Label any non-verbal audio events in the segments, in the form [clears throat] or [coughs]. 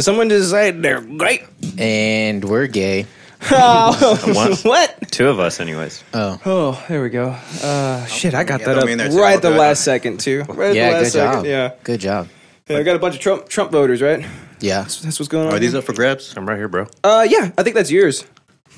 Someone just said they're [laughs] great. and we're gay. [laughs] [laughs] Oh, Once. what? Two of us, anyways. Oh, Oh, there we go. Uh, shit, I got Yeah, that don't up mean they're right at terrible. the last second too. Right at the yeah, last good second. job. Yeah. good job. yeah, we got a bunch of Trump Trump voters, right? Yeah, That's what's going on. Are these here? up for grabs? I'm right here, bro. uh, yeah, I think that's yours.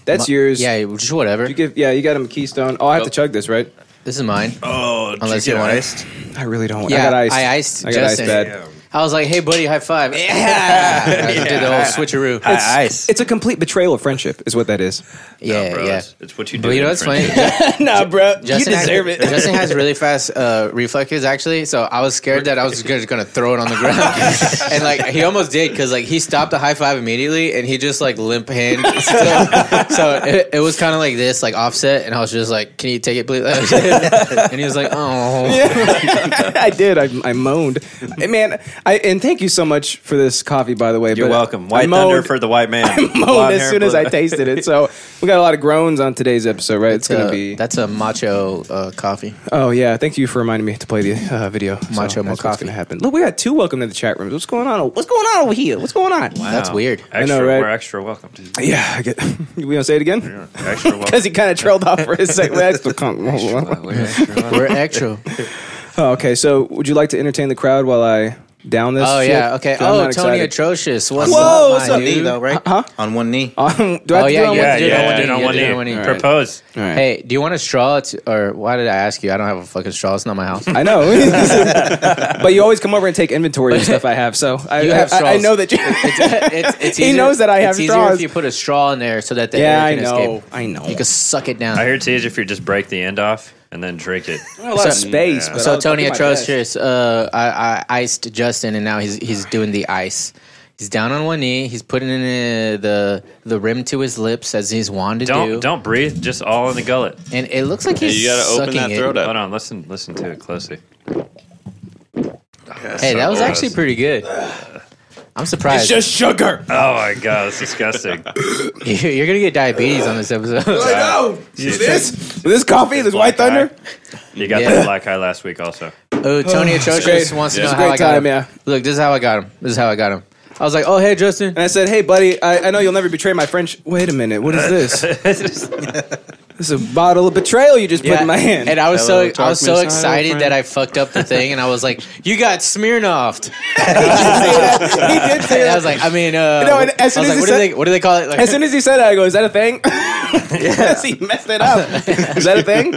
That's yours. yeah, just whatever. You give, yeah, you got him a keystone. Oh, I have to chug this, right? this is mine. Oh, Unless you want it. I really don't. Yeah, I got iced. I iced I got Justin. iced bad. Yeah. I was like, "Hey, buddy, high five. Yeah, [laughs] I did the [laughs] whole switcheroo. Hi, ice. It's a complete betrayal of friendship, is what that [laughs] is. yeah, bro, yeah. It's, it's what you do. But you know in what's [laughs] funny? friendship. nah, bro, has, [laughs] Justin has really fast uh, reflexes, actually. So I was scared that I was just gonna throw it on the ground, [laughs] and like he almost did because like he stopped the high five immediately, and he just like limp hand. [laughs] Still. so it, it was kind of like this, like offset, and I was just like, "Can you take it, please?" [laughs] and he was like, "Oh, [laughs] I did. I, I moaned. Hey, man, I, and thank you so much for this coffee, by the way. You're but welcome. I White thunder moaned- for the white man. moaned Blonde as hair, soon as I blue- tasted it. So we got a lot of groans on today's episode, right? It's gonna Uh, be. that's a macho uh, coffee." Oh yeah, thank you for reminding me to play the uh, video. Macho that's what's Mocafi. gonna happen. Look, we got two welcome to the chat rooms. What's going on? What's going on over here? What's going on? Wow. That's weird. Extra, I know, right? We're extra welcome. dude. Yeah, I get. [laughs] we gonna say it again? Yeah, Extra welcome. Because he kind of trailed off for his second. [laughs] We're [laughs] extra. Oh, okay, so would you like to entertain the crowd while I down this? Oh shit? yeah, okay. I'm oh, Tony not excited. Atrocious. What's Whoa, up, what's my up, One knee dude? though, right? Huh? On [laughs] one knee. Um, do I have Oh, to do it yeah, on yeah, one- yeah, do it on one yeah. knee, you know, you one do it on knee. one knee. Alright. Propose. All right. [laughs] Hey, do you want a straw? To, or why did I ask you? I don't have a fucking straw. It's not [laughs] my house. I know, [laughs] but you always come over and take inventory of stuff I have. So I, You have I- I, I straws. know that you. [laughs] [laughs] it's, it's He knows that I have it's easier straws. if you put a straw in there so that the yeah, I air can know. escape. I know. You can suck it down. I hear it's easier if you just break the end off and then drink it. I have a lot of So- space. but so I'll- I'll Tony do my best. Atrocious, uh, I, I iced Justin, and now he's he's doing the ice. He's down on one knee. He's putting in uh, the the rim to his lips as he's wont to Don't do. don't breathe. Just all in the gullet. And it looks like Yeah, he's you gotta open sucking that it. throat Hold up. on. Listen listen to it closely. Hey, that was actually pretty good. I'm surprised. sugar. Oh my god, that's [laughs] disgusting. [laughs] You're gonna get diabetes on [laughs] this episode. know. Jeez. this coffee, this Black White Thunder. eye. You got Yeah. that black eye last week, also. Oh, Tony great. Atrocious wants to Yeah. know It's a how great Oh, I got time, him. yeah. Look, this is how I got him. This is how I got him. I was like, "Oh, hey, Justin." And I said, "Hey, buddy, I, I know you'll never betray my French. Wait a minute, what is [laughs] this? this is a bottle of betrayal you just put in my hand. [laughs] And I was Hello, so I was so Turkmenistan, excited friend. that I fucked up the thing, and I was like, "You [laughs] got Smirnoffed." he did say And that. I was like, "I mean, uh, No, and as soon I as was he like, what, do said- they, what do they call it?" Like, as soon as he said that, I go, "Is that a [laughs] thing?" [laughs] yes, he messed it up. is that a thing?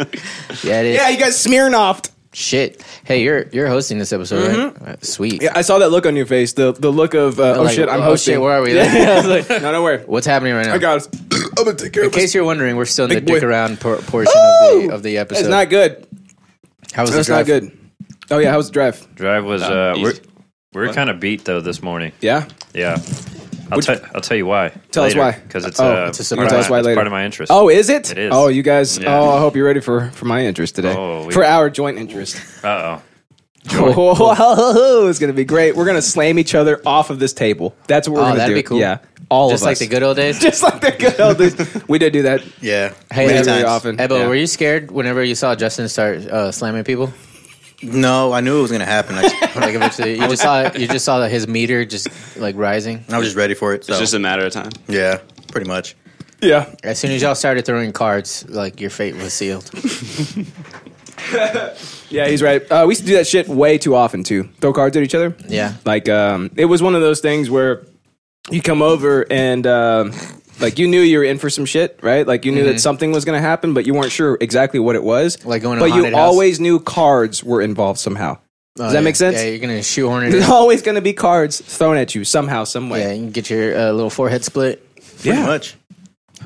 yeah, it is. Yeah, you got Smirnoffed. Shit. Hey, you're you're hosting this episode, right? All right? Sweet. Mm-hmm. Yeah, I saw that look on your face. The the look of uh, oh Like, shit, I'm oh, hosting. shit, where are [laughs] we? Yeah, I [laughs] was like, no, don't worry. What's happening right now? I [clears throat] got it. I'm gonna take care In case you're wondering, we're still in the Big boy. dick around por- portion of Ooh! the of the episode. It's not good. How was the That's not drive? good. Oh yeah, how was the drive? Drive was uh, easy. we're we're kind of beat though this morning. Yeah. Yeah, I'll tell I'll tell you why. Tell us why. Because it's Oh, uh, it's a surprise. part of Tell my- us why it's later. part of my interest. Oh, is it? It is. Oh, you guys. Yeah. Oh, I hope you're ready for for my interest today. Oh, we- for our joint [laughs] interest. uh oh. [laughs] Oh, it's gonna be great. We're gonna slam each other off of this table. That's what we're Oh, gonna that'd do. be cool. Yeah, all Just of like us. the good old days. [laughs] Just like the good old [laughs] days. We did do that Yeah. Hey, very, Ebo, very times. often. Ebo, Yeah. were you scared whenever you saw Justin start uh, slamming people? No, I knew it was gonna happen. [laughs] I, Like eventually, [laughs] you just saw you just saw that his meter just like rising. I was just ready for it. So. It's just a matter of time. yeah, pretty much. Yeah. As soon as y'all started throwing cards, like your fate was sealed. Yeah, he's right. Uh, we used to do that shit way too often too. Throw cards at each other. Yeah. Like um, it was one of those things where you come over and um, like you knew you were in for some shit, right? Like you knew that something was going to happen, but you weren't sure exactly what it was. Mm-hmm. Like going but to a you haunted house. Oh, always knew cards were involved somehow. Does that make sense? Yeah, you're gonna [laughs] shoehorn it. In. There's always going to be cards thrown at you somehow, some Yeah, way. you can get your uh, little forehead split. Pretty Yeah. much.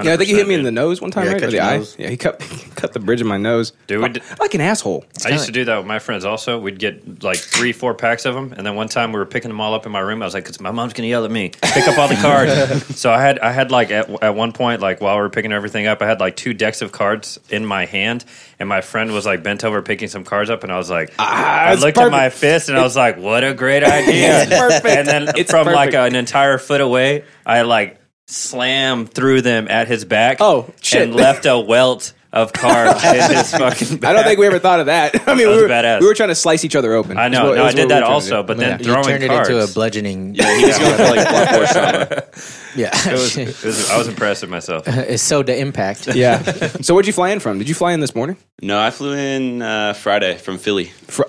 Yeah, I think he hit me in the nose one time, Yeah, right? cut Or the your eye. nose. Yeah, he cut [laughs] cut the bridge of my nose. Dude, we did- like an asshole. I used to do that with my friends also. We'd get like three, four packs of them, and then one time we were picking them all up in my room. I was like, "Cause my mom's gonna yell at me. Pick up [laughs] all the cards." so I had, I had like at, at one point, like while we were picking everything up, I had like two decks of cards in my hand, and my friend was like bent over picking some cards up, and I was like, Ah, Ah, I it's looked perfect. at my fist and I was like, "What a great [laughs] idea!" It's perfect. And then It's from perfect. like an entire foot away, I like slammed through them at his back. Oh, shit. And left a welt of [laughs] carbs in his fucking. Bag. I don't think we ever thought of that. [laughs] I mean, was we, were, badass. we were trying to slice each other open. I is know. what- no, I is what did we were that trying to also, do. but then You throwing turned it carbs. into a [laughs] bludgeoning. Yeah, he was going for like blood [laughs] force trauma. Yeah, it was, it was, I was impressed [laughs] with myself. [laughs] it's so the impact. yeah. So where'd you fly in from? Did you fly in this morning? No, I flew in uh, Friday from Philly. Fr-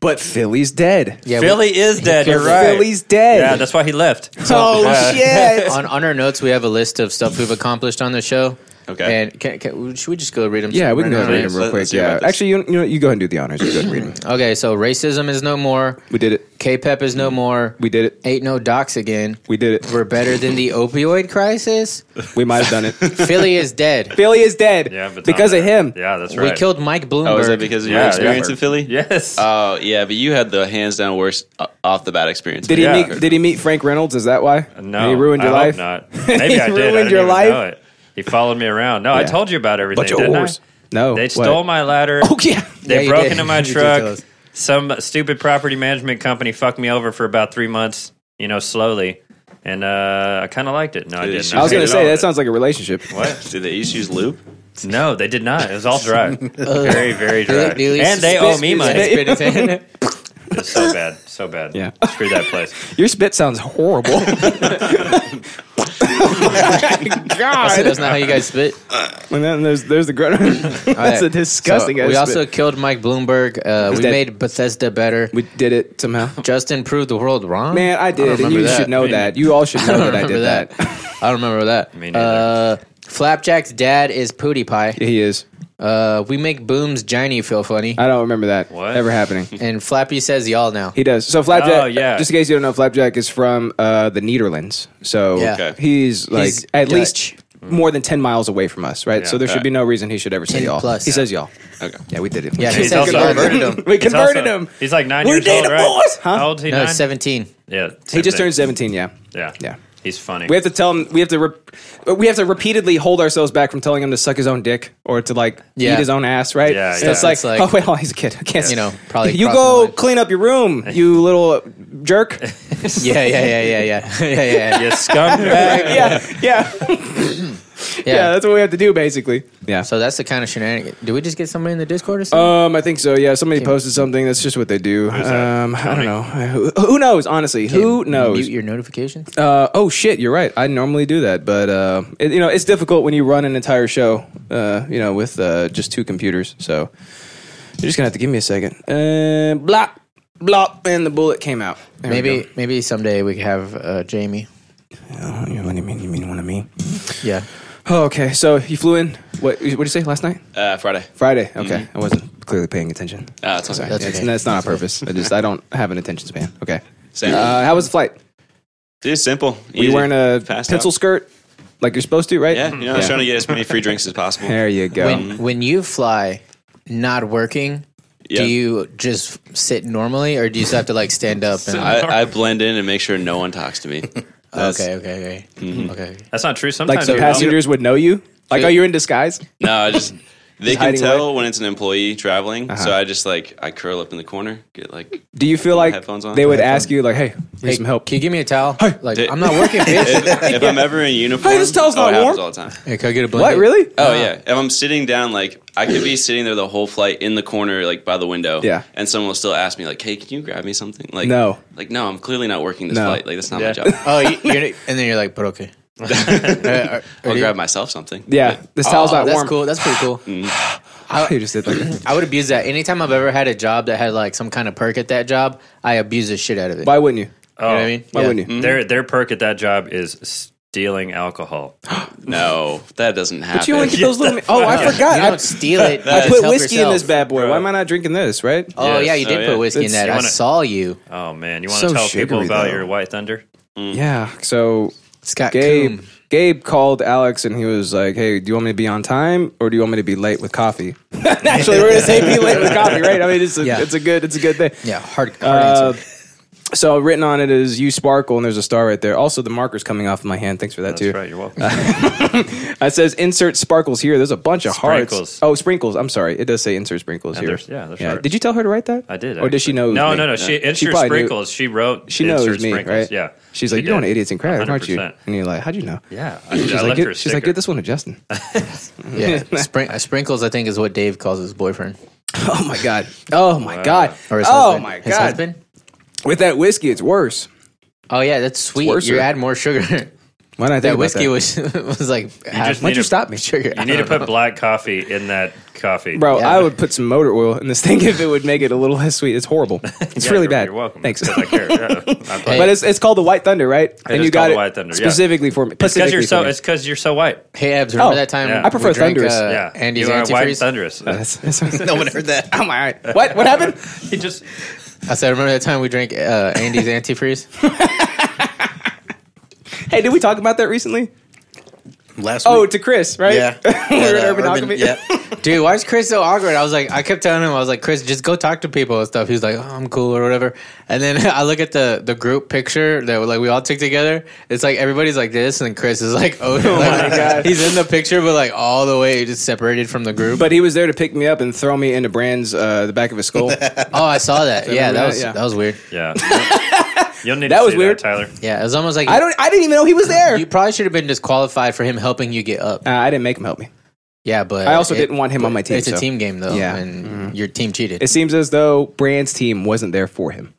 but Philly's dead. Yeah, we- [laughs] Philly is dead. You're right. Philly's dead. Yeah, that's why [laughs] he left. oh shit. [laughs] on, on our notes, we have a list of stuff we've accomplished on the show. Okay. And can, can, should we just go read them? Yeah, we can go ahead and read Let's- them real quick. let's hear Yeah, about this. actually, you, you know, you go ahead and do the honors. You go ahead and read them. Okay, so racism is no more. We did it. KPEP is no more. We did it. Ain't no docs again. We did it. We're better than the opioid crisis. We might have done it. Philly is dead. [laughs] Philly is dead. Yeah, but because not of him. Yeah, that's We right. killed Mike Bloomberg. Oh, is that because of Yeah, your experience yeah. in Philly? Yes. Uh, Oh, yeah, but you had the hands down worst uh, off the bat experience. Did he Yeah. meet? Did he meet Frank Reynolds? Is that why? no, he ruined your I life. Hope [laughs] not. Maybe I did. I ruined didn't your even life? Know it. He followed me around. No, I Yeah. told you about everything. Bunch of didn't I? whores. No, They stole Oh, what? my ladder. [laughs] Oh yeah. Yeah, They you broke did. into my You did tell truck. us. Some stupid property management company fucked me over for about three months. You know, slowly, and uh, I kind of liked it. No, I Dude, didn't. you I was gonna Hated say all that of it. sounds like a relationship. What? Did they just use lube? No, they did not. It was all dry. very, very dry. They- they- and they owe me Yeah, money. spit his [laughs] hand. It was so bad. So bad. Yeah. Screw that place. Your spit sounds horrible. That's not how you guys spit. and then there's there's [laughs] the grunt. That's a disgusting. So ass we spit. also killed Mike Bloomberg. Uh, we dead. made Bethesda better. we did it somehow. Justin proved the world wrong. Man, I did, and remember you that. should know Man. that. You all should know that I remember did that. I don't remember that. Me neither. Uh, Flapjack's dad is PewDiePie. He is. Uh, we make Boom's Johnny feel funny. I don't remember that What? ever happening. And Flappy says y'all now. He does. So Flapjack, Oh, yeah. just in case you don't know, Flapjack is from uh, the Netherlands. So Yeah. Okay. he's like He's at Dutch. least more than 10 miles away from us, right? Yeah. so there should Okay. be no reason he should ever say 10 y'all. plus. He Yeah. says y'all. Okay. Yeah, we did it. Yeah, he He's said also- converted Converted him. [laughs] we [laughs] He's converted also- [laughs] him. He's like nine We years did old, it, right? boys! Huh? How old is he? No, nine? it's 17. Yeah. He just same turned 17, yeah. thing. Yeah. Yeah. He's funny. We have to tell him we have to re- we have to repeatedly hold ourselves back from telling him to suck his own dick or to like Yeah. eat his own ass, right? Yeah, so yeah. It's, like, It's like- oh wait, oh he's a kid. I can't You [laughs] know, probably you crossing the go line. clean up your room, [laughs] you little [laughs] jerk. Yeah, yeah, yeah, yeah, [laughs] yeah, yeah, yeah, yeah. you scumbag. yeah, yeah, [laughs] yeah. That's what we have to do, basically. Yeah. So that's the kind of shenanigans. Do we just get somebody in the Discord or something? Um, I think so. Yeah, somebody posted something. That's just what they do. that? Um, I don't know. Who, who knows? Honestly, Uh, who knows? Mute your notifications. Uh, oh shit, you're right. I normally do that, but uh, it, you know, it's difficult when you run an entire show, uh, you know, with uh, just two computers. So you're just gonna have to give me a second. Uh, blop, blop, and the bullet came out. There we Maybe, go. maybe someday we could have uh, Jamie. Oh, you know what I mean? You mean one of me? Yeah. Oh, okay. So you flew in. What? What did you say last night? Uh, Friday. Friday. Okay, I wasn't clearly paying attention. Ah, it's okay. That's Mm-hmm. That's, okay. that's not on purpose. I just I don't have an attention span. Okay. Same. Uh, how was the flight? Dude, simple. Were you easy. wearing a Passed pencil out. skirt like you're supposed to, right? Yeah, you know, I was trying to get as many free drinks as possible. There you go. When when you fly, not working, Yeah. do you just sit normally, or do you still have to like stand up? [laughs] And, I, I blend in and make sure no one talks to me. That's- okay, okay, okay, Mm-hmm. okay. That's not true. Sometimes like the you passengers would know you. Like, So- are you in disguise? No, I just they can hiding tell away? Uh-huh. when it's an employee traveling. So I just like I curl up in the corner, get like Do you feel like headphones on. they would ask you, like, "Hey, need Hey, some help"? Can you give me a towel? Like Dude. I'm not [laughs] working, bitch. if, if I'm ever in uniform. Hey, this towel's oh, not it happens warm. all the time. Hey, can I get a blanket? What really? Oh yeah, if I'm sitting down, like I could be sitting there the whole flight in the corner, like by the window. Yeah. and someone will still ask me, like, "Hey, can you grab me something?" Like, No. like no, I'm clearly not working this No. flight. Like that's not Yeah. [laughs] my job. Oh, you, you're, [laughs] and then you're like, but okay. I'll grab myself something. yeah, this towel's Oh, not that's warm. [laughs] cool. That's pretty cool. You just did like [laughs] that. I would abuse that. Anytime I've ever had a job that had like some kind of perk at that job, I abuse the shit out of it. Why wouldn't you? Oh, You know what I mean? Why Yeah. wouldn't you? Their their perk at that job is stealing alcohol. No, that doesn't happen. But you only get those [laughs] little. Oh, I forgot. You I, don't steal [laughs] it. I you put help whiskey in yourself. this bad boy. Why am I not drinking this? Right? Oh Yes. yeah, you Oh, did yeah. put whiskey in That's- that. You I wanna- saw you, Oh man, you want to So tell people sugary, about though. your white thunder? Mm. Yeah. So Scott Gabe. Coombe. Gabe called Alex and he was like, "Hey, do you want me to be on time or do you want me to be late with coffee?" [laughs] Naturally, we're gonna say be late with coffee, right? I mean, it's a, Yeah. it's a good it's a good thing. Yeah, hard, hard Uh, answer. [laughs] So written on it is "You Sparkle" and there's a star right there. Also, the marker's coming off of my hand. Thanks for that That's too. right. You're welcome. Uh, It says "Insert sparkles here." There's a bunch of hearts. Sprinkles. Oh, sprinkles. I'm sorry. It does say "Insert sprinkles And here." there's- yeah, there's hearts. Did you tell her to write that? I did. Or does she actually. know? it was No, me? Uh, no, no. She it's She your probably knew- sprinkles. She wrote. She it's knows your me, sprinkles. right? Yeah. She's She like, "You're an did. idiot and crap, aren't you?" 100%. And you're like, "How'd you know?" Yeah. I, She's I like, left "Get- her. a she's like, sticker. "Get this one to [laughs] Justin." Yeah, [laughs] Sprin- uh, sprinkles. I think is what Dave calls his boyfriend oh my god. Oh my god. or his oh husband. my god. his husband. With that whiskey, it's worse. Oh yeah, that's sweet. worse, You sir. add more sugar. Why not that think whiskey about was was [laughs] like half just Why'd need you to- stop me? sugar. You need to put black coffee in that coffee, Bro, Yeah. I would put some motor oil in this [laughs] thing if it would make it a little less sweet. It's [laughs] horrible. It's Yeah, really you're- bad. You're welcome. Thanks. [laughs] Because I care. Yeah. I thought- But it's, it's called the White Thunder, right? and is you got called it the White Thunder, yeah. specifically for me. It's because you're specifically so. for me. It's because you're so white. Hey Abs, remember Oh, that time? yeah. I we prefer drank, Thunderous. uh, Yeah, Andy's you are white and antifreeze. thunderous. [laughs] That's- [laughs] that's- No one heard that. I'm all right. [laughs] What? What happened? he just I said, remember that time we drank uh, [laughs] Andy's antifreeze? Hey, did we talk about that recently? Last Oh, week. to Chris, right? yeah. we [laughs] were at At, uh, Urban Alchemy. Yeah. Dude, why is Chris so awkward? I was like, I kept telling him, I was like, Chris, just go talk to people and stuff. He was like, oh, I'm cool or whatever. And then [laughs] I look at the the group picture that like we all took together. It's like everybody's like this, and Chris is like, [laughs] oh, like, my God. he's in the picture, but like all the way just separated from the group. But he was there to pick me up and throw me into Brand's uh, the back of his skull. [laughs] that oh, I [laughs] saw that. yeah, remember that that? Yeah. was that was weird. [laughs] yeah. You'll need That to was see weird. [laughs] that, Tyler. Yeah, it was almost like I don't. I didn't even know he was [laughs] there. You probably should have been disqualified for him helping you get up. Uh, I didn't make him help me. Yeah, but I also it- didn't want him on my team. It's a so. team game though, Yeah. Mm-hmm. and your team cheated. It seems as though Brand's team wasn't there for him.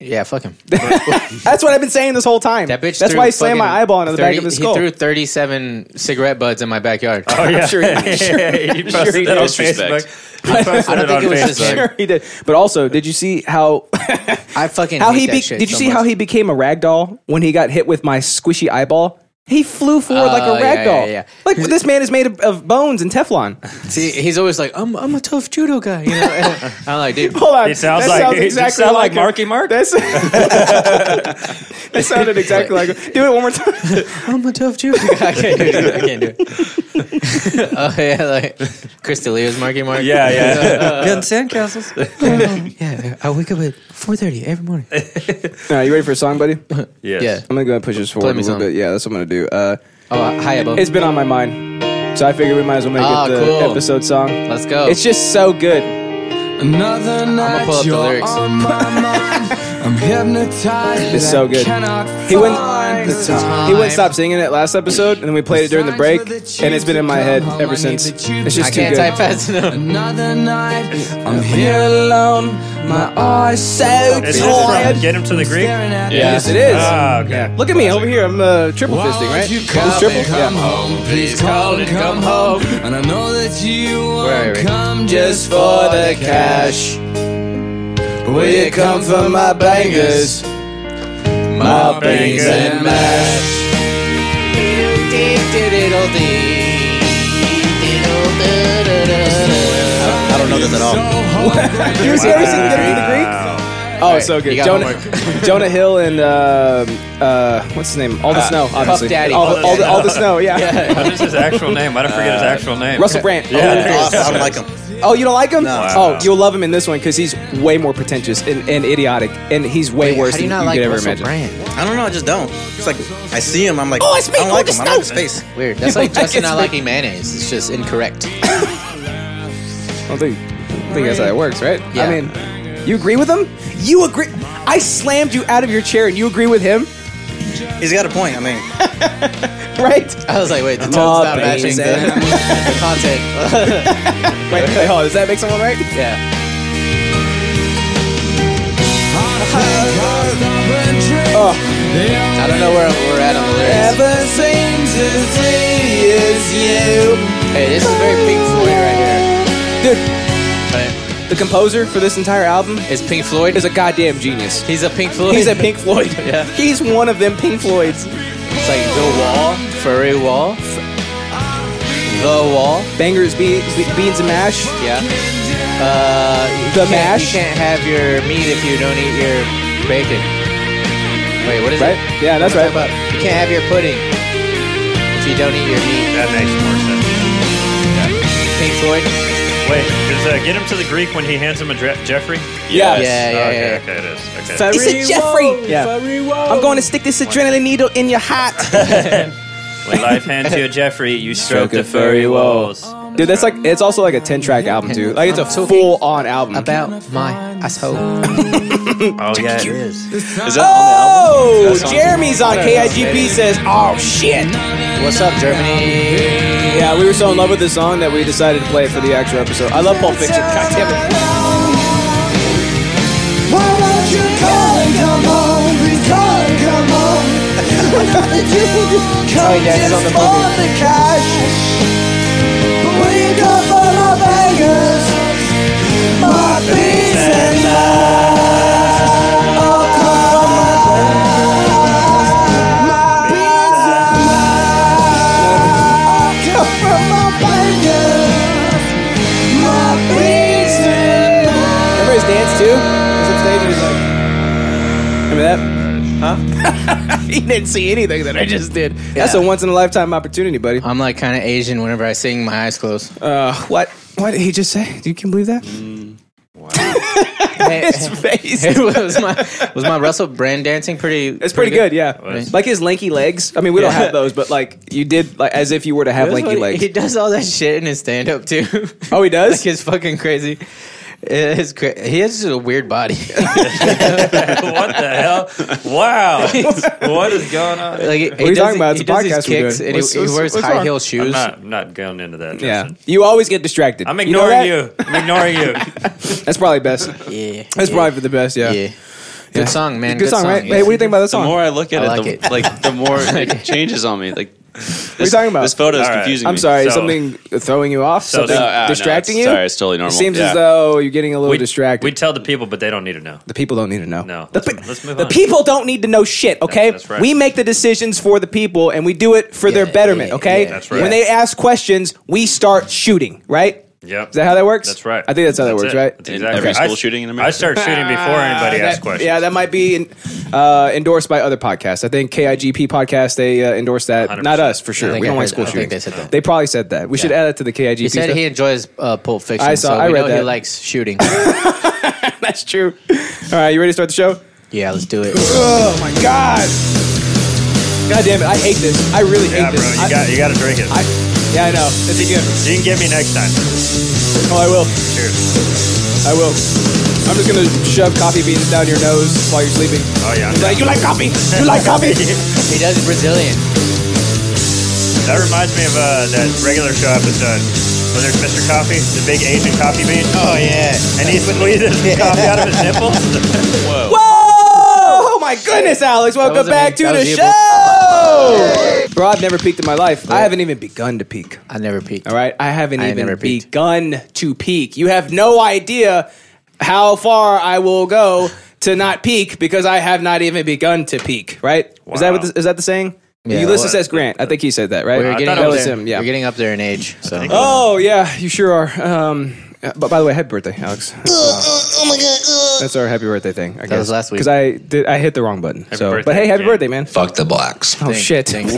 yeah, fuck him. That's what I've been saying this whole time. That bitch. That's threw why I slammed my fucking eyeball into the back 30 of his He skull. threw thirty-seven cigarette butts in my backyard. Oh [laughs] yeah, sure [laughs] he- I'm sure- he I'm posted sure he that on disrespect. Facebook. He posted I don't it think on it was Facebook. just him. Sure he did. But also, did you see [laughs] how I fucking how hate he that be- shit did you so see much. how he became a rag doll when he got hit with my squishy eyeball? He flew forward like Oh, a yeah, rag doll. yeah, yeah. Like this man is made of, of bones and Teflon. [laughs] See, he's always like, "I'm I'm a tough judo guy," [laughs] you know. And I'm like, dude, Hold on, He sounds like- he sounds like Marky Mark. [laughs] That's, [laughs] that sounded exactly like. him. Do it one more time. I'm a tough judo guy. [laughs] I can't do it. I can't do it. [laughs] oh yeah, like Chris D'Elio's Marky Mark. [laughs] Uh, Yeah, yeah. [laughs] yeah. I wake up at four thirty every morning. [laughs] All right, you ready for a song, buddy? I'm Yes. Yeah. gonna go ahead and push this forward a me little some. bit. Yeah, that's what I'm gonna do. Uh, Oh, hi, Abba. it's been on my mind, so I figured we might as well make Ah, it the cool. episode song. Let's go. It's just so good. Another night pull up the you're lyrics. on my mind. I'm hypnotized. It's so good. He wouldn't. He wouldn't stop singing it last episode, and then we played it during the break, and it's been in my head ever since. It's I just too can't type good. fast enough. Another night. I'm here alone. My eyes so Is this Tired. from Get him to the Greek? Yes, it is. Ah, okay. Look at me over here. I'm uh, triple fisting, right? Who's Come, triple? and come home, please call and come home. And I know that you Wait, won't wait. come just for the cash. Will you come for my bangers? My beans and mash. I don't know this at all. Yeah. You see everything Wow. get him to the Greek? Oh, right, so good. you got Jonah, [laughs] Jonah Hill and um uh, what's his name? All the snow, obviously. Daddy. All, Puff all the, Daddy. [laughs] all the snow. Yeah. What is his actual name? I don't forget his actual name. Russell Brand. Yeah. Awesome. I don't like them. Oh, you don't like him? No. Oh, you'll love him in this one because he's way more pretentious and, and idiotic, and he's way worse How do you than not you like could ever Russell imagine. Brand? I don't know. I just don't. It's like I see him. I'm like, Oh, it's me, I don't oh, like the him. I don't like his snow. face. Weird. That's You like don't like Justin his not face. liking mayonnaise. It's just incorrect. [laughs] I don't think, I don't think that's how it works, right? Yeah. I mean, you agree with him? You agree? I slammed you out of your chair, and you agree with him, He's got a point. I mean, right? I was like, wait, the tone's Oh, not matching beans the, and the content. Wait, wait, hold on. Does that make someone right? Yeah. I don't know where we're at on the lyrics. seems as easy as you. Hey, this is very Pink Floyd right here. Dude, But the composer for this entire album it's Pink Floyd. is a goddamn genius. He's a Pink Floyd. He's a Pink Floyd. Yeah. He's one of them Pink Floyds. It's like the wall, furry wall, the wall. Bangers, be- be- beans, and mash. Yeah. Uh, you The can't- mash? You can't have your meat if you don't eat your bacon. Wait, what is Right? it? Yeah, that's What am I right. talking about? You can't have your pudding if you don't eat your meat. That makes more sense. Pink Floyd. Wait, is, uh, get him to the Greek when he hands him a dre- Jeffrey? Uh, Yeah. Yeah, yeah, Oh, okay, yeah. okay, it is. Okay. Ferry It's a Jeffrey. Woe, Yeah. Ferry woe. I'm going to stick this adrenaline needle in your heart. when life hands you a Jeffrey, you Stroke stroke, the the furry furry walls. Dude, that's like it's also like a 10 track album, dude. Like it's a full on album. About my asshole. [laughs] Oh, yeah, it is. [laughs] Is that Oh, That sounds- Jeremy's on KIGP says, "Oh shit." What's up, Germany? Yeah, we were so in love with this song that we decided to play it for the actual episode. I love Pulp Fiction. God damn it. [laughs] Oh, yeah, he's on the movie. Remember his dance too? He was on stage and he's like, "Remember that?" Huh? he didn't see anything that I just did. That's a Yeah. once in a lifetime opportunity, buddy. I'm like kind of Asian whenever I sing my eyes [laughs] closed. Uh, what? What did he just say? You can believe that? His [laughs] face. Hey, [laughs] was my was my Russell Brand dancing pretty? It's pretty good, yeah. Was. Like his lanky legs. I mean, we don't have those, but like you did, like as if you were to have That's lanky what he- legs. He does all that shit in his stand up too. oh, he does. [laughs] like it's fucking crazy. It is cra- he has just a weird body. [laughs] what the hell? Wow. what is going on? like What are you talking about? It's a podcast we're doing. and he, What's- he what's- wears what's high wrong? heel I'm shoes. not, I'm not going into that. yeah, Justin. you always get distracted. I'm know ignoring that? you. I'm [laughs] ignoring you. That's probably best. Yeah, That's probably for the best. Yeah. yeah. Good song, man. Good, song, right? Hey, what do you think about that [laughs] the song? more I look at I it, like the, like [laughs] the more it changes on me. Like this, you talking about? This photo is All right. confusing I'm me. sorry, So- something throwing you off, something No, uh, no, distracting it's- you. Sorry, it's totally it normal. seems Yeah. as though you're getting a little distracted. We tell the people, but they don't need to know. the people don't need to know. No, the, let's- let's move the on. people don't need to know shit. Okay, that's right. we make the decisions for the people, and we do it for their Yeah, betterment. yeah, Okay, yeah, That's right. When they ask questions, we start shooting. Right? Yep. Is that how that works? That's right. I think that's how that works. it. Right? That's In exactly every right. school I, shooting in I America? start shooting before anybody [laughs] Uh, asks that- questions. Yeah, that might be uh, endorsed by other podcasts. I think KIGP podcast they uh, endorsed that. 100%. Not us for I sure. think We I don't like heard- school I think shootings. they said that. They probably said that. We should add it to the KIGP. He said stuff. he enjoys uh, Pulp Fiction. I saw- So I we read know He that. likes [laughs] shooting. That's true. All right, you ready to start the show? yeah, let's do it. Oh my god! God damn it! I hate this. I really Yeah, hate bro, this. you I, got you got to drink it. I, yeah, I know. It's a gift. you can get me next time. Oh, I will. Cheers. I will. I'm just gonna shove coffee beans down your nose while you're sleeping. Oh yeah, I'm He's like, you like coffee? You [laughs] like coffee? he does Brazilian. That reminds me of uh, that regular show episode where there's Mr. Coffee, the big Asian coffee [laughs] bean, Oh yeah. and he squeezes coffee out of his nipples. Whoa! Oh my goodness, Alex! Welcome wasn't back me. to That the was evil. show. Bro, I've never peaked in my life. I haven't even begun to peak. I never peeked. All right, I haven't I ain't even never peaked. begun to peak. You have no idea how far I will go to not peak because I have not even begun to peak. Right? Is that what Wow. the, is that the saying? Yeah. Ulysses Well, S. Grant. I think he said that. Right? We're getting thought that it up was there. him. Yeah. We're getting up there in age. So oh yeah, you sure are. Um, uh, but by the way, happy birthday, [laughs] Alex. Uh, oh That's our happy birthday thing. I guess. was last week. because I did. I hit the wrong button. so, birthday, but hey, happy Jane. birthday, man. Fuck the blacks. Oh Thank- shit, [laughs] thank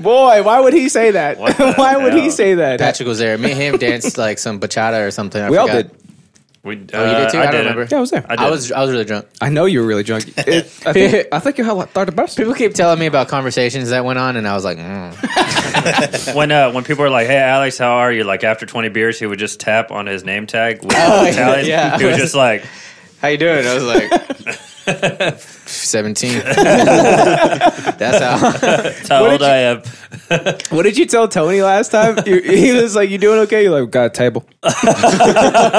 boy! Why would he say that? What the [laughs] why would he hell? say that? Patrick was there. Me and him danced like some bachata or something. I we all forgot. did. We, uh, Oh, you did too. I, did don't it. remember. [laughs] Yeah, I was there. I I did. was I was really drunk. I know you were really drunk. It, I think I think you had thought about People keep telling me about conversations that went on, and I was like, mm. when uh, when people were like, "Hey, Alex, how are you?" Like after 20 beers, he would just tap on his name tag with Italian. Oh, yeah. He was [laughs] just like, [laughs] "How you doing?" I was like, "17." That's how. "How old I am?" What did you tell Tony last time? You, [laughs] he was like, "You doing okay?" You're like, "Got a table." [laughs] so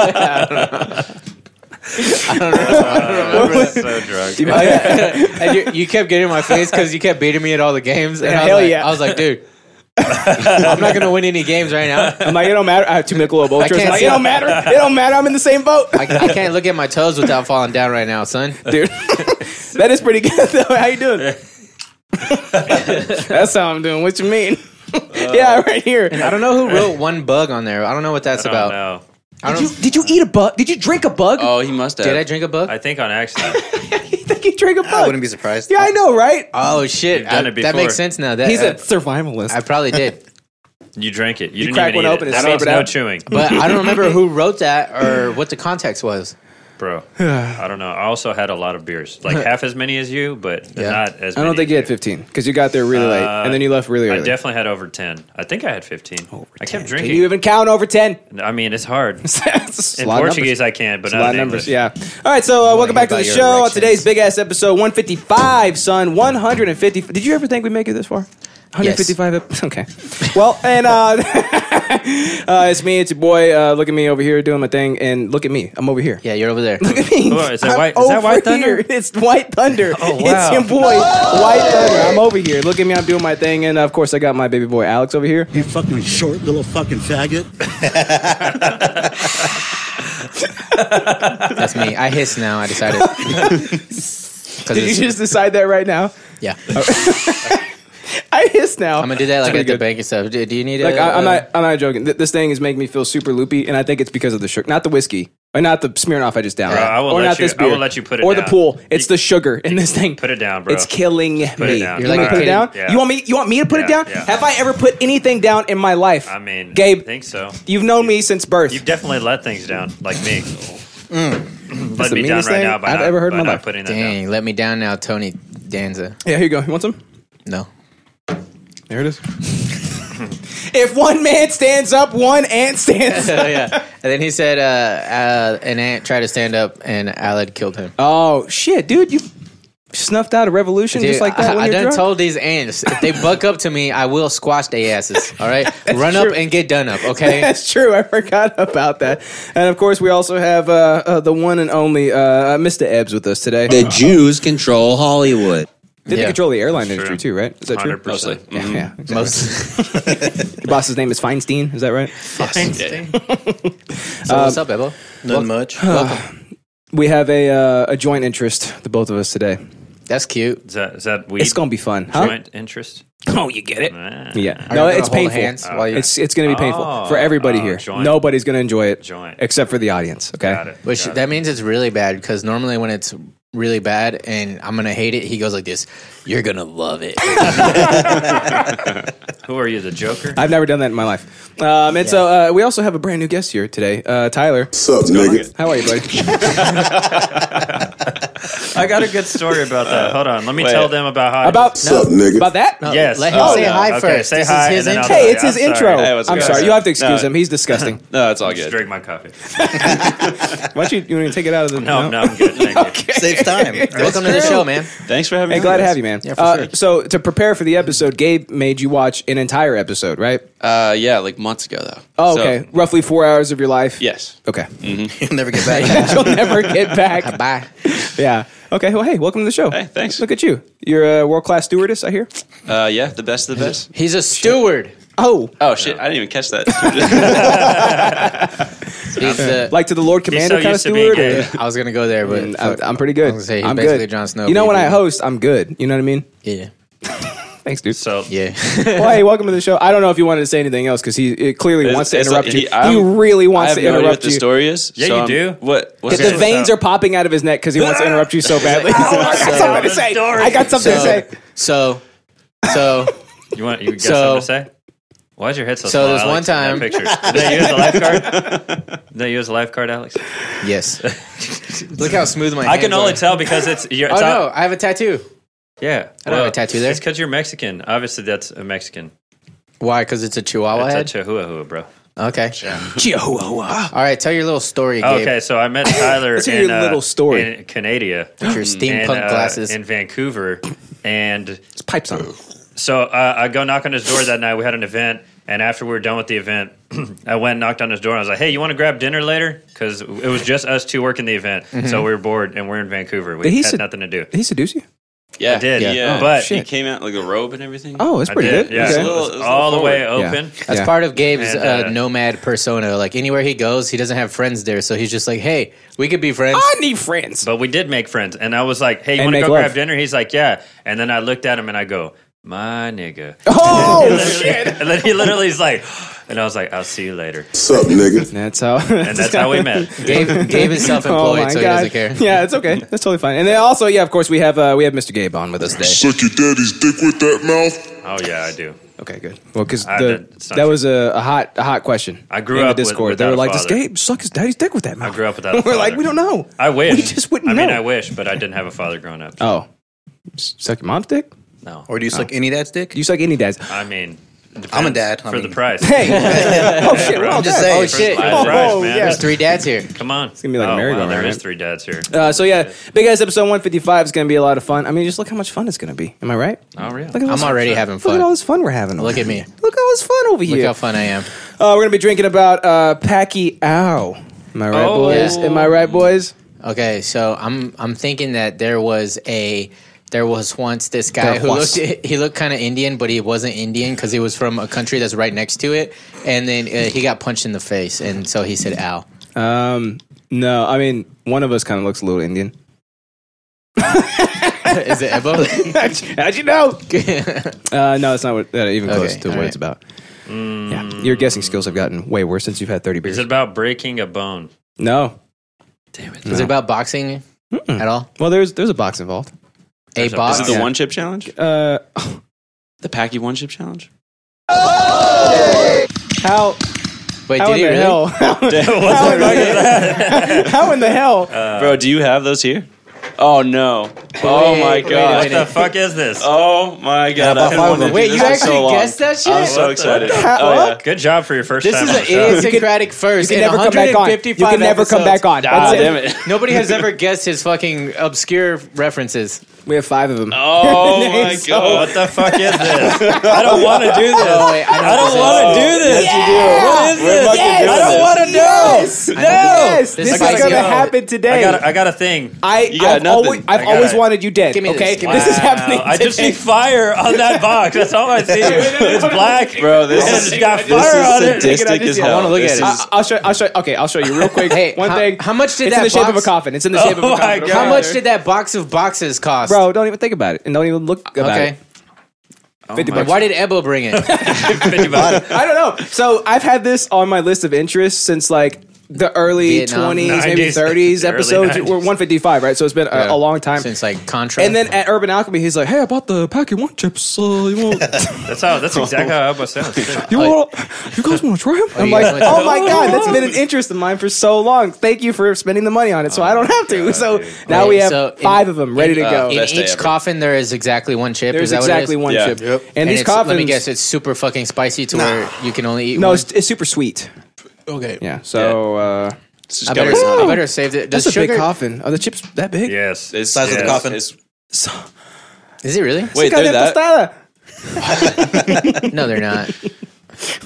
drunk. And you, you kept getting in my face because you kept beating me at all the games. And Yeah, I was hell like, yeah. I was like, "Dude, I'm not gonna win any games right now." I'm like, "It don't matter." I have two Michelob Ultras. can't I'm like, see "It it. don't matter. It don't matter." I'm in the same boat, I, I can't look at my toes without falling down right now, son. dude. [laughs] that is pretty good. though. How you doing? That's how I'm doing. What you mean? yeah, right here. I don't know who wrote one bug on there. I don't know what that's I about. don't know. I don't, Did you, did you eat a bug? Did you drink a bug? Oh, he must have. did I drink a bug? I think on accident. [laughs] you think you drank a I wouldn't bug? be surprised. Yeah, I know, right? oh shit! done I- that it before. makes sense now. That He's I a survivalist. I probably did. You drank it. You, didn't crack even one eat open, it. it's That means sobered no up. chewing, But I don't remember who wrote that or what the context was. [sighs] bro. I don't know. I also had a lot of beers, like half as many as you, but Yeah. not as. I many don't think as you had 15 because you got there really late Uh, and then you left really I early. definitely had over ten. I think I had fifteen. I kept Can you drinking. even count over 10? I mean, it's hard. [laughs] It's a In lot of numbers. Portuguese, I can, but A not lot in of numbers, English. yeah. All right, so uh, welcome back to the about your show on erections. today's big ass episode 155, son. 150. Did you ever think we'd make it this far? 155. ep- [laughs] Okay. Well, and uh, [laughs] uh, it's me, it's your boy. Uh, look at me over here doing my thing, and look at me. I'm over here. Yeah, you're over there. Look at me. Oh, is that I'm white- is that White over Thunder? here. It's White Thunder. [laughs] Oh, wow. It's your boy, White Thunder. I'm over here. Look at me. I'm doing my thing, and uh, of course, I got my baby boy Alex over here. You fucking short little fucking faggot. That's me. I hiss now. [laughs] I decided. 'Cause Did you it's- just decide that right now? [laughs] yeah, I hiss now. I'm gonna do that like pretty at the good. bank and stuff. Do, do you need Like a, I, I'm uh, not, I'm not joking. Th- this thing is making me feel super loopy, and I think it's because of the sugar, not the whiskey, or not the Smirnoff I just downed, Bro, I will or let not you- this I will beer. let you put it or the down. pool. It's the sugar in this thing. Put it down, bro. It's killing me. it You down. want me You're like to put a it down? kid. Yeah. You want me? You want me to put it Yeah, down? yeah. Have I ever put anything down in my life? I mean, Gabe, I think so. you've known me since birth. You've definitely let things down, like me. let the me down right meanest thing now by I've not- ever heard in my by not life. putting that down. Dang, let me down now, Tony Danza. yeah, here you go. You want some? [laughs] No. There it is. [laughs] if one man stands up, one ant [laughs] stands. Oh yeah. And then he said, uh, uh, an ant tried to stand up, and Alad killed him. oh shit, dude! You snuffed out a revolution Dude, just like that. I, when I you're done [laughs] drunk? told these ants if they buck up to me, I will squash [laughs] their asses. All right, run true. up and get done up. [laughs] Okay. That's true. I forgot about that. And of course, we also have uh, uh, the one and only uh, uh, Mr. Ebbs with us today. They The Jews control Hollywood. did Yeah. Mm-hmm. control the airline industry true. too, right? Is that true? 100%. Mostly. Mm-hmm. Yeah, yeah. exactly. Most. Your boss's name is Feinstein. Is that right? So what's Um, up, Ebo? Nothing much. We have a uh, a joint interest, the both of us today. That's cute. Is that, is that weed? It's gonna be fun, huh? joint interest. [laughs] Oh, you get it? Yeah. Are Ah, No, you gonna it's hold painful. hands while you- It's it's gonna be painful Oh, for everybody oh, here. joint. Nobody's gonna enjoy it, Joint. except for the audience. Okay. Got it. Which Got it. that means it's really bad because normally when it's really bad and I'm gonna hate it, he goes like this: "You're gonna love [laughs] it." Who are you, the [laughs] Joker? I've never done that in my life. Um, and so uh, we also have a brand new guest here today, uh, Tyler. What's up, nigga? How are you, buddy? [laughs] I got a good story about that. Uh, Hold on, let me Wait. tell them about how. I- About What's up, nigga? about that? yes, Let him Oh, say no. hi Okay, first. Say This is hi. his and then I'll intro. tell Hey, you. it's his I'm intro. Sorry. Hey, what's I'm going sorry. on? You have to excuse No. him. He's [laughs] disgusting. No, it's all good. Just drink [laughs] my coffee. Why don't you, you want to take it out of the? No, no, I'm [laughs] good. Thank you. Saves time. Welcome to the show, man. Thanks for having Hey, me. glad on, to guys. have you, man. Yeah, for uh, sure. So to prepare for the episode, Gabe made you watch an entire episode, right? Uh, yeah, like months ago though. Oh, So- okay. Roughly four hours of your life. yes. Okay. Mm. You'll never get back. [laughs] You'll never [laughs] get back. Bye. Yeah. Okay. Well, hey, welcome to the show. Hey, thanks. Look at you. You're a world class stewardess, I hear. Uh, yeah, the best of the best. He's a steward. Oh, Oh shit, I didn't even catch that. [laughs] He's the, [laughs] like to the Lord Commander so kind of used to being steward. or- gay. I was gonna go there, but I'm, I'm pretty good. gonna say he's I'm basically good. Jon Snow, You know, when baby. I host, I'm good. You know what I mean? yeah, Thanks, dude. So yeah. [laughs] well, hey, welcome to the show. I don't know if you wanted to say anything else because he it clearly It's- wants to it's interrupt like- you. he- He, I'm- really I wants have to no idea what interrupt the you. story is. Yeah, so you I'm- do. What? What's The Okay. it? veins are popping out of his neck because he wants to interrupt you so badly. [laughs] I got something to say. I got something to So, say. so, so, you want you got So- something to say? Why's your head so? So small, there's Alex, one in time- that picture. Did they [laughs] use a lifeguard? Did they use a lifeguard, Alex? yes. [laughs] Look how smooth my. I can hands only are. tell because [laughs] it's. You're, Oh it's out- no, I have a tattoo. Yeah, I don't have a tattoo there. It's because you're Mexican. Obviously, that's a Mexican. Why? Because it's a Chihuahua That's head. a Chihuahua, Hua, bro. Okay. All right, tell your little story, Gabe. Okay, so [laughs] I met Tyler Let's hear in your uh, little story. in Canada, With your steampunk in, uh, glasses. in Vancouver, and His pipe's on. so uh, I go knock on his door that night. We had an event, and after we were done with the event, [clears throat] I went and knocked on his door. And I was like, "Hey, you want to grab dinner later?" Because it was just us two working the event, Mm-hmm. so we were bored, and we're in Vancouver. We Did he had sed- nothing to do. Did he seduce you? Yeah, I did, Yeah, yeah. But- he shit. came out like a robe and everything. Oh, that's I pretty did, good. Yeah, Okay. It It was was a little all the way Yeah. open. That's Yeah. part of Gabe's And, uh, uh, nomad persona. Like anywhere he goes, he doesn't have friends there, so he's just like, "Hey, we could be friends." I need [laughs] friends. But we did make friends, and I was like, "Hey, you And want to make go love. grab dinner?" He's like, "Yeah." And then I looked at him and I go, "My nigga." [laughs] Oh Literally- shit! [laughs] And then he literally is like, [gasps] and I was like, "I'll see you later." What's up, nigga? That's how. [laughs] And that's how we met. Gabe, Gabe [laughs] is self-employed, so he doesn't care. Oh Yeah, it's okay. That's totally fine. And then also, yeah, of course, we have uh, we have Mr. Gabe on with us today. Suck your daddy's dick with that mouth. Oh yeah, I do. Okay, good. Well, because I that did- it's not true. was a, a hot a hot question. I grew in up the with- Discord. they were without a like, "This father." guy sucked his daddy's dick with that." Mouth. grew up [laughs] without a we're like, father. "We don't know." I wish. We just wouldn't I know. mean, I wish, but I didn't have a father growing up. oh, S- suck your mom's dick? No. Or do you suck any dad's dick? You suck any [laughs] dad's? I mean, depends I'm a dad. I for the mean- price. Hey, oh shit, [laughs] we're all I'm just dead. saying. Oh shit! For the price, Oh, man. yeah. There's three dads here. Come on, it's gonna be like a oh, Wow, merry-go-round, there is right? three dads here. Uh, so yeah, big ass episode one fifty five is gonna be a lot of fun. I mean, just look how much fun it's gonna be. Am I right? oh, really? Look at all this- I'm already having Look at all fun. this fun we're having. over Look at here. me. Look at all this fun over Look here. how fun I am. Uh, we're gonna be drinking about uh, Pacquiao. Am I right, Oh. boys? Am I right, boys? Okay, so I'm I'm thinking that there was a there was once this guy There who was. looked [laughs] he looked kind of Indian, but he wasn't Indian because he was from a country that's right next to it, and then uh, he got punched in the face, and so he said [laughs] "ow." Um, no, I mean one of us kind of looks a little Indian. [laughs] Is it Ebo? [laughs] How'd you know? Uh, no, it's not what, uh, even Okay, close to what all right. it's about. Yeah, your guessing skills have gotten way worse since you've had thirty beers. Is it about breaking [laughs] a bone? [laughs] no, Is it about boxing at all? well, there's there's a box involved. A a- box. Is it the Yeah. one chip challenge? Uh, The Packy one chip challenge? how Wait, how [laughs] did in he the really? hell? [laughs] how, in the, how in the hell? Uh, Uh, Bro, do you have those here? Oh no! Oh my god! What the fuck is this? Oh my god! I've been five of them. wanting to do Wait, this you for actually so long. guessed that shit? I'm so What the excited. heck? Oh yeah. Good job for your first this time. is on an the show. idiosyncratic first. You can in never come back on. You 155 can never come episodes. back on. Ah, That's it. damn it! Nobody has ever guessed his fucking obscure [laughs] references. We have five of them. Oh my So- god! [laughs] What the fuck is [laughs] this? I don't want to do this. Oh, wait, I, know I what this is. don't want to do this. What is this? fucking doing I don't this. want to know. No, yes, this, This is is going to yo. happen today. I got, a, I got a thing. I, You got I've nothing. always, I've I got always it. wanted you dead. Give me this, okay, give me this is this. happening. I just see fire on that box. That's all [laughs] I see. It's black. Bro, this and is it's got this fire on is it. sadistic as hell. I wanna look This at it. is- I, I'll show. I'll show. Okay, I'll show you real quick. Hey, one how- thing. how much did it's that in the shape of a box- coffin? It's in the shape Oh of a my coffin. God. How much did that box of boxes cost? Bro, don't even think about it, and don't even look about okay. it. Oh Fifty But bucks. why did Ebo bring it? [laughs] I don't know. So I've had this on my list of interests since like the early Vietnam. twenties, maybe 90s. thirties The early episodes. We're 90s. one fifty five, right? So it's been a, a long time. Since like Contra. and then at Urban Alchemy, he's like, "Hey, I bought the pack. You want chips? Uh, you [laughs] want? That's how. That's exactly how [laughs] Elba sounds. too. You want? You guys want to try them?" I'm you like, guys want "Oh [laughs] to- my god, that's been an interest of mine for so long. Thank you for spending the money on it, so I don't have to." So now Wait, we have so in- five of them ready to in- uh, go. In Best day each ever. coffin, there is exactly one chip. There's is that exactly what it is? one Yeah. chip, Yep. and, And these it's, coffins. let me guess, it's super fucking spicy to where you can only eat no, one. it's, it's super sweet. Okay. Yeah. So uh, It's I just better, covered in I honey. better save it. Does that's a sugar, big coffin. Are the chips that big? Yes. It's- Size of the it's- coffin. it's- Is it [laughs] really? Wait, they're that? Tostada. No, they're not. [laughs]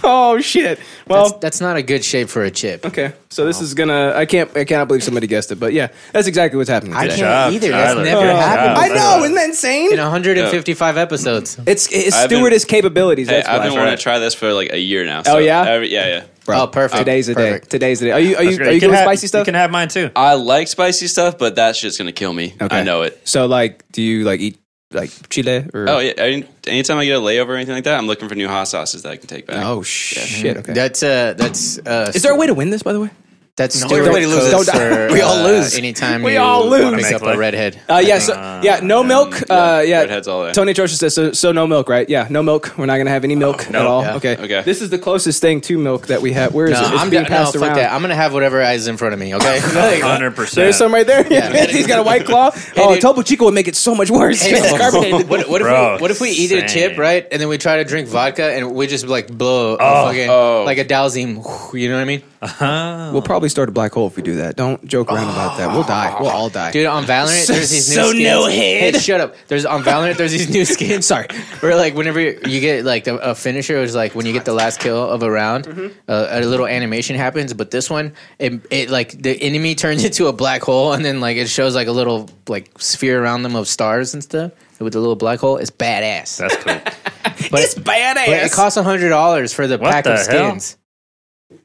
Oh shit! Well, That's, that's not a good shape for a chip. okay. So this is gonna. I can't. I cannot believe somebody guessed it. But yeah, that's exactly what's happening. I Today. can't job, either. That's Tyler. never Good happened. job. I know. Isn't that insane? In 155 episodes. it's it's I've been- stewardess capabilities. Hey, That's I've why. been wanting to try this for like a year now. So Oh, yeah? every- yeah, yeah. Bro, Oh, perfect. Today's the day. Perfect. Today's the day. Are you are That's you great. are you can doing have- spicy You stuff? can have mine too. I like spicy stuff, but that shit's gonna kill me. Okay. I know it. So like, do you like eat like chile or? Oh yeah. I, anytime I get a layover or anything like that, I'm looking for new hot sauces that I can take back. Oh shit. Okay. That's uh, that's uh, is there a way to win this? By the way. that's No, Stewart everybody loses. Coates Don't- or, We all uh, lose. Anytime We you all lose. Pick up a Like- redhead. Uh, yeah, so, yeah, no milk. Uh, yeah, redheads all day. Tony Atrocious says so, so. No milk, right? Yeah, no milk. We're not gonna have any milk at no, all. yeah. Okay, Okay. This is the closest thing to milk that we have. Where is No, it? It's I'm being d- no, passed fuck around. that. I'm gonna have whatever is in front of me. Okay. Hundred percent. There's some right there. Yeah, [laughs] he's got a white [laughs] claw. oh, dude. Topo Chico would make it so much worse. [laughs] It's carbonated. what, what, if Bro, we, what if we eat a insane. chip, right, and then we try to drink vodka, and we just like blow a fucking, Oh. like a dowsing, you know what I mean? We'll probably start a black hole if we do that. Don't joke around about that. We'll die. We'll all die. Dude, on Valorant, there's these new So skins. no head. Hey, shut up. There's on Valorant, there's these new skins. Sorry. Where like whenever you you get like the, a finisher, it's like when you get the last kill of a round, Mm-hmm. uh, a little animation happens. But this one, it, it like the enemy turns [laughs] into a black hole, and then like it shows like a little like sphere around them of stars and stuff with a little black hole. It's badass. That's cool. But- it's badass. but it costs hundred dollars for the What pack of the hell? skins.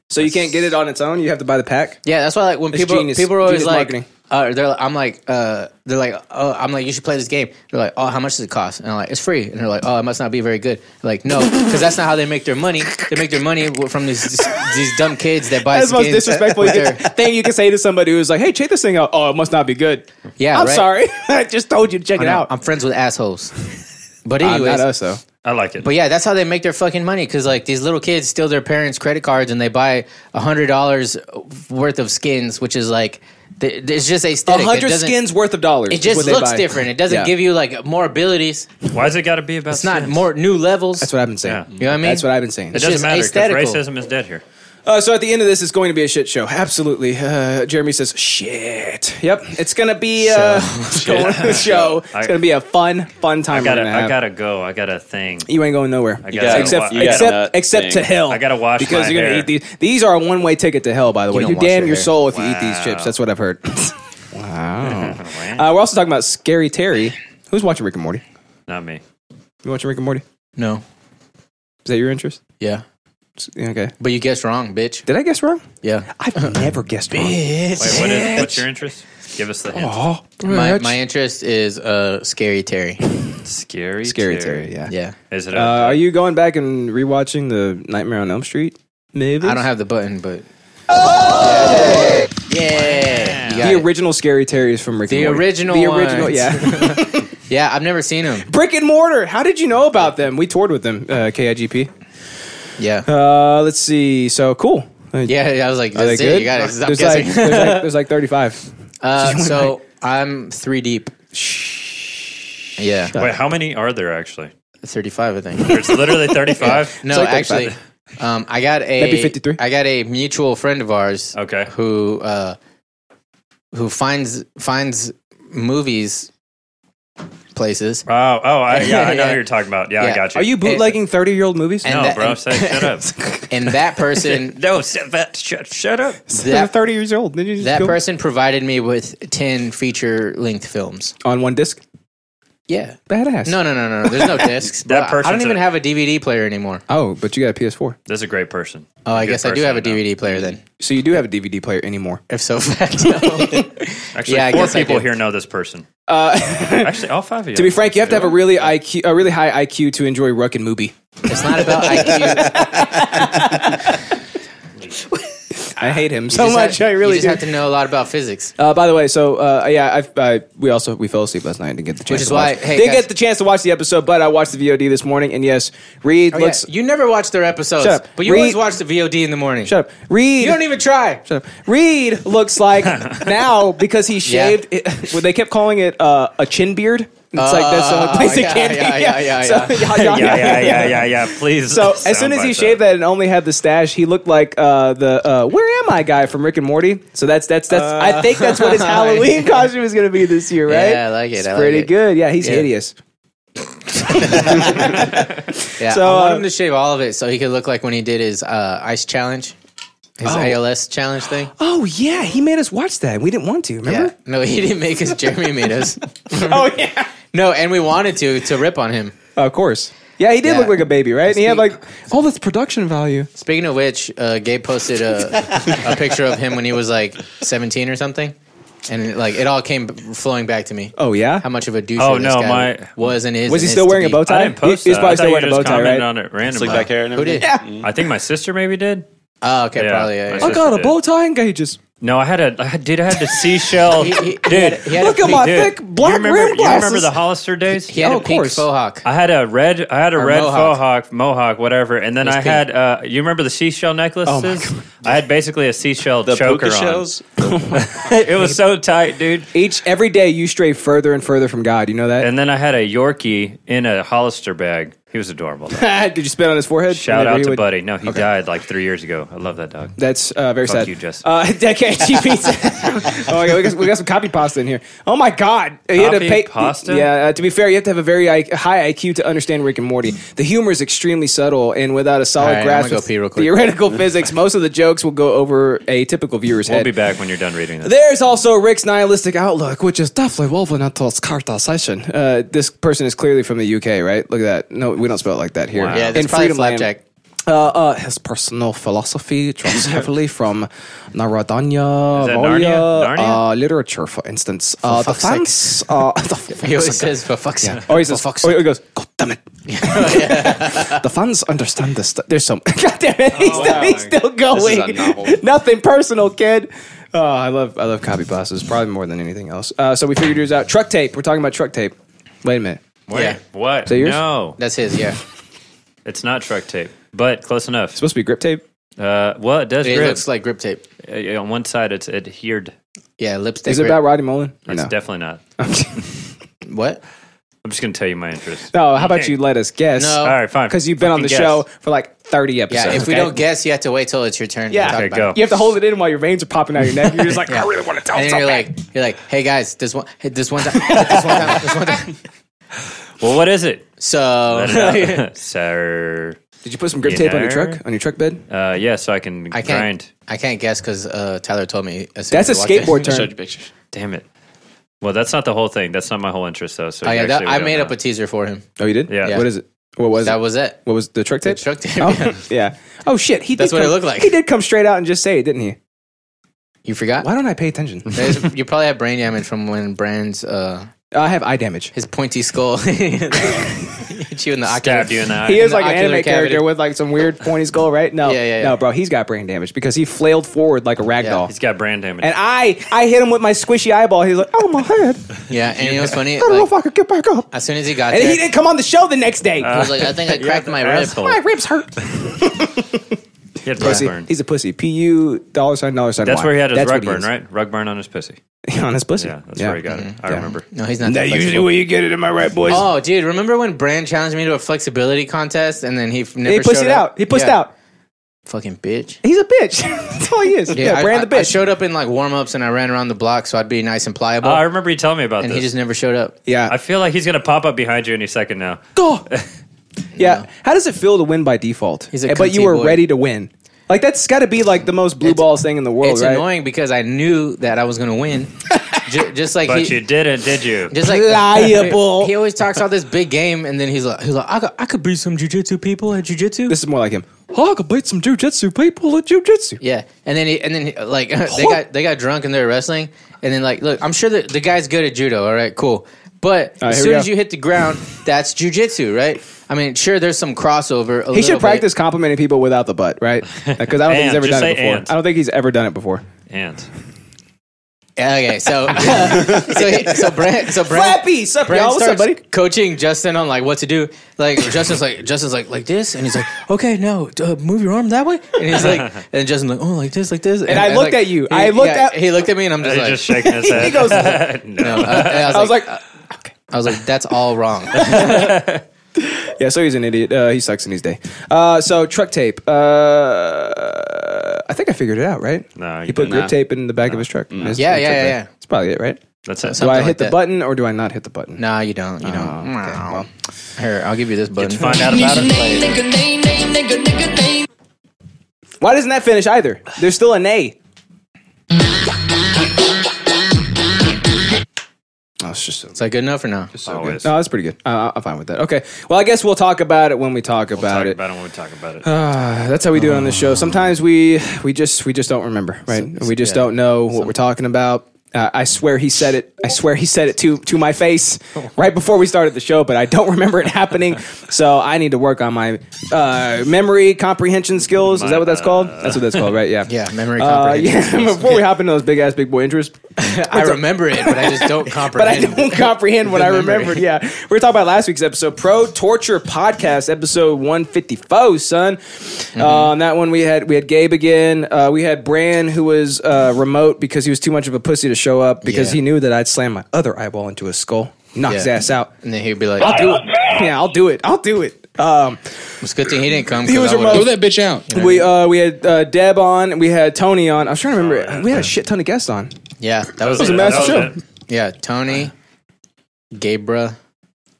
so you can't get it on its own. You have to buy the pack. Yeah, that's why like when It's people genius. people are always Genius marketing. like, uh, they're like, I'm like, uh, they're like, oh, I'm like, you should play this game. They're like, oh, how much does it cost? And I'm like, it's free. And they're like, oh, it must not be very good. They're like, no, because that's not how they make their money. They make their money w- from these these dumb kids that buy. That's the most skins [laughs] disrespectful with you their- can- thing you can say to somebody who's like, "Hey, check this thing out." Oh, it must not be good. Yeah, I'm right? sorry. [laughs] I just told you to check I it know, out. [laughs] I'm friends with assholes. But Uh, anyways, not us though. I like it. But yeah, that's how they make their fucking money because like these little kids steal their parents' credit cards and they buy a hundred dollars worth of skins, which is like th- it's just aesthetic. It hundred doesn't- skins worth of dollars. is It just what they looks buy. different. It doesn't Yeah. give you like more abilities. Why does it got to be about? It's not sex? more new levels. That's what I've been saying. Yeah. you know what I mean. That's what I've been saying. It doesn't just matter because aesthetical. racism is dead here. Uh, so at the end of this, it's going to be a shit show. Absolutely. Uh, Jeremy says, "Shit." Yep. It's gonna be uh, it's [laughs] going to be a [laughs] show. It's gonna be a fun, fun time. I gotta, we're gonna have. I gotta go. I got a thing. You ain't going nowhere. I gotta- except you gotta- except except to thing. hell. I gotta wash because my you're gonna hair. eat these. These are a one way ticket to hell. By the way, you, don't wash damn your your hair. soul if you eat these chips. That's what I've heard. wow. Uh, we're also talking about Scary Terry. Who's watching Rick and Morty? Not me. You watching Rick and Morty? no. Is that your interest? Yeah, Okay. but you guessed wrong, bitch. Did I guess wrong? Yeah. I've never guessed wrong. Wait, what is, what's your interest? Give us the hint. Oh, My, my interest is uh, [laughs] scary Terry. Scary, Scary Terry. Terry. Yeah. Yeah, Is it? Uh, A, are you going back and rewatching the Nightmare on Elm Street? Maybe I don't have the button, but Oh! yeah, You got the it. original Scary Terry is from Rick. The and Morty. original The original. ones. Yeah. [laughs] yeah. I've never seen him. Brick and Mortar. How did you know about them? We toured with them, uh, KIGP. Yeah, Uh, let's see. So cool. Uh, yeah. I was like, Are they that's it. good? You got it. Stop there's, like, guessing. there's [laughs] like there's like 35. [laughs] Uh, so I'm three deep. Yeah, wait, how many are there actually? 35, [laughs] I think. [laughs] There's literally 35. No, like actually, um, I got a Maybe 53. I got a mutual friend of ours Okay. Oh, who uh, who finds finds movies places. Oh, oh, I, yeah, I [laughs] know Yeah. who you're talking about. Yeah, Yeah. I got you. Are you bootlegging 30 year old movies? And No, that- bro. and- say, shut up. [laughs] And [laughs] that person no, shut, that, shut, shut up. They're that, 30 years old. Did you just that go- person provided me with 10 feature length films. on one disc? Yeah. Badass. No, no, no, no, no. [laughs] There's no discs. That bro. I don't person's even a- have a DVD player anymore. Oh, but you got a PS4, This is a great person. Oh, I Good guess I do person have a know. DVD [laughs] player then. so you do have a DVD player anymore. If so, [laughs] facto. Actually, Yeah, I four guess I people do. here know this person. [laughs] Actually, all five of you. Uh, To be frank, you have to have a really IQ, a really high IQ to enjoy Ruck and Movie. it's not [laughs] about IQ. I hate him so just much. have- I really you just do. have to know a lot about physics. Uh, by the way, so uh, yeah, I've, I we also we fell asleep last night and didn't get the chance. is to why- watch. hey, didn't guys. get the chance to watch the episode, but I watched the VOD this morning. And yes, Reed, Oh, yeah. let's You never watch their episodes, Shut up. but you Read- always watch the VOD in the morning. shut up. Reed, You don't even try. shut up. Reed looks like now because he shaved. It, [laughs] well, they kept calling it uh, a chin beard. It's like uh, that's the [laughs] only place Oh, yeah, it can yeah, be. yeah, yeah, So- yeah, yeah, yeah, [laughs] yeah, yeah, yeah. Please. So as soon as he soundbite shaved that and only had the stash, he looked like uh, the uh, "Where Am I" guy from Rick and Morty. So that's that's that's. I think that's [laughs] what his Halloween costume is going to be this year, right? Uh, Yeah, I like it, It's I like pretty it. good. Yeah, he's Yeah. hideous. Yeah, So, I want uh, him to shave all of it so he could look like when he did his uh, ice challenge, his ALS challenge thing. Oh yeah, he made us watch that. We didn't want to. Yeah. Remember? No, he didn't make us. Jeremy made [laughs] us. oh yeah. No, and we wanted to to rip on him. Of course. Yeah, he did Yeah. look like a baby, right? And he had Speak- like all this production value. Speaking of which, uh, Gabe posted a, a picture of him when he was like 17 or something, and like it all came flowing back to me. Oh yeah. How much of a douche? Oh, this no, guy my- was and is. was he and still is to wearing a be. bow tie? I didn't post he, he's that. probably I thought still you wearing a bow just tie, right? commented on it randomly. Slick back hair and Who everything. did? I think my sister maybe did. Oh, okay, Yeah. probably. Yeah, My yeah. Oh god, a Yeah. bow tie engages. No, I had a, I had, dude, I [laughs] had the seashell. He- he- he dude, had- he had a Look at pink- my dude, thick you black remember, rim you glasses. remember the Hollister days? He had Oh, a of pink course. faux hawk. I had a red, I had a Or red mohawk. faux hawk, mohawk, whatever, and then It's I pink. had, uh, you remember the seashell Oh necklaces? I had basically a seashell The choker puka on. shells. It was so tight, dude. Each every day you stray further and further from God. You know that? And then I had a Yorkie in a Hollister bag. He was adorable. though. [laughs] Did you spit on his forehead? Shout Whenever out he to would- Buddy. No, he died like three years ago. I love that dog. That's uh, very Fuck sad. you, Justin. Uh, [laughs] decade [laughs] pizza. oh my god, we got, we got some copy pasta in here. Oh my god, You had to Copy pay- pasta? Yeah. Uh, to be fair, you have to have a very I- high IQ to understand Rick and Morty. The humor is extremely subtle, and without a solid All right, I'm grasp gonna of go pee real quick. theoretical [laughs] physics, most of the jokes will go over a typical viewer's We'll head. be back when you're done reading this. There's also Rick's nihilistic outlook, which is definitely woven into its cartasation. Uh, this person is clearly from the UK, right? Look at that. No, we don't spell it like that here. yeah, In that's probably Freedom Land- flapjack. uh, uh, his personal philosophy [laughs] draws heavily from Naradanya, that Maurya, Narnia? Narnia? Uh, literature, for instance. Uh, the fuck's sake. fans, uh, [laughs] the fuck's [laughs] He always sake. says for fuck's sake. Or Oh, he says, For fuck's or sake. he goes, God damn [laughs] it. the fans understand this. There's some. [laughs] God damn it. He's, still, he's still is going. a novel. [laughs] Nothing personal, kid. Oh, I love I love copy bosses probably more than anything else. Uh, so we figured yours out. Truck tape. We're talking about truck tape. Wait a minute. Wait, Yeah. what? that yours? No. That's his. Yeah. It's not truck tape, but close enough. supposed to be grip tape. Uh, well, it does It grip. looks like grip tape. Uh, on one side, it's adhered. Yeah, lipstick. Is it grip. about Roddy Mullen? Or It's no. definitely not. what? I'm just gonna tell you my interest. no. How about you let us guess? No. All right, fine. Because you've been on Fucking the guess. show for like thirty episodes. Yeah, if we okay? don't guess, you have to wait till it's your turn. Yeah. to talk Okay, about go. it. you have to hold it in while your veins are popping out of your neck. You're just like, I really want to tell And then something. you're like, you're like, hey guys, this one, hey, this [laughs] one time, this one time, this one time. Well, what [laughs] is it? So Sir. Did you put some grip tape on your Yeah. truck? On your truck bed? Uh, yeah, so I can I can't, grind. I can't guess because uh, Tyler told me. as soon That's a as we walked [laughs] skateboard I showed turn. you pictures. Damn it. Well, that's not the whole thing. That's not my whole interest, though. So in. Oh you yeah, that, actually I don't made up know. a teaser for him. Oh, you did? Yeah. Yeah. What is it? What was That it? was it. What was the truck tape? Truck tape. [laughs] Oh, yeah. Oh shit. He That's did what it come- looked like. He did come straight out and just say it, didn't he? You forgot? Why don't I pay [laughs] attention? There's- you probably have brain damage from when Brand's uh, I have eye damage. his pointy skull [laughs] hit you in the ocular. [laughs] stabbed you in the eye. He is the like an ocular anime cavity. character with like some weird pointy skull, right? No, Yeah, yeah, yeah. no, bro, he's got brain damage because he flailed forward like a rag Yeah. doll. He's got brand damage. And I, I hit him with my squishy eyeball. He's like, oh [laughs] my head, I Yeah, and it was funny. don't know Like, if I could get back up. as soon as he got And there, he didn't come on the show the next Uh, day. I was [laughs] like, I think I cracked my rib. [laughs] Asshole. my ribs [laughs] hurt. He had Pussy. rug burn. He's a pussy. P U dollar sign dollar sign. That's Y. where he had his That's what rug he burn, is. right? Rug burn on his pussy. [laughs] on his pussy. Yeah, that's where he got it. I Yeah. remember. No, he's not. That where you get it. Am I right, boys? Oh, dude, remember when Brand challenged me to a flexibility contest and then he f- never he pushed showed it out. He pushed Yeah. out. Fucking bitch. He's a bitch. [laughs] that's all he is. Yeah, I, brand the I- I bitch. showed up in like warm ups and I ran around the block so I'd be nice and pliable. Oh, I remember you telling me about and this. he just never showed up. yeah, I feel like he's gonna pop up behind you any second now. Go. yeah. How does it feel to win by default? He's a Eh, but you cunty were boy. ready to win. Like that's got to be like the most blue It's- balls thing in the world, it's right? annoying because I knew that I was going to [laughs] win. Ju- just like But he, you didn't, did you? just like Liable. [laughs] He always talks all this big game and then he's like, he's like I, could, I could beat some jujitsu people at jujitsu. This is more like him. Oh, I could beat some jujitsu people at jujitsu. Yeah, and then he, and then he, like [laughs] they What? got they got drunk and they were wrestling, and then like look, I'm sure that the guy's good at judo. All right, cool. But right, here we as soon go. as you hit the ground, that's jujitsu, right? I mean, sure, there's some crossover. A He should little practice complimenting people without the butt, right? Because I don't think he's And, ever just done it say before. and. I don't think he's ever done it before. And Bit. [laughs] Okay, so [laughs] so he- so Brent so Brent, Flappy, sup, Brent y'all? What's up, starts buddy? [laughs] coaching Justin on like what to do. Like Justin's like Justin's like like this, and he's like, okay, no, d- uh, move your arm that way, and he's like, and Justin's like, oh, like this, like this, and, I looked at you. I looked at- he looked at me, and I'm just he's like, [laughs] just shaking his [laughs] head. he [laughs] goes. I no, uh, and was like, I was like, that's all wrong. yeah. So he's an idiot. Uh, he sucks in his day. Uh, so truck tape. Uh, I think I figured it out, right? No, he you put didn't. Mm. grip tape in the back of his truck. His- Yeah, his yeah, truck yeah, bed. yeah. That's probably it, right? That's it. Do I Something hit like the that. button or do I not hit the button? No, you don't. You don't. Uh, Here, I'll give you this button. Find out about it later. Why doesn't that finish either? There's still an A. Oh, it's just so, Is that good enough or no? so Always. good. No, that's pretty good. Uh, I'm fine with that. Okay. Well, I guess we'll talk about it when we talk about Talk it. about it when we talk about it. Ah, that's how we do it on this show. Sometimes we we just we just don't remember, right? we just don't know what we're talking about. Uh, I swear he said it. I swear he said it to to my face right before we started the show, but I don't [laughs] remember it happening. So I need to work on my uh, memory comprehension skills. Is that what that's called? That's what that's called, right? Yeah. Yeah, memory Uh, comprehension. yeah. [laughs] Before we hop into those big ass big boy interests, [laughs] I remember it, but I just [laughs] don't but I comprehend. don't comprehend what The I memory. remembered. Yeah, we were talking about last week's episode, Pro Torture Podcast, episode one fifty four, son. Mm-hmm. Uh, on that one, we had we had Gabe again. Uh, we had Bran who was uh, remote because he was too much of a pussy to show up because Yeah. he knew that I'd slam my other eyeball into his skull, knock his Yeah. ass out. And then he'd be like, I'll do it. Yeah, I'll do it. I'll do it. Um, it's a good thing he didn't come. He 'cause was I would've- remote. Throw that bitch out. we uh, we had uh, Deb on, we had Tony on. I was trying to remember. We had a shit ton of guests on. Yeah, that was, was it. a massive That show. it. Yeah, Tony, Gabra,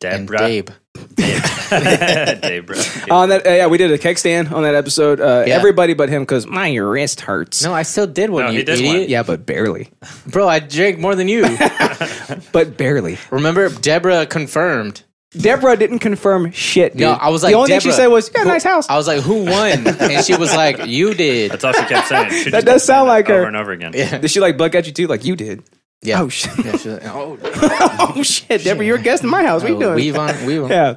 and Debra. [laughs] [laughs] Gabe. Debra. On that, uh, yeah, we did a keg stand on that episode. Uh, Yeah. Everybody but him because my wrist hurts. No, I still did one. No, you he did idiot. one. Yeah, but barely. bro, I drank more than you. But barely. [laughs] remember, Deborah confirmed. Deborah didn't confirm shit, dude. No, I was like, the only thing she Deborah, said was, "Yeah, who- nice house." I was like, who won? And she was like, you did. That's all she kept saying. [laughs] She That does just kept sound saying like it her. over and over again. Yeah. Did she like buck at you too, like you did? Yeah. [laughs] Oh shit! Yeah, she was like, oh, oh shit, Deborah, you're a guest in my house. What are you doing? [laughs] weave Oh, on, Mm-hmm. weave on. yeah.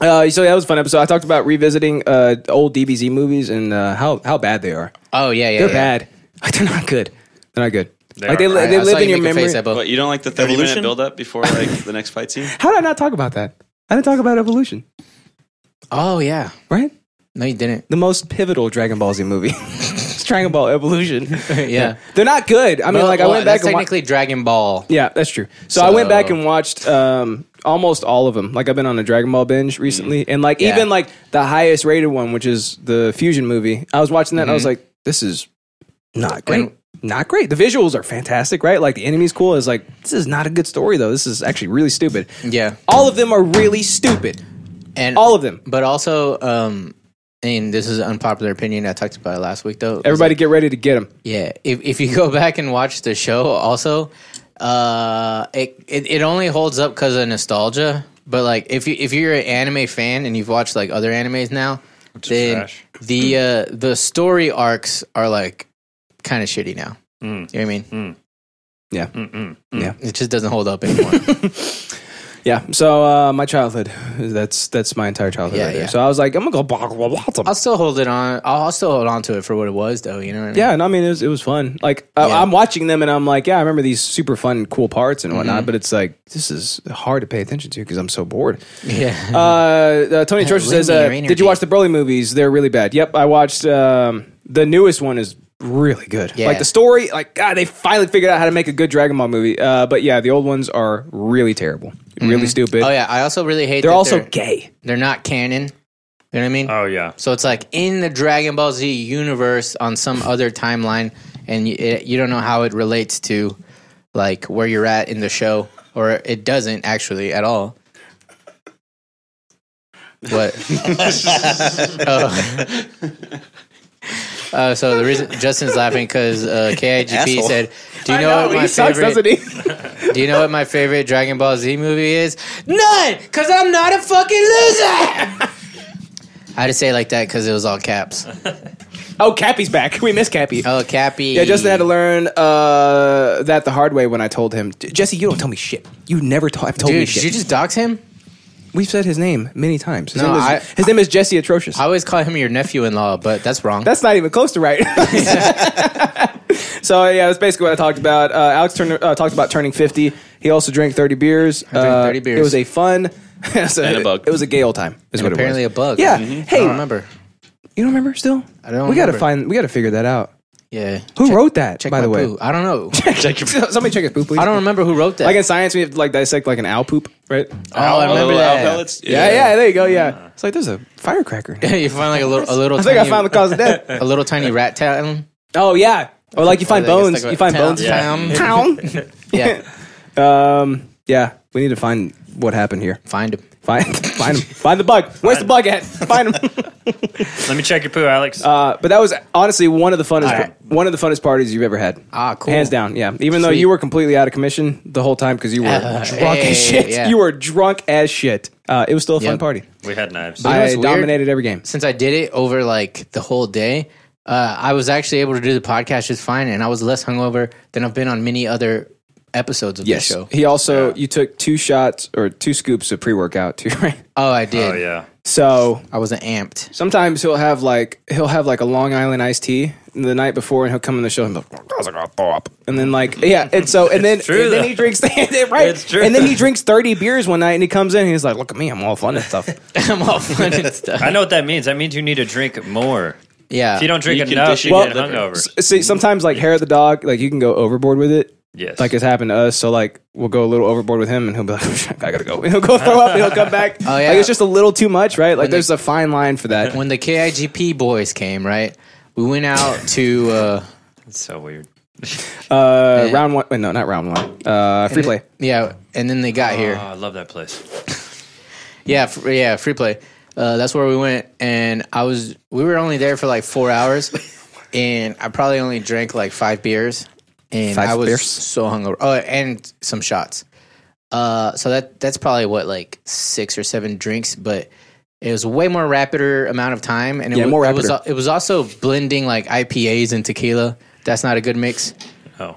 Uh, so that was a fun episode. I talked about revisiting uh, old DBZ movies and uh, how how bad they are. Oh yeah, yeah. They're yeah. bad. [laughs] Like, they're not good. They're not good. They like are they, li- I- bad. they I saw live in you your make a memory. face at both. But you don't like the 30 Evolution? Oh, minute build up before like the next fight scene? How did I not talk about that? I didn't talk about evolution. Oh yeah. right? No, you didn't. The most pivotal Dragon Ball Z movie. [laughs] it's Dragon Ball Evolution. [laughs] Yeah. They're not good. I mean, like I went back oh, that's and wa- technically Dragon Ball. Yeah, that's true. So, I went back and watched um, almost all of them. Like I've been on a Dragon Ball binge recently, and like Mm-hmm. Yeah. even like the highest rated one, which is the Fusion movie. I was watching that, and I was Mm-hmm. like, "This is not great." And- not great. The visuals are fantastic, right? Like the enemy's cool. Is like this is not a good story though. This is actually really stupid. Yeah. All of them are really stupid. And All of them. But also, um, and this is an unpopular opinion. I talked about it last week, though. is Everybody, get ready to get them. Yeah, if if you [laughs] go back and watch the show, also, uh, it it, it only holds up because of nostalgia. But like, if you if you're an anime fan and you've watched like other animes now, is then trash. the uh, the story arcs are like kind of shitty now. Mm. You know what I mean? Yeah, Mm. It just doesn't hold up anymore. yeah. So uh, my childhood. That's that's my entire childhood Yeah, right there. yeah. So I was like, I'm gonna go. Blah, blah, blah, blah. [laughs] I'll still hold it on. I'll, I'll still hold on to it for what it was, though. You know what I mean? Yeah, and I mean it was, it was fun. Like I, Yeah. Mm-hmm. I'm watching them, and I'm like, yeah, I remember these super fun, cool parts and whatnot. But it's like this is hard to pay attention to because I'm so bored. yeah. Uh, uh, Tony Trocher Lend says, me uh, your "Did you watch the Broly movies? They're really bad." Yep, I watched um, the newest one. Is really good. Yeah. Like the story, like God, they finally figured out how to make a good Dragon Ball movie. Uh, but yeah, the old ones are really terrible, really stupid. Oh yeah. I also really hate. They're that also they're, gay. they're not canon. You know what I mean? Oh yeah. So it's like in the Dragon Ball Z universe on some other timeline, and you, it, you don't know how it relates to like where you're at in the show, or it doesn't actually at all. What? oh. Uh, so the reason Justin's laughing because uh, KIGP Asshole. said, "Do you know, what Oh, [laughs] my he sucks, favorite? doesn't he? Do you know what my favorite Dragon Ball Z movie is? None, cause I'm not a fucking loser. [laughs] I just say it like that because it was all caps. [laughs] oh, Cappy's back. We miss Cappy. Oh, Cappy. Yeah, Justin had to learn uh, that the hard way when I told him, "J- Jesse, you don't tell me shit. You never to- have told me Dude, shit. did you just dox him? We've said his name many times. His, No, name, is, I- his name is Jesse Atrocious. I always call him your nephew-in-law, but that's wrong. that's not even close to [laughs] right. [laughs] so yeah, that's basically what I talked about. Uh, Alex Turner uh, talked about turning fifty. He also drank thirty beers. I drank 30 beers. It was a fun. [laughs] it was And a bug. It was a gay old time. Is what apparently it a was. bug. Mm-hmm. Yeah. I Hey, don't remember. you don't remember still? I don't We gotta remember. find. We gotta figure that out. Yeah. Who Check- wrote that? Check by my the way, [laughs] poo. I don't know. somebody check his poop, please. I don't remember who wrote that. Like in science, we have to like dissect like an owl poop, right? oh, I remember Little that. owl pellets? Yeah, yeah, there you go. Yeah, it's like there's a [laughs] firecracker. I [laughs] you find like a little, a little. think tiny, I found the cause of [laughs] death. a little tiny rat tail. Oh yeah, or like you find Or they get bones. stuck with You find town- bones. town. [laughs] Town. Yeah. [laughs] Um, yeah, we need to find what happened here. Find him. Find, [laughs] find him. Find the bug. Where's the bug at? Find [laughs] him. Let me check your poo, Alex. Uh, but that was honestly one of the funnest, All right. one of the funnest parties you've ever had. Ah, cool. Hands down, yeah. Even though Sweet. you were completely out of commission the whole time because you were Uh, drunk hey, as shit. yeah. You were drunk as shit. Uh, it was still a fun Yep. party. we had knives. know what's I weird? dominated every game. since I did it over like the whole day, uh, I was actually able to do the podcast just fine, and I was less hungover than I've been on many other episodes of Yes. the show. He also you took two shots or two scoops of pre workout too, [laughs] right? Oh, I did. oh yeah. So I wasn't amped. [laughs] sometimes he'll have like he'll have like a Long Island iced tea the night before, and he'll come in the show and be like, "Guys, I gotta throw up," and then like yeah, and so and then [laughs] true, and then though. he drinks right, It's true. and then he drinks thirty beers one night, and he comes in and he's like, "Look at me, I'm all fun and stuff." I'm all fun and stuff. [laughs] I know what that means. That means you need to drink more. Yeah. If you don't drink You can enough, dish you it get out. hungover. See, sometimes like hair of the dog, like you can go overboard with it. Yes. Like it's happened to us, so like we'll go a little overboard with him, and he'll be like, [laughs] "I gotta go." And he'll go throw up, and he'll come back. Oh, yeah. Like it's just a little too much, right? Like they- there's a fine line for [laughs] that. when the KIGP boys came, right? We went out to uh, it's so weird. Uh, Yeah. round one. Wait, no, not round one. Uh, free play. yeah, and then they got Oh, here. I love that place. Yeah, fr- yeah, free play. Uh, that's where we went, and I was we were only there for like [laughs] four hours, and I probably only drank like five beers, and Five I was beers? so hungover. Oh, and some shots. Uh, so that that's probably what like six or seven drinks, but it was way more rapider amount of time, and it, Yeah, wa- more it was rapider. al- it was also blending like IPAs and tequila. That's not a good mix. Oh.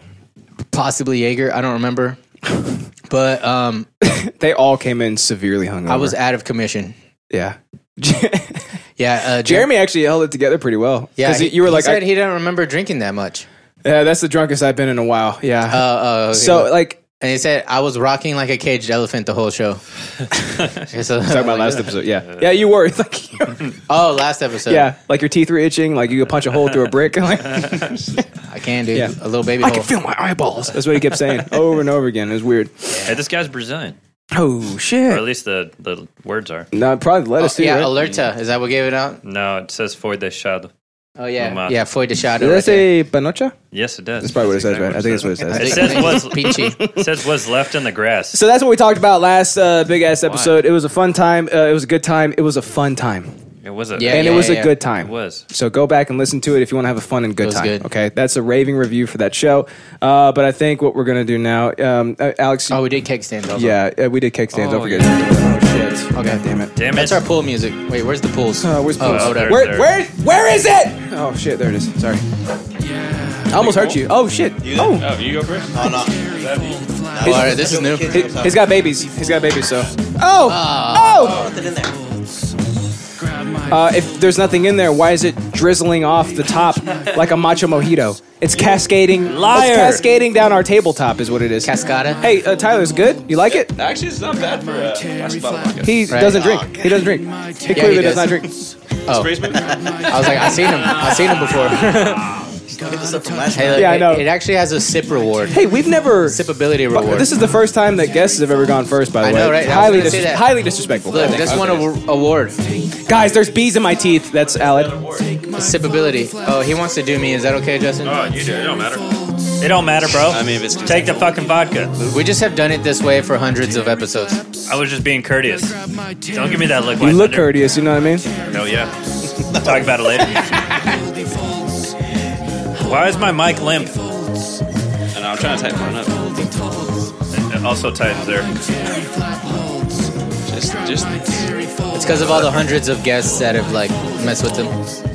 Possibly Jaeger. I [laughs] don't remember, but um, They all came in severely hungover. I was out of commission. yeah. [laughs] Yeah, uh, Jer- Jeremy actually held it together pretty well. Yeah, he- you were he like, said I- he didn't remember drinking that much. yeah, that's the drunkest I've been in a while. Yeah. Uh, uh, so like, And he said I was rocking like a caged elephant the [laughs] whole show. so, Talking about last episode, yeah, yeah, you were [laughs] It's like, [laughs] oh, last episode. yeah, like your teeth were itching, like you could punch a hole through a brick. [laughs] Like, I can do Yeah. a little baby I hole. can feel my eyeballs. That's what he kept saying over and over again. It was weird. Hey, this guy's Brazilian, Oh or at shit! least the, the words are. No, probably let us see. Oh, yeah, right? alerta. Is that what gave it out? No, it says foi deixado. Oh yeah, Mamá. yeah. Foi de shadow. Did I say panocha? Yes, it does. That's probably what it says, right? I think that's what it says. It says was peachy. [laughs] it says was left in the grass. [laughs] So that's what we talked about last uh, big ass episode. It was a fun time. Uh, it was a good time. It was a fun time, It was a Yeah, and it was a yeah. good it time. was. So go back and listen to it if you want to have a fun and good was time. good. Okay, that's a raving review for that show. Uh, but I think what we're gonna do now, um, uh, Alex. you- Oh, we did keg stands. Also. yeah, uh, we did cake stands. Oh, Don't forget. Oh shit. Okay. Damn it. Damn it! That's our pool music. Wait, where's the pools? Uh, where's Oh, Pulse? oh, there, where, there. where, where is it? Oh shit! There it is. Sorry. I almost hurt you. Oh shit! Oh, Oh, you go first. Oh, no. Oh, all right, this is new. he, has got babies. He's got babies. So. Oh. Oh. Nothing in there. Uh, if there's nothing in there, why is it drizzling off the top like a macho mojito? It's cascading. Liar. It's cascading down our tabletop is what it is. Cascada. hey, uh, Tyler's good. You like it? Actually, it's not bad for uh, basketball podcast. He Right. Oh, doesn't drink. He doesn't drink. He clearly does. does. not drink. I was like, I seen him. I seen him before. This is from last Hey, look, Yeah, I it- know. It, actually has a sip reward, Hey, we've never. Uh, sippability reward. This is the first time that guests have ever gone first. By the I way, know, right? I was highly, gonna say dis- that. highly disrespectful. Look, this won a w- award. Guys, there's bees in my teeth. That's Alad. Sippability. Oh, he wants to do me. Is that okay, Justin? Oh, you do. It don't matter. It don't matter, bro. I mean, if it's take the fucking vodka. We just have done it this way for hundreds of episodes. I was just being courteous. Don't give me that look. You White look Thunder. courteous. You know what I mean? No, yeah. Talk about [laughs] it later. Why is my mic limp? And I'm trying to type one up. It also tightens there. Just, just. It's because of all the hundreds of guests that have like messed with them.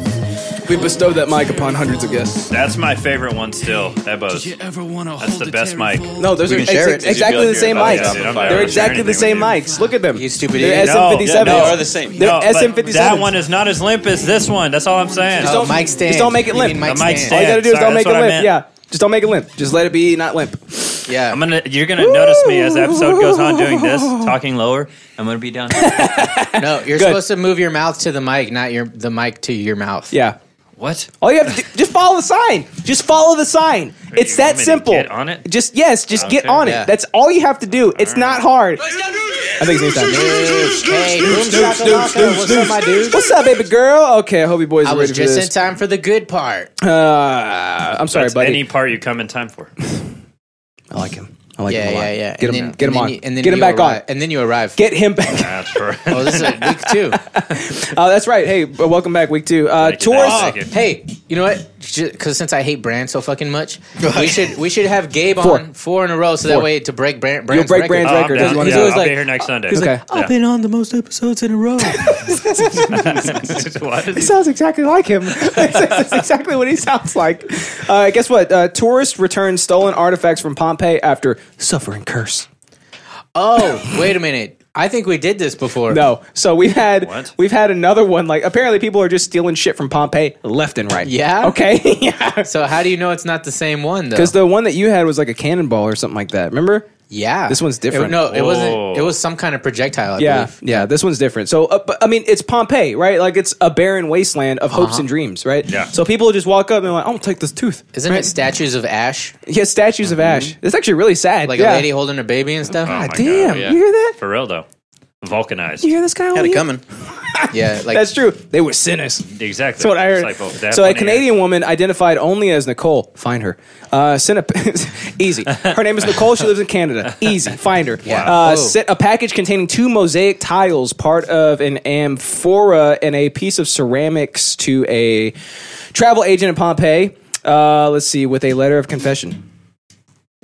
We bestowed that mic upon hundreds of guests. That's my favorite one still. Ebos. That's the best mic. No, those We are can share ex- it. exactly the Did you feel same like mics. Yeah, you're about to dude, I'm fire not They're up? exactly the same sharing mics. Look at them. You stupid They're idiot. No, SM57s. No, are the same. They're No, but SM57s. That one is not as limp as this one. That's all I'm saying. Just don't- oh, mic stand. just don't make it You limp. mean The mic All you gotta do is Sorry, don't that's make it what I limp. meant. Yeah, just don't make it limp. Just let it be not limp. Yeah. I'm gonna. You're gonna notice me as the episode goes on [laughs] doing this, talking lower. I'm gonna be down. Here. no, you're Good. supposed to move your mouth to the mic, not your the mic to your mouth. Yeah. [laughs] What? All you have to do, just follow the sign. Just follow the sign. It's you that want me to simple. get on it? Just yes, just get Okay. on it. Yeah. That's all you have to do. It's not hard. I think it's time. Hey, boom shakalaka. What's up, my dude? What's up, baby girl? Okay, I hope you boys I are was ready for just in this. time for the good part. Uh, I'm sorry, That's buddy. any part you come in time for. I like him. I like Yeah, him a lot. yeah, yeah. Get And him, then- get him and then on. you- and then get him you back arrive- on. And then you arrive. Get him [laughs] back. That's [laughs] for. oh, this is like week two. Oh, that's right. Hey, b- welcome back, week two. Uh, Thank you, tours. thank you. Oh, hey, you know what? Because since I hate Brand so fucking [laughs] much, we should we should have Gabe Four. on four in a row, so Four. that way to break Brand. You'll Brand's break record. Brand's Oh, I'm record. down. That's what Yeah, he's always I'll like. be here next Sunday. [laughs] okay. Oh, Yeah. been on the most episodes in a row. Why does he- He sounds exactly like him. [laughs] That's exactly what he sounds like. Uh, guess what? Uh, tourists return stolen artifacts from Pompeii after suffering curse. Oh, wait a minute. I think we did this before. No, so we've had What? we've had another one. Like apparently, people are just stealing shit from Pompeii left and right. Yeah? Okay. [laughs] yeah. So how do you know it's not the same one though? Because the one that you had was like a cannonball or something like that. Remember? yeah, This one's different. It- no, it Whoa. wasn't. It was some kind of projectile. I Yeah, believe. yeah, this one's different. So, uh, but, I mean, it's Pompeii, right? Like it's a barren wasteland of hopes and dreams, right? Yeah. So people just walk up and like, I'll take this tooth. Isn't right? it statues of ash, Yeah, statues of ash. It's actually really sad. like yeah. a lady holding a baby and [laughs] stuff? God my damn! God, yeah. You hear that? For real though, vulcanized. You hear this guy? over Had it here? coming. Yeah, like That's true. They were sinners. Exactly. That's what I heard. It's like, oh, they have so a funny Canadian woman identified only as Nicole. Find her. Uh, sent a [laughs] easy. Her name is Nicole. She lives in Canada. Easy. Find her. Wow. Uh, Oh. sent a package containing two mosaic tiles, part of an amphora, and a piece of ceramics to a travel agent in Pompeii. Uh, let's see, with a letter of confession.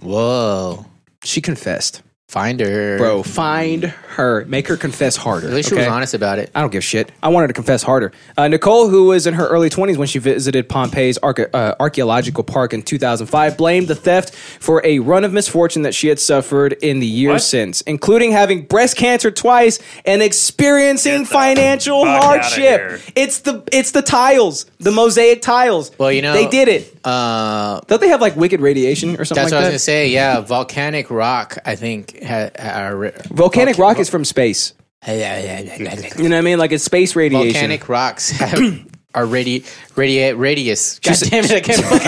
whoa. She confessed. Find her. bro. Find her. Make her confess harder. At least she was honest about it. I don't give a shit. I want her to confess harder. Uh, Nicole, who was in her early 20s when she visited Pompeii's arche- uh, archaeological park in 2005, blamed the theft for a run of misfortune that she had suffered in the years What? since, including having breast cancer twice and experiencing Get the financial fuck outta hardship. here. It's the it's the tiles, the mosaic tiles. Well, you know- they did it. Uh, Don't they have like wicked radiation or something that's what like I was gonna that? say. Yeah, volcanic rock. I think. Ha, ha, ri- Volcanic Volca- rock [laughs] is from space. You know what I mean? Like it's space radiation. volcanic rocks [laughs] have, are radi radiate radius. God She's- damn it! I can't. fucking-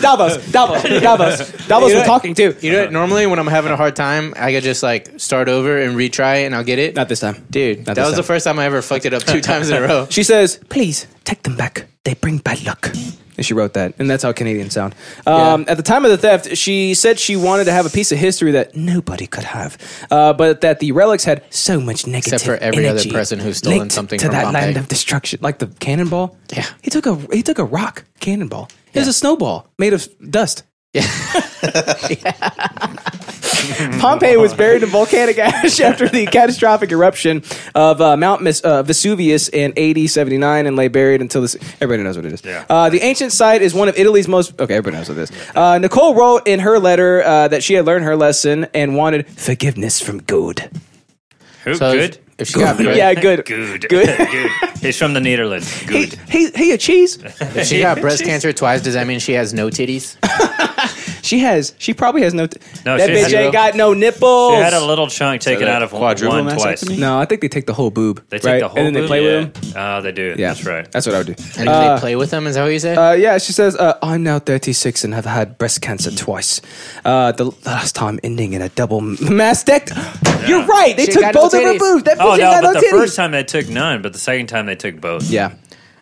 [laughs] Davos, Davos, Davos, Davos. You We're know- talking too. you know, what? normally when I'm having a hard time, I could just like start over and retry, and I'll get it. Not this time. dude. Not that this was the time. first time I ever fucked it up two times in a row. [laughs] She says, "Please take them back. They bring bad luck." And she wrote that, and that's how Canadians sound. Um, At the time of the theft, she said she wanted to have a piece of history that nobody could have, uh, but that the relics had so much negative. for every other energy person who's stolen linked something to from that land Pompeii. of destruction, like the cannonball. Yeah. he took a he took a rock cannonball. It was a snowball made of dust. Pompeii was buried in volcanic [laughs] ash after the catastrophic eruption of uh, Mount Mis- uh, Vesuvius in AD 79 and lay buried until this. Everybody knows what it is. Uh, the ancient site is one of Italy's most. Okay, everybody knows what it is. Uh, Nicole wrote in her letter uh, that she had learned her lesson and wanted forgiveness from God. Who? So if- good? If she got bread, Yeah, good. Good. Good. good. He's from the Netherlands. Hey, Good. hey, hey, a cheese. if [laughs] she got breast cancer twice, does that mean she has no titties? She has. She probably has no. T- No, that she bitch had- ain't got no nipples. They had a little chunk taken out of one quadruple twice. mastectomy? no, I think they take the whole boob. They take right? the whole. and then they boob? play yeah. with them. Ah, they do. Yeah, That's right. That's what I would do. And do they play with them? Is that what you say? Uh, yeah, she says, uh, I'm now 36 and have had breast cancer twice. Uh, the last time ending in a double m- mastect. You're right. They She took got no both of her titties. boobs. That bitch Oh ain't no! got But no the titties. first time they took none, but the second time they took both. yeah.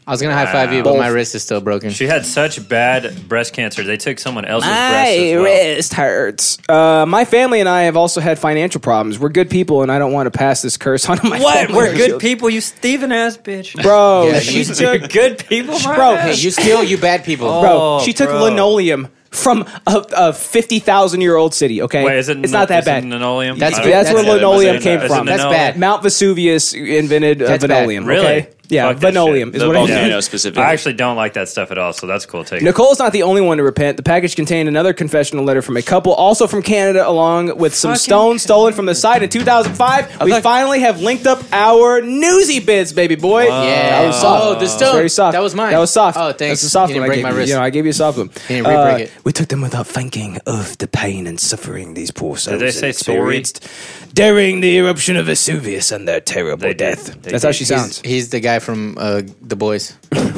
I was gonna high five you, but my wrist is still broken. She had such bad breast cancer. They took someone else's breast as well. wrist hurts. Uh, my family and I have also had financial problems. We're good people, and I don't want to pass this curse [laughs] on Oh my What? family. We're good people, you Steven ass bitch. Bro, Yeah, she you- took, You're good people, my Bro, ass. Hey, you still you bad people. bro, Oh, she took bro. linoleum from a, a 50,000 year old city, okay? Wait, is it? it's not that is it bad. Linoleum. That's- I don't- that's where yeah, it was linoleum in- came it's in from. That's linoleum. bad. Mount Vesuvius invented uh, That's bad. linoleum. Really? Okay? Yeah, Fuck that linoleum shit. is The what it volcano is. specifically. I actually don't like that stuff at all. So that's cool. Take it. Nicole's not the only one to repent. The package contained another confessional letter from a couple, also from Canada, along with some stones stolen from the site in 2005. We finally have linked up our newsy bits, baby boy. Yeah. uh, that was soft. Oh, the It's stone. very soft. That was mine. That was soft. Oh, That's thanks. a soft You didn't one. I break gave my you. wrist. You know, I gave you a soft one. Uh, You didn't re-break it. We took them without thinking of the pain and suffering these poor souls they say sorry? experienced during the eruption of Vesuvius and their terrible They did. death. They That's did. how she He's, sounds. he's the guy from uh, The Boys.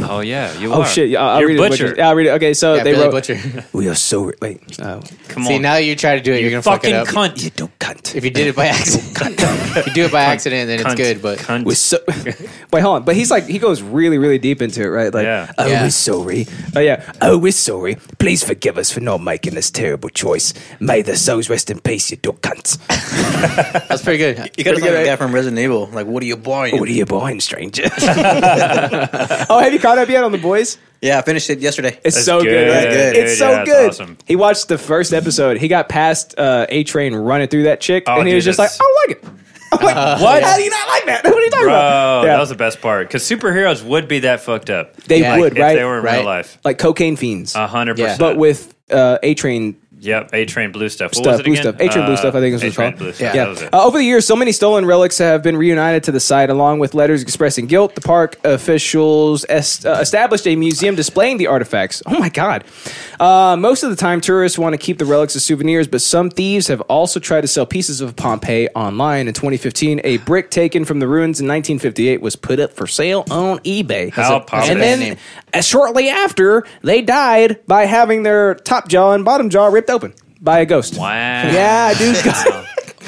Oh yeah, you Oh are. shit! Yeah, I'll, I'll You're read butcher. it. Butcher. Yeah, I'll read it. Okay, so Yeah, they Billy wrote, Butcher. "We are so ri- wait." Uh, Come See, on. now you try to do it, you're gonna fuck it fucking up. cunt. you don't cunt. If you did it by [laughs] accident, if you do it by accident, then it's Cunt. good. But Cunt. We're so [laughs] wait, hold on. But he's like he goes really, really deep into it, right? Like, Yeah. oh, Yeah. we're sorry. Oh yeah. Oh, we're sorry. Please forgive us for not making this terrible choice. May the souls rest in peace, you dog cunts. that's pretty good. You got to get a guy from Resident Evil. Like, what are you buying? What are you buying, stranger? [laughs] oh, have you caught up yet on the boys? Yeah, I finished it yesterday. It's That's so good. good, right? good. It's dude. so Yeah, it's good. awesome. He watched the first episode. He got past uh, A Train running through that chick, Oh, and he was dude, just like, that's- "I like it." [laughs] I'm like, what? How do you not like that? [laughs] What are you talking Bro, about? that was the best part. Because superheroes would be that fucked up. they Yeah, would, if right? they were in real Right. life. like cocaine fiends, A hundred Yeah. percent. but with uh, A Train Yep, A Train Blue stuff. What was stuff, it blue again? stuff, atrium blue Uh, stuff. I think is what it's A-Train called. Blue stuff. Yeah. That was it. Uh, over the years, so many stolen relics have been reunited to the site, along with letters expressing guilt. The park officials est- uh, established a museum displaying the artifacts. Oh my god! Uh, most of the time, tourists want to keep the relics as souvenirs, but some thieves have also tried to sell pieces of Pompeii online. In 2015, a brick taken from the ruins in 1958 was put up for sale on eBay. How Pompeii. and then uh, shortly after, they died by having their top jaw and bottom jaw ripped open. By a ghost. Wow. Yeah, dude. Ghosts,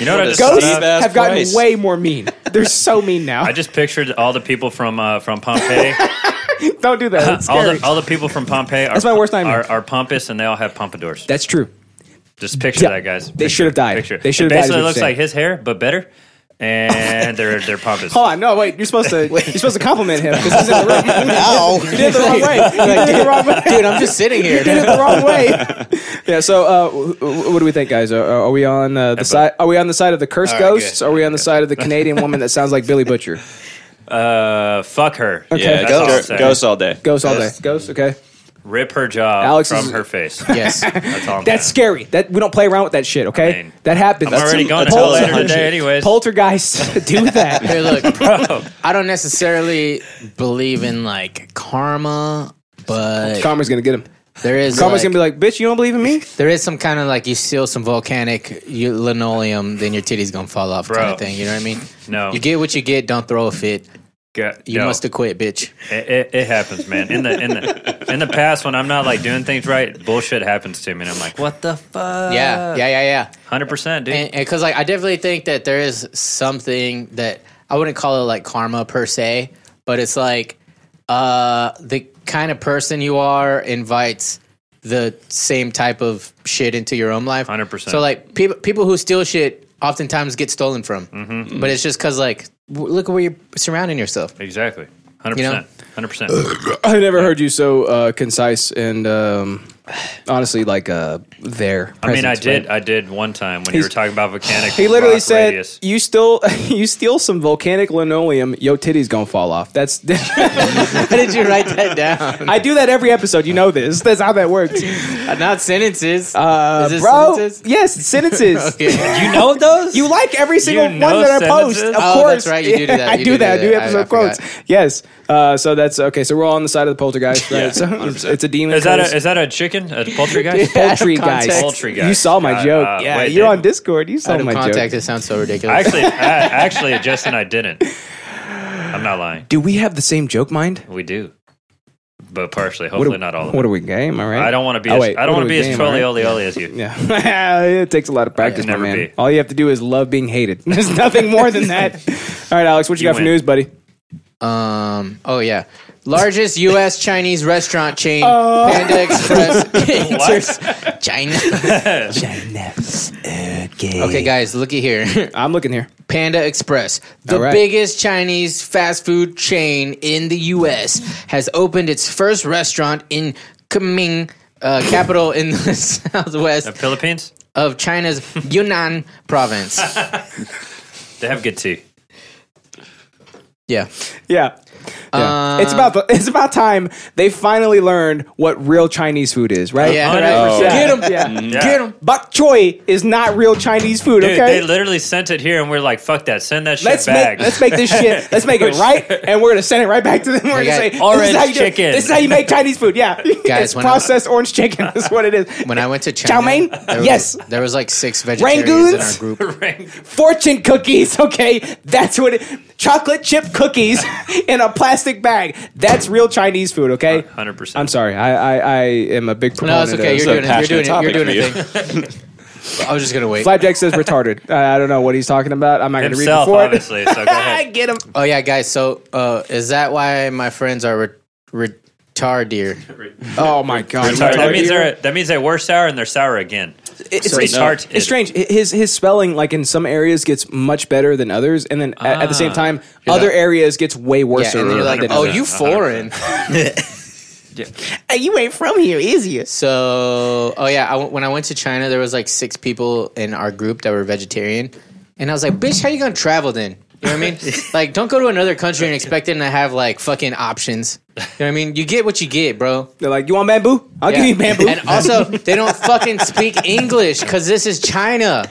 You know what, I What just a thought ghosts Cheap of? ass have gotten price. way more mean. They're so mean now. I just pictured all the people from uh, from [laughs] Pompeii. Don't do that. It's all, scary. the, all the people from Pompeii are, That's my worst nightmare. Are, are pompous and they all have pompadours. That's true. Just picture Yeah. that, guys. They Picture- should have died. Picture. They should It have died, is Basically, what looks you're like his hair, but better. and they're they're pompous. [laughs] Hold on, no, wait. You're supposed to you're supposed to compliment him because he's in the room. Ow. You did it the wrong way. You did it the wrong way. Dude, I'm just sitting here. You did it the wrong way. yeah. So, uh, wh- wh- what do we think, guys? Are, are we on uh, the side? Are we on the side of the cursed All right, ghosts? good. Are we on the side of the Canadian woman that sounds like Billy Butcher? Uh, fuck her. Yeah, That's all I'll ghosts, say. ghosts all day. Ghosts all day. Ghosts. Okay. Rip her job Alex from is- her face. [laughs] Yes. That's all. I'm That's saying. scary. That we don't play around with that shit. Okay. I mean, that happens. I'm already going to That's hell all later I'm today, saying. anyways. Poltergeists [laughs] [laughs] do that. Hey, look, Bro, I don't necessarily believe in like karma, but Karma's gonna get him. there is Karma's like, gonna be like, bitch, you don't believe in me? there is some kind of like you steal some volcanic u- linoleum, then your titty's gonna fall off kind Bro. of thing. You know what I mean? no. You get what you get. Don't throw a fit. Ga- You no. must have quit, bitch. It, it, it happens, man. In the in the in the past, when I'm not like doing things right, bullshit happens to me, and I'm like, what the Uh. fuck? Yeah, yeah, yeah, yeah. hundred percent, dude. and because like I definitely think that there is something that I wouldn't call it like karma per se, but it's like uh the kind of person you are invites the same type of shit into your own life. 100%. So like people people who steal shit oftentimes get stolen from, but it's just because like w- look at where you're surrounding yourself. exactly. Hundred You know? percent. Hundred percent. I never heard you so uh, concise and um, honestly, like uh, there. I mean, I present, did. right? I did one time when you He's- were talking about volcanic. He literally rock said, radius. "You still, [laughs] you steal some volcanic linoleum, yo titty's gonna fall off." That's. [laughs] [laughs] How did you write that down? [laughs] I do that every episode. You know this. That's how that works, Not sentences, uh, Is this bro. sentences? Yes, [laughs] sentences. Okay. You know those? You like every single know one that I post, of sentences? Oh, course. that's right, you do do [laughs] that, I you do do that. do I do that. I- episode I quotes. Yes. Uh, so that's okay. So we're all on the side of the poltergeist, right? Yeah, so it's, 100%. it's a demon. is that curse. [laughs] a is that a chicken? [laughs] A poultry guy? poultry guys? context. Poultry guys. You saw my Uh, joke. uh, yeah, wait, you're they- on Discord. You saw Out of my contact, joke. it sounds so ridiculous. [laughs] Actually, I, actually, Justin, I didn't. I'm not lying. Do we have the same joke mind? We do, but partially. What Hopefully, are, not all of What it. are we game? All right. I don't want to be. Oh, as, wait, I don't what want are to we be as game, all trolly right? oly oly as you. [laughs] Yeah, it takes a lot of practice, never my man. be. All you have to do is love being hated. [laughs] There's nothing more than [laughs] that. All right, Alex, what you, You got for win. news, buddy? Um. Oh yeah. Largest U.S. Chinese restaurant chain, Oh. [laughs] Panda Express. [laughs] enters China. Okay, guys, looky here. [laughs] I'm looking here. [laughs] Panda Express, the All right. biggest Chinese fast food chain in the U.S., has opened its first restaurant in Kunming, uh, capital in the [laughs] southwest Philippines. of China's Yunnan province. They have good tea. Yeah. Yeah. Uh, Yeah. it's about the, [laughs] it's about time they finally learned what real Chinese food is, right? Yeah. Hundred right. percent. Get 'em. Yeah. [laughs] Yeah. Get 'em. Bok choy is not real Chinese food, Mm-hmm. Dude, okay? they literally sent it here, and we're like, "Fuck that! Send that shit Let's back." make, let's make this [laughs] shit. Let's make it right, and we're gonna send it right back to them. We're gonna got say, this is orange how you do it. chicken. This is how you make Chinese food. [laughs] Yeah, it's when I- processed orange chicken. Is what it is. [laughs] When I went to Chow China, mein? there was- Yes. there was like six vegetarians in our Rangoons? group. [laughs] Ring- fortune cookies. [laughs] Okay, that's what it. Chocolate chip cookies [laughs] in a plastic bag. That's real Chinese food. Okay, Uh, 100%. I'm sorry. I I, I am a big No, proponent. it's okay. Of, You're a doing it. You're passionate doing it. You're topic doing for it. [laughs] I was just gonna wait. Flapjack says [laughs] retarded. I, I don't know what he's talking about. I'm not going to read himself, before it. obviously. [laughs] So go ahead. Get him. Oh yeah, guys. So uh, is that why my friends are re- retardier? [laughs] Oh my god. Sorry, that means they're that means they were sour and they're sour again. It's, So it's, no. it's strange. His his spelling like in some areas gets much better than others, and then at, at the Ah, same time, other areas gets way worse. Yeah, and then you're like, than oh, others. you foreign. you ain't from here, is you? So oh yeah, I w when I went to China, there was like six people in our group that were vegetarian, and I was like, bitch, how you gonna travel then? You know what [laughs] I mean? like, don't go to another country and expect them to have like fucking options. You know what I mean? You get what you get, bro. They're like, you want bamboo? I'll Yeah. give you bamboo. And also, they don't fucking speak English because this is China.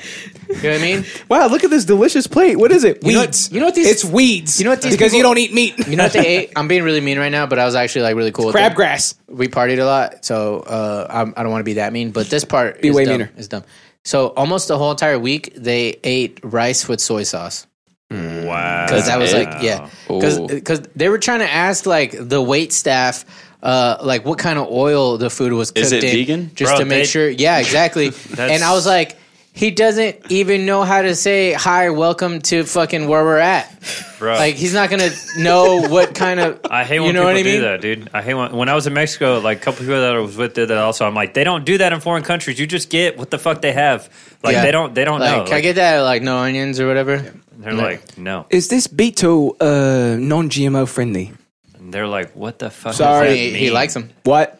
You know what I mean? Wow, look at this delicious plate. What is it? You know- Weeds. you know what these- It's weeds. you know what these because you people- don't eat meat. You know what they ate? I'm being really mean right now, but I was actually like really cool. with it. Crabgrass. We partied a lot, so uh, I'm, I don't want to be that mean. But this part is way dumb. meaner. It's dumb. So almost the whole entire week they ate rice with soy sauce Wow. because that was That's like it? yeah because they were trying to ask like the wait staff uh, like what kind of oil the food was cooked Is it in vegan? just Bro, to make they- sure [laughs] yeah exactly and I was like he doesn't even know how to say hi welcome to fucking where we're at Bro. like he's not gonna know what kind of [laughs] I hate when you know people what I do mean? that, dude. I hate when, when I was in Mexico, like a couple people that I was with did that also. I'm like, they don't do that in foreign countries. You just get what the fuck they have. Like Yeah. they don't they don't Like, know. I Like, get that, like no onions or whatever. They're like, no. Is this beetle uh, non-GMO friendly? And they're like, what the fuck? does Sorry. that He, he mean? likes them. What?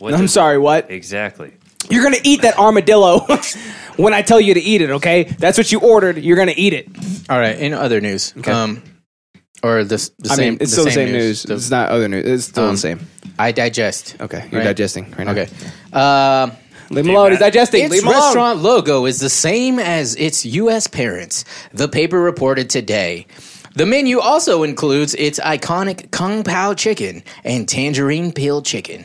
What I'm does- sorry. What? Exactly. You're gonna eat that armadillo [laughs] when I tell you to eat it. Okay, that's what you ordered. You're gonna eat it. All right. In other news, um, or this, the I same, mean, it's still the same news. The- it's not other news. It's still Um, the same. I digest. Okay, you're right? digesting right now. Okay. Um, leave him alone. He's digesting. Its leave him alone. restaurant logo is the same as its U.S. parents, the paper reported today. The menu also includes its iconic Kung Pao chicken and tangerine peel chicken.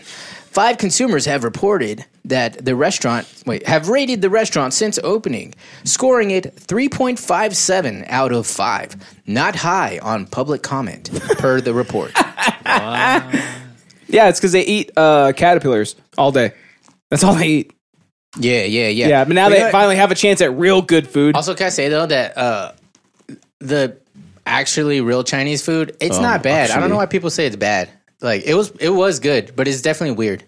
Five consumers have reported that the restaurant wait have rated the restaurant since opening, scoring it 3.57 out of 5, not high on public comment per the [laughs] report. Yeah, it's because they eat uh, caterpillars all day. That's all they eat. Yeah, yeah, yeah. Yeah, but now You they know what? finally have a chance at real good food. Also, can I say though that uh, the actually real Chinese food, it's Oh, not bad. I don't know why people say it's bad. Like it was, it was good, but it's definitely weird.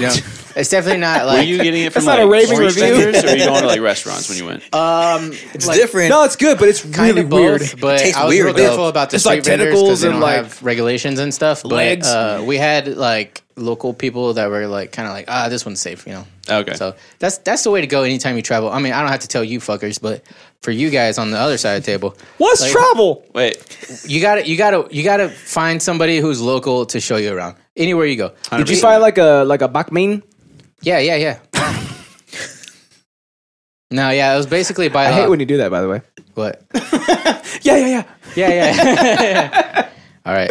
[laughs] know, it's definitely not Were like you getting it from That's not a like raving orange review. vendors, or were you going to like restaurants when you went? It's different. no, it's good, but it's kind really of both, weird. But tastes I was weird, real though. careful about the It's street like vendors tentacles 'cause they and, don't like, have regulations and stuff. But, legs. uh, we had like local people that were like kind of like ah, this one's safe, you know. Okay. So that's that's the way to go anytime you travel. I mean, I don't have to tell you fuckers, but for you guys on the other side of the table, What's like- travel? Wait, You gotta, you gotta, you gotta find somebody who's local to show you around anywhere you go. Did you find like a like a bakmin? Yeah, yeah, [laughs] yeah. no, yeah, it was basically by. I law. hate when you do that, by the way. what? Uh, Yeah, [laughs] yeah, yeah. Yeah, yeah. All right.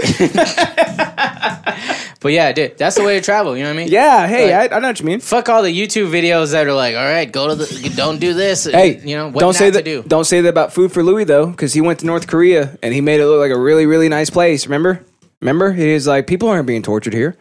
[laughs] but yeah, dude, that's the way to travel. You know what I mean? Yeah, hey, I, I know what you mean. Fuck all the YouTube videos that are like, all right, go to the, don't do this. Hey, you know, what don't not say to that. do. Don't say that about food for Louis though, because he went to North Korea and he made it look like a really, really nice place. Remember, remember, he was like, people aren't being tortured [laughs] here.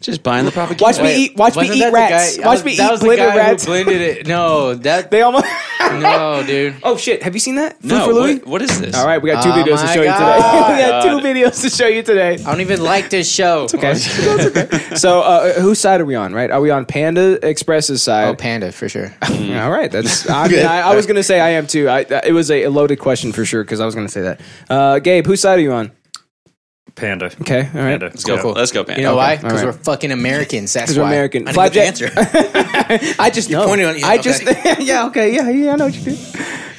just buying the propaganda. Watch me eat. Watch me Wasn't eat that the rats. guy- Watch that me was- that eat was the blender guy who rats. blended it. No, [laughs] that They almost. no, dude. oh shit! Have you seen that? Food No, for Louis. what, what is this? All right, we got two Oh videos to my show you God. Oh, today. [laughs] we got [laughs] two videos to show you today. I don't even like this show. It's Okay, [laughs] That's okay. So, uh, whose side are we on? Right? Are we on Panda Express's Oh, side? Panda for sure. [laughs] All right, that's. I, mean, I, I was going to say I am too. I, it was a, loaded question for sure because I was going to say that. Uh, Gabe, whose side are you on? Panda. Okay, all right. Panda. Let's go. Cool. Let's go, Panda. You know why? all Because right. we're fucking Americans. That's Because we're why. American. I know the Flapjack. answer. [laughs] [laughs] I just know. pointed on- yeah, I just. [laughs] yeah. Okay. Yeah. Yeah. I know what you do.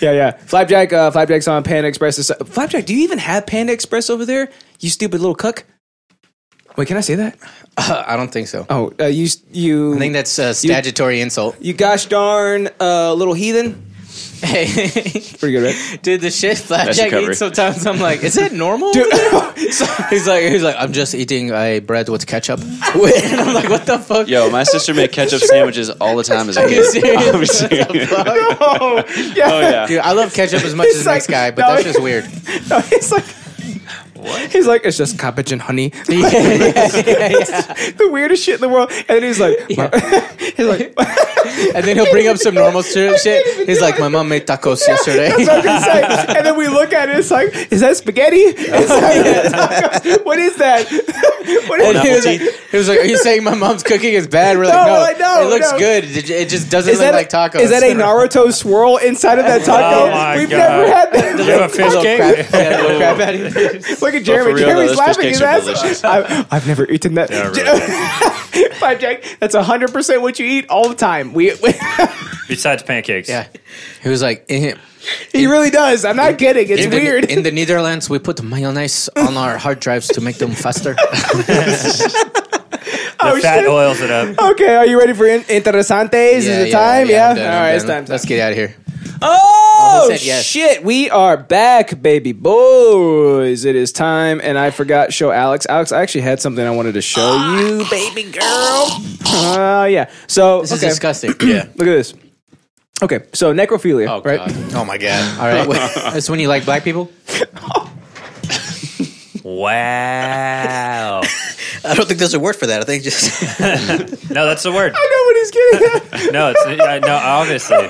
Yeah. Yeah. Flapjack. Uh, Flapjack's on Panda Express. Is- Flapjack, do you even have Panda Express over there? You stupid little cuck. Wait, can I say that? I don't think so. Oh, uh, you. You. I think that's a statutory [laughs] insult. you gosh darn uh, little heathen. Hey, Pretty good, right? dude, the shit Flapjack recovery. eats sometimes. I'm like, is that normal? [laughs] [laughs] he's like, he's like, I'm just eating a bread [laughs] with ketchup. [laughs] and I'm like, what the fuck? Yo, my sister made ketchup sandwiches all the time as a you [laughs] kid. serious? I'm [laughs] serious. oh, [laughs] yeah. Oh yeah. Dude, I love ketchup as much It's as the like- next guy, [laughs] but no, that's it- just weird. No, he's like, he's like, it's just cabbage and honey. the weirdest shit in the world. And he's like, [laughs] he's like, And then he'll bring up some normal shit. shit. He's like, my mom [laughs] made tacos yesterday. [laughs] That's what I'm gonna say. And then we look at it, it's like, is that spaghetti? It's like, [laughs] what is that? What is And he that? was, like, he was like, "Are you saying my mom's cooking is bad?" We're [laughs] like, No, "No, like, no, it looks no. good. It it just doesn't Is look that, like a, tacos." is that [laughs] a Naruto swirl inside of that taco? Oh my We've God. never had [laughs] Do that. you have a fish [laughs] [laughs] cake? Look at Jeremy. real, though, Jeremy's those laughing fish cakes his are ass. delicious. I've, I've never eaten that. [laughs] Yeah, really. Five Jack, that's 100% what you eat all the time. We, we- [laughs] Besides pancakes. Yeah, he was like, "Eh, He really does. I'm not kidding. It's in the, weird. In the Netherlands, we put mayonnaise on our hard drives to make them faster. The Oh, fat shit. oils it up. [laughs] Okay, are you ready for in- interesantes? [laughs] Is it time? Yeah. I'm done, All I'm right, done. it's time. Let's get out of here. Oh Almost said yes. shit! We are back, baby boys. It is time, and I forgot show Alex. Alex, I actually had something I wanted to show Ah, you, baby girl. Oh yeah. So This okay, is disgusting. yeah. look at this. Okay, so necrophilia, [laughs] right? Oh my god. All right. That's when you like black people. Wow. I don't think there's a word for that. I think just [laughs] No, that's the word. I know what he's getting [laughs] at. No, it's uh, no. Obviously,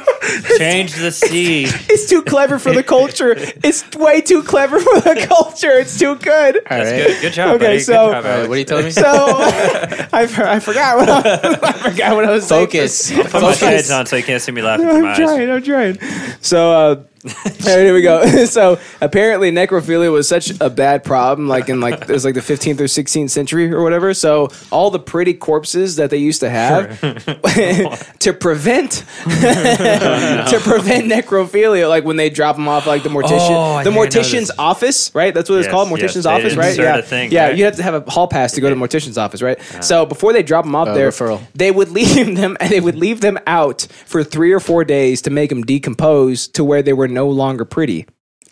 change the C. It's too clever for the culture. It's way too clever for the culture. It's too good. All right. Good, good job, Okay, buddy. so- good job, All right, Alex. what are you telling me? [laughs] So [laughs] I, for- I forgot what I, I forgot what I was saying. [laughs] Focus. Put my head's on so you can't see me laughing. From I'm my eyes. trying. I'm trying. So uh, [laughs] All right, here we go. [laughs] so apparently necrophilia was such a bad problem, like in like it was like the 15th or 16th century or whatever. So all the pretty corpses that they used to have [laughs] to prevent [laughs] to prevent necrophilia, like when they drop them off, like the mortician, Oh, I the think I know this. mortician's office, right? That's what it's Yes, called, yes, mortician's they office, right? insert Yeah, a thing, yeah. right? You have to have a hall pass to go to mortician's office, right? So before they drop them off there, referral. they would [laughs] leave them and they would leave them out for three or four days to make them decompose to where they were no longer pretty.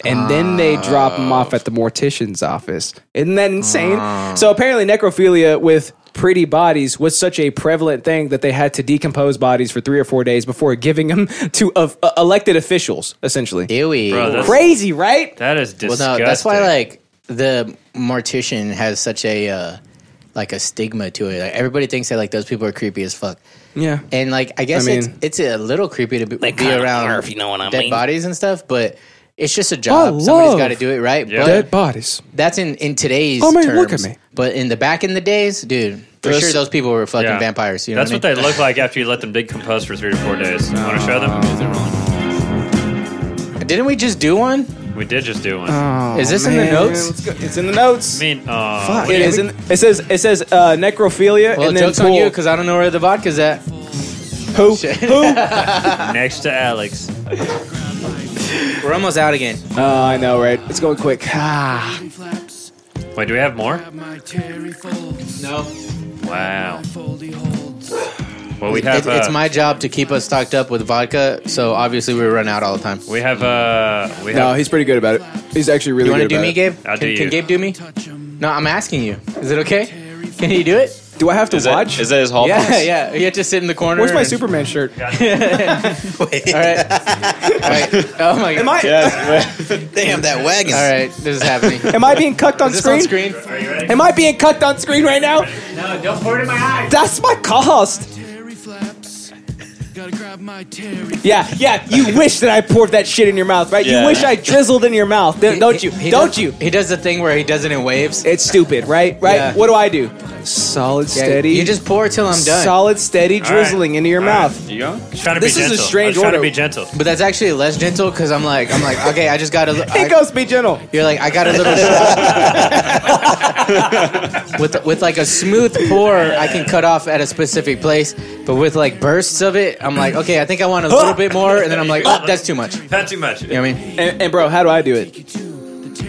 And then they drop them off at the mortician's office. Isn't that insane? So apparently, necrophilia with pretty bodies was such a prevalent thing that they had to decompose bodies for three or four days before giving them [laughs] to of uh, elected officials, essentially. Ewy. Bro, that's- Crazy, right? That is well, disgusting. no, that's why like the mortician has such a uh, like a stigma to it. Like everybody thinks that like those people are creepy as fuck. Yeah. And like I guess I mean- it's it's a little creepy to be, be around are, if you know what I dead mean. bodies and stuff, but it's just a job. Oh, Somebody's whoa. got to do it, right? Yeah. But Dead bodies. that's in in today's Oh, man, terms. look at me. But in the back in the days, dude, for This- sure those people were fucking Yeah. vampires. You know That's what, what, they look like after you let them decompose for three to four days. Want to show them? Oh. I mean? Didn't we just do one? We did just do one. Is this in the notes? Let's go. It's in the notes. I mean, uh, Oh. Fuck. It, what do you- is in, it says it says uh, necrophilia Well, and then jokes on pool. you because I don't know where the vodka's at. Who? Shit. Who? next to Alex. We're almost out again. [laughs] Oh, I know, right? It's going quick. Ah. Wait, do we have more? No, Wow. Well, we have. It's- it's uh, my job to keep us stocked up with vodka, so obviously we run out all the time. We have. Uh, we No, have. he's pretty good about it. He's actually really You want to good do about me, it. Gabe? I'll can, do can you. Gabe do me? No, I'm asking you. Is it okay? Can you do it? Do I have to Is that, watch? is that his hall Yeah, pass? [laughs] yeah. You have to sit in the corner. Where's my and- Superman shirt? All right. all right. [laughs] Oh my god. Am I Yes. Damn, that wagon. All right. This is happening. Is am I being cucked [laughs] on this screen? on screen? Are you ready? Am I being cucked on screen right now? No, don't pour it in my eyes. That's my cost. Terry flaps. Gotta grab my Terry. Yeah, yeah. You wish that I poured that shit in your mouth, right? You Yeah. wish I drizzled in your mouth, don't [laughs] don't you? don't does, you? He does the thing where he does it in waves. It's stupid, right? Right. Yeah. What do I do? Solid, Yeah, steady. You just pour till I'm done. solid, steady right. drizzling into your All right. mouth. You go? Just trying to This be is a gentle. strange I was trying order. to be gentle. But that's actually less gentle because I'm like, I'm like, okay, I just [laughs] got to. It goes, be gentle. You're like, I got a little [laughs] with with like a smooth pour, I can cut off at a specific place. But with like bursts of it, I'm like, okay, I think I want [laughs] a little bit more, and then I'm like, oh, that's too much. You Not too much. know what I mean? And, and bro, how do I do it?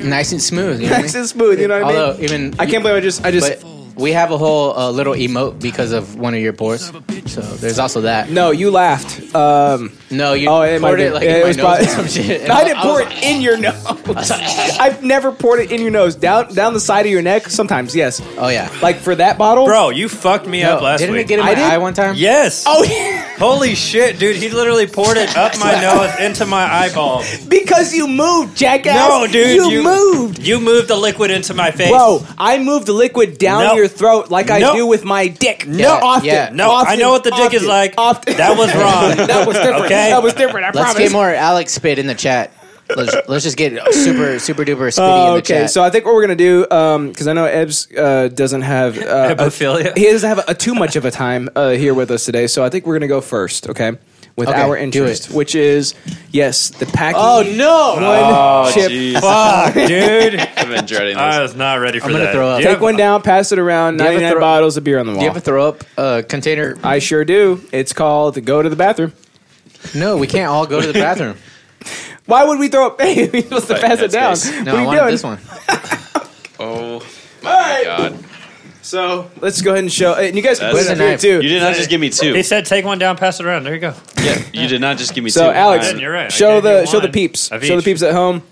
Nice and smooth. You know Nice what I mean? and smooth. You know what I mean? Although even I can't believe I just I just but we have a whole uh, little emote because of one of your pours. So there's also that. no. You laughed. Um, No, you oh, it might have poured it been. like yeah, in it my was nose probably- or some [laughs] shit. And I didn't was pour like, it in your nose. I've never poured it in your nose. Down down the side of your neck. Sometimes, yes. Oh yeah. Like for that bottle, Bro, you fucked me No, up last didn't week. it get in I my did? eye one time? yes. Oh, [laughs] yeah, Holy shit, dude! He literally poured it [laughs] up my nose into my eyeball. because you moved, jackass. No, dude, you, you- moved. You moved the liquid into my face. Whoa, I moved the liquid down No. your throat like I No. do with my dick. No. often. Yeah. No, often, I know what the dick often, is like. Often. That was wrong. [laughs] that was different. Okay. That was different. I Let's promise. get more Alex spit in the chat. Let's, let's just get super super duper spitty Oh, in the okay, chat. so I think what we're gonna do, because I know Ebbs uh, doesn't have uh, a- Ebbophilia? he doesn't have a, too much of a time uh, here with us today, so I think we're gonna go first, okay, with Okay, our do interest, which is yes, the packing. oh no! Oh, chip. jeez. Fuck, [laughs] dude. I've been dreading I this. was not ready for I'm gonna that. throw up. Do you Take have- one down, pass it around. you have a Ninety nine throw- bottles of beer on the wall. Do you have a throw up uh, container? I sure do. It's called go to the bathroom. No, we can't all go to the bathroom. Why would we throw up? [laughs] Hey, we supposed to Right, pass it down. that's What [laughs] No, are I you wanted doing? this one. Oh, All right. God. So let's go ahead and show. And you guys can That's- put it up Where's here the too. You did not just give me two. He said, "Take one down, pass it around." There you go. Yeah, you did not just give me two. So Alex, I- You're right. I show gave the you show the one peeps. of Show the each. peeps at home.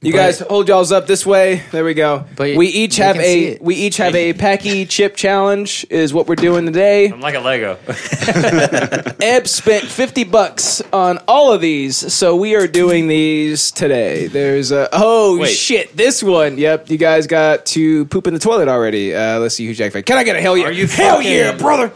You guys hold y'all's up this way. There we go. But we each they have can see a it. we each have a packy chip challenge is what we're doing today. I'm like a Lego. Eb spent 50 bucks on all of these, so we are doing these today. There's a oh Wait. shit, this one. Yep, you guys got to poop in the toilet already. Uh, let's see who Jack. Can I get a hell yeah? Are you hell fucking- yeah, brother?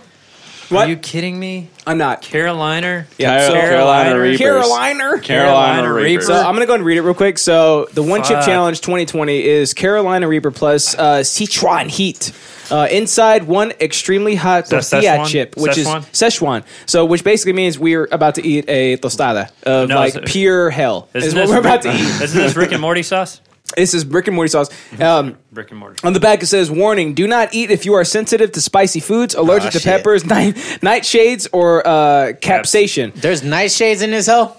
What? Are you kidding me? I'm not. Carolina? Yeah, so- Carolina Reapers. Carolina. Carolina Carolina Reapers. So I'm gonna go and read it real quick. So the one chip Fuck. challenge 2020 is Carolina Reaper plus uh, Sichuan Heat. Uh, inside one extremely hot that tortilla Szechuan? chip, which Szechuan? is Szechuan. So, which basically means we're about to eat a tostada of No, like it's- pure hell. Is Isn't what this we're about [laughs] to Rick- eat. Isn't this Rick and Morty sauce? This is brick and morty sauce. Mm-hmm. Um, Rick and Morty. on the back it says, "Warning: Do not eat if you are sensitive to spicy foods, allergic Ah, Aw, to shit. peppers, [laughs] night, nightshades, or uh, capsation." There's nightshades in this hell.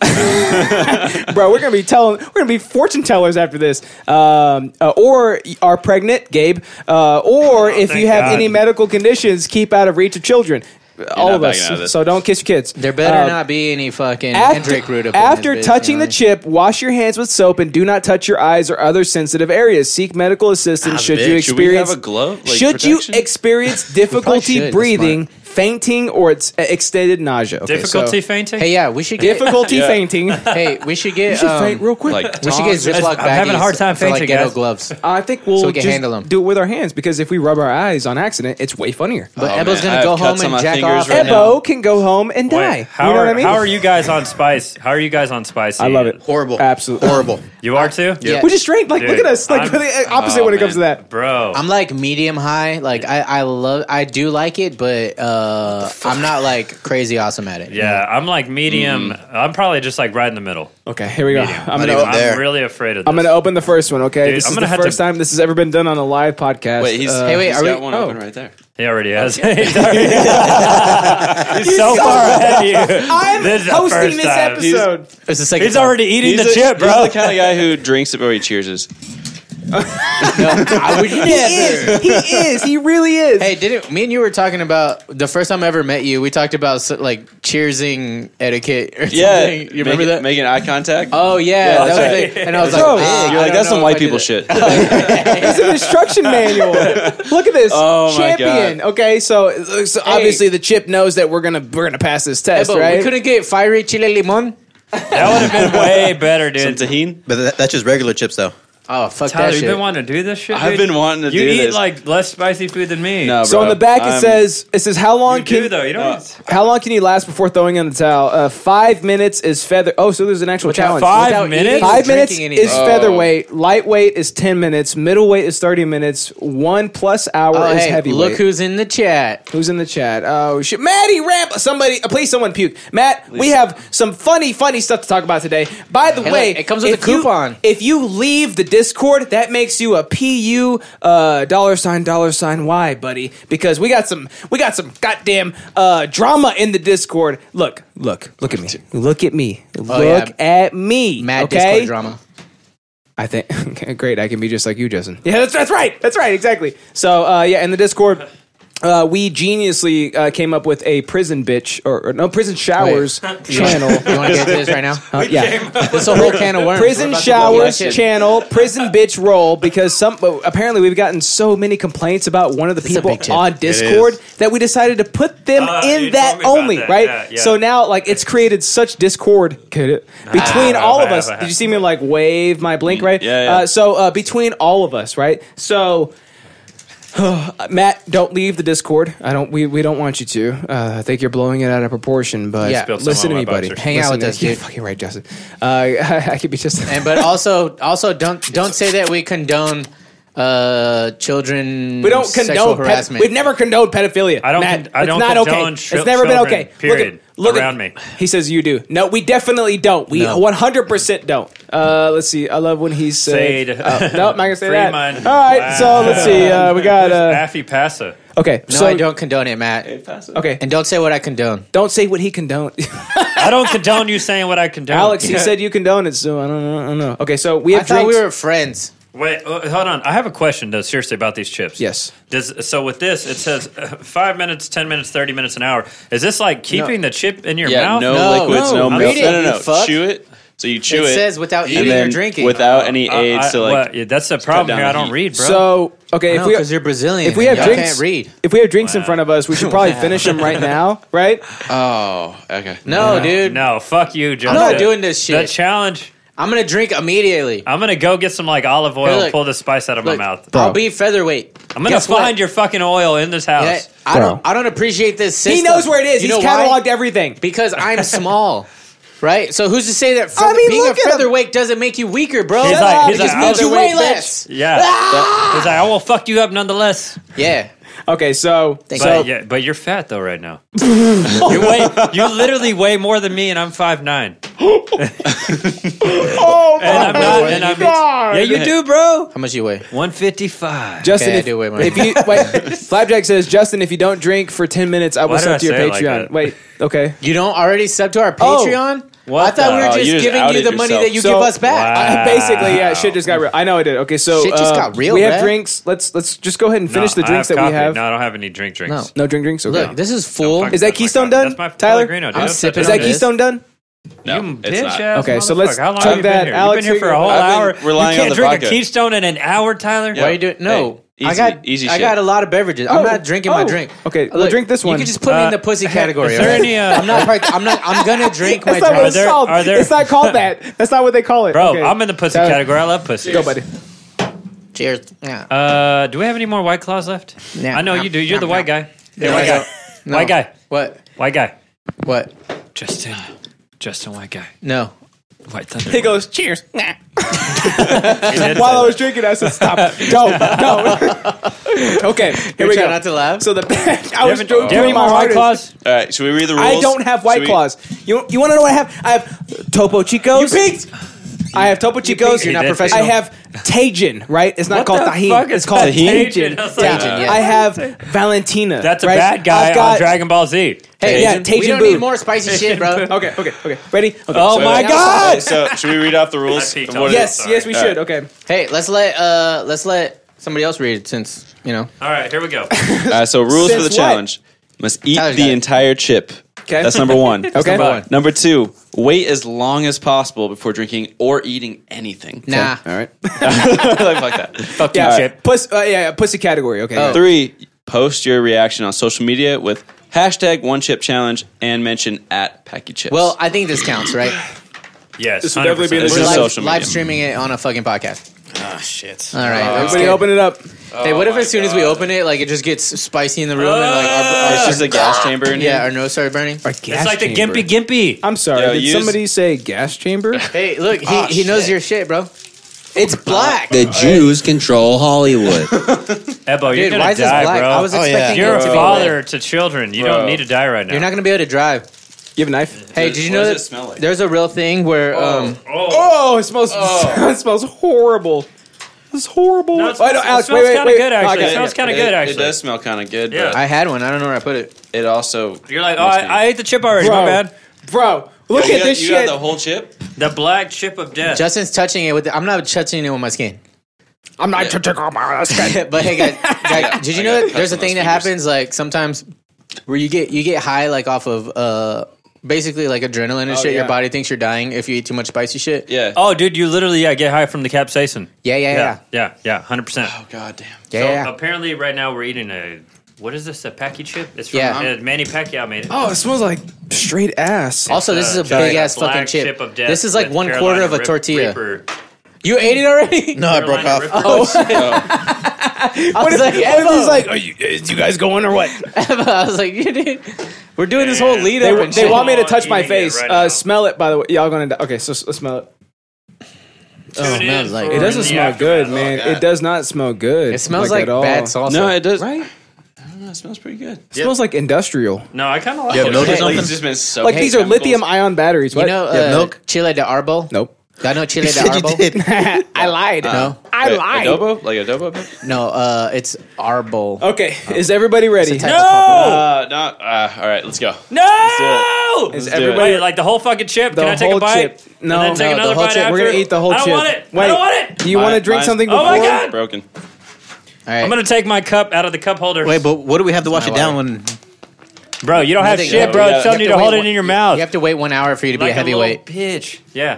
bro. We're gonna be telling, we're gonna be fortune tellers after this. Um, uh, or are pregnant, Gabe. Uh, or if Oh, thank you have God. any medical conditions, keep out of reach of children. All not of us. backing out of this. so don't kiss your kids. There better Uh, not be any fucking After, Hendrick root up in this after bitch, you touching know? the chip, wash your hands with soap and do not touch your eyes or other sensitive areas. Seek medical assistance should you Ah, Should we experience have a glove? Like, should you protection? [laughs] experience should, difficulty that's breathing, fainting, or it's extended nausea? Okay, so- Difficulty fainting? Hey, yeah, we should get. difficulty fainting. [laughs] You [laughs] hey, we should get. should um, faint real quick. like we should get Ziploc baggies. I'm having a hard time for, like fainting, ghetto guys. gloves. I think we'll So we can just handle 'em. do it with our hands because if we rub our eyes on accident, it's way funnier. But Oh, Ebo's man, I gonna have go home cuts on and my jack fingers off. right now. Ebo can go home and die. Wait, how you know are what I mean? how are you guys on spice? How are you guys on spice? I love it. Horrible. Absolutely Horrible. You are too? Yeah. We're just straight. Like, look Dude, at us. Like, I'm- we're the opposite Oh, when it comes to man. that. Bro. I'm like medium high. Like I, I love, I do like it, but uh, I'm not like crazy awesome at it. yeah, I'm like medium. I'm probably just like right in the middle. Okay, here we go. I'm Not gonna. even I'm, there. I'm really afraid of this. gonna open the first one. Okay, Dude, this I'm is gonna the have to- first time this has ever been done on a live podcast. Wait, he's, Uh, Hey, wait, he's are got we- one oh. open right there. he already has. [laughs] He's already- He's so far [laughs] ahead of you. I'm This is the hosting first this time. He's- episode. it's the second. He's already eating the a- chip, bro. He's the kind of guy who drinks it before he cheers. I would [laughs] never. [laughs] He is. He really is. Hey, didn't me and you were talking about the first time I ever met you? We talked about so- like cheersing etiquette. Or Yeah, something. you remember making, that? Making eye contact. oh yeah, Yeah, that was that's the thing. And I was Bro, like, ah, You're I like don't know that's some if I did white people it." [laughs] shit. It's an instruction [laughs] manual. Look at this Oh, my champion. Okay, so, so obviously the chip knows that we're gonna we're gonna pass this Hey, test, but right? we couldn't get fiery chile limon. That would have [laughs] been way better, dude. Some tahini. But that, that's just regular chips, though. Oh fuck Tyler, that you've shit. been wanting to do this shit. I've dude? been wanting to you do eat this. like less spicy food than me. No, so on bro. the back it I'm- says it says how long Um, you can do though. You don't. how long can you last before throwing in the towel? Uh, five minutes is feather. Oh, so there's an actual Without- challenge. Five without eating minutes? or Five minutes drinking anything. is Oh. featherweight. Lightweight is ten minutes. Middleweight is thirty minutes. One plus hour Oh, is hey, heavyweight. look who's in the chat. Who's in the chat? Oh shit, Maddie Ramp! Somebody, uh, please, someone puke. Matt, we have some funny, funny stuff to talk about today. By the Hey, way, look, it comes with if a coupon. You, if you leave the Discord, that makes you a pu uh, dollar sign dollar sign y, buddy. Because we got some, we got some goddamn uh, drama in the Discord. Look, look, look at me. Look at me. look at me. Oh, Mad okay? Discord drama. I think [laughs] okay, great. I can be just like you, Justin. Yeah, that's, that's right. That's right. Exactly. So uh, yeah, in the Discord, uh, we geniusly uh, came up with a prison bitch or, or no prison showers You [laughs] channel. want to get into this right now? Uh, yeah, It's a whole can of worms. We're prison about to blow showers that shit. channel, [laughs] prison bitch roll. Because some apparently we've gotten so many complaints about one of the a people big tip. on Discord that we decided to put them Uh, you in told that me about only. that. Right. Yeah, yeah. So now like it's created such discord between all of Ah, I us. have, I Did you have. see me like wave my blink right? Yeah, yeah. Uh, so uh, between all of us, right? So. [sighs] uh, Matt, don't leave the Discord. I don't. We, we don't want you to. Uh, I think you're blowing it out of proportion. But Yeah. Spilled some listen to on me, my buddy. boxers. Hang Listen out with to us, me. You're dude. fucking right, Justin. Uh, [laughs] I, I could be just. And but also, also don't don't say that we condone uh [laughs] children. we don't sexual condone. ped- harassment. we've never condoned pedophilia. I don't Matt, con- I it's don't not condone okay. chil- it's never been children, okay. period, Look at, look around at, me. He says you do. No, we definitely don't. We No. one hundred percent don't. Uh, let's see. I love when he said. Said. Oh, no, I'm not gonna say Free that. mind. All right. So Wow. let's see. [laughs] Uh, we got. Uh, Affy Passa. okay. No, so I don't condone it, Matt. Okay. And don't say what I condone. Don't say what he condoned. [laughs] I don't condone you saying what I condone. Alex, he said you condone it, so I don't know. I don't know. Okay, so we I have thought drinks. we were friends. Wait, uh, hold on. I have a question, though, seriously, about these chips. Yes. Does, so with this, it says uh, five minutes, ten minutes, thirty minutes, an hour. Is this like keeping the chip in your Yeah, mouth? no, No, liquids, no, no, milk. read it, no, no, you no. fuck. Chew it. So you chew It it. says without and eating or then drinking. Without any I- aids I- to like. well, yeah, that's the problem down here. I the don't heat. read, bro. so okay, if we because you're Brazilian. if we have and y'all drinks, can't read. if we have drinks in front of us, we [laughs] should probably finish them right now, right? Oh, okay. No, dude. no, fuck you, John. not doing this The shit. challenge. I'm gonna drink immediately. I'm gonna go get some like olive oil Hey, look. and pull the spice out of Look, my mouth. I'll be featherweight. I'm gonna Guess find what? your fucking oil in this house. Yeah, I don't. I don't appreciate this. System. He knows where it is. You He's know why? cataloged everything. because I'm small. [laughs] Right, so who's to say that from I mean, being a look at him. featherweight doesn't make you weaker, bro? He's like- he's it just like, makes I'll you do weigh weight less. Yeah, he's like, I will fuck you up nonetheless. Yeah, Okay, so Thank But so yeah, but you're fat though right now. you weigh, you literally weigh more than me, and I'm five nine. oh my And I'm not. And I'm, God. yeah, you do, bro. how much you weigh? One fifty five. Justin, Okay, I if, do weigh more. if [laughs] you wait, Flapjack says, Justin, if you don't drink for ten minutes, I will Why did I sub to your say it like Patreon. that? wait, [laughs] okay. [laughs] You don't already sub to our Oh. Patreon? What I thought the- we were Oh, just you just giving you outed the money yourself. that you So- give us back. Wow. Uh, basically, yeah, Wow. shit just got real. I know it did. Okay, so Shit just uh, got real, We have bruh. drinks. Let's let's just go ahead and finish the I drinks that have we coffee. have. No, I don't have any drink drinks. No drink drinks. Okay. [laughs] Look, this is full. Fuck, Is that that's my Keystone coffee. done, That's my Tyler? Pellegrino, dude. I'm Don't touch sipping is it. that on this. Keystone done? No, You it's bitch not. ass Okay, so let's motherfucker. How long chug have you been that. here? Alex, You've been here for a whole I've hour. been relying you can't on the drink a vodka. Keystone in an hour, Tyler. Yeah. Why are you doing? No, Hey, I easy- got easy I shit. got a lot of beverages. I'm Oh, not drinking oh. my drink. Okay, well, drink this one. You can just put me in the Uh, [laughs] pussy category. is there alright? any, uh, I'm not. Part, I'm not. I'm gonna drink my [laughs] That's not what Are it's drink. there- called. are there- It's not called [laughs] that. That's not what they call it. Bro, Okay. I'm in the pussy Tyler, category. I love pussy. Go, buddy. Cheers. Yeah. Uh, do we have any more white claws left? Yeah. I know you do. You're the Yeah. white guy. Hey, No, white I guy. No. White guy. What? White guy. What? Justin. Justin, white guy. No. [laughs] White thunder. He goes, cheers. Nah. He did While I say was drinking, I said, [laughs] stop. don't, don't. [laughs] okay, here we Try go. not to laugh. so the [laughs] I that. was do you have any doing my more white hardest. claws? All right, should we read the rules? I don't have White Should we- Claws. You you want to know what I have? I have Topo Chicos. You I have Topo Chicos. You're He not did professional. I have Tajin, right? It's not called the Tahin. fuck is it's called Tajin. Tajin? That's Yeah. like- Tajin, yeah. I have Valentina. That's a right? bad guy I've got- on Dragon Ball Z. Hey, yeah, Tajin, we Tajin don't Boo. need more spicy shit, bro. Okay, okay, okay. Ready? Okay. Oh [laughs] So- my So- god! So should we read off the rules? I peed of on what it. it is? Yes, Sorry. yes, we should. Okay. Hey, let's let uh let's let somebody else read it since you know. All right, here [laughs] we go. Uh, so rules for Since the what? challenge: must eat Tyler's got the it. entire chip. Okay. That's number [laughs] one. Okay. Number one. Number two: wait as long as possible before drinking or eating anything. Nah. All right. [laughs] like that. Fuck you, Yeah. Chip. Puss, uh, yeah, yeah, pussy category. Okay. Oh. Three: post your reaction on social media with hashtag One Chip Challenge and mention at Packy Chips. Well, I think this counts, right? Yes, This would definitely be in the This We're is live, social media. live streaming it on a fucking podcast. Ah, shit. All right. I'm Everybody, scared. open it up. hey, what if my as soon as we open it, like it just gets spicy in the room and like our, our, It's just a gas chamber in uh, yeah, here. our nose started burning. It's like the Gimpy Gimpy. I'm sorry. Yo, did use- somebody say gas [laughs] chamber? Hey, look, he, Ah, he knows shit. your shit, bro. It's black. The Jews control Hollywood. Ebbo, you're Dude, gonna why is this die, black? bro. I was Oh, yeah. expecting you're it a to be father red. to children. You Bro. don't need to die right now. You're not gonna be able to drive. You have a knife? Hey, Does- did you what know does that it smell like? there's a real thing where um oh, Oh, it smells. [laughs] it smells horrible. It's horrible. No, it Wait, smells- it Alex, smells wait, wait, kinda wait. good, Oh, I actually. got It smells kinda It- good, It actually. does smell kind of good, Yeah. but I had one. I don't know where I put it. it also. you're like, oh, Makes I, me- I ate the chip already. My Bro. bad. Bro, look you at got, this you shit. got the whole chip. The black chip of death. Justin's touching it with. The, I'm not touching it with my skin. I'm not touching on my [laughs] skin. [laughs] but hey, guys, guys did you I know got that there's a thing that customer's fingers. happens like sometimes where you get you get high like off of uh basically like adrenaline and shit. yeah. Your body thinks you're dying if you eat too much spicy shit. Yeah. oh, dude, you literally yeah, get high from the capsaicin. yeah, yeah, yeah, Yeah, yeah, yeah, hundred percent. God damn. yeah. So uh, yeah. apparently, right now we're eating a what is this? A Packy chip? It's from Yeah. uh, Manny Pacquiao made it. Oh, it smells like straight ass. Also, this Uh, is a giant big ass black fucking chip. of death this is like with one Carolina quarter of a Rip- tortilla. Oh, Reaper. You ate it already? No, I broke Carolina off. [laughs] Reaper. I was like, And Evo. he's like, are you, is you guys going or what? [laughs] I was like, dude, we're doing this whole lead They, up. and they shit. want me to on, touch my eating it face. right now. uh, smell it, by the way. Y'all gonna die. Okay, so s- smell it. Tune in smells like- for It doesn't the smell aftermath. good, man. it does not smell good. It smells like like, at all. bad salsa. No, it does. Right? I don't know, it smells pretty good. It smells like industrial. No, I kind of like You have it. no It's Hey, like something- it's just been so. Like these are lithium ion batteries. You What? know, uh, Yeah, milk? Chile de Arbo. nope. Uh, I know Chile de Said you Arbo. did. [laughs] I lied. No, I lied. Adobo, like adobo. no, uh, it's Arbo. Okay, is everybody ready? It's a type No! Uh, no. Uh, all right, let's go. No! Is Let's do it. everybody Wait, like the whole fucking chip? The Can I take whole a bite? chip. No. and then take No, the another whole bite chip. after. We're gonna eat the whole I don't chip. want it. Wait. I don't want it. Do you want to Mine- drink mine's- something Oh before? my God. Broken. All right. I'm gonna take my cup out of the cup holder. Wait, but what do we have to wash it My down when? bro, you don't have Nothing. shit, bro. Yeah, It's you telling you have to to hold wait it in your one- mouth. you have to wait one hour for you to be like a heavyweight. bitch. Yeah.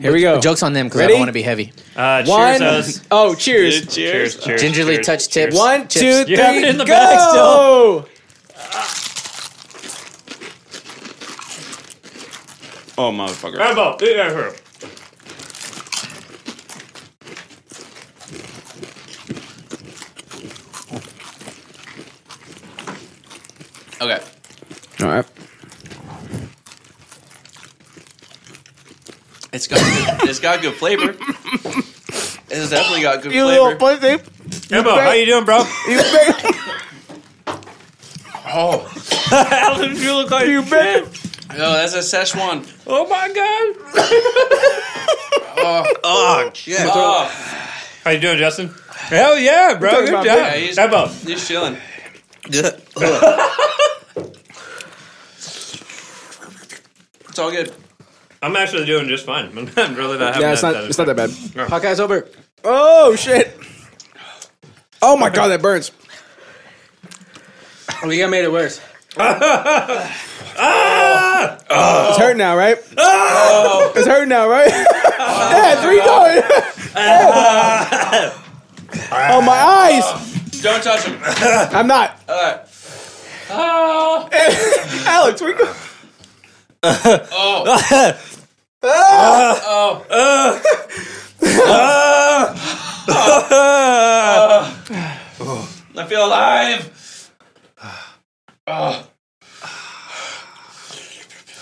Here we go. Joke's on them because I Ready? don't want to be heavy. Uh, cheers, One. us. Oh, cheers. Cheers. cheers, Gingerly cheers, touch cheers. tips. One, Chips. two, You have it three, in the go! bag Oh motherfucker. Oh, Rambo, eat that here. Okay. All right. It's got good, it's got good flavor. It's definitely got good flavor. pussy. Embo, how you doing, bro? [laughs] How did you look like you bit? No, Oh, that's a Szechuan. Oh my god. [laughs] Oh, Yeah. Oh, How you doing, Justin? Hell yeah, bro. Good job. Yeah, he's- Embo. he's [laughs] chilling. It's all good. I'm actually doing just fine. [laughs] I'm really not having Yeah, it's that not. It's not that bad. Podcast over. Oh shit. Oh my god, that burns. We think I made it worse. It's hurt now, right? Oh. It's hurt now, right? [laughs] yeah, three dollars. [laughs] oh my eyes! Don't touch him. I'm not. All right. [laughs] Alex, we go. I feel alive.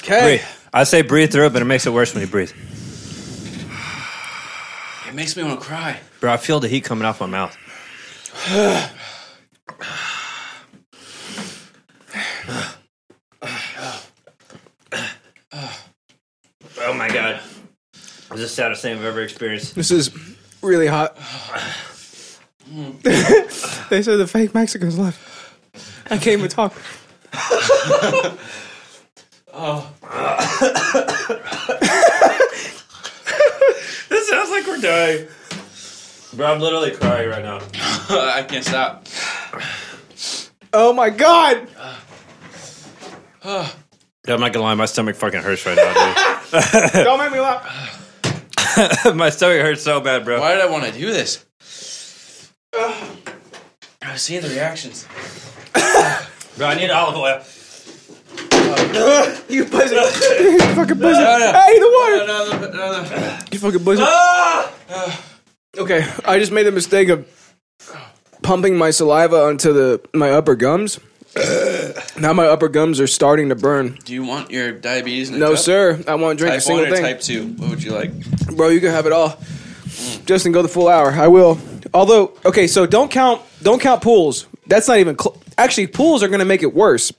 Breathe. I say breathe through it, but it makes it worse when you breathe. It makes me want to cry. Bro, I feel the heat coming off my mouth. oh my god. This is the saddest thing I've ever experienced. This is really hot. [laughs] they said the fake Mexicans left. I can't even talk. This sounds like we're dying. Bro, I'm literally crying right now. [laughs] I can't stop. Oh my god! I'm not gonna lie, my stomach fucking hurts right now, Don't make me laugh. dude. [laughs] my stomach hurts so bad, bro. Why did I want to do this? I was seeing the reactions. Bro, I need olive oil. You [laughs] pussy. you fucking pussy. no. Hey, the water! Another, another. You fucking pussy. Uh, Ah! Okay, I just made the mistake of pumping my saliva onto the my upper [coughs] gums. now my upper gums are starting to burn. Do you want your diabetes? In a No, cup? sir. I won't drink a Type single one or thing. type two? What would you like? Bro, you can have it all. Mm. Justin, go the full hour. I will. Although, okay, so don't count don't count pools. That's not even cl- actually pools are going to make it worse.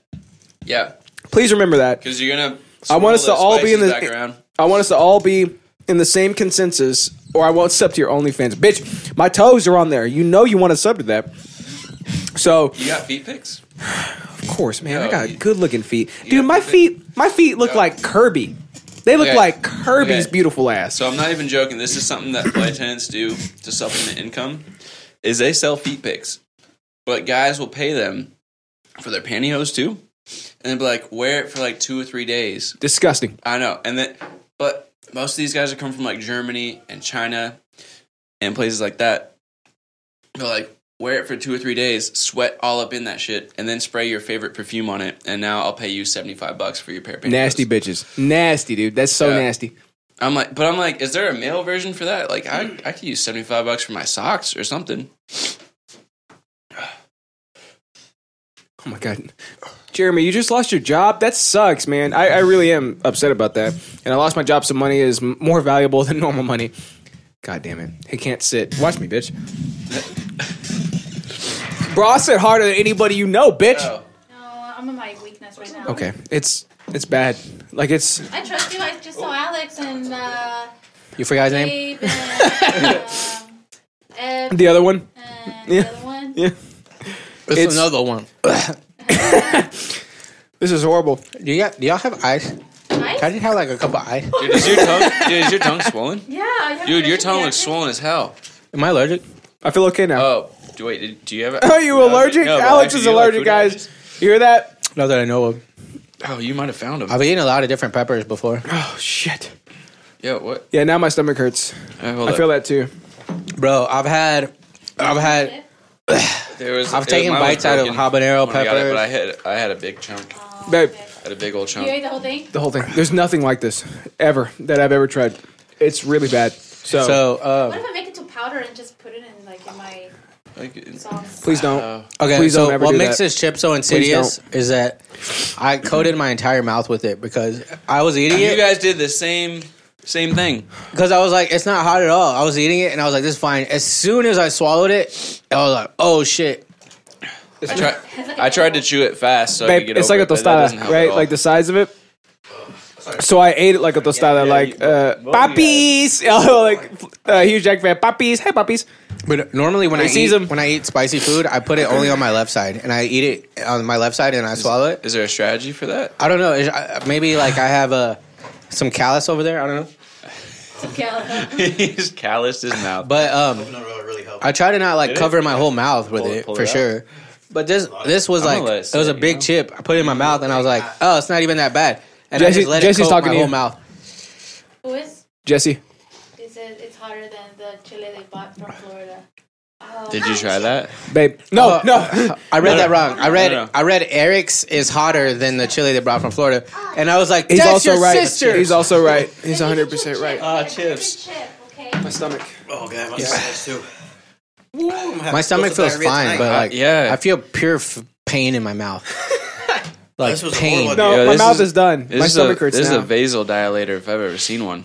Yeah, Please remember that. because you're gonna. I want us to swirl those all be in spices the. back around. I want us to all be in the same consensus, or I won't sub to your OnlyFans, bitch. My toes are on there. You know you want to sub to that. So You got feet pics? of course, man, I Yo, got you- good looking feet, got dude. My good- feet, my feet look Yo. like Kirby. They look Okay. like Kirby's Okay. beautiful ass. So I'm not even joking. This is something that flight attendants do to supplement income. Is they sell feet pics, but guys will pay them for their pantyhose too, and they'll be like, wear it for like two or three days, Disgusting. I know, and then but most of these guys are coming from like Germany and China and places like that. They're like wear it for two or three days, sweat all up in that shit, and then spray your favorite perfume on it. And now I'll pay you seventy five bucks for your pair of pantyhose. Nasty bitches. Nasty, dude. That's so Yeah. nasty. I'm like, but I'm like, is there a male version for that? Like, I I could use seventy five bucks for my socks or something. Oh my god. Jeremy, you just lost your job. That sucks, man. I, I really am upset about that. And I lost my job. Some money is m- more valuable [laughs] than normal money. God damn it. He can't sit. Watch me, bitch. Bro, I sit harder than anybody you know, bitch. No, I'm in my weakness right now. Okay, it's it's bad. Like it's I trust you. I Oh. just saw Alex and uh, you forgot his name. Gabe [laughs] and uh, um, Ed The other one. and Yeah. the other one. Yeah. It's, It's- another one. [laughs] This is horrible. Do you got, do y'all have ice? Nice? I did have like a couple of ice. Dude, is your tongue? [laughs] dude, is your tongue swollen? Yeah, I haven't Dude, your mentioned tongue the looks actress. swollen as hell. Am I allergic? I feel okay now. Oh, do, wait, did, do you [laughs] have? Are you allergic? No, but Alex do is you like allergic, food guys. You hear that? Not that I know of. Oh, you might have found him. I've eaten a lot of different peppers before. Oh shit. Yeah, what? Yeah, now my stomach hurts. I feel that too. Bro, I've had, I've had, There was, I've taken mine was bites out of broken habanero when I got it, but I peppers. had I had a big chunk. I Babe, had a big old chunk. You ate the whole thing? the whole thing. There's nothing like this ever that I've ever tried. It's really bad. So, So, uh, What if I make it to powder and just put it in like in my Like, it's- Please don't. uh, Okay, Please so don't ever what do makes that. this chip so insidious is that I coated my entire mouth with it because I was eating you it guys did the same same thing. because I was like, it's not hot at all. I was eating it and I was like, this is fine. As soon as I swallowed it, I was like, oh shit. I tried, I tried to chew it fast so I could Babe, get it's over like a it, but that doesn't tostada, help right? at all. Like the size of it. So I ate it like a tostada, like uh, puppies, [laughs] like uh, huge Jack fan, puppies. Hey, puppies. But normally when I, eat, Racism. when I eat spicy food, I put it only on my left side and I eat it on my left side and I swallow it. Is there a strategy for that? I don't know. is- I- Maybe like I have a some callus over there. I don't know. [laughs] He's calloused his mouth. But um, I try to not like cover my whole mouth with it for sure. But this this was I'm like gonna let it it was a sit, big chip. I put it in my mouth and I was like, oh, it's not even that bad. And I Jesse- just let Jesse's it coat talking my to you. whole mouth. Who is? Jesse, He said it's hotter than the chili they bought from Florida. Oh, Did you try that? babe. No, Uh, Oh. no. I read that wrong. I read No, no. I read Eric's is hotter than the chili they brought from Florida, and I was like, He's that's also your right. sister. He's also right. He's It's a 100 different percent chip. right. It's a chips. different chip, My okay? stomach. Oh, my stomach feels fine, Uh, but like yeah. I feel pure f- pain in my mouth. like pain. No, Yo, my this mouth is- is, done. This My is stomach a, hurts This now. is a vasodilator if I've ever seen one.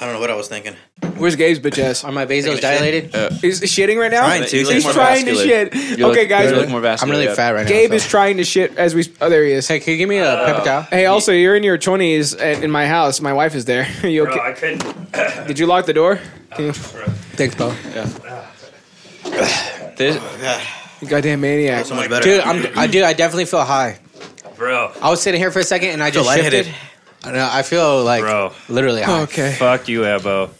I don't know what I was thinking. Where's Gabe's bitch ass? Are my [laughs] vasos dilated? He's shitting right now. Trying to. You look He's more trying to vascular. shit. Okay, guys. You look more I'm vascular. really yeah. fat right now. Gabe so- is trying to shit as we. Oh, there he is. Hey, can you give me a Uh, paper towel? Hey, also, you're in your 20s at, in my house. My wife is there. [laughs] you Bro, okay? I couldn't. Did you lock the door? Can you- Thanks, bro. This, you goddamn maniac. So much better. Dude, I'm, I do. I definitely feel high. Bro, I was sitting here for a second and I feel just lightheaded. shifted. I, know, I feel like bro. literally high. Oh, Okay. Fuck you, Ebo.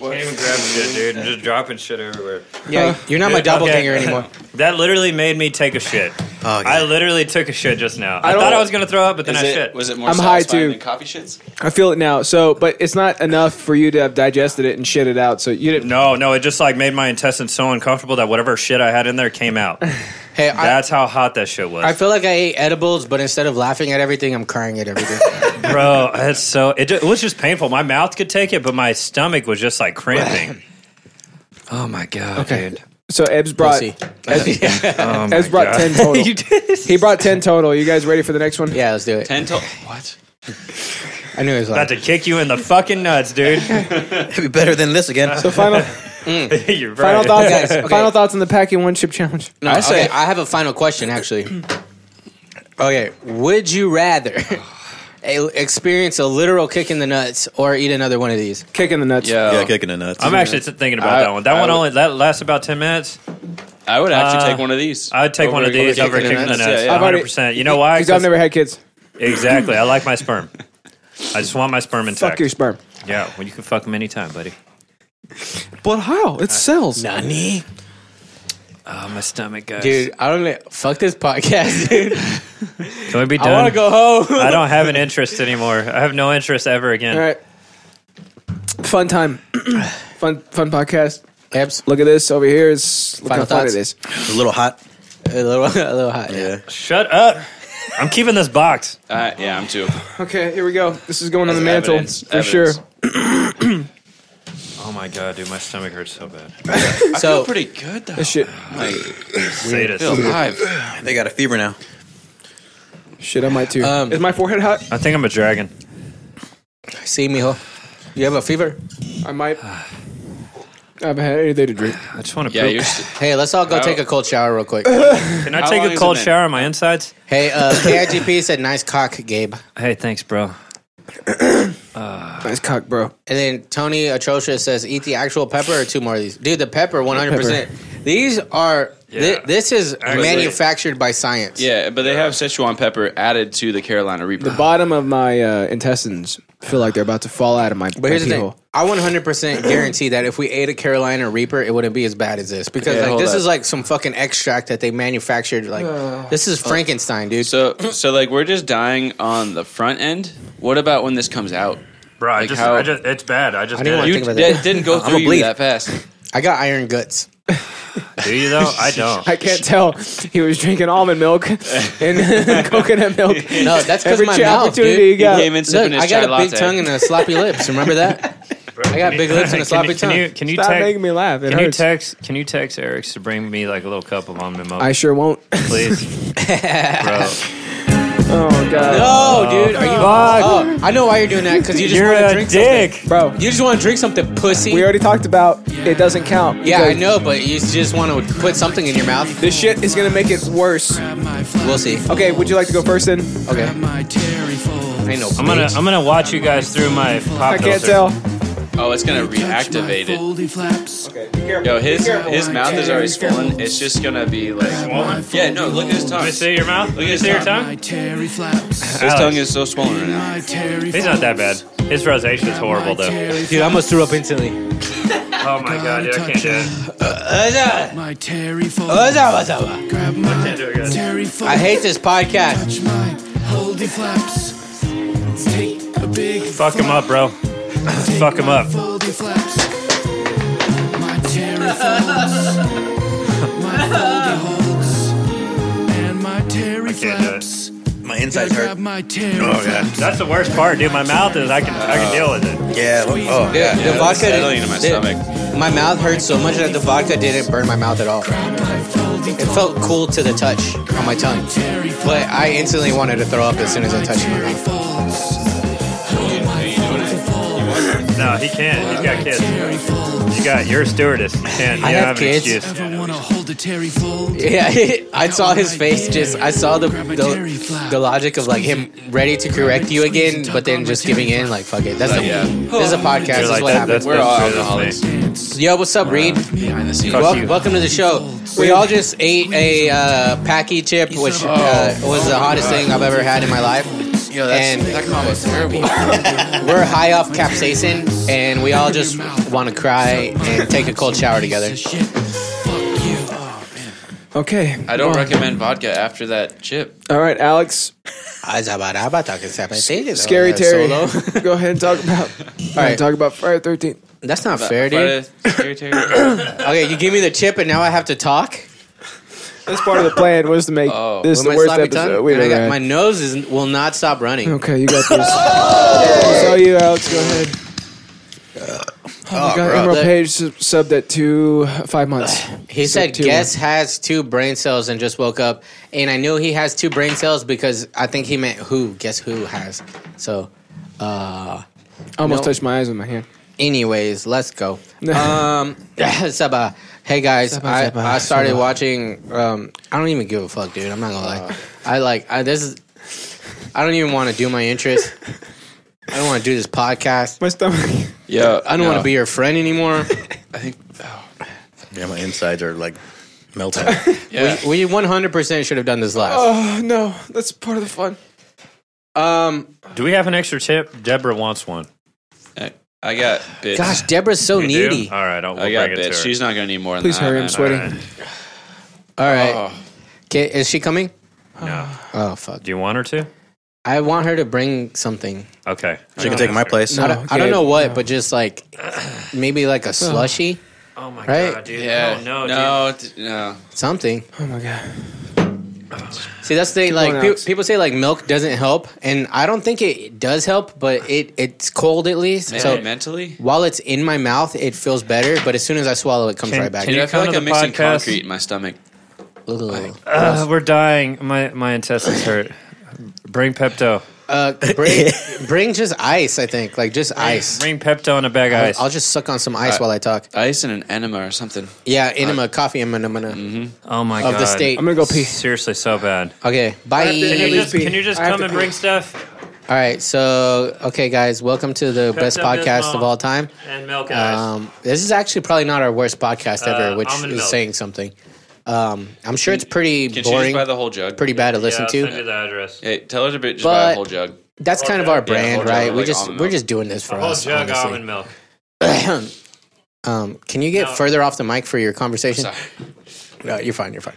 Can't even grab shit, dude. I'm just dropping shit everywhere. Yeah, you're not my Okay. doppelganger [laughs] anymore. [laughs] That literally made me take a shit. Oh, God. I literally took a shit just now. I, don't- thought I was gonna throw up, but then I is it, shit. was it more I'm high, satisfying too. than coffee shits? I feel it now. So, but it's not enough for you to have digested it and shit it out. So you didn't. no, no, it just like made my intestines so uncomfortable that whatever shit I had in there came out. Hey, I, That's how hot that shit was, I feel like I ate edibles, but instead of laughing at everything, I'm crying at [laughs] everything. bro. That's so. It, ju- it was just painful. My mouth could take it, but my stomach was just like cramping. oh my god, Okay. dude. So Ebbs brought Pussy. Ebbs, Oh my Ebbs brought God. ten total. He brought ten total. You guys ready for the next one? yeah, let's do it. Ten to- What? I knew it was About like. to kick you in the fucking nuts, dude. [laughs] It'd be better than this Uh, again. So final You're final right. thoughts. [laughs] Guys, okay. Final thoughts on the packing one chip challenge. No, I say I have a final question [clears throat] actually. okay, would you rather [laughs] e- experience a literal kick in the nuts or eat another one of these? Kick in the nuts. Yeah. yeah, kicking the nuts. I'm actually thinking about I- that one. That I one would- only that lasts about ten minutes. I would actually Uh, take one of these. I'd take one of over these kicking over the kicking the nuts. Yeah, nuts. yeah. I've already- 100%. You know why? Because I've 'Cause- never had kids. exactly. I like my sperm. I just want my sperm intact. Fuck your sperm. Yeah, well, you can fuck them anytime, buddy. But how? It sells. Nani? Oh, my stomach, guys. Dude, I don't know. Fuck [laughs] this podcast, dude. can we be I done? want to go home. I don't have an interest anymore. I have no interest ever again. All right. Fun time. [clears throat] fun fun podcast. Eps, Look at this over here. It's look Final how fun thoughts? it is. a little hot. a little, a little hot. Yeah. Shut up. I'm keeping this box. Uh, yeah, I'm too. Okay, here we go. This is going on That's the mantle evidence, for evidence. sure. Oh my god, dude, my stomach hurts so bad. So, Pretty good though. This shit, Sadist. Still alive. They got a fever now. shit, I might too. Um, is my forehead hot? I think I'm a dragon. see, mijo, you have a fever? I might. I haven't had anything to drink. I just want to Yeah, poop. you're st- Hey, let's all go How- take a cold shower real quick. Can I How long take a has cold it been? shower on my insides? hey, uh, KIGP said, nice cock, Gabe. Hey, thanks, bro. Nice cock, bro. And then Tony Atrocious says, eat the actual pepper or two more of these? Dude, the pepper, 100%. These are, thi- Yeah. this is Actually- manufactured by science. yeah, but they have Szechuan pepper added to the Carolina Reaper. The bottom of my uh, intestines feel like they're about to fall out of my. But here's my the keyhole. thing. I 100% guarantee that if we ate a Carolina Reaper, it wouldn't be as bad as this because Yeah, like hold this up. is like some fucking extract that they manufactured. Like this is Frankenstein, dude. so, so like we're just dying on the front end. What about when this comes out? Bro, I Like just, how- I just, it's bad. I just I did didn't it. wanna You think about that that. didn't [laughs] go I'ma through you bleed. that fast. I got iron guts. Do you though? I don't. I can't tell. He was drinking almond milk [laughs] [laughs] and coconut milk. No, that's because Every my ch- mouth, opportunity dude. you got. He came in Look, sipping his I got chai a big latte. [laughs] tongue and a sloppy lips. Remember that? I got big lips and a sloppy can you, tongue. can you, Stop can you making text? me laugh. It Can you hurts. text? Can you text Eric to bring me like a little cup of almond milk, I sure won't. please, bro? oh god, No, dude, are you? [laughs] Oh, I know why you're doing that because you just You're want to a drink dick. bro. something. You just want to drink something, pussy. We already talked about it doesn't count. yeah, I because know, but you just want to put something in your mouth. This shit is gonna make it worse. We'll see. Okay, would you like to go first then? Okay, My terry fold. ain't no. I'm gonna I'm gonna watch you guys through my pop I can't filter. tell. Oh, it's gonna Touch my reactivate it. Foldy flaps. Okay, be careful. Yo, his Be careful. his mouth is already swollen. It's just gonna be like. Swollen? Yeah, no, look at his tongue. Can I His see your mouth? Can I see your My tongue? terry flaps. Alex, tongue is so swollen right now. My terry He's not that bad. His rosacea is horrible though. Dude, I almost threw up instantly. Oh my god, dude, I can't do it. My terry fold. I Grab my do it, guys. terry fold. hate this podcast. Touch my foldy flaps. Take a big Fuck him up, bro. Take Fuck 'em my up. Foldy flaps. My terry folds. My foldy holds. And my terry can't do it. flaps. My Gotta insides grab hurt. my terry Oh, yeah. flaps. That's the worst part, dude. My mouth is I can I can deal with it. Yeah. Oh, Dude, yeah. the vodka settling didn't- in my the- stomach. My mouth hurt so much that the vodka didn't burn my mouth at all. My foldy It felt cool to the touch on my tongue, terry folds. but I instantly wanted to throw up as soon as I touched my mouth. No, he can't. He's got kids. You got your stewardess. You can't. You I don't have have an kids. excuse. Yeah, [laughs] I saw his face. Just I saw the, the the logic of like him ready to correct you again, but then just giving in. Like fuck it. That's the, this is a podcast. This You're is like what that, that's happens. We're all that's- that's alcoholics. me. Yo, what's up, Reed? Behind the scenes. Fuck Wel- you. welcome to the show. We all just ate a uh, packy chip, which uh, was the hottest thing I've ever had in my life. Yo, that's, And- [laughs] that combo's terrible. We're high off capsaicin, and we all just want to cry and take a cold shower together. Okay. I don't recommend vodka after that chip. All right, Alex. Scary Terry. Uh, Solo. [laughs] go ahead and talk [laughs] about. All right, right. talk about Friday Thirteenth. That's not fair, dude. But, uh, Terry, [coughs] Terry. Okay, you give me the chip, and now I have to talk. That's part of the plan was to make Oh. this With the my worst sloppy episode tongue, we've and I ever got, had. my nose is, will not stop running. Okay, you got this. It's all you, Alex. Go ahead. Oh, my God, bro. Emerald Look. Page sub- subbed at two five months. He said two. Guess has two brain cells and just woke up. And I knew he has two brain cells because I think he meant who. Guess who has. So, uh, Almost No. touched my eyes with my hand. anyways, [laughs] let's go. Um, [laughs] Saba. Hey guys, Saba, I, Saba, I started Saba. watching. Um, I don't even give a fuck, dude. I'm not gonna lie. I like I, this is. I don't even want to do [laughs] my interest. I don't want to do this podcast. My stomach. Yo, I don't want to be your friend anymore. I think. Yeah, my insides are like melting. Yeah. we 100% should have done this last. [laughs] Oh no, that's part of the fun. Um, Do we have an extra tip? Deborah wants one. I- I got bitch. gosh, Deborah's so You do? needy. Uh, All right, I'll we'll I got bring it to her. bitch. She's not gonna need more. Please than hurry, that, I'm man. sweating. All right. uh. Oh. Okay, is she coming? No. Oh fuck! Do you want her to? I want her to bring something. Okay. She can take my place. I, No. don't, I don't Gabe, know what, but just like [clears throat] maybe like a slushy, Oh my Right? god, dude. Oh, Yeah. No, no, dude. no, d- no. something. Oh my god. See, that's the thing. Like going, pe- Alex. people say, like milk doesn't help, and I don't think it does help, but it it's cold at least. Man, So mentally, while it's in my mouth, it feels better, but as soon as I swallow, it comes Can- right back. can dude, you I feel come like to I'm the mixing podcast? concrete in my stomach. Ugh. Uh, we're dying. My my intestines hurt. Bring Pepto. Uh, bring bring just ice. I think like just ice. Bring Pepto in a bag of ice. I'll just suck on some ice while I talk. Ice and an enema or something. Yeah, enema, coffee, enema, enema oh my of god. the state. I'm gonna go pee. Seriously, so bad. Okay, bye. Can you Please just, pee. can you just I have come to and pee. bring stuff All right, so okay, guys, welcome to the best up this podcast of mom. all time. and milk and ice? Um, this is actually probably not our worst podcast ever, Uh, which is almond milk. saying something. Um, I'm sure it's pretty Can she boring, just buy the whole jug? pretty bad to listen yeah, I'll to. send you the address. Hey, tell her to bi- just buy But- a whole jug. That's kind of jug, our yeah, brand, whole jug, right? We like just almond we're milk. just doing this for A whole us. jug honestly. almond milk. [coughs] um, can you get No. further off the mic for your conversation? Sorry. [laughs] No, you're fine. You're fine.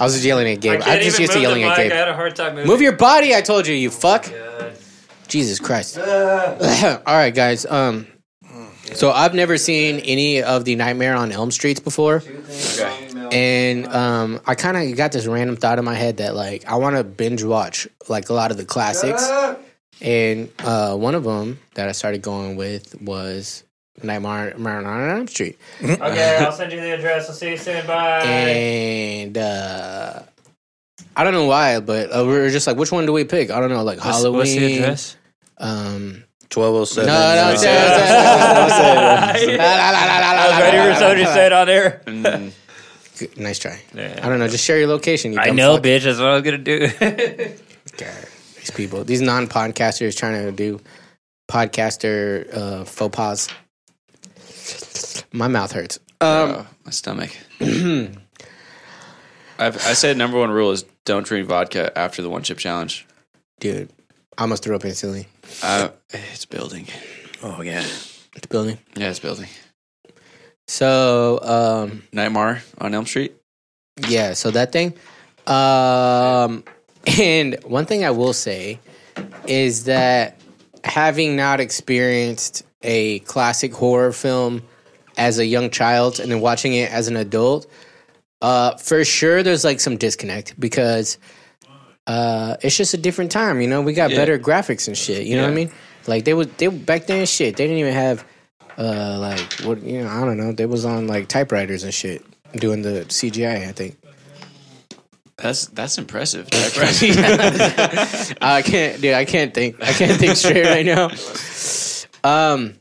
I was just yelling at Gabe. I I'm can't just even used to move yelling the at mic. I Gabe. had a hard time moving. Move your body! I told you, you fuck. God. Jesus Christ. [laughs] All right, guys. Um, so I've never seen any of the Nightmare on Elm Streets before, and um, I kind of got this random thought in my head that like I want to binge watch like a lot of the classics, and uh, one of them that I started going with was Nightmare Nightmare on Elm Street. Okay, I'll send you the address. I'll see you soon. Bye. And uh, I don't know why, but uh, we were just like, which one do we pick? I don't know, like Halloween. Um, 1207. no, no, it's- it's- [laughs] I was ready for it's- somebody to say it on air. it's- Nice try. Yeah. I don't know. Just share your location. You I dumb know, fuck. bitch. That's what I was gonna [laughs] do. God, These people, these non-podcasters, trying to do podcaster uh, faux pas. My mouth hurts. Um, Oh, [clears throat] my stomach. I've, I said number one rule is don't drink vodka after the one chip challenge. dude, I almost threw up instantly. Uh, it's building. Oh, yeah. It's building. Yeah, it's building. So, um, Nightmare on Elm Street. Yeah, so that thing. Um, [laughs] and one thing I will say is that having not experienced a classic horror film as a young child and then watching it as an adult, uh, for sure there's like some disconnect because uh, it's just a different time. You know, we got better graphics and shit. You know what I mean? Like they would they back then shit. They didn't even have uh like what you know I don't know. They was on like typewriters and shit doing the CGI. I think. That's that's [laughs] impressive. I can't, dude. I can't think. I can't think straight right now. Um,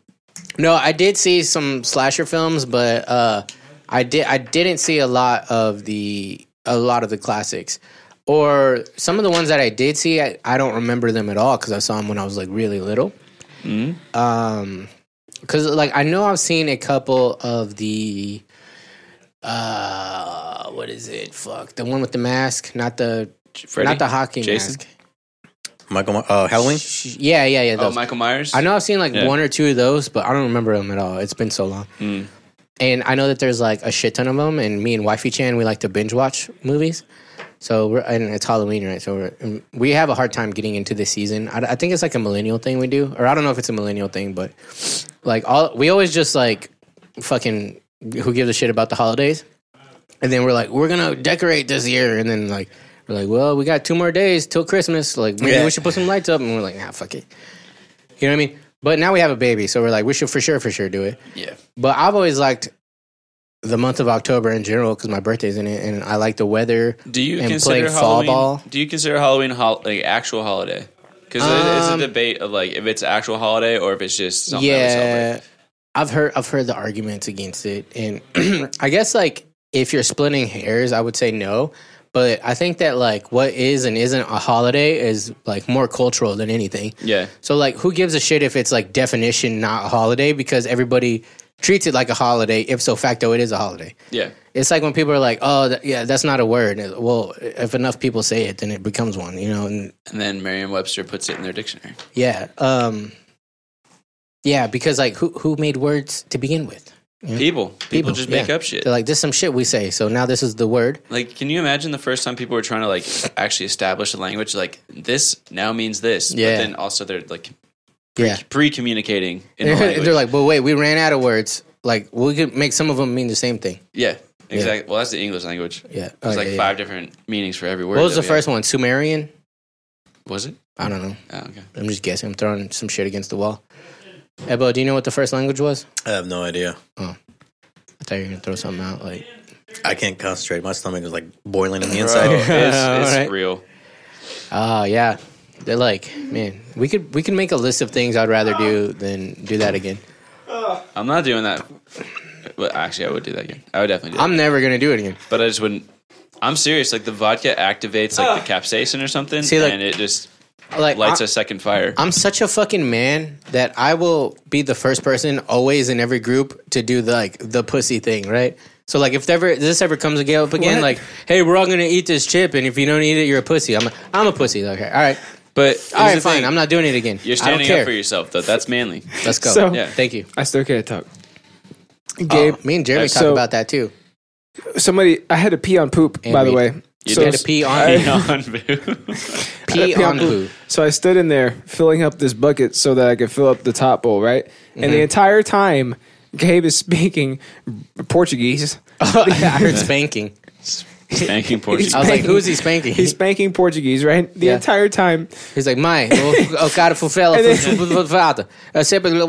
no, I did see some slasher films, but uh, I did. I didn't see a lot of the a lot of the classics, or some of the ones that I did see. I, I don't remember them at all because I saw them when I was like really little. Mm-hmm. Um, because like I know I've seen a couple of the. Uh, what is it? Fuck the one with the mask, not the Freddy? not the hockey Jason? mask. Michael, Ma- uh, Halloween? Sh- Yeah, yeah, yeah. oh, Those. Michael Myers. I know I've seen like Yeah. one or two of those, but I don't remember them at all. It's been so long. Mm. And I know that there's like a shit ton of them. And me and Wifey Chan, we like to binge watch movies. So we're, and it's Halloween, right? So we're, and we have a hard time getting into this season. I, I think it's like a millennial thing we do, or I don't know if it's a millennial thing, but like all we always just like fucking who gives a shit about the holidays? And then we're like, we're gonna decorate this year, and then like we're like, well, we got two more days till Christmas. Like maybe Yeah. we should put some lights up, and we're like, nah, fuck it. You know what I mean? But now we have a baby, so we're like, we should for sure, for sure do it. Yeah. But I've always liked the month of October in general because my birthday's in it, and I like the weather. Do you and consider playing fall Halloween? ball. Do you consider Halloween hol- like actual holiday? Because it's a Um, debate of like if it's actual holiday or if it's just something that we yeah, celebrate. I've heard I've heard the arguments against it, and [clears throat] I guess like if you're splitting hairs, I would say no. But I think that like what is and isn't a holiday is like more cultural than anything. Yeah. So like, who gives a shit if it's like definition not a holiday because everybody treats it like a holiday. If so facto, it is a holiday. Yeah. It's like when people are like, "Oh, th- yeah, that's not a word." And, Well, if enough people say it, then it becomes one, you know. And And then Merriam-Webster puts it in their dictionary. yeah, um, yeah, because like, who who made words to begin with? People, people, People, just make yeah. up shit. They're like, "This is some shit we say." So now this is the word. Like, can you imagine the first time people were trying to like actually establish a language? Like, this now means this. Yeah. But then also they're like Yeah, pre-communicating in the language. [laughs] they're like, "But wait, we ran out of words." Like, we could make some of them mean the same thing. yeah, exactly. Well, that's the English language. Yeah, There's Oh, like yeah, yeah. five different meanings for every word. What was that the we first one? Sumerian. had. Was it? I don't know. [laughs] Oh, okay. I'm just guessing. I'm throwing some shit against the wall. Ebo, do you know what the first language was? I have no idea. I thought you were gonna throw something out. Like, I can't concentrate. My stomach is like boiling on the inside. it's it's Alright. real. oh yeah, they're like, man, we could we could make a list of things I'd rather do than do that again. I'm not doing that. Well, actually, I would do that again. I would definitely do. that. I'm never gonna do it again. but I just wouldn't. I'm serious. Like the vodka activates like Ah. the capsaicin or something, See, like- and it just Like, lights I, a second fire. I'm such a fucking man that I will be the first person always in every group to do the, like the pussy thing, right? So like if ever this ever comes again up again, like, hey, we're all gonna eat this chip, and if you don't eat it, you're a pussy. I'm a, I'm a pussy. Okay, all right, but all right, fine. I'm not doing it again. You're I don't standing care. up for yourself, though. That's [laughs] manly. Let's go. So- Yeah. Thank you. I still can't talk. Gabe, me and Jeremy uh, talk so- about that too. Somebody, I had to pee on poop. And by the read. way, You so, did Had to pee on I- [laughs] pee Yeah, on but- poo. So I stood in there filling up this bucket so that I could fill up the top bowl, right? And the entire time, [laughs] Gabe is speaking Portuguese. [laughs] I heard spanking. Spanking Portuguese. I was like, who is he spanking? He's spanking Portuguese, right? The Yeah. entire time. He's like, [laughs] Oh, mãe, o, o cara foi fela, And then- [laughs] fada. Eu sempre. Não,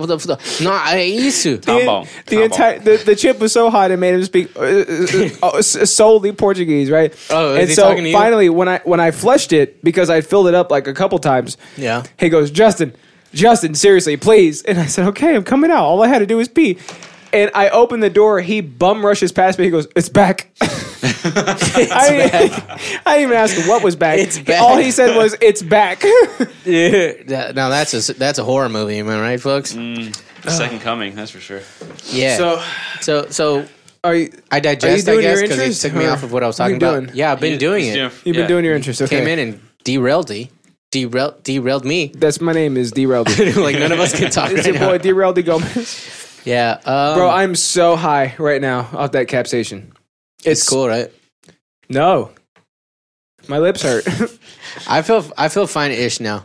é isso. Tá The- bom, The tá bom. entire the, the chip was so hot it made him speak uh, uh, uh, s- solely Portuguese, right? Oh, is and he so talking to you? finally, when I when I flushed it because I filled it up like a couple times, Yeah. he goes, Justin, Justin, seriously, please, and I said, okay, I'm coming out. All I had to do was pee. And I open the door. He bum rushes past me. He goes, "It's [laughs] back." [laughs] I, didn't, [laughs] I didn't even ask him what was back. It's back. All he said was, "It's [laughs] back." Yeah. Now that's a that's a horror movie, am I right, folks? Mm. The Mm, second coming, that's for sure. Yeah. So so so Are you, I digest, I doing your guess, because it interest, took me or off of what I was what talking you about. doing? Yeah, I've been doing it. you've been doing your interest? Okay. Came in and derailed D, derailed derailed me. [laughs] That's my name is Derailed. like none of us [laughs] can talk It's right your boy now. Derailed [laughs] Gomez. Yeah, um, Bro, I'm so high right now off that capsation. it's cool, right? No. My lips hurt. [laughs] I feel I feel fine [sighs] ish now.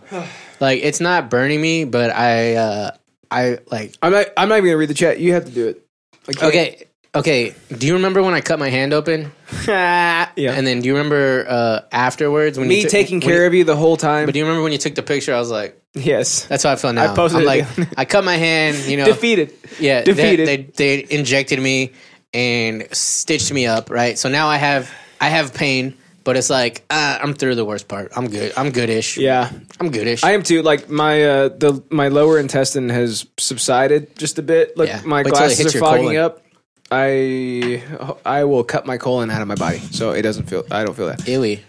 Like it's not burning me, but I uh I like I'm not I'm not even gonna read the chat. You have to do it. I can't- okay. Okay, do you remember when I cut my hand open? [laughs] yeah. And then do you remember uh, afterwards when me you took- taking when care you- of you the whole time. But do you remember when you took the picture? I was like, yes. that's how I feel now. I posted it am like, the- I cut my hand. You know, Defeated. Yeah, they- Defeated. They, they injected me and stitched me up, right? So now I have I have pain, but it's like uh, I'm through the worst part. I'm good. I'm goodish. yeah. I'm goodish. I am too. Like my uh the my lower intestine has subsided just a bit. Like Yeah. my Wait till it glasses hits are your fogging colon. up. I I will cut my colon out of my body, so it doesn't feel. I don't feel that. Ewy.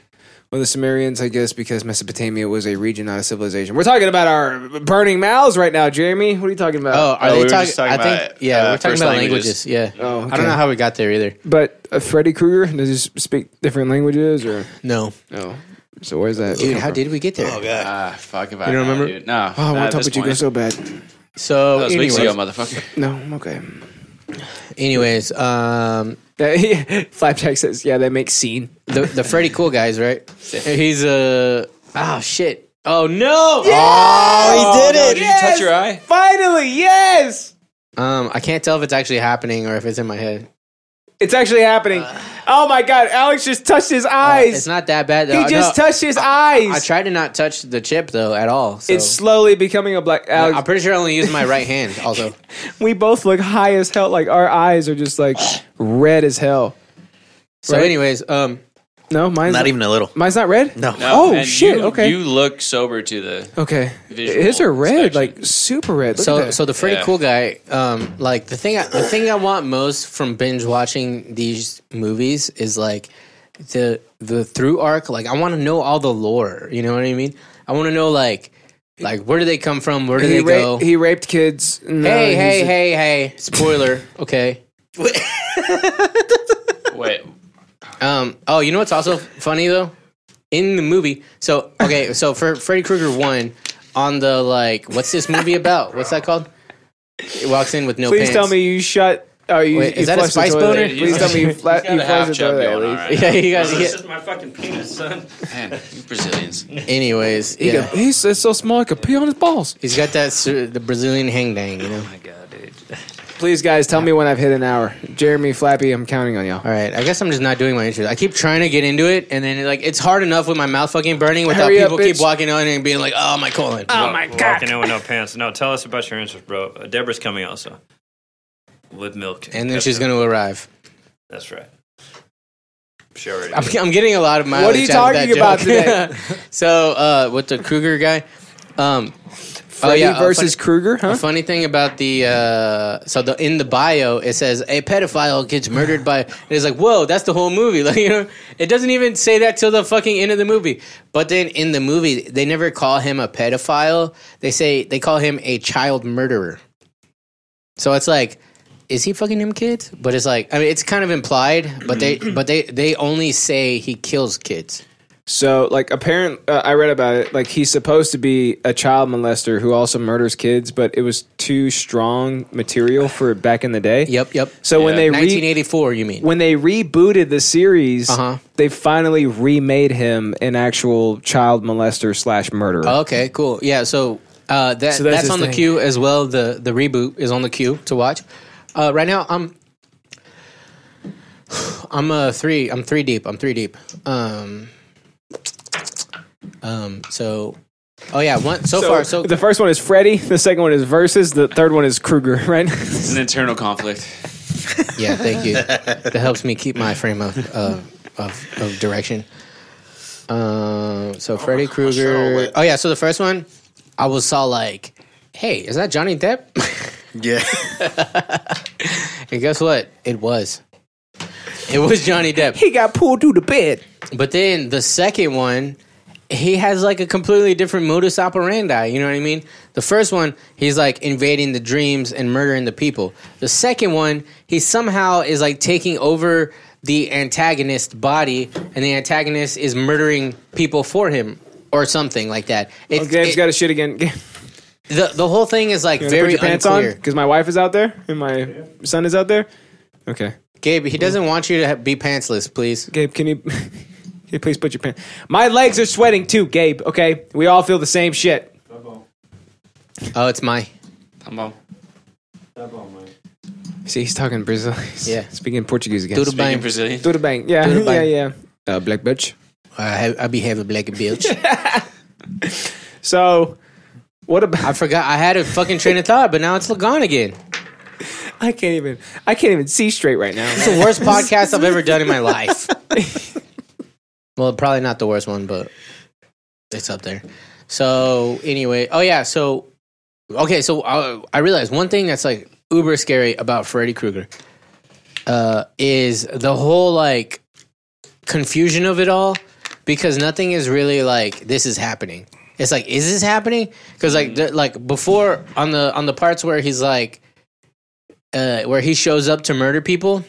Well, the Sumerians, I guess, because Mesopotamia was a region, not a civilization. We're talking about our burning mouths right now, Jeremy. What are you talking about? Oh, are Oh, they we were talking? just talking I think about, yeah, uh, we're talking first about languages. languages. Yeah. Oh, I okay. don't know how we got there either. but uh, Freddy Krueger does he speak different languages or No, no? So where's that? dude, come how from? did we get there? Ah, fuck if I You don't know, remember? dude. No. Oh, I not want at to talk this with you point. guys so bad. So, That was weeks anyways, ago, motherfucker. No, I'm okay. Uh, anyways, um, [laughs] Flapjack says, "Yeah, that makes scene." the the Freddy Cool guys, right? He's a uh, oh shit. Oh Oh, no! he did it! Did you touch your eye? Finally, yes, Um, I can't tell if it's actually happening or if it's in my head. it's actually happening. oh my God, Alex just touched his Uh. It's eyes. not that bad. he just touched his eyes. I tried to not touch the chip though at all. So. it's slowly becoming a black. Alex, I'm pretty sure I only used my right [laughs] hand. Also, we both look high as hell. Like our eyes are just like red as hell. so Right. anyways, um, No, mine's [laughs] Not even a little. Mine's not red. No. Oh and shit. you- okay. You look sober to the. okay. Visual His are red, inspection. like super red. Look at so that. so the Freddy Yeah. Cool guy, um, like the thing I, the thing I want most from binge watching these movies is like the the through arc. Like I want to know all the lore. You know what I mean? I want to know like like where do they come from? Where do he, they ra- go? he raped kids. No, hey he's hey a- hey hey! Spoiler. okay. Wait. Um. Oh, you know what's also funny though? In the movie, so okay, so for Freddy Krueger one, on the like, what's this movie about? What's that called? He walks in with no Please pants. tell me you shut. Oh, you, Wait, you is that a flushed the spice toilet. boner? Please tell me you, fla- He's got you a half flushed the chub toilet. going on Elise. [laughs] right Yeah, you [laughs] guys. This Yeah. is my fucking penis, son. Man, you Brazilians. Anyways, He yeah. could- he's it's so small, I could pee on his balls. he's got that su- the Brazilian hang dang, you know. Please, guys, tell me when I've hit an hour. Jeremy Flappy, I'm counting on y'all. All right, I guess I'm just not doing my intro. I keep trying to get into it, and then like it's hard enough with my mouth fucking burning without Hurry up, people bitch. Ah. keep walking on and being like, "Oh my colon." Oh my god! Walking in with no pants. No, tell us about your interest, bro. Uh, Deborah's coming also with milk, and then she's gonna arrive. That's right. She [laughs] already. I'm, I'm getting a lot of mileage. What are you out of talking that about joke. [laughs] so uh, with the Kruger guy, um, oh Freddy yeah, a versus funny, Krueger, huh? a funny thing about the uh, so the in the bio it says a pedophile gets murdered by. And it's like whoa, that's the whole movie. [laughs] Like you know, it doesn't even say that till the fucking end of the movie. But then in the movie, they never call him a pedophile. They say they call him a child murderer. So it's like, is he fucking them kids? But it's like, I mean, it's kind of implied, but they, but they, they only say he kills kids. So, like, apparent, uh, I read about it. Like, he's supposed to be a child molester who also murders kids, but it was too strong material for back in the day. Yep, yep. So when they re- 1984, you mean? when they rebooted the series, Uh-huh. they finally remade him an actual child molester slash murderer. Oh, Okay, cool. Yeah, so uh, that So that's that's, his on the thing. queue as well. The the reboot is on the queue to watch. Uh, right now, I'm I'm uh three. I'm three deep. I'm three deep. Um. Um. So. Oh yeah. One. So, [laughs] far. So the first one is Freddy. The second one is Versus. The third one is Krueger. [laughs] Right? [laughs] It's an internal conflict. yeah. Thank you. that helps me keep my frame of uh, of, of direction. Um. So Freddy Krueger. Oh yeah. So the first one, I was saw like, hey, is that Johnny Depp? Yeah. [laughs] and guess what? It was. It was Johnny Depp. he got pulled through the bed. But then the second one, he has like a completely different modus operandi. You know what I mean? The first one, he's like invading the dreams and murdering the people. The second one, he somehow is like taking over the antagonist body, and the antagonist is murdering people for him or something like that. It, Oh, Gabe's it- got a shit again. [laughs] Gabe, the the whole thing is like you wanna very put your pants on unclear. because my wife is out there and my son is out there. Okay, Gabe, he doesn't want you to ha- be pantsless, please. Gabe, can you, [laughs] can you please put your pants? My legs are sweating too, Gabe. Okay, we all feel the same shit. Oh, it's my See, he's talking Brazil. He's Yeah. [laughs] speaking Portuguese again. do the Being bang. Brazilian. Tudo bem. Yeah, Tudo yeah, bem. yeah. Uh, black bitch. I, have, I be having black and bitch. [laughs] So, what about? [laughs] I forgot I had a fucking train of thought, but now it's gone again. I can't even. I can't even see straight right [laughs] now. It's the worst podcast I've ever done in my life. well, probably not the worst one, but it's up there. So anyway, oh yeah, so okay, so uh, I, I realized one thing that's like uber scary about Freddy Krueger uh, is the whole like confusion of it all because nothing is really like this is happening. It's like is this happening? Because like the- like before on the on the parts where he's like uh, where he shows up to murder people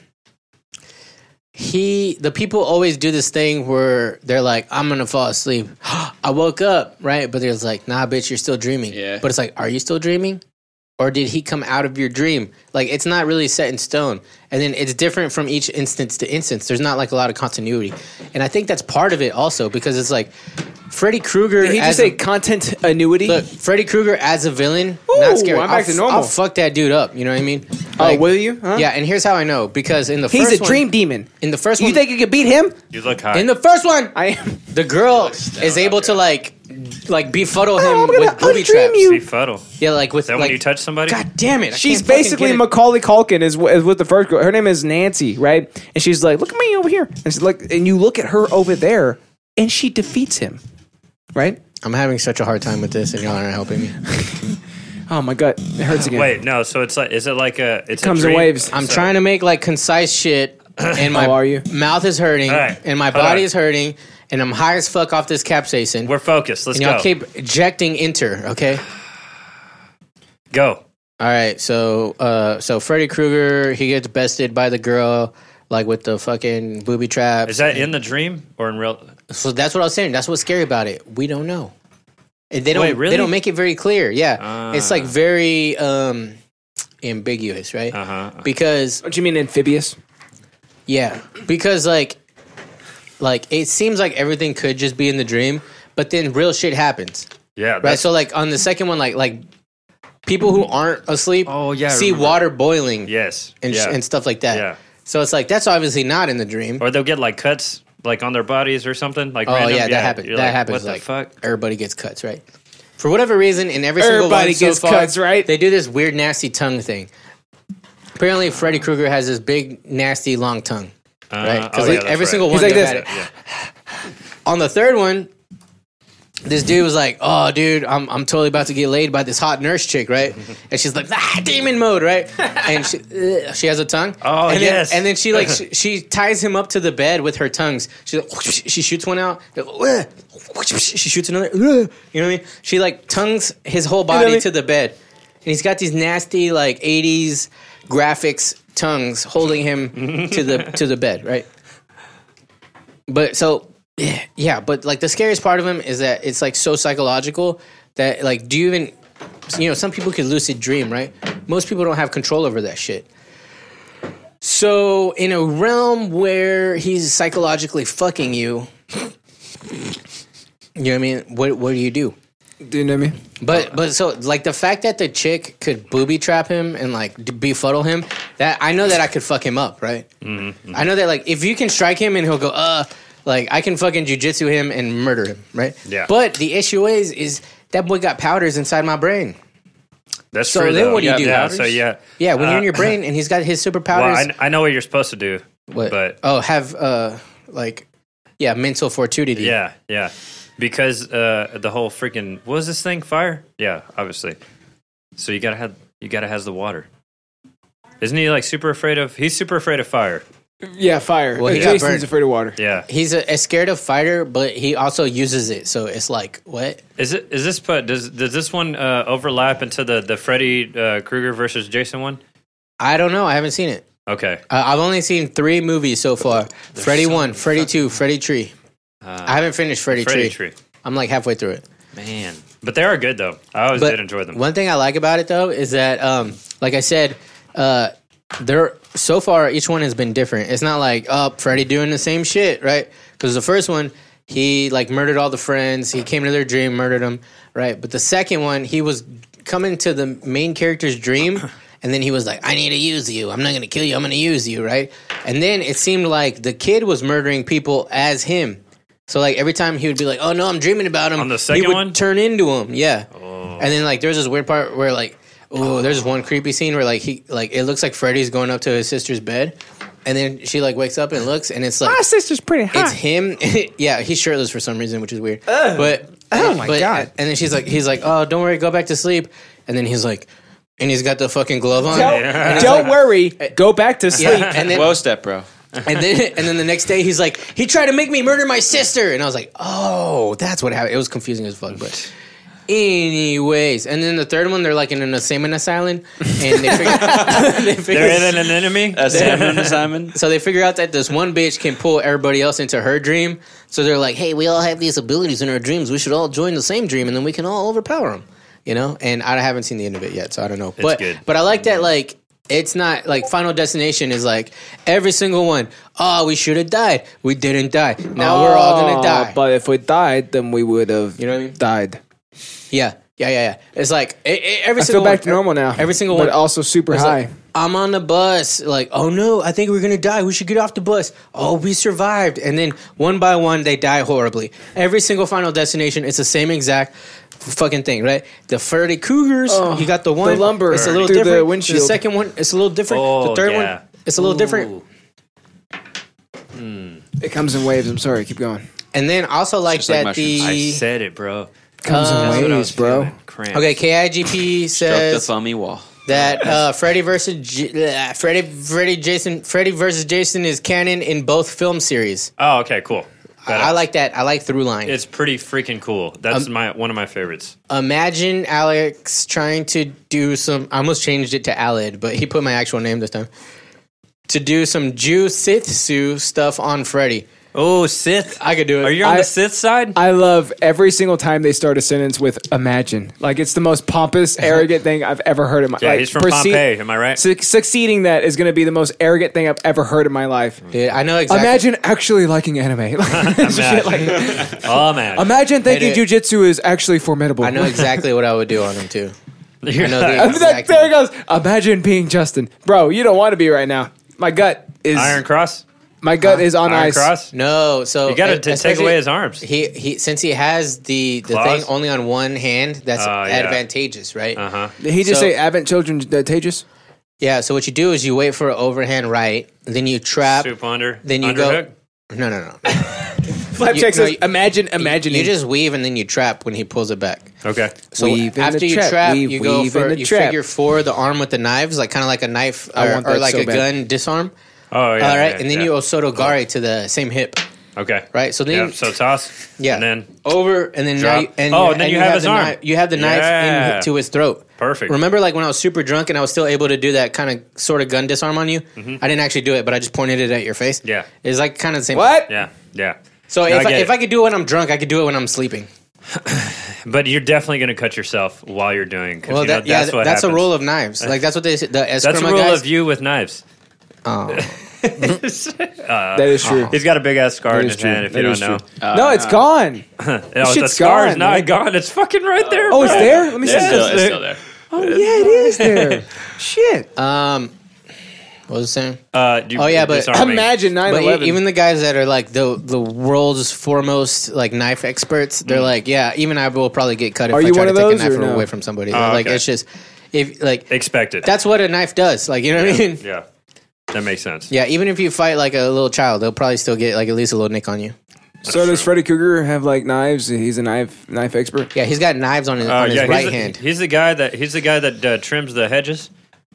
he the people always do this thing where they're like i'm gonna fall asleep [gasps] i woke up right but there's like nah bitch you're still dreaming Yeah. but it's like are you still dreaming or did he come out of your dream like it's not really set in stone and then it's different from each instance to instance there's not like a lot of continuity and i think that's part of it also because it's like freddy krueger Did he as just a- say content annuity? Look, Freddy Krueger as a villain, Ooh, not scary. I'm back I'll, to normal. I'll fuck that dude up. You know what I mean? oh, Like, will you? Huh? Yeah, and here's how I know because in the He's first a one- dream demon. In the first You one, think you could beat him? You look hot. in the first one, I [laughs] am. the girl is able to like, like befuddle him Oh, I'm gonna with booby undream traps. you. See Fuddle. Is Yeah, like with that like. when you touch somebody? God damn it! I She's can't fucking basically get it. Macaulay Culkin is, wh- is with the first girl. Her name is Nancy, right? And she's like, "Look at me over here," and she's like, and you look at her over there, and she defeats him, right? I'm having such a hard time with this, and y'all aren't helping [laughs] me. Oh my god, it hurts again. Wait, no. So it's like, is it like a? It's comes a in dream? waves. I'm trying to make like concise [clears throat] shit, and my How are you? mouth is hurting, All right, and my hold body on. is hurting, and I'm high as fuck off this capsaicin. We're focused. Let's and y'all go. keep ejecting enter, okay? go. All right, so uh, so Freddy Krueger, he gets bested by the girl, like with the fucking booby traps. Is that in the dream or in real? so that's what I was saying. That's what's scary about it. We don't know. And They don't. Wait, really? Ah. They don't make it very clear. Yeah, it's like very um, ambiguous, right? Uh huh. Because Don't you mean amphibious? yeah, because like, like it seems like everything could just be in the dream, but then real shit happens. Yeah. Right. That's, So like on the second one, like like people who aren't asleep Oh, yeah, I see remember. water boiling yes. and sh- yeah. and stuff like that. Yeah. So it's like that's obviously not in the dream. Or they'll get like cuts like on their bodies or something. Like oh random. yeah, that happens. You're That like, happens. What the like, fuck? Everybody gets cuts, right? For whatever reason, in every single one Everybody so gets far, cuts, right? They do this weird, nasty tongue thing. Apparently, Freddy Krueger has this big, nasty, long tongue, Uh, right? oh, Because yeah, like, that's every right. single He's one [laughs] like they've this. had it. On the third one, this dude was like, "Oh, dude, I'm I'm totally about to get laid by this hot nurse chick, right?" And she's like, "Ah, demon mode, right?" And she ugh, she has a tongue. Oh, and yes. Then, and then she [laughs] like she, she ties him up to the bed with her tongues. She [laughs] she shoots one out. ugh, She shoots another. ugh, You know what I mean? She like tongues his whole know what I body mean? to the bed, and he's got these nasty like '80s graphics tongues holding [laughs] him to the to the bed, right? But so yeah, but like the scariest part of him is that it's like so psychological that like do you even you know, some people could lucid dream, right? Most people don't have control over that shit. So in a realm where he's [laughs] psychologically fucking you, you know what I mean? What what do you do? Do you know me? Uh, But but so like the fact that the chick could booby trap him and like d- befuddle him, that I know that I could fuck him up, right? Mm-hmm, I know that like if you can strike him and he'll go uh, like I can fucking jujitsu him and murder him, right? Yeah. But the issue is is that boy got powders inside my brain. That's So true. then though. what do you yeah, do? Yeah, so yeah, Yeah, when you're in Uh, your brain and he's got his [laughs] Well, superpowders. I, I know what you're supposed to do, what? but oh, have uh like yeah mental fortitude. yeah, yeah, because uh, the whole freaking what was this thing? Fire? Yeah, obviously. So you gotta have you gotta has the water. Isn't he like super afraid of? He's super afraid of fire. Yeah, fire. Well, he got Jason's burned. afraid of water. Yeah. He's a, a scared of fighter, but he also uses it. So it's like what? Is it is this put does does this one uh, overlap into the the Freddy uh, Krueger versus Jason one? I don't know. I haven't seen it. Okay. Uh, I've only seen three movies so far: Freddy One, Freddy Two, Freddy Tree. I haven't finished Freddy, Freddy Tree. Tree. I'm like halfway through it. Man. But they are good though. I always But did enjoy them. One thing I like about it though is that, um, like I said, uh, they're so far each one has been different. It's not like oh, Freddy doing the same shit, right? Because the first one he like murdered all the friends. He came to their dream, murdered them, right? But the second one he was coming to the main character's dream. And then he was like, I need to use you. I'm not going to kill you. I'm going to use you, right? And then it seemed like the kid was murdering people as him. So, like, every time he would be like, oh, no, I'm dreaming about him. On the he second would one? Oh. turn into him. Yeah. And then like there's this weird part where like oh there's this one creepy scene where like he like it looks like Freddy's going up to his sister's bed, and then she like wakes up and looks and it's like My sister's pretty hot. it's him. [laughs] yeah, he's shirtless for some reason, which is weird. But Oh my but- God. And then she's like, he's like, oh don't worry, go back to sleep. And then he's like, and he's got the fucking glove on. don't And it's don't like- worry. Go back to sleep. Yeah, [laughs] and then Whoa, step bro. and then and then the next day he's like, he tried to make me murder my sister, and I was like, oh, that's what happened. It was confusing as fuck, but. Anyways, and then the third one, they're like in an insane asylum, and they figure, they Uh, figure- They're in an enemy? That's Simon. Simon. so they figure out that this one bitch can pull everybody else into her dream. So they're like, hey, we all have these abilities in our dreams. We should all join the same dream, and then we can all overpower them. You know. And I haven't seen the end of it yet, so I don't know. but good. but I like that like. It's not like Final Destination is like every single one. Oh, we should have died. We didn't die. Now we're all gonna Oh, die. But if we died, then we would have You know what I mean? died. yeah, yeah, yeah, yeah. It's like e- e- every I feel single back one, to normal now. Every single but one. also super It's high. like, I'm on the bus. Like, oh no, I think we're gonna die. We should get off the bus. Oh, we survived. And then one by one, they die horribly. Every single Final Destination, it's the same exact fucking thing, right? The Freddy Cougars, you got the one Oh, lumber it's a little through the different. windshield. second one, it's a little different. Oh, the third yeah. one, it's a little different. it comes in waves. I'm sorry. Keep going. And then I also like just like that the uh, I said it, bro. Comes That's in what I waves, was bro. feeling. Cramp. okay [laughs] KIGP Stroke the says thummy wall. that uh, Freddy versus J- uh, Freddy Freddy Jason Freddy versus Jason is canon in both film series. Oh, okay, cool. Better. I, I like that. I like through line. It's pretty freaking cool. That's my one of my favorites. Imagine Alex trying to do some. I almost changed it to Alid, but he put my actual name this time. To do some Jujitsu stuff on Freddy. Oh, Sith. I could do it. Are you on I- the Sith side? I love every single time they start a sentence with "imagine." Like it's the most pompous, Uh-huh. arrogant thing I've ever heard in my. yeah, like, he's from proceed- Pompeii. Am I right? Su- succeeding that is going to be the most arrogant thing I've ever heard in my life. Dude, I know exactly. Imagine actually liking anime. [laughs] [laughs] Like, shit like- oh man, imagine thinking Hey, dude. jujitsu is actually formidable. I know exactly what I would do on him too. [laughs] You're I [laughs] know not- the I mean, [laughs] that- exact- there it goes. Imagine being Justin, bro. You don't want to be right now. My gut is Iron Cross. my gut is on Iron ice. Cross. No, so You got to take E, especially- away his arms. He he. Since he has the the Claws? thing only on one hand, that's Oh, yeah. advantageous, right? Uh huh. Did he just So- say "Advent children uh, contagious"? Yeah. So what you do is you wait for an overhand right, then you trap. Soup under. Then you go- underhook. No, no, no. Flapjack You- no, says, you- "Imagine, imagine." You just weave and then you trap when he pulls it back. Okay. So Weave in after the you trap, trap, weave, you go weave in for the you trap. figure four the arm with the knives, like kind of like a knife I or, want or that like so a bad. gun disarm. Oh yeah. All right, yeah, and then yeah. you Osoto Gari to the same hip, Okay. right? So then Yeah. So toss. yeah, and then over and then now drop. you, and Oh, you- and then you have his the arm. knife- you have the knife Yeah. in, to his throat. perfect. Remember, like when I was super drunk and I was still able to do that kind of sort of gun disarm on you. I didn't actually do it, but I just pointed it at your face. Mm-hmm. Yeah. it's like kind of the same. what? Yeah. Yeah. So No, if I I, get if it. I could do it when I'm drunk, I could do it when I'm sleeping. But you're definitely going to cut yourself while you're doing. 'cause, Well, you know, that, yeah, that's what that's a [laughs] happens. rule of knives. Like that's what they the That's [laughs] Eskrima a rule guys. of you with knives. Oh. Uh, That is true. He's got a big ass scar That in is his true. hand. If That you don't is know, [laughs] true. Uh-huh. no, it's gone. no, the shit's scar is gone, not man. gone. It's fucking right there. Oh, it's bro. there. Let me see. It's still, it's this. still there. Oh yeah, it is there. Shit. Um, what was [laughs] I saying? Uh, do you- Oh, yeah, but disarming. Imagine 9 But e- 11. even the guys that are like the the world's foremost like knife experts, they're Mm. like, yeah, even I will probably get cut if Are I you try one to of take a those knife or no? away from somebody. Oh, Like okay. it's just if like expect it. that's what a knife does. Like you know what I mean? yeah, that makes sense. Yeah, even if you fight like a little child, they'll probably still get like at least a little nick on you. so does Freddy Krueger have like knives? He's a knife knife expert. Yeah, he's got knives on his, Uh, on his yeah, right he's the, hand. He's the guy that he's the guy that uh, trims the hedges.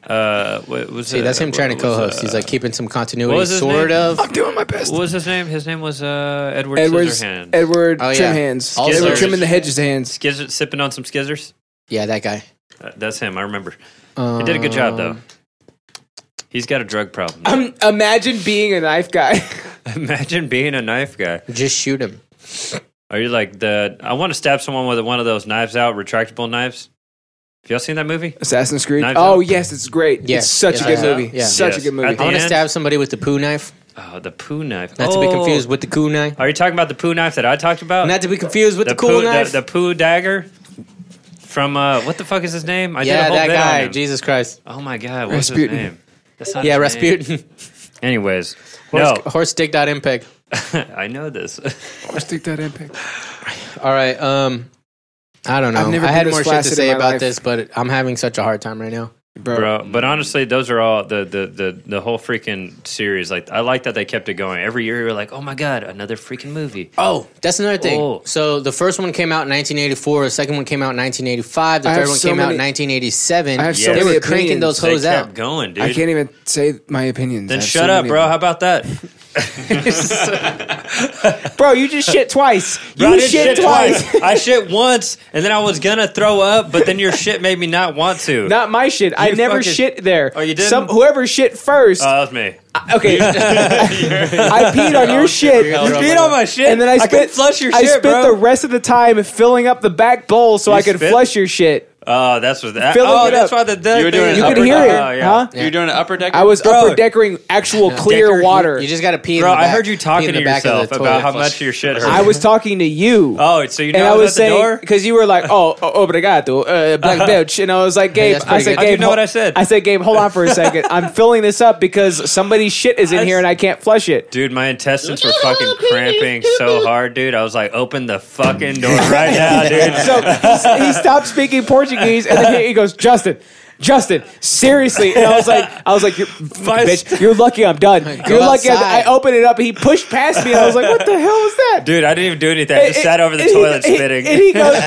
Uh, what was See, it- that's him what trying to was, co-host. uh, He's like keeping some what continuity, was his sort name? of. doing my best. what was his name? His name was uh, Edward Edward's Scissorhands. Edward Oh, yeah. trim hands. Also- Edward trimming the hedges hands. Skizzer, sipping on some skizzers. Yeah, that guy. Uh, that's him. I remember. Um, He did a good job though. He's got a drug problem. [laughs] Um, imagine being a knife guy. [laughs] Imagine being a knife guy. Just shoot him. Are you like the? I want to stab someone with one of those knives out, retractable knives. Have y'all seen that movie? Assassin's Creed. Knives oh Out. yes, it's great. Yes. It's such a Yes. good movie. Yeah. Such a Yes. good movie. At I the- want to And- stab somebody with the poo knife. Oh, the poo knife. Not to be Oh. confused with the coup knife. Are you talking about the poo knife that I talked about? Not to be confused with the, cool poo, knife. The, the poo dagger from uh, what the fuck is his name? I yeah, that bit on guy. him. Jesus Christ. Oh my god, what's his Rasputin. name? That's Oh. not Yeah, his name. Rasputin. Anyways, no, [laughs] [laughs] Horse dick dot impeg. I know this. Let's take that impact. All right. Um, I don't know. I've never I been had this more shit to flaccid in say my about life. this, but I'm having such a hard time right now. bro. But honestly, those are all the, the the the whole freaking series. Like, I like that they kept it going. Every year, you're like, oh my god, another freaking movie. Oh, that's another thing. Oh. So the first one came out in 1984. The second one came out in 1985. The I third have one so came out in many- 1987. I have so they many were cranking opinions. those They hoes kept out. going, dude. I can't even say my opinions. then I have shut so up, many bro. of How about that? them. Bro, you just shit [laughs] twice. Bro, I You didn't shit twice. I shit once, and then I was gonna throw up, but then your shit made me not want [laughs] to. Not my shit. I You never fucking- shit there. Oh, you didn't? Some whoever shit first. Oh, that was me. okay, [laughs] I peed on your shit. You peed on my shit, and then I I couldn't spent flush your I shit, spent bro. the rest of the time filling up the back bowl so I could spit? flush your shit. Oh, that's what that. Filling Oh, it that's up. why the deck. You were doing You Upper could hear it, decker. Oh, yeah. huh? You're doing an upper decker. I was Bro. upper deckering [laughs] actual clear Decker, you- water. You, just got to pee. in Bro, the I back- heard you pee in talking the to back of the yourself toilet about how flush. much your shit hurt. I was talking to you. oh, so you know and I was at the saying door? because you were like, "Oh, oh obrigado, uh, [laughs] black bitch," and I was like, "Gabe," that's pretty I said, good. "Gabe, How'd you know hol- what I said? I said, "Gabe, hold on for a second. I'm filling this up because somebody's shit is in I here and I can't flush it." Dude, my intestines were fucking cramping so hard, dude. I was like, open the fucking door right now, dude. So he, he stopped speaking Portuguese, and then he, he goes, "Justin." Justin, seriously, and I was like, I was like, you're, bitch, you're lucky I'm done. You're lucky I, I outside. opened it up. And he pushed past me. And I was like, what the hell was that? Dude, I didn't even do anything. I just And- sat over the and he- toilet and- spitting. And he [laughs] goes,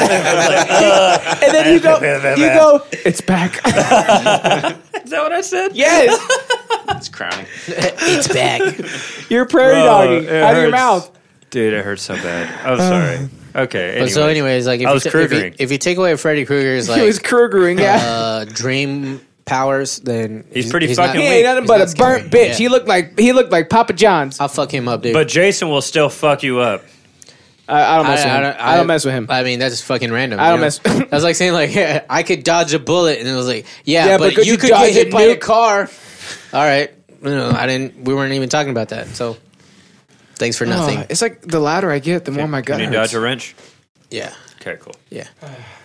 and then you go, you go, it's back. [laughs] Is that what I said? yes, It's crowning. It's back. [laughs] you're prairie Bro, dogging it out of your hurts. mouth. Dude, it hurts so bad. Uh. I'm sorry. Okay. But Anyways. so, anyways, like if, I you was ta- if, you, Krugering. if you take away Freddy Krueger's [laughs] He was like Krugering, yeah. uh, dream powers, then He's pretty not- fucking he weak. ain't nothing he's but not a burnt scary. bitch. Yeah. He looked like he looked like Papa John's. I, I'll fuck him up, dude. but Jason will still fuck you up. I don't mess with him. I don't, mess with him. I mean, that's just fucking random. I you don't know? mess- [laughs] That was like saying like yeah, I could dodge a bullet, and it was like, yeah, Yeah, but, but could you, you could dodge get hit it by by a a- car. All right, no, I didn't. We weren't even talking about that. So, thanks for nothing. [sighs] Oh, it's like the louder I get, the more my gut Can you hurts. dodge a wrench? yeah, Okay, cool. yeah.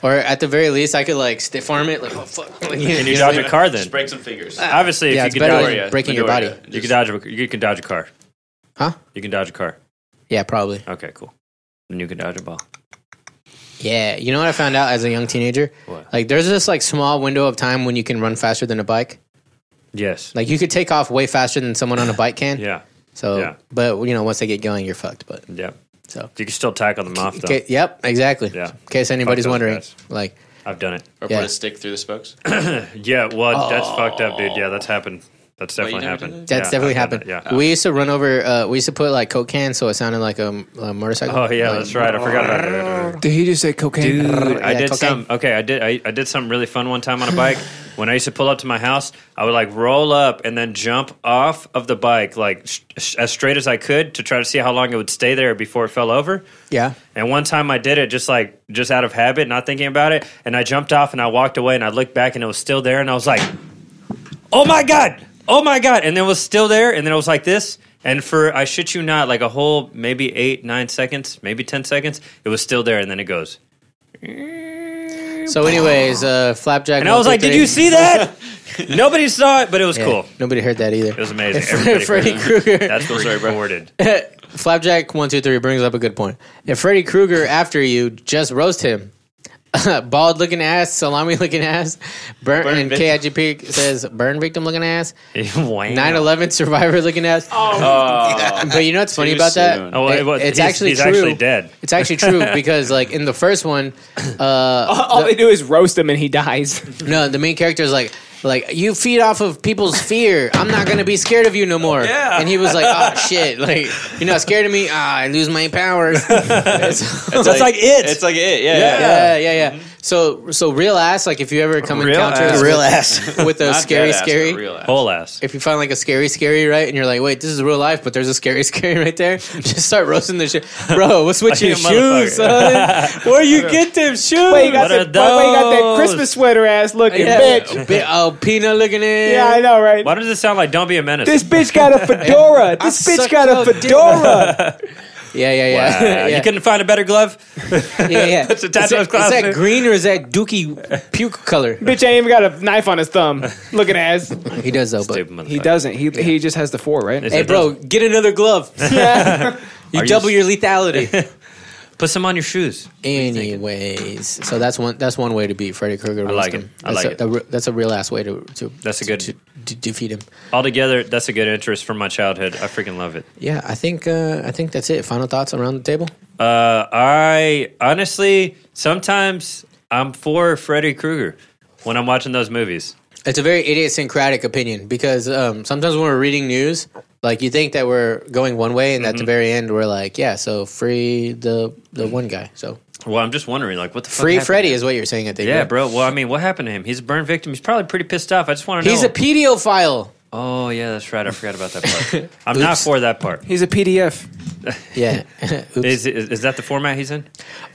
Or at the very least, I could like stiff arm it. Like, oh fuck. Like, Can you dodge a car then? Just break some fingers. Obviously, Yeah, if it's you can better dodge, than Midoriya, breaking your Midoriya. body, you can dodge a, you can dodge a car. huh? You can dodge a car. Yeah, probably. Okay, cool. Then you can dodge a ball. Yeah, you know what I found out as a young teenager? What? Like, there's this like small window of time when you can run faster than a bike. Yes. Like, you could take off way faster than someone on a bike can. [laughs] Yeah. So, Yeah. but you know, once they get going, you're fucked. But Yeah. so, You can still tackle them off though. Okay, yep, exactly. Yeah. In case anybody's those wondering, guys. like, I've done it. Or Yeah. put a stick through the spokes. Yeah, well, that's fucked up, dude. Yeah, that's happened. That's Oh. you definitely never happened. did that's Yeah, definitely I've done happened. that, Yeah. We used to run over. Uh, we used to put like coke cans, so it sounded like a, a motorcycle. Oh yeah, Like, that's right. I forgot about that. Did he just say cocaine? Dude, I Yeah, did cocaine. some. Okay, I did. I, I did something really fun one time on a [laughs] bike. when I used to pull up to my house, I would like roll up and then jump off of the bike like sh- sh- as straight as I could to try to see how long it would stay there before it fell over. Yeah. And one time I did it just like just out of habit, not thinking about it, and I jumped off and I walked away and I looked back and it was still there and I was like, "Oh my god." oh my god! And it was still there, and then it was like this. And for I shit you not, like a whole maybe eight, nine seconds, maybe ten seconds, it was still there, and then it goes. So, anyways, uh, flapjack. And I was like, "Did you see that?" Nobody saw it, but it was cool. Nobody heard that either. It was amazing. Everybody [laughs] Freddy heard it. Krueger. That's what recorded. Flapjack one two three brings up a good point. If Freddy Krueger after you, just roast him. [laughs] Bald looking ass, salami looking ass. Burn, Burn and KIGP says burn victim looking ass. [laughs] wow. 9/11 survivor looking ass. [laughs] but you know what's funny about that? soon. Oh, well, it was- it's he's- actually he's true. actually dead. It's actually true because like in the first one, All they do is roast him and he dies. no, the main character is like. Like you feed off of people's fear. I'm not gonna be scared of you no more. Yeah. And he was like, "Oh shit! Like you're not scared of me. Ah, I lose my powers." That's like it. It's like it. Yeah. yeah. yeah, yeah, yeah. So, so real ass. Like if you ever come Real encounter with- ass. Mm-hmm. [laughs] Real with, a Not scary, dead ass, but scary. real ass. Whole ass. If you find like a scary, scary, right, and you're like, wait, this is real life, but there's a scary, [laughs] scary right there. Just start roasting the shit, bro. What's with You your shoes, son? Where you get them shoes? Wait, you What got, are that, wait, you got that those? Christmas sweater ass looking yeah. bitch. Bi- Oh, peanut looking in. Yeah, I know, right? Why does it sound like "Don't be a menace"? This bitch got a fedora. This bitch suck got your a dick. fedora. [laughs] Yeah, yeah, Wow. yeah. [laughs] yeah. Uh, You couldn't find a better glove. yeah, yeah. That's a Is tattoo that- of class, Is that dude. green or is that dookie puke color? bitch ain't even got a knife on his thumb. Looking ass. He does though, but Stupid motherfucker. He doesn't. He he just has the four, right? hey, bro, get another [laughs] glove. you you double your [laughs] lethality. Put some on your shoes. Anyways, so that's one that's one way to beat Freddy Krueger. I like it. I that's like a, it. That's a real ass way to to. That's a good- to, to defeat him. Altogether, that's a good interest from my childhood. I freaking love it. Yeah, I think uh, I think that's it. Final thoughts around the table. Uh, I honestly sometimes I'm for Freddy Krueger when I'm watching those movies. It's a very idiosyncratic opinion because um, sometimes when we're reading news, like you think that we're going one way, and at the Mm-hmm. very end we're like, yeah, so free the the one guy. So Well, I'm just wondering, like, what the fuck free happened? Freddy is what you're saying. I think. Yeah, right? bro. Well, I mean, what happened to him? He's a burn victim. He's probably pretty pissed off. I just want to know. He's a pedophile. oh yeah, that's right. I forgot about that [laughs] part. I'm not for that part. He's a PDF. Yeah. [laughs] [laughs] Oops. Is, is is that the format he's in?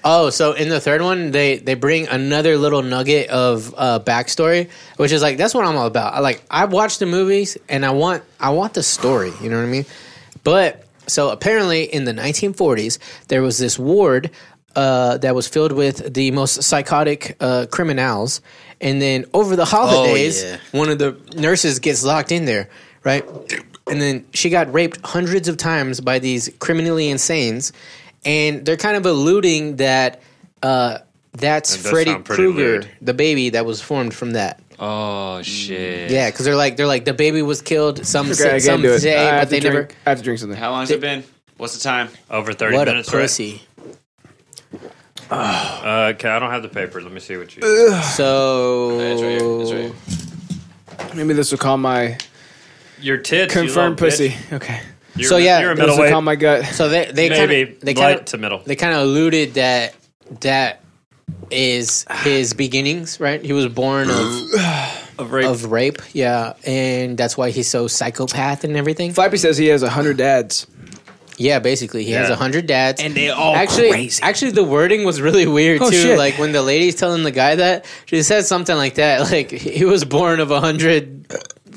Oh, so in the third one, they they bring another little nugget of uh, backstory, which is like that's what I'm all about. I like I watch the movies and I want I want the story. You know what I mean? But so apparently in the 1940s, there was this ward uh, that was filled with the most psychotic uh, criminals, and then over Oh, the holidays, yeah. one of the nurses gets locked in there, right? And then she got raped hundreds of times by these criminally insanes, and they're kind of alluding that uh, that's That does Freddy sound pretty Krueger, lewd. the baby that was formed from that. Oh shit. Yeah, because they're like they're like the baby was killed some Okay, I can't some do it. day, I have but they to never. drink, I have to drink something. How long's it been? What's the time? Over thirty What a minutes. right? pussy! Uh, okay, I don't have the paper. Let me see what you. So It's right here. It's right here. Maybe this will calm my Your tits. you little confirmed pussy. bitch. Okay. You're, So, yeah, you're a This will middleweight. calm my gut. so they they Maybe kind of they light kind to of middle. they kind of alluded that that is his beginnings, right? He was born of [sighs] Of rape. of rape, yeah, and that's why he's so psychopath and everything. Flappy says he has a hundred dads. Yeah, basically, he has Yeah. a hundred dads, they all actually, actually, the wording was really weird Oh, too. shit. Like when the lady's telling the guy that she said something like that, [laughs] like he was born of a hundred,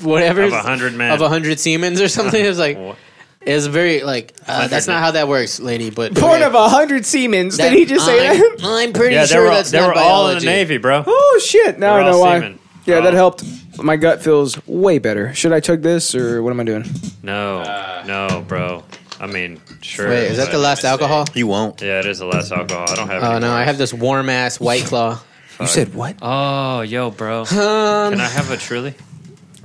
whatever, Of a hundred Uh-huh. men. of a hundred Siemens or something. It was like What? it's very like uh, that's not men. how that works, lady. But Born of a hundred Siemens. Did he just say I'm, that? [laughs] I'm pretty Yeah, they sure were, that's they not were biology. all in the navy, bro. Oh shit! Now They're I know all why. semen. Yeah, Um, that Oh. helped. My gut feels way better. Should I chug this or what am I doing? No, no, bro. I mean, sure. Wait, is that the but- last alcohol? You won't. Yeah, it is the last alcohol. I don't have. Oh any no, more. I have this warm ass white claw. You said what? Oh, [laughs] yo, bro. Um, Can I have a truly?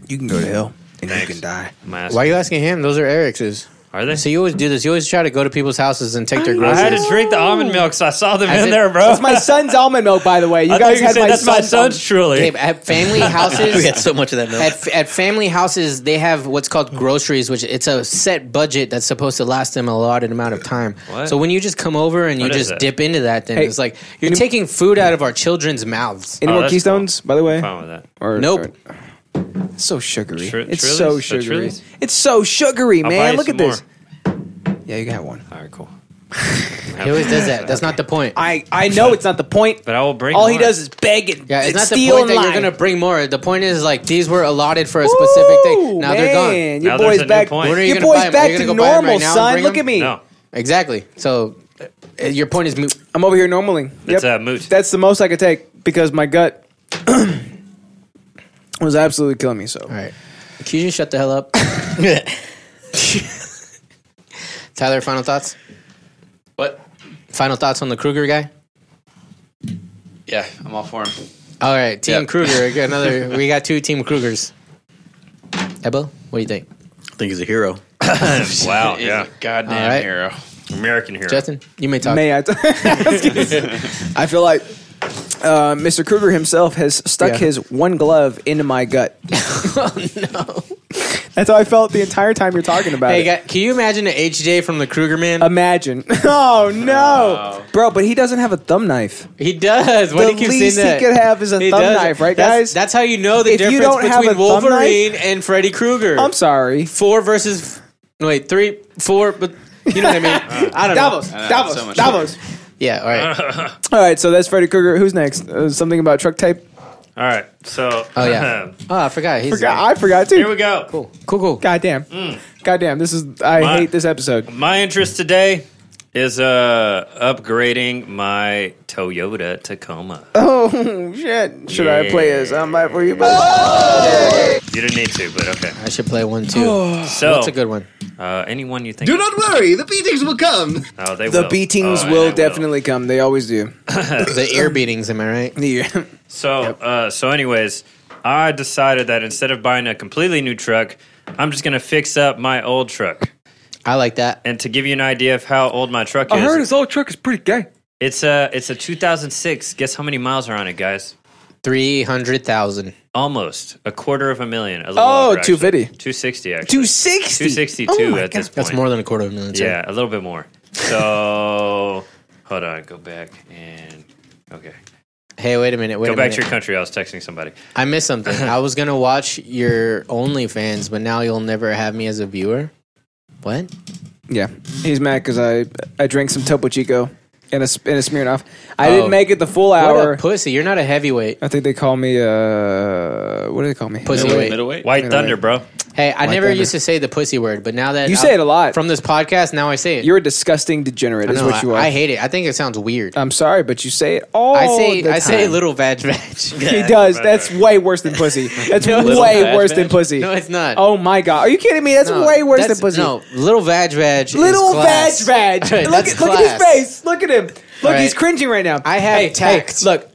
You can go to hell and Thanks. you can [laughs] die. My ass. why are you asking him? Those are Eric's. Are they? So you always do this. You always try to go to people's houses and take their I had groceries. to drink the almond milk, so I saw them As in it- there, bro. [laughs] That's my son's almond milk, by the way. [laughs] You I thought guys you had said my that's my son's. son's truly. Gabe, at [laughs] family We houses, had so much of that milk. at, at family houses, they have what's called groceries, which it's a set budget that's supposed to last them a allotted amount of time. What? So when you just come over and you What is just that? dip into that, then Hey, it's like you're taking food out of our children's mouths. Any Oh, more that's Keystones, by the way? Fine with that. Or, Nope. or- It's so sugary. Tru- it's Trulies? so The sugary. Trulies? It's so sugary, I'll buy man. you Look some at this. Yeah, you got one. All right, cool. He always does that. That's not the point. I, I know it's not the point. But I will [laughs] bring All he more. does is beg and, Yeah, it's, not the steal point that and lie. you're gonna bring more. The point is like these were allotted for a specific thing. Now they're gone. Now Your there's boy's a new back. point. When are you Your gonna buy boy's 'em? Are back you to gonna go buy 'em right normal, now and son. bring Look 'em? at me. No, Exactly. So uh, your point is, mo- I'm over here normaling. it's a moot. That's the most I could take because my gut [clears throat] was absolutely killing me. So all right. Can you just shut the hell up? [laughs] Tyler, final thoughts. What? Final thoughts on the Kruger guy. Yeah, I'm all for him. All right, Team Yep. Kruger. We got Another. we got two Team Krugers. Ebo, what do you think? I think he's a [laughs] hero. wow, He's Oh, yeah, a goddamn All right. hero. American hero. Justin, you may talk. may I? T- [laughs] [laughs] I feel like uh, Mr. Kruger himself has stuck Yeah. Oh, his one glove into my [laughs] gut. That's how I felt the entire time you're talking about Hey, it. guy, can you imagine an HJ from the Kruger man? Um, Imagine. [laughs] Oh no, bro! But he doesn't have a thumb knife. he does. What the do you keep saying least he that? could have is a He thumb does. knife, right, That's- guys? That's how you know the If you difference don't have between a thumb Um, Wolverine and Freddy Krueger. I'm sorry. Four versus no, wait, three, four, but you know what I [laughs] mean. I don't know. know, so much Yeah, all Uh, right. All right, so that's Freddy Krueger. Who's next? Uh, something about truck tape. All right, so Oh yeah. Oh, I forgot. He's Forgot, I forgot too. [laughs] here we go. cool. Cool. Cool. Goddamn. Goddamn. This is. I My- hate this episode. My interest today is uh upgrading my Toyota Tacoma. [laughs] Oh shit! Should I play a soundbite for you? You didn't need to, but okay. I should play one too. So That's a good one. Uh, anyone you think? not worry, the beatings will come. oh, they The will. beatings Oh, will they definitely come. They always [laughs] do. The ear beatings. Am I right? The- So, uh, so, anyways, I decided that instead of buying a completely new truck, I'm just gonna fix up my old truck. I like that. And to give you an idea of how old my truck is, old truck is pretty gay. it's a it's a 2006. Guess how many miles are on it, guys? Three hundred thousand. Almost a quarter of a million. A little Oh, over, actually. 250. 260 actually. 260. 262 at this point. That's more than a quarter of a million. sorry. Yeah, a little bit more. So hold on, go back and okay, Hey, wait a minute. Wait go a back minute. to your country. I was texting somebody. I missed [laughs] something. I was gonna watch your OnlyFans, but now you'll never have me as a viewer. What? Yeah, he's mad because I I drank some Topo Chico and a s- and a Smirnoff. I Oh. didn't make it the full What a hour. pussy! You're not a heavyweight. I think they call me uh what do they call me? Pussy weight. Middleweight? White Anyway. Thunder, bro. Hey, I never Thunder. used to say the pussy word, but now that You I- say it a lot. from this podcast, now I say it. You're a disgusting degenerate. I Is know, what you are. I, I hate it. I think it sounds weird. I'm sorry, but you say it all. I say the I say time. little vag vag. [laughs] He does. That's way worse than pussy. That's way Bad worse Bitch? than pussy. no, it's not. Oh my god! Are you kidding me? That's No, way worse that's- than pussy. No, little vag vag. Little vag is class. vag. [laughs] That's Look at look at his class. face. Look at him. Look, Right. he's cringing right now. I have hey, tact. Hey, look,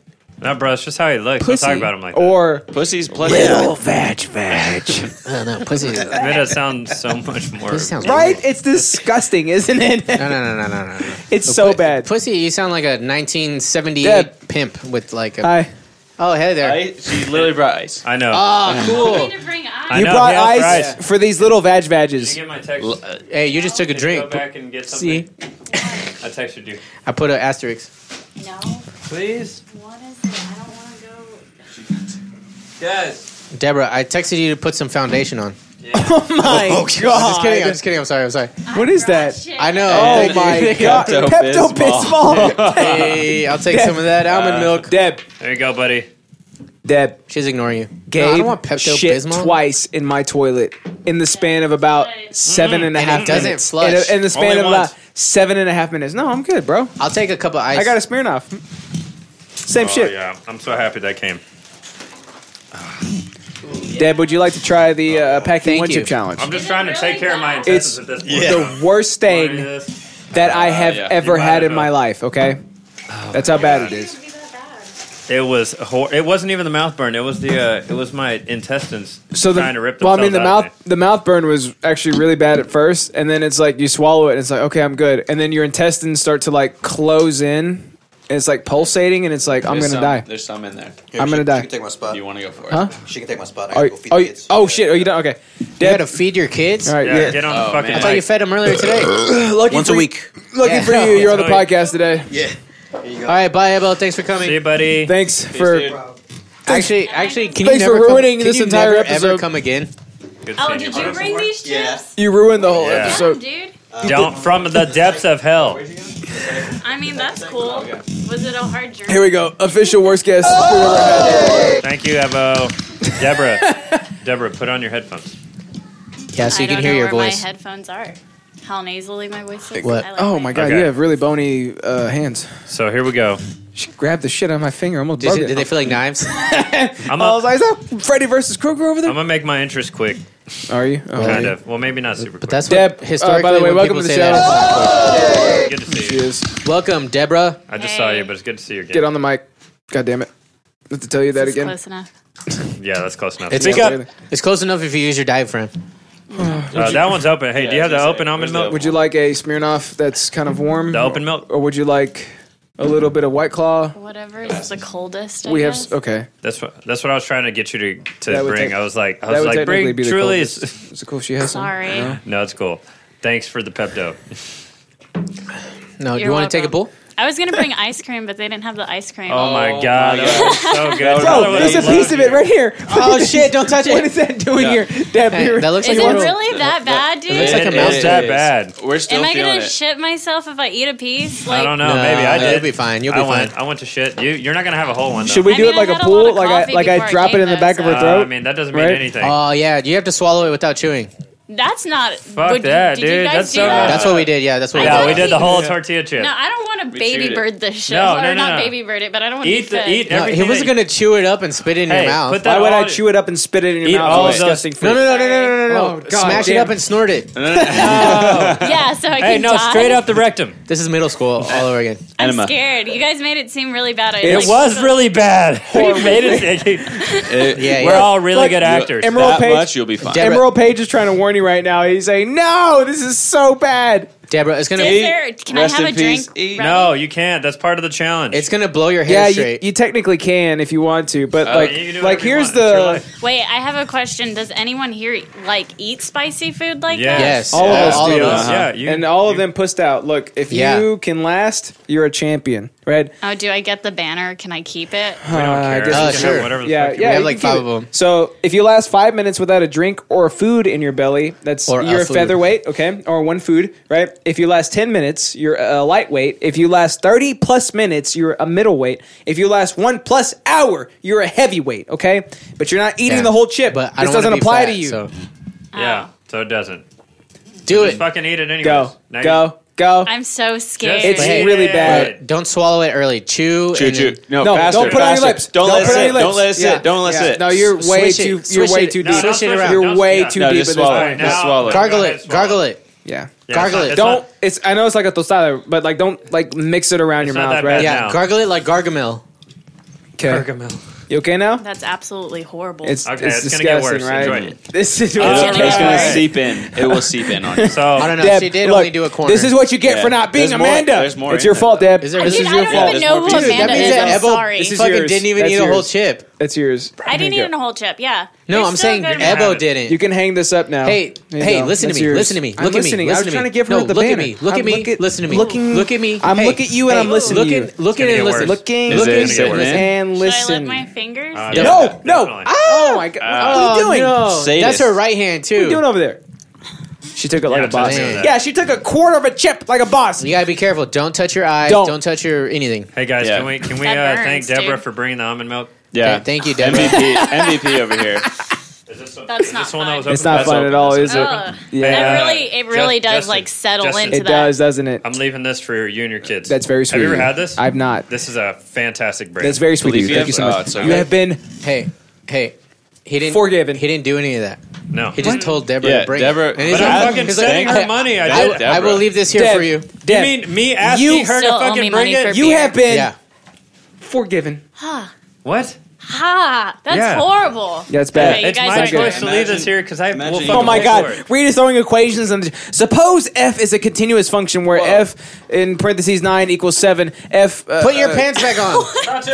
No, bro. It's just how he looks. Don't pussy talk about him like that. or Pussy's plenty. little vag [laughs] vag. [laughs] Oh, [laughs] no, pussy. It Pussy made it sound so much more. sounds right? It's disgusting, isn't it? [laughs] No, no, no, no, no, no, no. It's so Pu- bad. Pussy, you sound like a 1978 Deb. pimp with like a. Hi. Oh, hey there. Right? She literally brought ice. I know. Uh, Oh, I cool. need to bring I eyes. You know, brought yeah, ice right. for these little vag Can you vages. get my text? hey, you just took a Can you drink. Go back and get See, something. I texted you. I put an asterisk. No. Please, What is it? I don't want to go. Guys. Deborah, I texted you to put some foundation on. [laughs] Oh [laughs] my I'm just kidding. I'm god! just kidding. I'm sorry. I'm sorry. What is that? Shit. I know. Oh Thank you. [laughs] my Thank you. god! Pepto Pepto-Bismol. Bismol. [laughs] [laughs] Hey, I'll take some of that almond milk. Deb, there you go, buddy. Deb, She's ignoring you. Gabe No, I don't want Pepto shit Bismol. twice in my toilet in the span of about seven and a And it half doesn't minutes. flush. In, a- in the span Only of once. about seven and a half minutes. No, I'm good, bro. I'll take a cup of ice. I got a Smirnoff. Same Oh, shit. yeah, I'm so happy that came. Deb, would you like to try the uh, packing Oh, Thank one you. chip challenge? I'm just Is it trying to take really care of my bad? intestines at this point. Yeah. [laughs] The worst thing This. that I have yeah. ever Uh, You might Oh, had as in my well. life. Okay, that's how bad It it is. shouldn't be that bad. It was hor- it wasn't even the mouth burn. It was the uh, it was my intestines So the trying to rip well, I mean the themselves out mouth the mouth burn was actually really bad at first, and then it's like you swallow it, and it's like okay, I'm good, and then your intestines start to like close in, and it's like pulsating, and it's like I'm gonna There's some- die. There's some in there. I'm gonna die. She can take my spot. Do you want to go for it? Huh? She can take my spot. I Are, gotta you- go feed are the you, kids. oh shit! Are you done? Okay, You Deb. gotta feed your kids. All right, Yeah, yeah. get on Oh, the fucking man. I thought you mic. fed them earlier today. [clears throat] Lucky Once for a you- week. Lucky Yeah. for you. You're on the That's right. podcast today. Yeah. Here you go. All right, bye, Abel. Thanks for coming. See, buddy. Thanks dude. for Actually, actually, can Thanks you never for ruining come, this can you entire never, Ever episode. come again? Good Oh, seeing did bro. you bring these chips? Yeah. you ruined the whole Yeah. Damn, episode. dude. Don't from the depths of hell. I mean, that's cool. Was it a hard journey? Here we go. Official worst guess we've ever had. Thank you, [laughs] Evo. Deborah, Deborah, put on your headphones. Yeah, so I you don't can hear know your where voice. my headphones are. How nasally my voice is. What? I like Oh my god, Okay. you have really bony uh, hands. So here we go. She grabbed the shit out of my finger. Almost Did, bugged you- did they it. feel [laughs] like knives? I'm I was up. like, is that Freddy versus Krueger over there? I'm gonna make my interest quick, Are you? Oh, kind yeah. of. Well, maybe not super But quick. that's what Deb, historically. uh, by the way, when welcome people to the say show. that- good to She see you. is. welcome, Deborah. I just saw Hey. you, but it's good to see you again. Get on the mic. God damn it. Not to tell you that This is again. Close enough. Yeah, that's close enough. It's, Speak up. it's close enough if you use your diaphragm. Uh, that one's open. Hey, do you have the open almond milk? Would you like a Smirnoff that's kind of warm? The open milk? Or would you like a little bit of White Claw? Whatever is the coldest. I We have guess. okay. That's what that's what I was trying to get you to to That would bring. take- I was like, I that was would like, technically bring be the Truly's. Is it cool? if She has some. Sorry. No? no, it's cool. Thanks for [laughs] the Pepto. No, You're do you want to take a welcome. pull? I was gonna bring ice cream, but they didn't have the ice cream. Oh, my god, that was [laughs] so good. Bro, there's a piece of it right here. Oh shit! Don't touch [laughs] it. What is that doing here? Deb, Hey, you're- that looks Is like it a little- really that bad, dude? looks like a mouse It's that bad. We're still Am I feeling gonna it. shit myself if I eat a piece? Like, I don't know. No, Oh, maybe I no, did. you'll be fine, you'll be I went, fine. I went to shit. You, you're not gonna have a whole one. Though. Should we I do mean, it like I a had a pool? lot of like I coffee like before I I drop it came, in the though, back of her so- throat? Uh, I mean, that doesn't mean Right? anything. Oh yeah, you have to swallow it without chewing. That's not. Fuck would you- that, Did dude. you guys That's do so that? bad. That's what we did. Yeah, that's what I Uh, yeah, thought we did the he- [laughs] whole tortilla chip. No, I don't want to baby chewed it. bird this shit. No, or no, no, not no. baby bird it, but I don't want to eat the eat No, everything. he wasn't that- gonna chew it up and spit it in Hey, your mouth. put that Why would I all- chew it up and spit it in your Eat mouth? all you those- disgusting no, fruit. no, no, no, no, no, no, Oh, no! God Smash it damn. up and snort it. [laughs] Yeah, so I can Hey, no, die. straight up [laughs] the rectum. This is middle school all over again. I'm Enema. scared. You guys made it seem really bad. I It like, [laughs] It was really bad. We made it. Yeah, [laughs] We're yeah. all really Look, good actors. Emerald that Page. much, you'll be fine. Damn it. Emerald Page is trying to warn you right now. He's saying, "No, this is so bad." Deborah, it's gonna Is there, can I Rest have in a drink? peace. Eat. ready? No, you can't. That's part of the challenge. it's gonna blow your hair Yeah, you, straight. you technically can if you want to, but Uh, like, Oh, you can do like whatever you here's want. It's your the life. Wait, I have a question. Does anyone here like eat spicy food like Yes. that? yes, Uh-huh. All of us all do. of Yeah, us. yeah, you- and all of you- them pushed out. Look, if Yeah. you can last, you're a champion, right? Oh, do I get the banner? Can I keep it? We don't I care. guess Uh, You can have sure. whatever the Yeah, fuck you yeah. have, you like, can keep five it. of 'em. So if you last five minutes without a drink or food in your belly, that's Or a you're a food. featherweight, okay, or one food, right? If you last ten minutes, you're a lightweight. If you last thirty plus minutes, you're a middleweight. If you last one plus hour, you're a heavyweight, okay? But you're not eating Yeah. the whole chip. But I this don't wanna doesn't be apply fat, to you. so want. Yeah, Oh. so it doesn't. do Just it. fucking eat it anyways. Go, Now you- go, go. I'm so scared. Just It's eat really it. bad. Don't swallow it early. Chew. Chew, and chew. then- No, No, faster, don't put it on your faster. lips. Don't, let it put on sit. your lips. Don't let it sit. Yeah, Don't let it yeah. sit. No, you're way Swish it. too. You're Swish way it. too No, deep. don't switch it around. You're Don't- way yeah. too No, deep. just in this swallow one. it. Just swallow it. Gargle Yeah, it. it's swallow. Gargle it. Yeah. Yeah, Gargle it's it. not- don't. it's it's. I know it's like a tostada, but like don't like mix it around your not mouth, that right? bad Yeah, now. gargle it like Gargamel. Okay. not- You okay now? That's absolutely horrible. It's Okay, it's, it's gonna get disgusting, worse. right? Enjoy it. This is It's It's Alright. gonna Alright. seep in. It will seep [laughs] in on you. So I don't know. Deb, she did look, only do a corner. This is what you get Yeah. for not being There's more- Amanda. there's more it's in your there. fault, Deb. Is there- Dude, this is I your don't fault. even There's know more who pieces. Amanda that means is. that I'm Ebel sorry. This is fucking yours. didn't even That's eat a whole yours. chip. That's yours. I didn't Here you eat go. a whole chip. Yeah. No, You're I'm still saying good, Eb- man. Ebo it. didn't. You can hang this up now. Hey, There you hey, go. listen to That's me. yours. Listen to me. I'm Look at me. listening. Listen I was to me. trying to give her no, the look at banner. me. Look at I'm me. look at- listen to me. looking- look at me. I'm Hey, look at you and hey, I'm listening Look to you. at look at gonna it and get listen. worse. Looking, Is it looking, gonna get and worse? Should I lick listen. my fingers? Uh, Yeah. No, no. Definitely. Oh my god. what Ah. are Oh, you doing? no. Sadist. That's her right hand too. What are you doing over there? She took it like Yeah, a boss. I'm doing that. Yeah, she took a quarter of a chip like a boss. You gotta be careful. Don't touch your eyes. Don't. Don't, touch your anything. Hey guys, Yeah. can we can we uh, That burns, thank Deborah dude. for bringing the almond milk? yeah, Okay, thank you, Deborah. MVP, MVP over here. Is this, That's is not this one that fun. was It's open? not That's fun all- at all, is it? Ugh. Yeah. That really, it really Just- does Justin, like settle Justin. into It that. does, doesn't it? I'm leaving this for you and your kids. That's very sweet. Have you of ever had this? I've not. This is a fantastic brand. That's very sweet of you. Believe Thank you. you so Oh, much. it's You all right. have been Hey, hey. He didn't Forgiven. He didn't do any of that. no. He just told Deborah Yeah, to bring Deborah- it. And he's But I'm like- fucking he's like, sending her I- money. I I, did. I will leave this here Deb, for you. You Deb, mean me asking You her to still owe me fucking money bring it? for- you have been Yeah. forgiven. Ha. What? Ha. That's Yeah. horrible. Yeah, it's bad. Okay, you It's guys my aren't good. choice to leave this here because I Imagine- will Oh fucking Oh my pay for God! it. We're just throwing equations and suppose f is a continuous function where f in parentheses nine equals seven. F uh, Put your uh, pants back on. [laughs]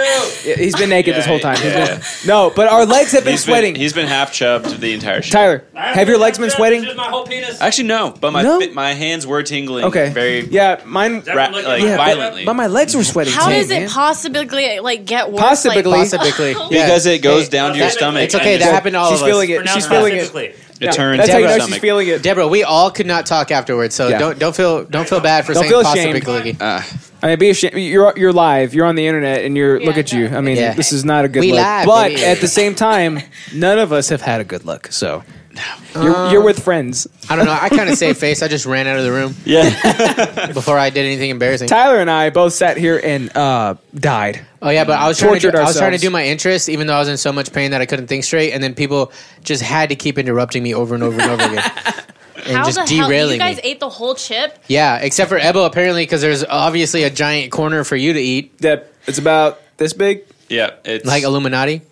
yeah, He's been naked Yeah, this whole time. He's yeah. been- no, but our legs have been He's sweating. been, he's been half chubbed the entire show. Tyler, have your legs been sweating? This is my whole penis. Actually, no, but my No? fi- my hands were tingling. Okay. very yeah, mine. ra- Look at like Yeah, that. violently. but, but my legs were sweating. How too, does man. it possibly like get worse? Possibly. Like, [laughs] Possibly. because it goes Hey, down to your that- stomach. It's okay. and That just- happened to all she's of us. feeling it. Pronounce She's feeling it. specifically. It turns That's how you to your know stomach. she's feeling it. Deborah, we all could not talk afterwards, so Yeah. don't don't feel don't feel bad for Don't saying feel possibly ashamed. Ah. I mean, be ashamed. You're you're live. You're on the internet, and you're Yeah, look at you. I mean, Yeah. this is not a good We look. live, but baby. at the same [laughs] time, none of us have had a good look. So you're, you're with friends. I don't know. I kind of saved face. I just ran out of the room Yeah. before I did anything embarrassing. Tyler and I both sat here and uh, died. Oh yeah, but I was trying to do, Tortured I was trying to ourselves. do my interest, even though I was in so much pain that I couldn't think straight, and then people just had to keep interrupting me over and over and over again, and How just the hell you derailing guys me. ate the whole chip? Yeah, except for Ebo apparently, because there's obviously a giant corner for you to eat, That it's about this big. yeah. It's like Illuminati.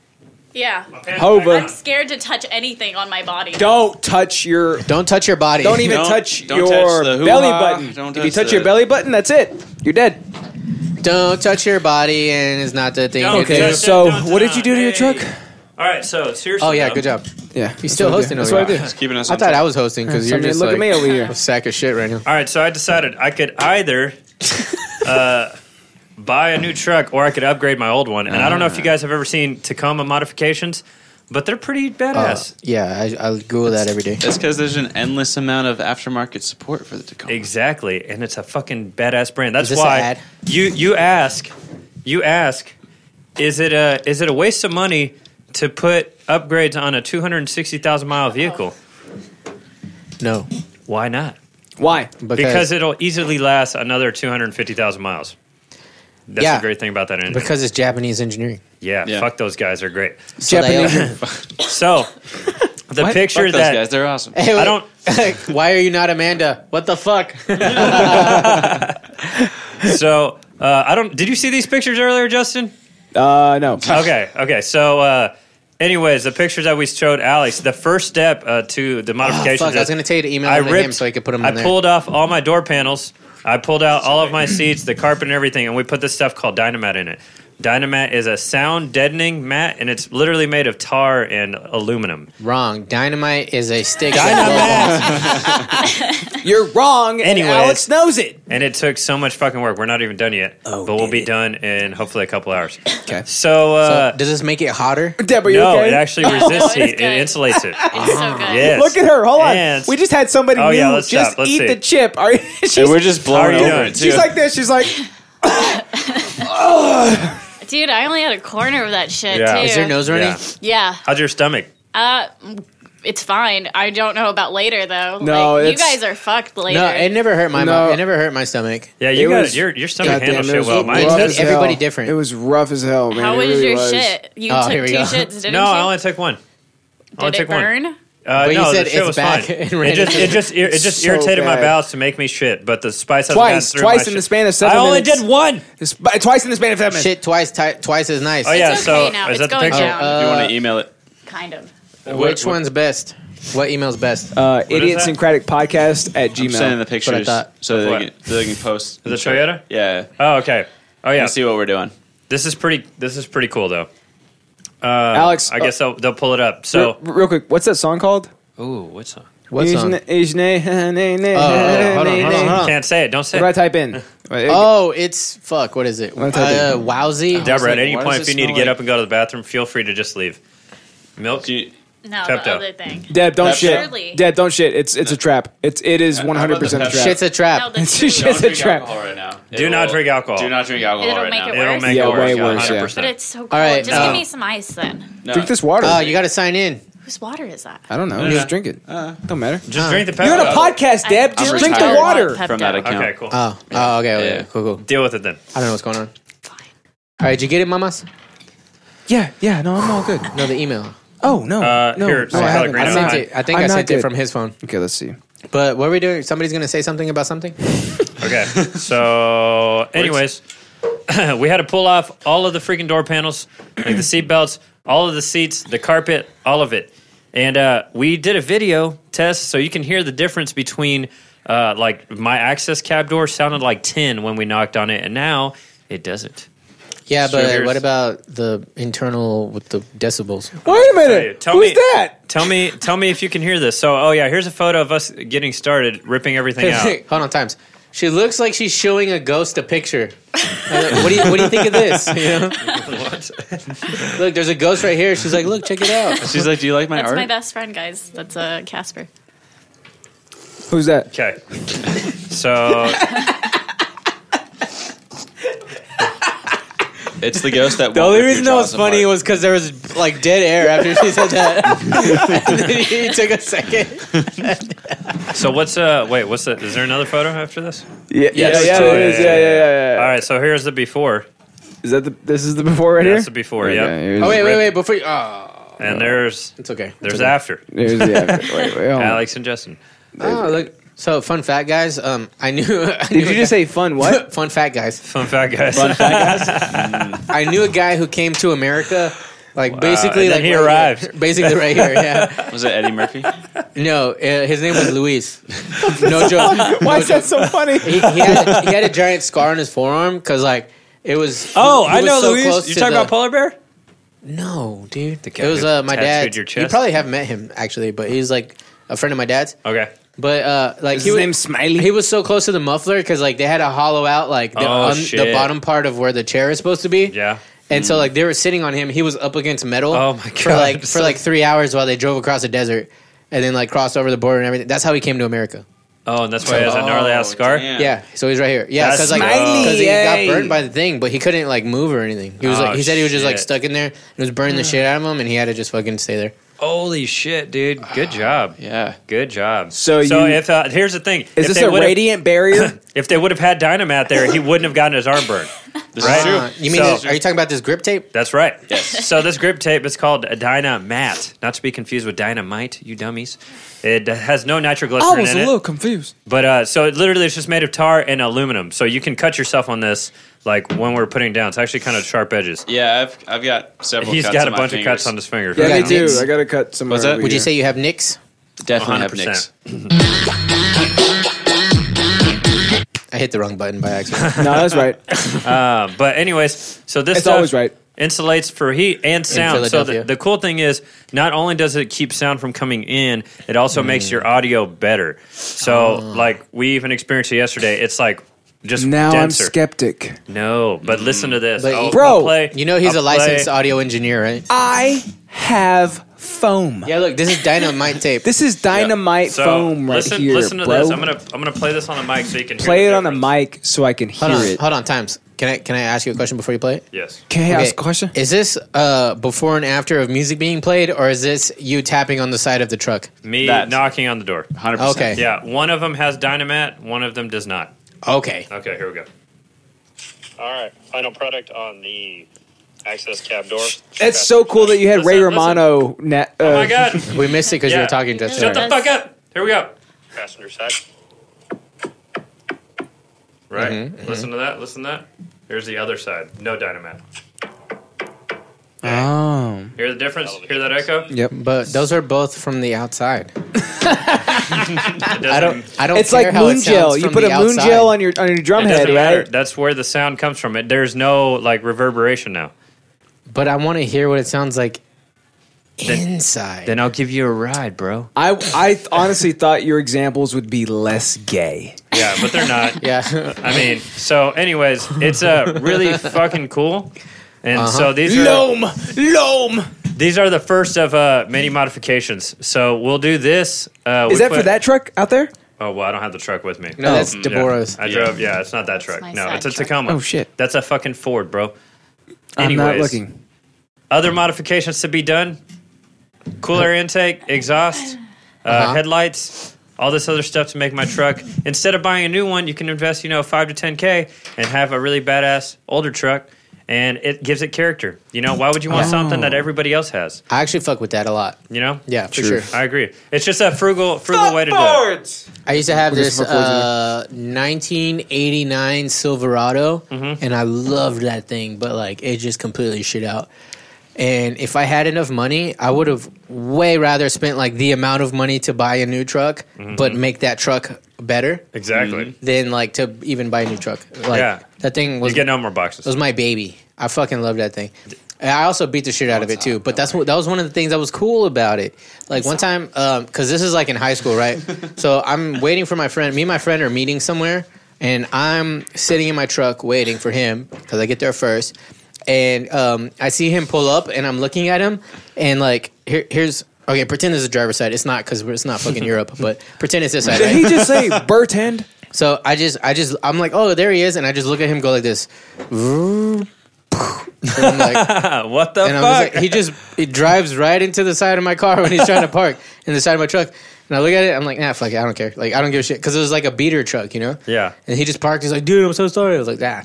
Yeah. Hova, I'm scared to touch anything on my body. don't touch your. Don't touch your body. Don't even Don't- touch don't your touch the hoo-ha. belly button. Don't if you touch touch the- your belly button, that's it. You're dead. Don't touch your body, and it's not the thing. Don't you do. touch- So dun, dun, what did you do to your hey. truck? All right, so seriously. Oh yeah, though, good job. Yeah, He's still that's hosting what I do. That's over here. what I do. it's keeping us. I on thought top. I was hosting because you're Somebody just look like at me over here. a sack of shit right now. All right, so I decided I could [laughs] either uh, buy a new truck or I could upgrade my old one. And I don't know if you Ah. guys have ever seen Tacoma modifications, but they're pretty Uh, badass. Yeah, I, I Google that every day. That's because there's an endless amount of aftermarket support for the Oh. Tacoma. Exactly, and it's a fucking badass brand. That's Is this an why ad? you you ask, you ask, is it a is it a waste of money to put upgrades on a two hundred and sixty thousand mile vehicle? Oh. No, Why not? Why? Because it'll easily last another two hundred and fifty thousand miles. That's Yeah. the great thing about that engine. because it's Japanese engineering. yeah, Yeah. fuck those guys are great. So they- Japanese- So the Fuck picture those that guys, they're awesome. Hey, I wait. don't [laughs] Why are you not Amanda? What the [laughs] fuck? so uh, I don't. Did you see these pictures earlier, Justin? Uh, [laughs] no. okay, okay. So, uh, anyways, the pictures that we showed Alex, the first step uh, to the modifications. Ah, fuck, I was gonna tell you to email I them to ripped- him so he could put them I on there. pulled off all my door panels. I pulled out all of my seats, the carpet, and everything, and we put this stuff called Dynamat in it. Dynamat is a sound deadening mat, and it's literally made of tar and aluminum. Wrong. Dynamite is a stick. You're wrong. and Anyways. Alex knows it. And it took so much fucking work. We're not even done yet, Oh, but we'll did be it. done in hopefully a couple hours. Okay. So, uh, Does this make it hotter? Deborah, you no, okay? Oh, Uh-huh. [laughs] it actually resists it's heat. It good. insulates it. It's so Mm, good. Yes. Look at her. Hold on. And- we just had somebody Oh, new yeah, let's just stop. Let's eat see. the chip. Are you- she's, And we're just blown How are you over doing? it too. she's like this. She's like, Dude, I only had a corner of that shit Yeah. too. Is Is your nose running? Yeah. yeah. How's your stomach? Uh, it's fine. I don't know about later though. No, like, you it's- guys are fucked later. No, it never hurt my No. mouth. It never hurt my stomach. Yeah, you It got was- your your stomach goddamn, handles it shit was well. Mine rough does- as doesn't. everybody hell. different. It was rough as hell, man. How It was really your was. shit? You Oh, took here we two go. shits, didn't No, you? I only took one. I only Did it took one. burn? Uh, But you no, said the shit it's was back fine. and It ran just into- it just ir- it just So irritated my bad. bowels to make me shit, but the spice hasn't Twice, gotten through twice my in shit. the span of seven I only minutes. did one. It's bi- Twice in the span of seven minutes. Shit twice, ti twice as nice. Oh yeah, It's so okay now. is It's that the going picture? Oh, down. you want to email it? uh, kind of. Which one's best? What email's best? Uh, is that? idiosyncratic podcast at I'm sending the gmail. pictures thought. so Of they what? can, so they can post. The Toyota? Yeah. Oh okay. Oh yeah. You see what we're doing. This is pretty this is pretty cool though. Alex, I guess they'll, they'll pull it up. uh, So r- real quick, what's that song called? Ooh, what song? What song? Isne- [laughs] Isne- Hold yeah, hold on, hold on, hold on. What Huh. Can't say it. Don't say do I it. type in? Oh, it's fuck. What is it? Uh, Wanna type it? wowsy. Deborah, at like, any why point if does it you need to smell get like- up and go to the bathroom, feel free to just leave. Milk? Do you, No, Pepto. the other thing. Deb, don't Pepto? shit. Surely. Deb, don't shit. It's it's a trap. It's it is one hundred percent a Pepto? trap. Shit's a No, trap. the [laughs] It's just- two. It's a trap. right now. Do not drink alcohol. Do not drink alcohol It'll right make now. it It'll worse. make Yeah, it way worse, yeah. 100%. But it's so cool. All right, Just uh, give me some ice then. No. Drink this water. Oh, you got to sign in. Whose water is that? I don't know. Yeah. Just drink it. Don't matter. Just drink the Pepto. You're on a podcast, Deb. I'm Just retired. drink the I want water. Pepto. from that account. Okay, cool. Oh, oh, okay, okay, Yeah. cool, cool. Deal with it then. I don't know what's going on. All right, did you get it, mamas? Yeah, yeah. No, I'm all good. No, the email. Oh no, Uh, no. here, no, I I have a haven't. green I No, sent I- it. I think I'm i not sent good. it from his phone. Okay, let's see. But what are we doing? Somebody's gonna say something about something. Okay. So, anyways, [clears throat] we had to pull off all of the freaking door panels, like the seat belts, all of the seats, the carpet, all of it. And uh, we did a video test so you can hear the difference between uh, like my access cab door sounded like 10 when we knocked on it, and now it doesn't. Yeah, Sure, but here's- what about the internal with the decibels? Wait a Hey, minute. tell Who's me, that? Tell [laughs] me, tell me if you can hear this. So, oh yeah, here's a photo of us getting started, ripping everything out. Hold on, times. She looks like she's showing a ghost a picture. Uh, what do you What do you think of this? [laughs] You know? What? Look, there's a ghost right here. She's like, look, check it out. She's like, "Do you like my That's art?" my best friend, guys. That's uh, Casper. Who's that? Okay. So it's the ghost that. The only reason that was funny was because there was like dead air after she said [laughs] that. and then he took a second. so what's uh wait what's that? Is there another photo after this? Yeah, Yes. yeah, yeah, there is. yeah, yeah, yeah, yeah. All right. So here's the before. Is that the? This is the before right That's the here. before. Okay, Yeah. here's- Oh wait, wait, wait! Before you, oh, And there's it's okay. there's after here's the after. Wait, wait, hold on. Alex and Justin. Oh look. So fun fact, guys. Um, I knew. [laughs] I knew Did a you just say guy- fun? [laughs] What? fun fact, guys? Fun fact, guys. I knew a guy who came to America, like basically, and then like he right arrived. here. basically right here. Yeah. Was it Eddie [laughs] Murphy? No, uh, his name was [laughs] Luis. No joke. Why is that so funny? He, he, had a, he had a giant scar on his forearm because like it was. oh, he I was know, so Luis. close You to talking the- about polar bear? No, dude. guy it was who uh, my tattooed dad. your You chest? probably have met him actually, but he's like a friend of my dad's. [laughs] Okay. But uh, like Is he his was, name Smiley? He was so close to the muffler because like they had to hollow out like the, Oh, un- the shit. bottom part of where the chair is supposed to be. Yeah. And so like they were sitting on him. He was up against metal. Oh, my For God. like for like three hours while they drove across the desert, and then like crossed over the border and everything. That's how he came to America. Oh, and that's why he has a gnarly ass scar. Oh, damn. Yeah. So he's right here. Yeah. That's Because like smiley, because he yay. got burned by the thing, but he couldn't like move or anything. He was Oh, like he said he was just like shit. stuck in there. and It was burning the shit out of him, and he had to just fucking stay there. Holy shit, dude! Good job. Yeah. Good job. So so you- if uh, here's the thing, if Is this they a would've- radiant barrier? If they would have had dynamat there, he wouldn't have gotten his arm burned. This Right. is true. Uh, you mean So- this- are you talking about this grip tape? That's right. so this grip tape is called a dynamat, not to be confused with dynamite, you dummies. It has no Oh, nitroglycerin in it. confused. But uh, so it literally it's just made of tar and aluminum. So you can cut yourself on this like when we're putting it down. It's actually kind of sharp edges. Yeah, I've I've got several. He's cuts got a on my bunch of fingers. cuts on his fingers. Yeah, Yeah, me too. Nick's- I gotta cut some. What's over that? here. Would you say you have nicks? Definitely have 100%. nicks. I hit the wrong button by accident. [laughs] No, that's right. Uh, but anyways, so this It's stuff always right. insulates for heat and sound. So the, Philadelphia. the cool thing is, not only does it keep sound from coming in, it also Mm. makes your audio better. So Ah. like we even experienced it yesterday. It's like just Now I'm denser. skeptic. no, but listen to this, But I'll- you- I'll Bro, play- you know he's I'll a licensed play- audio engineer, right? I have foam. Yeah, look, this is [laughs] dynamite tape. This is dynamite So foam right listen, here, listen to bro. this. I'm gonna I'm gonna play this on the mic so you can play hear it the on the difference. mic so I can hear hold on, it. hold on, times. Can I can I ask you a question before you play it? Yes. Can I Okay, ask a question? Is this uh, before and after of music being played, or is this you tapping on the side of the truck? Me That's- knocking on the door. 100%. Okay. Yeah, one of them has dynamite, one of them does not. Okay. Okay, here we go. All right, final product on the access cab door. That's so cool that you had Ray Listen, listen. Romano. Na- uh, Oh my god! We missed it because you Yeah. were talking just Shut now. the fuck up! Here we go. Passenger side. Right. Listen to that. Listen to that. Here's the other side. No dynamite. Um, Hear the difference? Hear that echo? yep. But those are both from [laughs] the outside. It I doesn't- don't. I don't. It's care like how moon it sounds gel. You from put a the moon outside. gel on your on your drum It head, doesn't matter. right? That's where the sound comes from. It there's no like reverberation now. But I want to hear what it sounds like inside. Then I'll give you a ride, bro. I I th- honestly thought your examples would be less gay. Yeah, but they're not. yeah. [laughs] I mean, so anyways, it's uh, really fucking cool. And so these are loam. these are the first of uh, many modifications. So we'll do this. Uh, we Is that for put- that truck out there? Oh well, I don't have the truck with me. no, that's Mm, Yeah. Deborah's. I drove. Yeah, it's not that truck. my No, side it's a truck. Tacoma. Oh, shit. That's a fucking Ford, bro. I'm not Anyways. looking. Other modifications to be done: cooler intake, exhaust, uh, headlights, all this other stuff to make my truck. Instead of buying a new one, you can invest, you know, five to ten k and have a really badass older truck, and it gives it character. You know, why would you want something that everybody else has? I actually fuck with that a lot. You know? Yeah, for True. sure. I agree. It's just a frugal, frugal way to do it. I used to have We're just this for poison. uh, 1989 Silverado, and I loved that thing, but like it just completely shit out. And if I had enough money, I would have way rather spent like the amount of money to buy a new truck, but make that truck better Exactly. than like to even buy a new truck. Like Yeah. that thing was You get no more it was boxes. my baby. I fucking love that thing. And I also beat the shit out of it too. But that's what that was one of the things that was cool about it. Like one time, um, because this is like in high school, right? so I'm waiting for my friend. Me and my friend are meeting somewhere. and I'm sitting in my truck waiting for him because I get there first, and um, I see him pull up, and I'm looking at him, and like here, here's okay. Pretend this is the driver's side. It's not because it's not fucking Europe, but pretend it's this side. Did right? he just [laughs] say Bertend? So I just, I just, I'm like, oh, there he is, and I just look at him go like this. And I'm like, [laughs] what [laughs] the and fuck? I was like, he just he drives right into the side of my car when he's trying to park in the side of my truck. And I look at it, I'm like, nah, fuck it, I don't care. Like, I don't give a shit because it was like a beater truck, you know. yeah. And he just parked. He's like, dude, I'm so sorry. I was like, nah,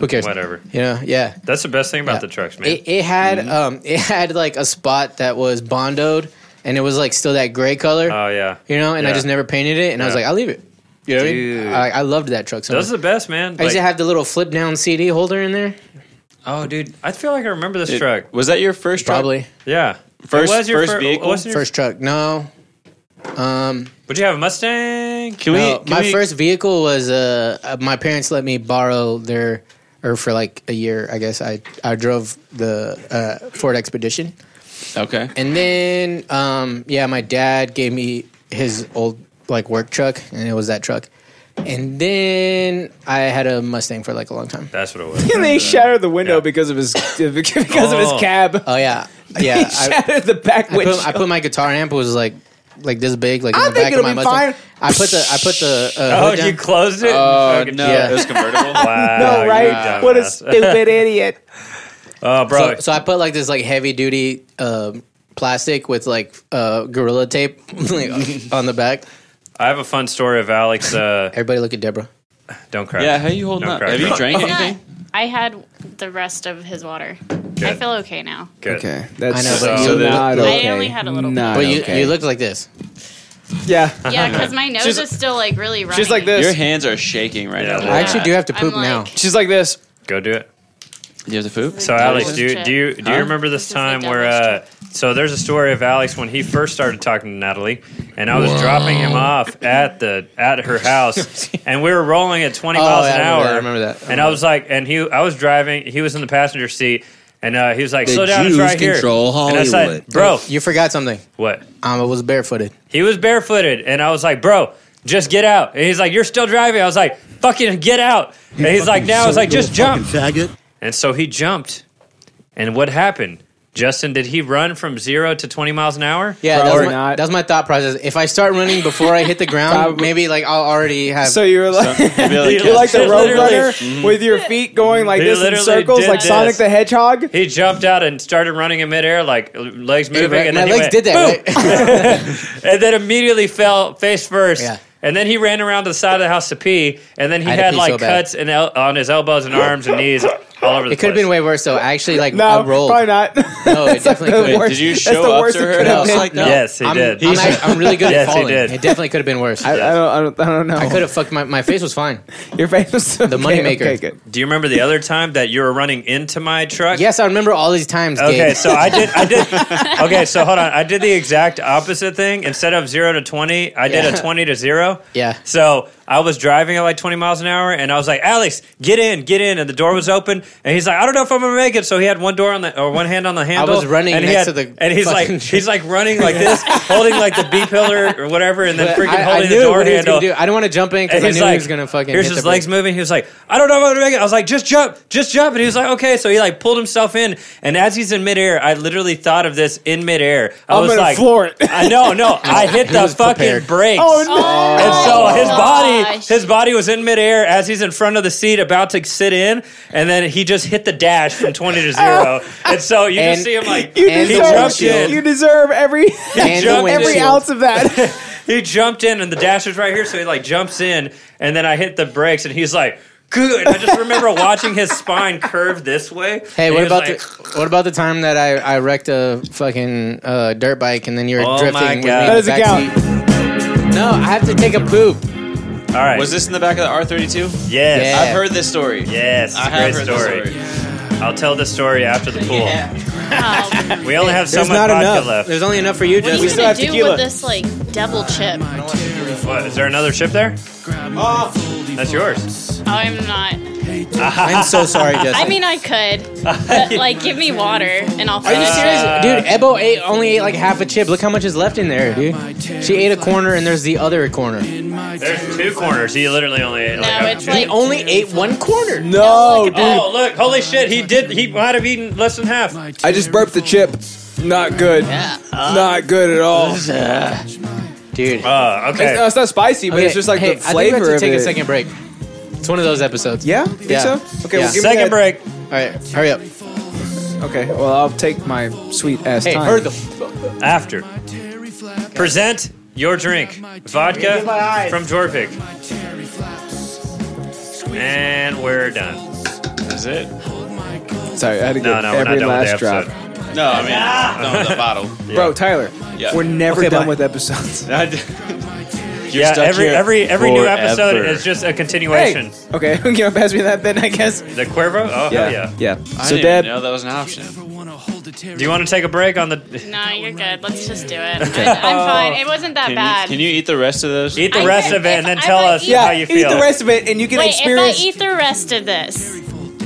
who cares? Whatever. You know, yeah. That's the best thing about the trucks, man. It, it had Mm-hmm. um, it had like a spot that was bondoed, and it was like still that gray color, oh yeah. you know. And I yeah. just never painted it, and I was Yeah. like, I'll leave it. You know what I mean? Dude. I, I loved that truck so much. Those are the best, man. I used to Like- have the little flip down CD holder in there. oh, dude, I feel like I remember this It- truck. Was that your first truck? Probably Yeah. First- It was your first fir- vehicle? wasn't your- first truck. No, um, Would you have a Mustang? Can we? no, can my we- first vehicle was uh, uh, my parents let me borrow their or for like a year. I guess I I drove the uh, Ford Expedition, Okay. and then um, yeah, my dad gave me his old like work truck, and it was that truck. And then I had a Mustang for like a long time. That's what it was. And they shattered the window Yeah. because of his [laughs] because of Oh. his cab. Oh yeah, he [laughs] yeah. I, shattered the back I window. put, I put my guitar amp was like like this big, like in I the think back it'll of my be Mustang. fine. I put the I put the uh, Oh, hood down. you closed it? Oh Fucking- [laughs] no, yeah. it was convertible. [laughs] Wow. [laughs] no, you right? What a Ah, dumbass. stupid idiot. Oh, bro. So, so I put like this like heavy duty um, plastic with like uh, gorilla tape [laughs] like, on the back. I have a fun story of Alex. Uh, Everybody look at Deborah. don't cry. Yeah, how you holding No up? crack. Have [laughs] you drank Not- anything? I had the rest of his water. I Good. feel okay now. Good. Okay, that's I know, but so you- not I okay. only had a little bit. Not But you, okay. you look like this. yeah. Yeah, because my nose She's- is still like really running. She's like this. Your hands are shaking right Yeah, now. well- I actually do have to I'm poop like- now. She's like this. Go do it. Do you have the poop? [laughs] So, Double Alex, do you, check. do you do you Huh? remember this This is the time where? double Uh, so there's a story of Alex when he first started talking to Natalie, and I was dropping him off at the at [laughs] her house, and we were rolling at 20 Oh, miles yeah, an I remember hour. that, I remember that. And I was like, and he, I was driving. He was in the passenger seat, and uh, he was like, The "Slow down, Jews it's right here." control And I said, Hollywood. "Bro, You forgot something. what?" Um, I was barefooted. He was barefooted, and I was like, "Bro, just get out." And he's like, "You're still driving." I was like, "Fucking get out!" And he's like, "Now," I was like, "Just jump." Faggot. And so he jumped. And what happened? Justin, did he run from zero to 20 miles an hour? Yeah, Probably that's my, not. that's my thought process. If I start running before I hit the ground, Probably. maybe like I'll already have. So you were like, [laughs] [laughs] you're like the road Literally. runner with Mm-hmm. your feet going like He this in literally circles, did like Sonic this. the Hedgehog. He jumped out and started running in midair, like legs Hey, moving. right, and my then he legs did went, "Boom!" that. Right? And then immediately fell face first. Yeah. And then he ran around to the side of the house to pee. And then he I had to had pee like so bad. cuts in el- on his elbows and arms and knees all over the It could have place. been way worse though. I actually like No, I rolled. probably not. [laughs] No, it definitely could. Wait, did you That's show the up worst to it her could have house been. like that? Yes, he I'm, did. I'm, act- I'm really good at Yes, he falling. did. It definitely could have been worse. I, I, I, don't, I, don't, I don't know. could have fucked my my face was fine. Your face was the moneymaker. Okay, good. Do you remember the other time that you were running into my truck? Yes, I remember all these times. Gabe. Okay, so I did. I [laughs] did. Okay, so hold on. I did the exact opposite thing. Instead of zero to twenty, I did Yeah. a twenty to zero. Yeah. So I was driving at like twenty miles an hour, and I was like, "Alex, get in, get in!" And the door was open, and he's like, "I don't know if I'm gonna make it." So he had one door on the or one hand on the handle. was running and he next had- to the and he's like, fucking- he's like [laughs] running like this, holding like the B pillar or whatever, and then But freaking I, holding I the knew door what he was handle. gonna do. I didn't want to jump in because And I he's knew like, he was gonna fucking. Here's hit his the legs brake. moving. He was like, I don't know how to make it. I was like, just jump, just jump. And he was like, okay. So he like pulled himself in, and as he's in midair, I literally thought of this in midair. I I'm was gonna like, floor it. [laughs] I know, no, I hit the was fucking prepared. brakes. Oh no! And so his my body, gosh. [laughs] um, his body was in midair as he's in front of the seat about to sit in, and then he just hit the dash from twenty [laughs] to zero. and so you And- just see him like You And he the jumped deserve. windshield. You in, deserve every And the jumped in. every windshield. ounce of [laughs] that. [laughs] he jumped in, and the dash was right here. So he like jumps in, and then I hit the brakes, and he's like. Good. I just remember watching his spine curve this way. Hey, and what he was about like, the what about the time that I, I wrecked a fucking uh, dirt bike and then you were Oh drifting? my with me God. in That the doesn't back count. seat? No, I have to take a poop. All right. Was this in the back of the R thirty two? Yes. Yeah. I've heard this story. Yes. I have great heard story. this story. I'll tell the story after the pool. Oh, We only have so There's much not vodka enough. left. There's only enough for you, what are Justin. you still gonna have do tequila. with this like double chip? Oh, What, is there another ship there? Oh. That's yours. I'm not. I'm so [laughs] sorry, Justin. I mean, I could, but like, give me water and I'll are you finish serious, it. dude? Ebo ate only ate like half a chip. Look how much is left in there, dude. She ate a corner and there's the other corner. In my There's two corners. He literally only ate. No, like, it's a- like- He only ate one corner. No, dude. Oh look! Holy shit! He did. He might have eaten less than half. I just burped the chip. Not good. Not good at all. Dude. Uh, It's, no, okay. it's not spicy, but Okay, it's just like hey, the flavor I think we have of to take it. a second break. It's one of those episodes. Yeah, You think Yeah. so. Okay, Yeah. well, give me Second that- break. All right, hurry up. Okay, well, I'll take my sweet ass Hey, time. hurry the After. Present your drink. Vodka from Jorvik. And we're done. Is it? Sorry, I had to get No, no, we're not every done last with the drop. episode. No, I [laughs] mean, no, the [laughs] bottle. Bro, Tyler, Yeah. we're never Okay, done bye. with episodes. You're yeah, stuck every here every every new episode forever. is just a [laughs] Hey, continuation. okay, you gonna pass me that then? I guess. The Cuervo? Oh, hell yeah. yeah. I So, didn't even Deb, know that was an option. Do you want to take a break on the. No, you're good. Let's just do it. I, I'm fine. It wasn't that Can you, bad. can you eat the rest of those? Eat the I rest think of it and if then I tell would us eat- how yeah, you eat feel. the rest of it, and you can Wait, experience. if I eat the rest of this,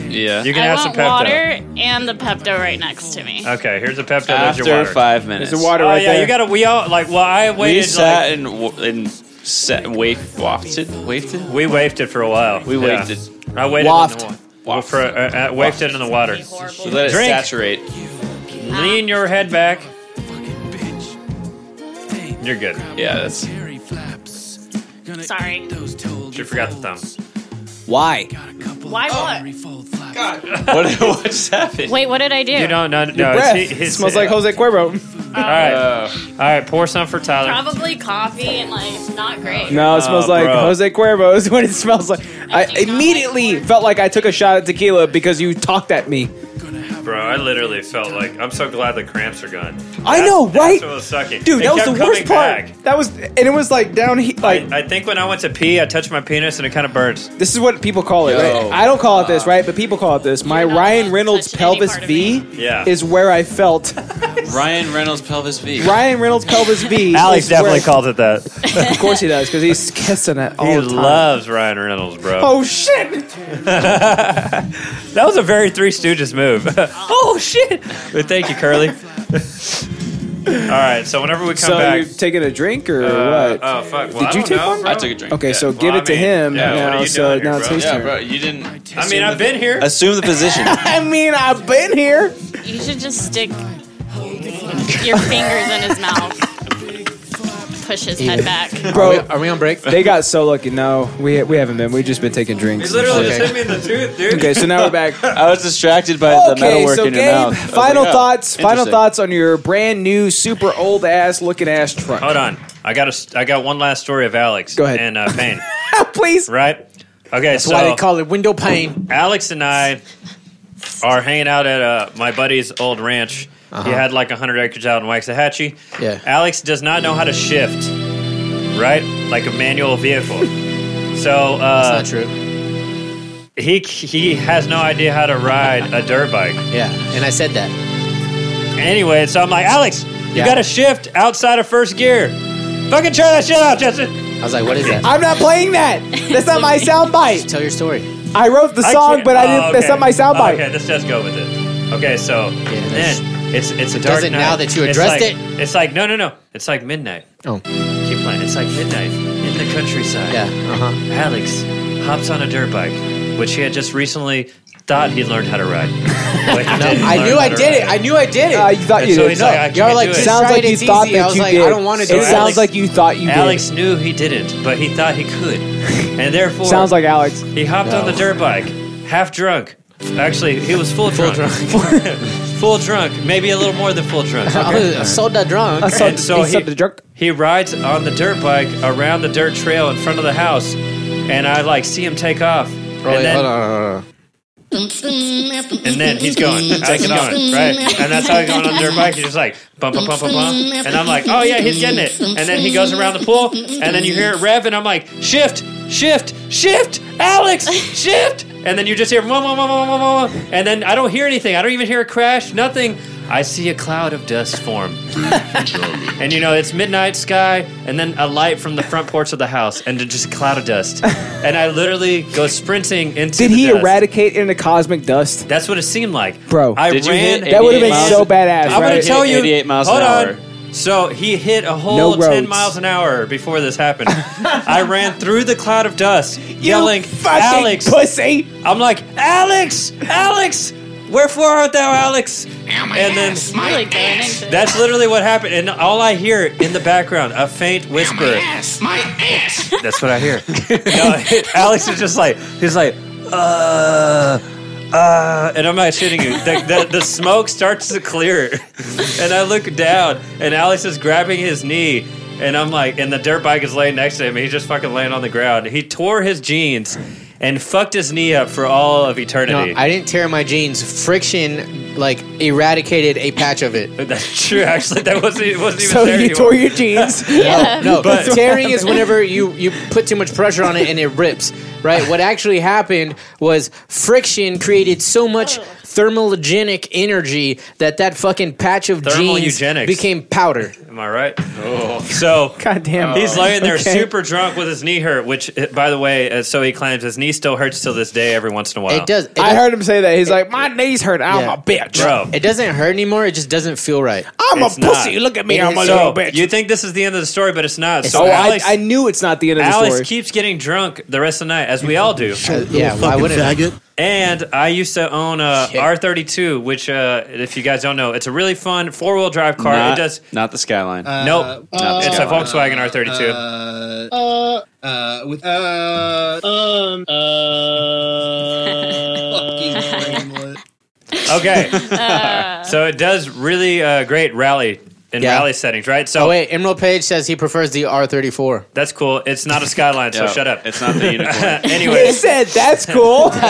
Yeah. you can I have some want Pepto. water and the Pepto right next to me. Okay, here's a Pepto. There's your After water. five minutes. There's the water Oh, right yeah, there. you gotta. We all. Like, well, I We waited. sat like, and w- and sat, waf- wafted, wafted. we wafted it for a while. We Yeah. wafted. I waited. Waft. In the wa- for, uh, uh, wafted it in the water. We let it Drink. saturate. Lean your head back. You're good. Yeah, that's Sorry. You forgot the thumb. Why? Why what? what. [laughs] What just happened? Wait, what did I do? You don't. No, no. Your it's- breath it's- it's- smells like Jose [laughs] Cuervo. All right, Oh. all right. Pour some for Tyler. Probably coffee and like not great. No, it smells Oh, like bro. Jose Cuervo is what it smells like. I do not immediately like felt like I took a shot at tequila because you talked at me. Bro, I literally felt like I'm so glad the cramps are gone. I That's- know, right? That's what was sucking, Dude, It that was kept the worst coming part. back. That was, and it was like down he Like I, I think when I went to pee, I touched my penis and it kind of burns. this is what people call it. Yo. Right? I don't call it this, right? But people call it this. My You're not allowed Ryan to Reynolds touch any pelvis part of V me. Yeah. is where I felt. Ryan Reynolds pelvis V. Ryan Reynolds pelvis [laughs] V. is where, calls [laughs] it that. Of course he does, because he's kissing it all He the time. loves Ryan Reynolds, bro. oh shit! [laughs] That was a very Three Stooges move. [laughs] oh shit! But thank [laughs] you, Curly. All right, so whenever we come so back, you're taking a drink or uh, what? oh fuck, well, Did you I don't take know, one? bro. I took a drink. okay, Yeah. so well, give I it to mean, him yeah, what are now. you So doing here, now it's bro? his Yeah, turn. bro, you didn't I mean, I've been here. assume the position. I mean, I've been here. You should just stick your fingers in his mouth. Push his [laughs] head back. Bro, Wait, are we on break? they got so lucky. No, we we haven't been. We've just been taking He drinks. literally just Okay. hit me in the tooth, dude. Okay, so now we're [laughs] back. I was distracted by the Okay, metalwork so in your Gabe, mouth. I [laughs] was final like, oh, thoughts. Final interesting. thoughts on your brand new, super old ass looking ass [laughs] truck. Hold on, I got a, s- I got one last story of Alex. Go ahead. [laughs] And uh, pain, Please. right? Okay, so Why they call it window pane? Alex and I are hanging out at uh, my buddy's old ranch. He had like 100 acres out in Waxahachie. Uh-huh. Yeah. Alex does not know how to shift, right? Like a manual vehicle. so uh, That's not true. he he has no idea how to ride a dirt bike. Yeah, and I said that. Anyway, so I'm like, Alex, you Yeah. got to shift outside of first gear. Fucking try that shit out, Justin. I was like, what is that? I'm not playing that. That's not [laughs] my soundbite. Tell your story. I wrote the I song, can't- but I oh, didn't. That's okay. not my soundbite. Okay, this does go with it. Okay, so that's- then it's it's a It dark doesn't night. now that you It's addressed like- it. It's like no, no, no. It's like midnight. Oh, Keep playing. It's like midnight in the countryside. yeah. Uh Uh-huh. huh. Alex hops on a dirt bike, which he had just recently thought he learned how to [laughs] ride. But he didn't I learn knew how I to did it. ride. I knew I did it. Uh, you thought And you so did. he's like, I Y'all can't like, do it. "Just sounds tried like it, you it's thought easy." I that was you like, did. I don't wanna do it. it. sounds Alex- like you thought you Alex knew he didn't, but he thought he could, and therefore did. Sounds like Alex. he hopped on the dirt bike, half drunk. Actually, he was full drunk. [laughs] full drunk, maybe a little more than full drunk. I was uh, soda drunk. I saw, And so I saw he- the jerk. He rides on the dirt bike around the dirt trail in front of the house, and I like see him take off. and Wait, then, hold on, hold on, hold and then [laughs] he's [laughs] going, taking on, right? And that's how he's going on the dirt bike. He's just like bump, bump, bump, bump, bump. And I'm like, oh yeah, he's getting it. And then he goes around the pool, and then you hear it rev, and I'm like, shift, shift, shift, Alex, shift. And then you just hear wah, wah, wah, wah, wah, wah, wah. and then I don't hear anything. I don't even hear a crash, nothing. I see a cloud of dust form. and you know, it's midnight sky, and then a light from the front porch of the house, and just a cloud of dust. And I literally go sprinting into Did the he dust. eradicate into cosmic dust? That's what it seemed like, Bro. I Did you ran. hit That would have 88 been miles- so badass, I'm right? gonna tell you. 88 miles an hold hour. on. So he hit a whole No 10 roads. miles an hour before [laughs] this happened. I ran through the cloud of dust yelling, Alex. pussy. I'm like, Alex, Alex, wherefore art thou, Alex? and then really going into it. that's literally what happened. And all I hear in the background, a faint whisper. my ass. That's what I hear. [laughs] No, Alex is just like he's like, uh, uh, and I'm not shitting you. The, the, the smoke starts to clear, [laughs] and I look down, and Alex is grabbing his knee, and I'm like, and the dirt bike is laying next to him. and He's just fucking laying on the ground. He tore his jeans and fucked his knee up for all of No, eternity. I didn't tear my jeans. Friction like eradicated a patch of it. [laughs] That's true. Actually, that wasn't it wasn't even So there you anymore. tore your [laughs] jeans. Yeah. No, But- but tearing is whenever you you put too much pressure on it and it rips. Right. What actually happened was friction created so much thermalogenic energy that that fucking patch of Thermal jeans eugenics. became powder. Am I right? So God damn. He's laying there Oh, Okay. super drunk with his knee hurt, which, eh, by the way, uh, so he claims his knee still hurts till this day every once in a while. It does. It I does- heard him say that. He's like, my knees hurt. I'm Yeah. a bitch. Bro. It doesn't hurt anymore. It just doesn't feel right. I'm a It's not. pussy. Look at me. It I'm a is- little So bitch. you think this is the end of the story, but it's not. so oh, I, Alex, I knew it's not the end of the Alex story. keeps getting drunk the rest of the night, as we all do. Uh, yeah. Why fucking wouldn't? it? faggot. And I used to own a R32, which, uh, if you guys don't know, it's a really fun four wheel drive car. Not, uh, it does. not the skyline. nope. Not the it's a skyline. Volkswagen R32. Uh, uh, uh, with uh, [laughs] [laughs] um, uh, fucking Hamlet. okay. so it does really uh, great rally in Yeah. rally settings, right? So Oh wait, Emerald Page says he prefers the R34. that's cool. It's not a Skyline, so Yeah, shut up. It's not [laughs] the unicorn. Uh, Anyways. [laughs] He said, that's cool. [laughs]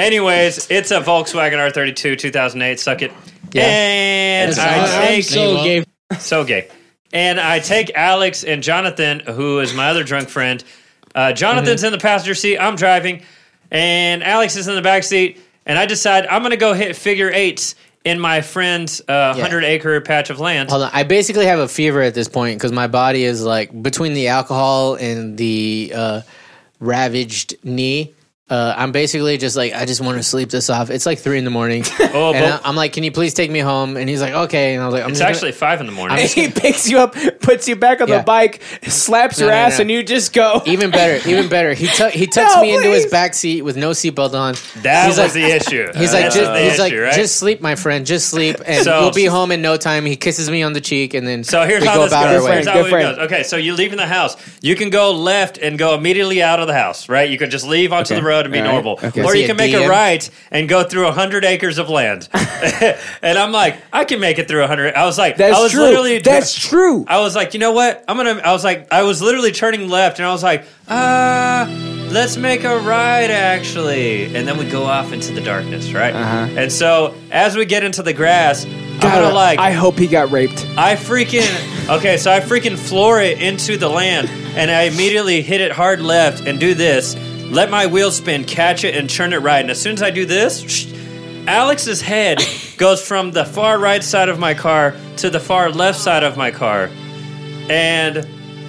Anyways, it's a Volkswagen R32 2008. Suck it. Yeah. And It's I awesome. take So gay. so gay. And I take Alex and Jonathan, who is my other drunk friend. Uh, Jonathan's Mm-hmm. in the passenger seat. I'm driving, and Alex is in the back seat. And I decide I'm gonna go hit figure eights in my friend's uh, Yeah. hundred acre patch of land. Hold on. I basically have a fever at this point because my body is like between the alcohol and the uh, ravaged knee. Uh, I'm basically just like I just want to sleep this off. It's like three in the morning, [laughs] Oh, and I, but- I'm like, "Can you please take me home?" And he's like, "Okay." And I was like, I'm It's just gonna- actually five in the morning. I'm- he picks you up, puts you back on Yeah. the bike, slaps No, your no, ass, no. and you just go. even better, even better." He tuck [laughs] he tucks No, me into his please. back seat with no seatbelt on. that he's was like- the issue. He's like, That's just, the he's issue, like, right? just sleep, my friend, just [laughs] sleep, and So- you'll be home in no time. He kisses me on the cheek, and then So here's we how go this about goes. our way. Here's how Good it friend. goes. Okay, so you're leaving the house. You can go left and go immediately out of the house, right? You could just leave onto Okay. the road and be All right. normal. Okay. Or Is he you a can make a DM? right and go through 100 acres [laughs] of land. [laughs] and I'm like, I can make it through 100. I was like, I was That's true. literally. That's true. I was like, you know what? I'm gonna. I was like, I was literally turning left, and I was like, ah, let's make a ride actually. And then we go off into the darkness, right? Uh-huh. And so as we get into the grass, I'm God, gonna like, I hope he got raped. I freaking okay, so I freaking floor it into the land, and I immediately hit it hard left and do this. Let my wheel spin, catch it, and turn it right. And as soon as I do this, sh- Alex's head goes from the far right side of my car to the far left side of my car, and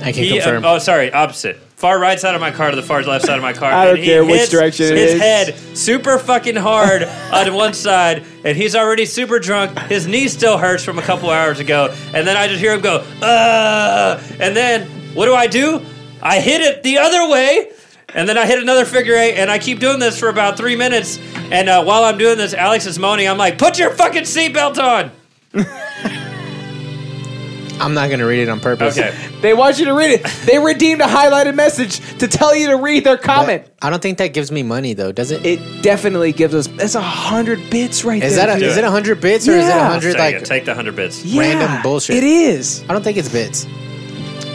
I can he, confirm. oh, sorry, opposite. Far right side of my car to the far left side of my car. I don't and care he which hits direction it his is. head super fucking hard on one side, and he's already super drunk. His knee still hurts from a couple hours ago, and then I just hear him go, "Uh," and then what do I do? I hit it the other way, and then I hit another figure eight, and I keep doing this for about three minutes. And uh, while I'm doing this, Alex is moaning. I'm like, "Put your fucking seatbelt on." I'm not gonna read it on purpose. [laughs] Okay. They want you to read it. They redeemed a highlighted message to tell you to read their comment. But I don't think that gives me money though, does it? it definitely gives us. That's a hundred bits right Is there. that a, dude. is it hundred bits or is it Yeah. hundred Take, like? it. Take the hundred bits. Yeah, random bullshit? It is. I don't think it's bits.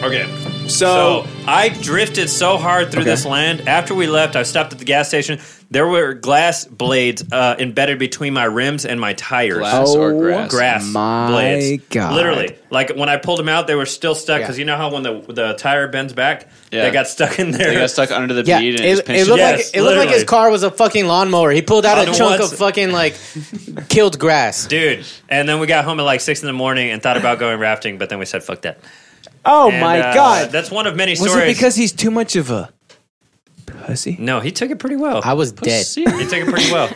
Okay. So, So I drifted so hard through this land. After we left, I stopped at the gas station. There were glass blades uh, embedded between my rims and my tires. Glass or Oh, grass. Grass My blades, God. literally. Like when I pulled them out, they were still stuck Yeah. because you know how when the the tire bends back, Yeah. they got stuck in there. They got stuck under the Yeah, bead it, and it, just it, pinched looked it. Yes, like it looked like his literally. car was a fucking lawnmower. He pulled out I a don't chunk want of to- fucking like [laughs] killed grass. Dude, and then we got home at like six in the morning and thought about going rafting, but then we said, "Fuck that!" oh And, my uh, god, that's one of many was stories. it because he's too much of a pussy? no, he took it pretty well. I was dead. he [laughs] took it pretty well.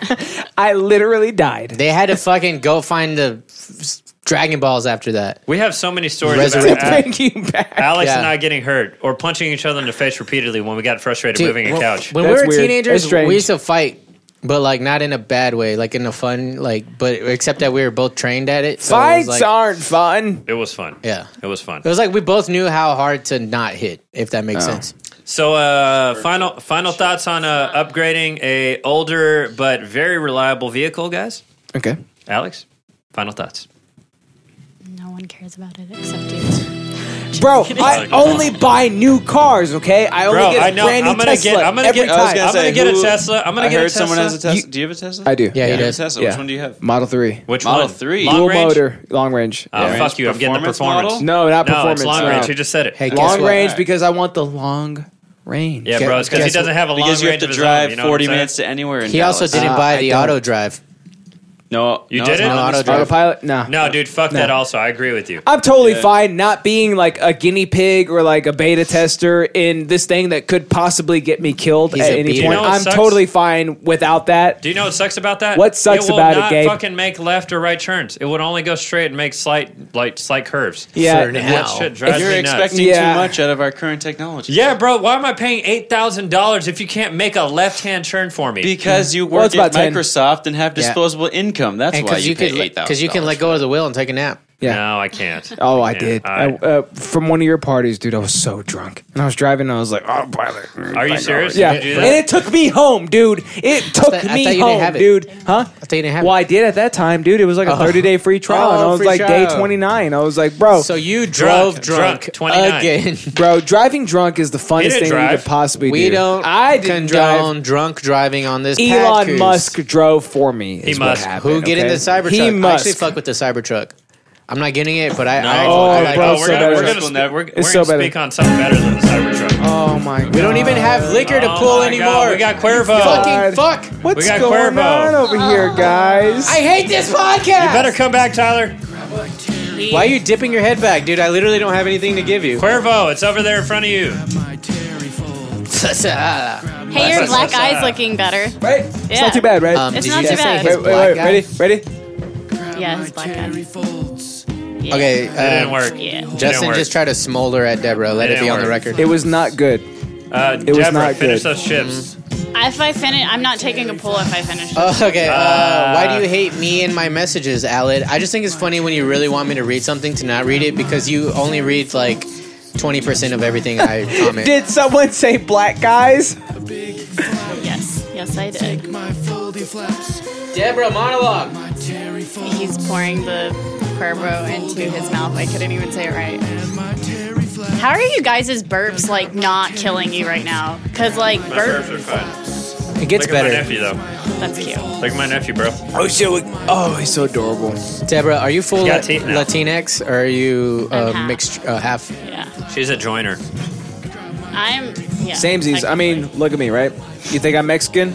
I literally died. They had to fucking go find the f- Dragon Balls after that. We have so many stories about [laughs] Resurrect Al- you back. Alex Yeah. and I getting hurt or punching each other in the face repeatedly when we got frustrated Dude, moving a well, couch. When we were teenagers, we used to fight, but like not in a bad way, like in a fun, like but except that we were both trained at it. so it was, Fights like- aren't fun. It was fun. Yeah. It was fun. It was like we both knew how hard to not hit, if that makes sense. So, uh, final final thoughts on uh, upgrading a older but very reliable vehicle, guys. Okay. Alex, final thoughts. No one cares about it except you. [laughs] Bro, I only buy new cars, okay? I only Bro, get I know. brand new I'm gonna Tesla get- I'm gonna every get- time. I was gonna I'm say, gonna get a who- Tesla. I'm gonna I get a heard someone has Tesla. a Tesla. You- do you have a Tesla? I do. Yeah, you have a Tesla. Which one do you have? Model three. Which Model one? three? Long Dual range? motor, long range. Oh, fuck you. I'm getting the Performance performance. model? No, not No, it's performance. long no. range. You just said it. Hey, guess long what? range Alright. because I want the long range. Yeah, bro, it's 'cause he Guess doesn't what? have a long Because you have range to of his drive own, you know what 40 I'm saying? minutes to anywhere in He also Dallas. didn't Uh, buy I the don't. auto drive. No, You no, did it's it? not Auto on drive. drive. Autopilot? No. No, dude, fuck No. that. Also, I agree with you. I'm totally Yeah. fine not being like a guinea pig or like a beta tester in this thing that could possibly get me killed He's at a any beater. point. You know what I'm sucks? totally fine without that. Do you know what sucks about that? What sucks it will about it, not Gabe? Fucking make left or right turns. It would only go straight and make slight, like slight curves. Yeah. For And now. that shit drives You're me nuts. expecting Yeah. too much out of our current technology. yeah, bro. Why am I paying eight thousand dollars if you can't make a left-hand turn for me? Because you Well, work it's about 10. at Microsoft and have Yeah. disposable income. That's And why because you, you, pay could, eight thousand. because you can let go of the wheel and take a nap. Yeah. no, [laughs] I can't. Oh, I Yeah, did. all I, right. uh, from one of your parties, dude, I was so drunk. And I was driving and I was like, oh, brother. Are you serious? Yeah. You do And that? it took me home, dude. It took thought- I me thought you didn't home, have it. dude. Huh? I thought you didn't have Well, it. I did at that time, dude. It was like a 30 day free trial. and Oh, I was free like, day trial. 29. I was like, bro. So you drove drunk, drunk, 29. again. Bro, driving drunk is the funnest didn't thing you drive. could possibly do. We don't I didn't condone drive. drunk driving on this pad Elon cruise. Musk drove for me. Is He what must. happened, Who get in okay? the Cybertruck? He I must. actually fuck with the Cybertruck. I'm not getting it, but I, I, Oh, I bro, like bro, no, it's so we're gonna, better. we're gonna, we're, we're It's gonna so better. speak on something better than the Cybertruck. oh my god. We don't even have liquor to Oh pull my anymore. God, we got Cuervo. Fucking fuck. What's We got going Cuervo. on over here, guys? I hate this podcast. You better come back, Tyler. Why are you dipping your head back, dude? I literally don't have anything to give you. Cuervo, it's over there in front of you. [laughs] It's Hey, your black eye's looking better. right? It's Yeah. not too bad, right? Um, It's Did not you too just say bad. wait, his wait, black wait, guy? ready? Ready? Yeah, it's black eye. Yeah. Okay, It uh, didn't work. Yeah. It didn't Justin work. just tried to smolder at Deborah. Let It it be didn't on the work. record. It was not good. Uh, It was Deborah, not finish good. those chips. I- If I finish, I'm not taking a pull. If I finish, Oh, okay. Uh, why do you hate me and my messages, Alid? I just think it's funny when you really want me to read something to not read it because you only read like 20% of everything I comment. Did someone [laughs] say black guys? yes, yes, I did. My foldy flaps, Deborah, monologue. my terry folds, He's pouring the Cuervo into his mouth. I couldn't even say it right. my terry flaps. How are you guys' burps like not killing you right now? Cause like My nerves burp, are fine. It gets Look at my better. nephew, though. that's cute. Look at my nephew, bro. Oh, so, oh, he's so adorable. Deborah, are you full You got La- teeth now. Latinx or are you I'm uh, half. mixed uh, half? Yeah, She's a joiner. I'm. Yeah, Samesies. I mean, look at me, right? You think I'm Mexican?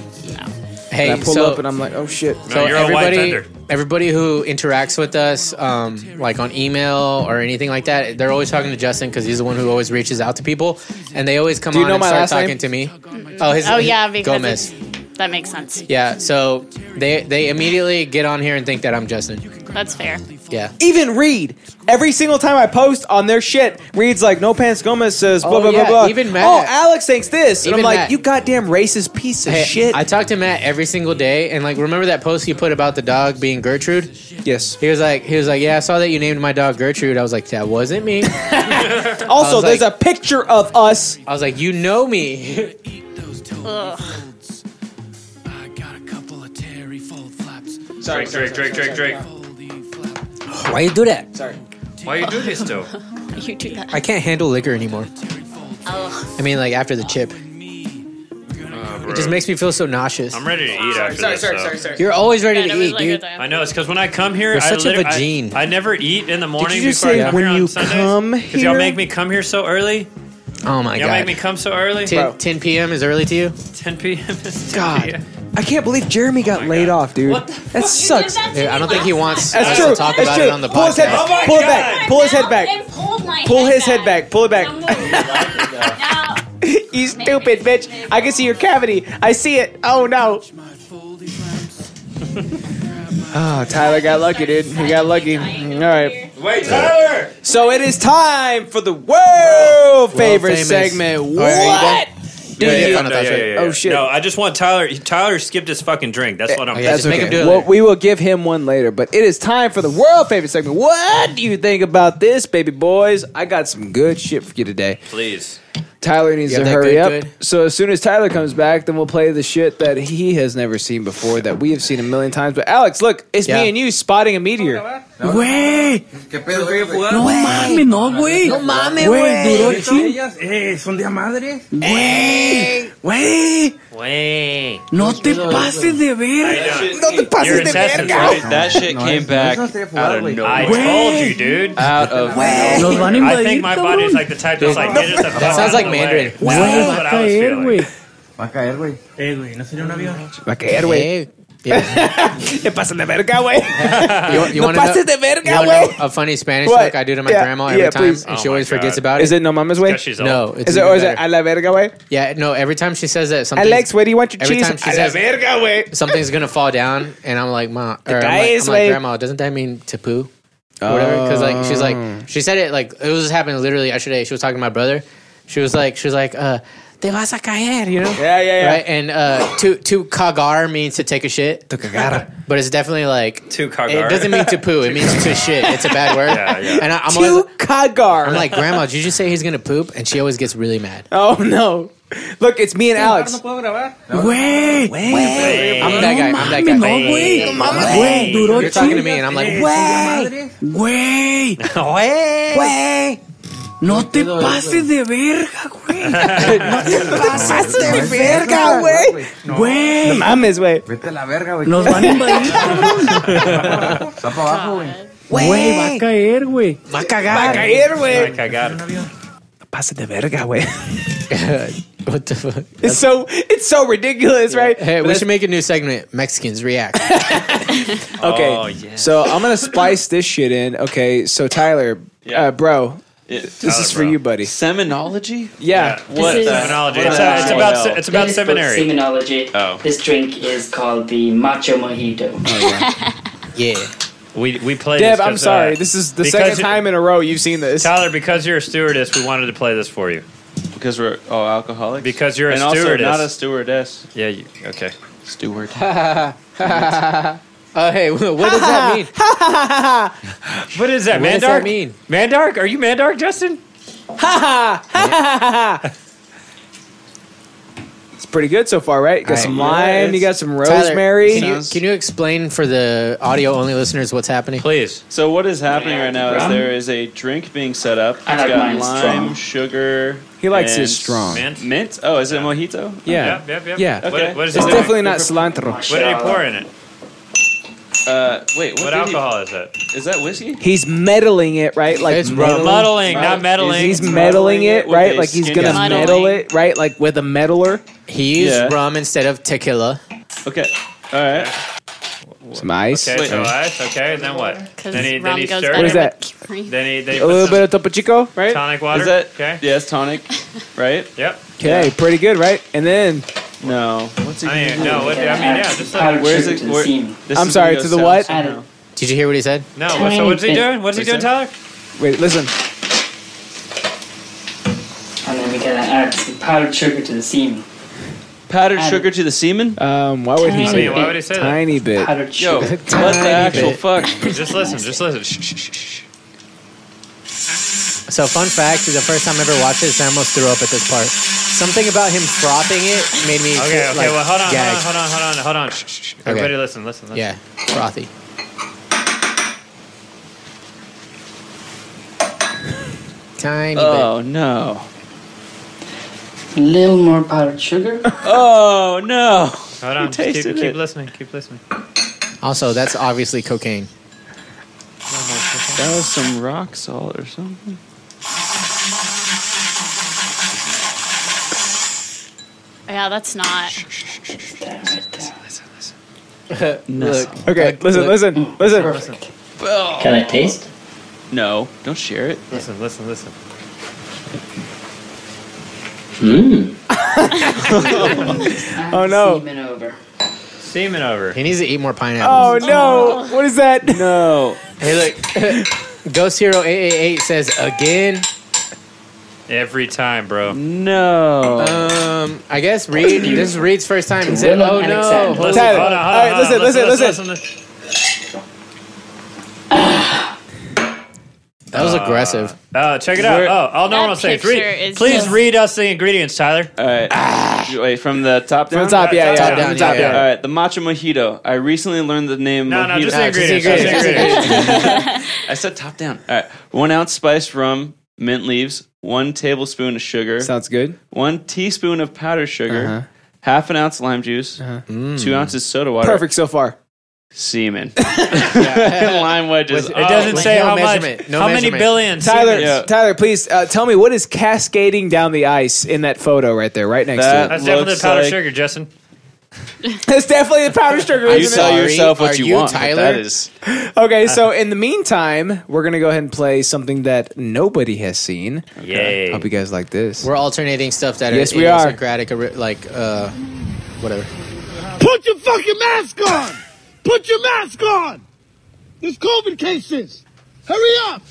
Hey, and I pull so, up and I'm like, oh shit. so No, you're a white everybody, vendor. everybody who interacts with us, um, like on email or anything like that, they're always talking to Justin because he's the one who always reaches out to people, and they always come you on know and my start last talking name? to me. Oh, his, Oh yeah, because Gomez. it's- that makes sense. Yeah, so they they immediately get on here and think that I'm Justin. That's fair. Yeah. Even Reed, every single time I post on their shit, Reed's like, "No pants Gomez says blah Oh, blah yeah, blah blah." even Matt. Oh, Alex thinks this, and Even I'm like, Matt. "You goddamn racist piece of Hey, shit." I talk to Matt every single day, and like remember that post he put about the dog being Gertrude? yes. He was like, he was like, yeah, I saw that you named my dog Gertrude. I was like, that wasn't me. I I Also, was there's like- a picture of us. was like, you know me. Ugh. I got a couple of terry fold flaps, Drake, Drake, Drake, Drake, Drake. foldy flap. Why you do that? Sorry, Why you do this, though? You do that. I can't handle liquor anymore. Ugh. I mean, like after the chip, it just makes me feel so nauseous. I'm ready to eat after this. though. You're always ready Yeah, to that was eat, like uh, a dude. time. I know it's because when I come here, You're I such a literally- I- vagine. I, never eat in the morning you just before say I come when here you on Sundays. come 'Cause y'all here? make me come here so early. Oh my Y'all make god. me come so early. [laughs] 10, 10 p.m. is early to you? 10 p.m. [laughs] is 10 God, p.m. I can't believe Jeremy Oh got laid God. off, dude. What the that sucks. Dude, I don't think he wants That's us true. to talk That's about true. it on the pull his podcast. head, Oh my pull it God. back. Pull his head back. Pull his head back. Pull it [laughs] back. [laughs] back. You stupid bitch. I can see your cavity. I see it. Oh no. Oh, Tyler got lucky, dude. He got lucky. All right. Wait, Tyler! So it is time for the world favorite famous. segment. Oh, yeah, you What? Do Yeah, yeah, you- yeah, yeah, yeah, yeah. Oh shit. No, I just want Tyler. Tyler skipped his fucking drink. That's what I'm. yeah, just thinking. make him do it. Well, we will give him one later, but it is time for the world favorite segment. What do you think about this, baby boys? I got some good shit for you today. Please. Tyler needs You to have that hurry good, up. good? So as soon as Tyler comes back, then we'll play the shit that he has never seen before that we have seen a million times. But Alex, look, it's Yeah. me and you spotting a meteor. Güey, no mames, no, güey. No mames, güey. Duró chin. son de madre. Güey, güey, Wait. no te pases de ver. No te pases You're de intestines, verga. right? That shit came back out of nowhere. I Wait. told you, dude. Out of Los van a I invadir, think my cabrón. body is like the type that's like, get us the fuck out sounds of like the Mandarin. Way. That's what tá I was feeling. Va a caer, güey. Eh, güey, no sería un avión. Va a caer, güey. [laughs] Yeah. Te pases de verga, güey. You, [laughs] you No wanna know- pases de verga, you wanna know güey. a funny Spanish What? joke I do to my Yeah, grandma every yeah, time, please. and Oh she my always forgets God. about Is it. it no mames, way? Because she's No, old. it's Is it or is even it better. a la verga, way? Yeah, no. Every time she says that, something. Alex, where do you want your every cheese? time she a says- la verga, güey. something's gonna fall down, and I'm like, ma, or I'm guy like, is I'm like, like- grandma, doesn't that mean to poo? Or whatever, because like she's Oh. like, she said it like it was happening literally yesterday. She was talking to my brother. She was like, she was like, uh, te vas a caer, you know? Yeah, yeah, yeah. Right? And uh, to to cagar means to take a shit. To cagar, but it's definitely like To cagar. It doesn't mean to poo. It means to shit. It's a bad [laughs] word. Yeah, yeah. And I, I'm always, To cagar. I'm like, grandma, did you just say he's gonna poop? And she always gets really mad. oh no. Look, it's me and Alex. Güey, I'm that guy. I'm that guy. no, güey. You're Güey, duró talking to chin. me, and I'm like, Güey, güey. No te pases de verga, güey. Pases de verga, güey. Güey. No mames, güey. Nos van a invadir, cabrón. God. Güey, va a caer, güey. va a cagar. Caer, güey. Like I got it. Pases de verga, güey. what the fuck? [laughs] It's so it's so ridiculous, right? Hey, But we that's- should make a new segment. Mexicans [laughs] react. [laughs] Okay. Oh, yeah. So I'm gonna spice this shit in. Okay. So Tyler, Yeah. uh, bro, It- this Tyler, is for bro. you, buddy. Seminology? Yeah. What is- the Terminology. what It's, the uh, it's hell? about se- it's about seminary. Semenology. Oh. This drink is called the Macho Mojito. yeah. We we played. Deb, this I'm 'cause, sorry. uh, this is the because second you- time in a row you've seen this. Tyler, because you're a stewardess, we wanted to play this for you. Because we're oh alcoholics. Because you're a and stewardess. also not a stewardess. Yeah. You, okay. Steward. Uh, hey, what does that mean? What is that? What Mandark? does that mean? Mandark? Are you Mandark, Justin? It's pretty good so far, right? You got All some right. lime. you Yeah, got some Tyler, rosemary. Can you, can you explain for the audio only listeners what's happening? Please. So what is happening right now is Rum? there is a drink being set up. It's I like got mine strong. lime, sugar. he likes and his strong. Man. Mint? Oh, is it a mojito? Yeah. Yep. Yep. Yep. Yeah. What, what is It's it doing? definitely not cilantro. What did he pour in it? Uh, wait, what, What did you- alcohol is it? is that whiskey? He's meddling it, right? Like It's meddling. Muddling, not meddling. He's Meddling meddling it it, with right? a Like he's skin gonna tone. meddle Muddling. it, right? Like with a meddler. He used Yeah. rum instead of tequila. Okay. All right. Some ice. Okay, Wait. so ice. Okay, and then what? Because Then he, then rum he goes stirred. better What is that? with cream. Then he, then he A put little some bit of Topo Chico, right? tonic water. Is that okay? Yeah, it's [laughs] tonic, right? Yep. Okay, pretty good, right? And then No. What's it? I mean, no. What, I mean, yeah. Just like, Powdered Where's sugar it? to the Where, seam. this I'm is sorry, gonna to the go what? south now. Did you hear what he said? no. So what's he Tiny doing? What's he doing, bit. Tyler? wait, listen. And then we gotta add some powdered sugar to the seam. Powdered Add sugar to the semen? Um, why would he I say mean, why would he say that? tiny bit? Powdered Yo, sugar. [laughs] what the actual fuck? Just listen. Just listen. Shh, shh, shh, shh. So, fun fact: the first time I ever watched this, I almost threw up at this part. Something about him frothing it made me Okay. Okay. like, well, hold on. gag. Hold on. Hold on. Hold on. Hold on. Shh, shh, shh. Everybody, listen. Listen. listen. Yeah, frothy. Tiny Oh no. Little more powdered sugar. Oh no. Hold on. Just keep, tasted keep it. listening. Keep listening. bit. Also, that's obviously cocaine. That was some rock salt or something. Yeah, that's not. Listen, listen. Look, Okay, Look, listen, look. listen, listen. Perfect. Oh. Can I taste? No, don't share it. Listen. Listen. Listen. Mmm. Oh, no. Oh, Semen over. Semen over. He needs to eat more Oh, pineapples. no. What is that? No. Hey, look. [laughs] Ghost Hero 888 says again. Every time, bro. No. Um, I guess Reed. This is Reed's first time. He said, "Oh no." Listen, hold on, hold on, hold on. That was aggressive. Uh, check it out. We're- oh, I'll know That what I'm saying. picture Read, is please just- read us the ingredients, Tyler. All right. Wait, from the top From down? the top, yeah, yeah, Top yeah, down, from the top, yeah, yeah. yeah. All right, the matcha mojito. I recently learned the name No, mojito. no, just the ingredients. just the ingredients. I said top down. All right. One ounce spiced rum, mint leaves, one tablespoon of sugar. Sounds good. One teaspoon of powdered sugar, Uh-huh. half an ounce lime juice, two ounces soda water. Perfect so far. [laughs] Semen. [laughs] lime wedges. Oh, With- it doesn't say no how much- measurement, how measurement. many billions? Tyler, Tyler, please uh, tell me what is cascading down the ice in that photo right there, right next to it. That's definitely the powdered sugar, Justin. That's definitely the powdered sugar. You isn't it? tell yourself what you, want. but That is. Okay, so in the meantime, we're gonna go ahead and play something that nobody has seen. Yay. Hope you guys like this. [laughs] We're alternating stuff that Yes, are we are. idiosyncratic, are. like uh, whatever. Put your fucking mask on! Put your mask on! There's COVID cases! Hurry up!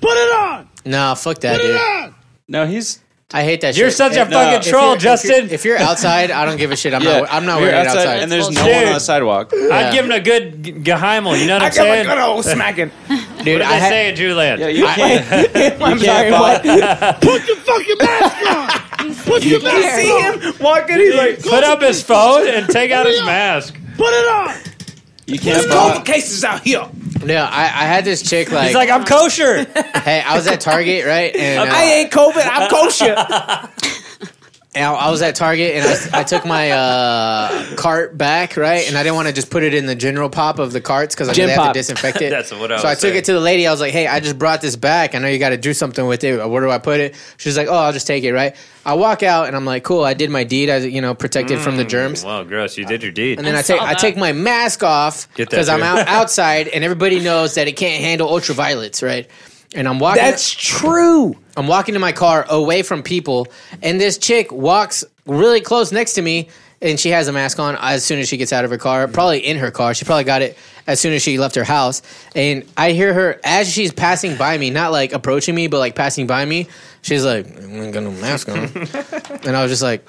Put it on! Nah, fuck that, dude. No, he's. I hate that. You're shit. such a If- fucking if troll, you're- if you're- Justin. If you're outside, I don't give a shit. I'm Yeah. not. I'm not You're wearing it outside, outside. and there's no one on the sidewalk. I'd give him a good g- geheimel. You know what I I'm give him a saying? good old oh, smacking. Dude, Dude, what I did they had- say in Jewland? Yeah, [laughs] you I- can't- I'm sorry, Put You your can mask see on! him walking. He's like, put up his phone and take out [laughs] his mask. Put it on! You can't buy- cases out here. No, I, I had this chick like. He's like, I'm kosher. [laughs] hey, I was at Target, right? And, uh, I ain't COVID. [laughs] I'm kosher. And I, I was at Target and I, I took my uh, cart back, right? And I didn't want to just put it in the general pop of the carts because I know Gym they have pop. to disinfect it. [laughs] That's what I So I was took saying. it to the lady. I was like, hey, I just brought this back. I know you got to do something with it. Where do I put it? She's like, oh, I'll just take it, right? I walk out and I'm like, cool, I did my deed. I, you know, protected from the Mm. germs. Well, gross. You did your deed. And then I, take I take my mask off Get that because I'm too. out outside, and everybody knows that it can't handle ultraviolets, right? And I'm walking. That's true. I'm walking to my car away from people, and this chick walks really close next to me, and she has a mask on as soon as she gets out of her car, probably in her car. She probably got it as soon as she left her house. And I hear her as she's passing by me, not like approaching me, but like passing by me. She's like, I ain't got no mask on. and I was just like,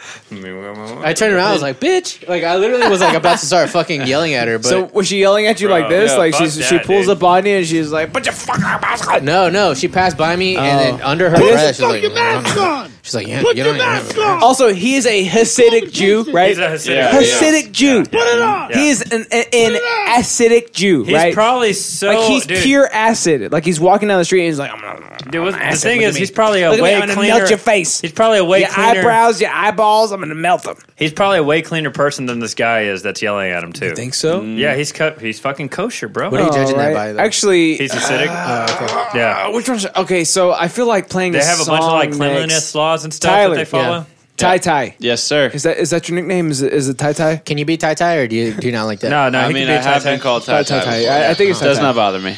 I turned around, I was like, bitch. Like, I literally was like about to start fucking yelling at her, but. so was she yelling at you like Bro, this? yeah, like fuck she's, she that, pulls dude. up on you and she's like, "Put your fucking mask [laughs] on." No, no, she passed by me Oh. and then under her Put your breath, she's like, fucking mask on. She's like, yeah, Put you your don't- mask Also, he is a Hasidic Jew, right? He's a Hasidic Yeah, Jew. Hasidic Jew. Put it on. He is an, an, an acidic Jew, He's right? probably so. like he's dude, pure acid. Like he's walking down the street and he's like, I'm gonna, Dude, what- the acid, thing look at is, me. he's probably a Look at me, way I'm gonna cleaner. melt your face. He's probably a way your cleaner. eyebrows, your eyeballs. I'm gonna melt them. He's probably a way cleaner person than this guy is that's yelling at him too. think so? Yeah, he's cut. He's fucking kosher, bro. What are you judging that Alright. by, though? Actually, he's acidic. Ah, Uh, Yeah, which one's okay? So I feel like playing. they a have a bunch of song like cleanliness next. laws and stuff Tyler, that they follow. Ty Ty. Yes, sir. Is that is that your nickname? Is it, is it Ty Ty? Can you be Ty Ty or do you do you not like that? Um, No, no, I he mean, could be I a have tie-tie. been called Ty Ty. Ty Ty. before, I- I yeah. think it's Ty Does Ty. not bother me.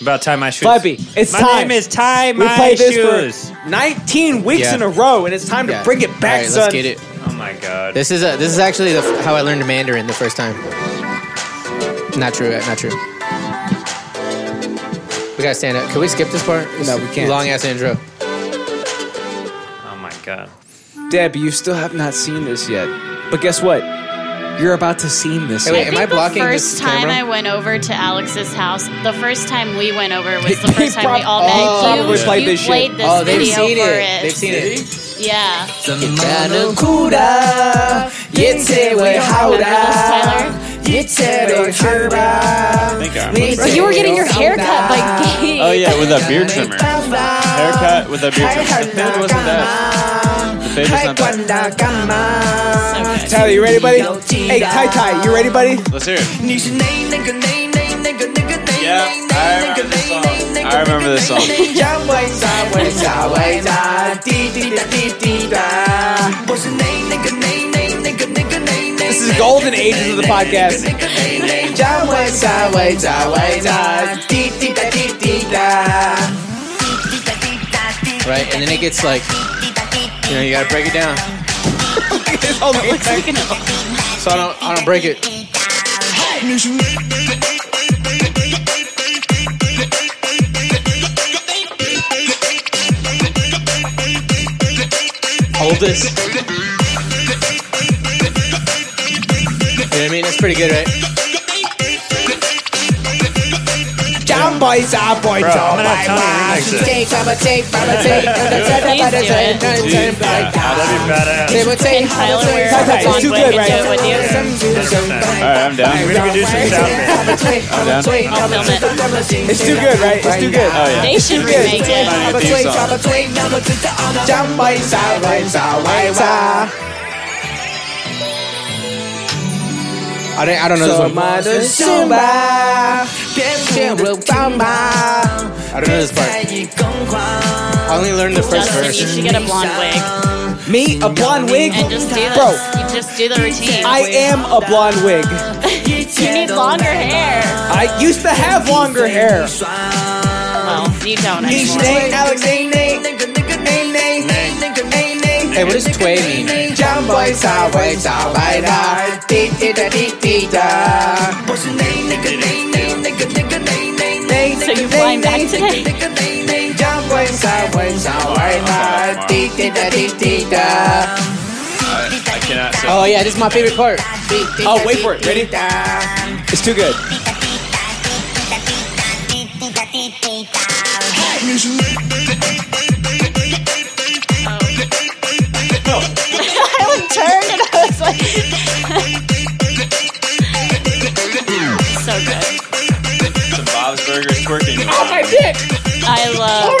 About tie my shoes. Flappy, it's my time. name is tie We my played this shoes. for 19 weeks Yeah. in a row, and it's time to bring it back, Alright, let's son. get it. Oh my god. This is a this is actually the, f- how I learned Mandarin the first time. Not true. uh, Not true. We gotta stand up. Can we skip this part? No, we can't. Long ass intro. Oh my god. Deb, you still have not seen this yet. But guess what? You're about to see this. Hey, wait, yet. am I blocking the first time I went over to Alex's house, the first time we went over was the first time we all met. prob- you probably played you this shit. played this Oh, they've video seen for it. it. They've seen it. Yeah. You were getting your hair cut [laughs] by Gabe. Oh yeah, with a beard trimmer. Haircut with a beard trimmer. The fade wasn't that. The fade was not that. Tyler, you ready, buddy? Hey, Ty Ty, you ready, buddy? Let's hear it. Yeah, I remember this song. I remember this song. This is golden ages of the podcast. Right, and then it gets like, you know, you gotta break it down. so I don't I don't break it. Oldest. You know what I mean? That's pretty good, right? Down boys, down boys, Bro, all I'm gonna my have Tony wives. remix it. Take, Baba, take, Baba, take. It's too good, right? I'm down. We're gonna do some sound. I'm down. It's too good, right? It's too good. Oh, yeah. They should Too good. remake it. Baba, Theme take, song. Baba, take, Baba, take. Down boys, down boys, down boys, down. I don't, I don't know this one. Somebody Zumba. Damn, damn, we'll bamba. I don't know this part. I only learned the first Justin, you verse. should get a blonde wig. Me, a blonde wig? And just do this. Bro, You just do the routine. I am a blonde wig. [laughs] you need longer hair. I used to have longer hair. Well, you don't Yeesh, anymore. nay, Alex, nay, nay. Nay, nay. Hey, what does tway mean? Jump boys, ah, boys, ah, bye, da. Dee, dee, da, dee, dee, da. So you flying back today? Jump boys, ah, boys, ah, bye, da. Dee, dee, da, dee, dee, da. I cannot say. Oh, yeah, this is my favorite part. Oh, wait for it. Ready? It's too good. I would turn and I was like. so good. Some Bob's Burgers Oh, twerking. my dick! I love. Oh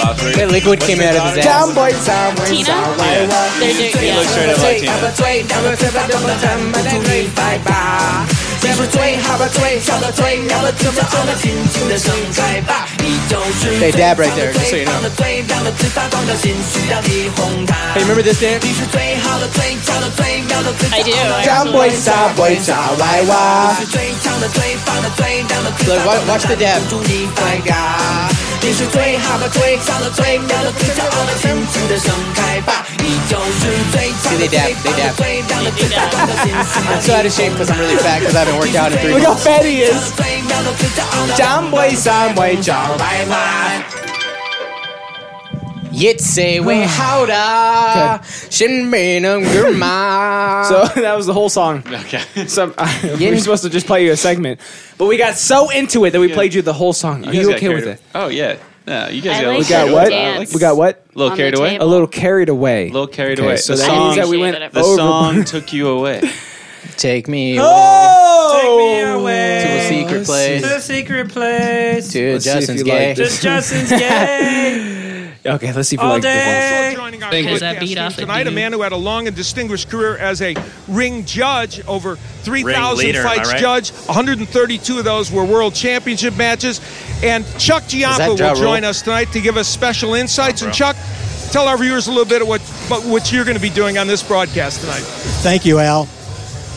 Bob's Burgers. That liquid What's came their out of his daughter's ass. Jump boys, ah, boys, Tina? ah, bye, Yeah. da. They're doing, He looks straight up [laughs] like Tina. They dab right there, just so you know. Hey, remember this dance? I do. I Jump actually- boys, ah, boys, ah, bye, da. Look, wa- watch the dab. See, they dab. They dab. I'm so out of shape because I'm really fat because I haven't worked out in three Look how months. fat he is. Jump boys, ah, boys, ah, bye, da. [sighs] Yitse we howda. Shinbeinum gurma. So [laughs] that was the whole song. Okay. So [laughs] uh, we were supposed to just play you a segment, but we got so into it that we played you the whole song. Are guys you got okay with carried it? away. Oh yeah. No, you guys I got. like We a got the little what? carried away. dance. We got what? A little On carried the away. table. A little carried away. A little carried Okay, away. so the that song. means that we went Appreciate it. the over. song took you away. Take me Oh! Take me away. to a secret place. To a secret place. Dude, Let's see if Justin's you gay. like this. Just Justin's [laughs] gay Okay, let's see if we all like this day. joining our Thank you. podcast That beat team off a tonight, a dude. man who had a long and distinguished career as a ring judge, over 3,000 Ringleader, am I fights right? judge, 132 of those were world championship matches. And Chuck that Giappa Ja will Rule? join us tonight to give us special insights. And bro. Chuck, tell our viewers a little bit of what, about what you're going to be doing on this broadcast tonight. Thank you, Al.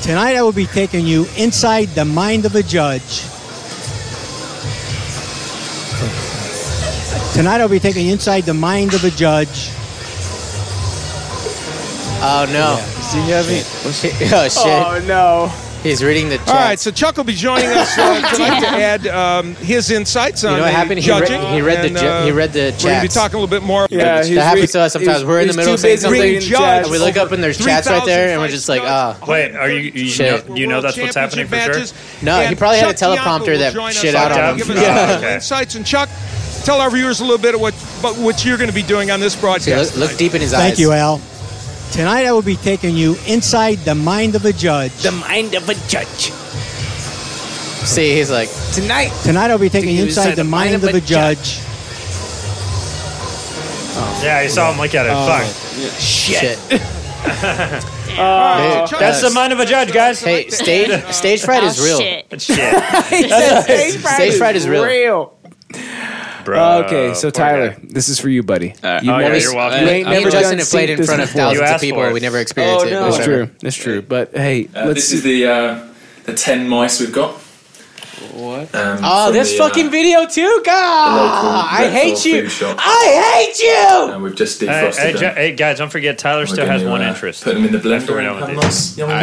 Tonight I will be taking you inside the mind of a judge. Tonight I'll be taking you inside the mind of a judge. Oh no. one. Do you have any- Oh shit. Oh no! He's reading the chat. All right, so Chuck will be joining us uh, tonight [laughs] to add um, his insights on You know what the happened? He read- judging. he read the and, ju- uh, he read the We're going to be chats. talking a little bit more. Yeah, he's that re- happens to us he's- sometimes. We're in the he's middle too of saying busy reading Ring the something, judge. chat. and we look up and there's chats right there, and we're just like, ah. Wait, are you? you Shit. know, do you know that's what's happening for sure? Matches. No, he And probably had a Chuck teleprompter Bianco that will join shit us out to on give him. us Yeah. some Okay. Insights and Chuck, tell our viewers a little bit of what about what you're going to be doing on this See, broadcast. look, look deep in his eyes. Thank you, Al. Tonight I will be taking you inside the mind of a judge. The mind of a judge. See, he's like, Tonight, Tonight I'll be taking you inside the mind of a judge. Yeah, you saw him look at it. Fuck. shit. Uh, Dude, Chuck, that's the mind of a judge, guys. Hey, stage stage fright is Oh, real. shit. Shit, stage Stage fright is real. Uh, bro. okay, so Poor Tyler, guy. this is for you, buddy. Oh, yeah, Well, we- you're me- welcome. You ain't me and never Justin done have played seen in this front of before. You thousands of asked people. for it. We never experienced Oh, it. no. but That's whatever. true. That's true. But hey, Uh, let's this is the uh, the ten mice we've got. What? Um, Ah, oh, this uh, fucking video too. God, I hate you. I hate you. And uh, we've just Hey, defrosted hey, them. uh, Ja- hey, guys, don't forget Oh, Tyler still has one interest. Put him in the blender.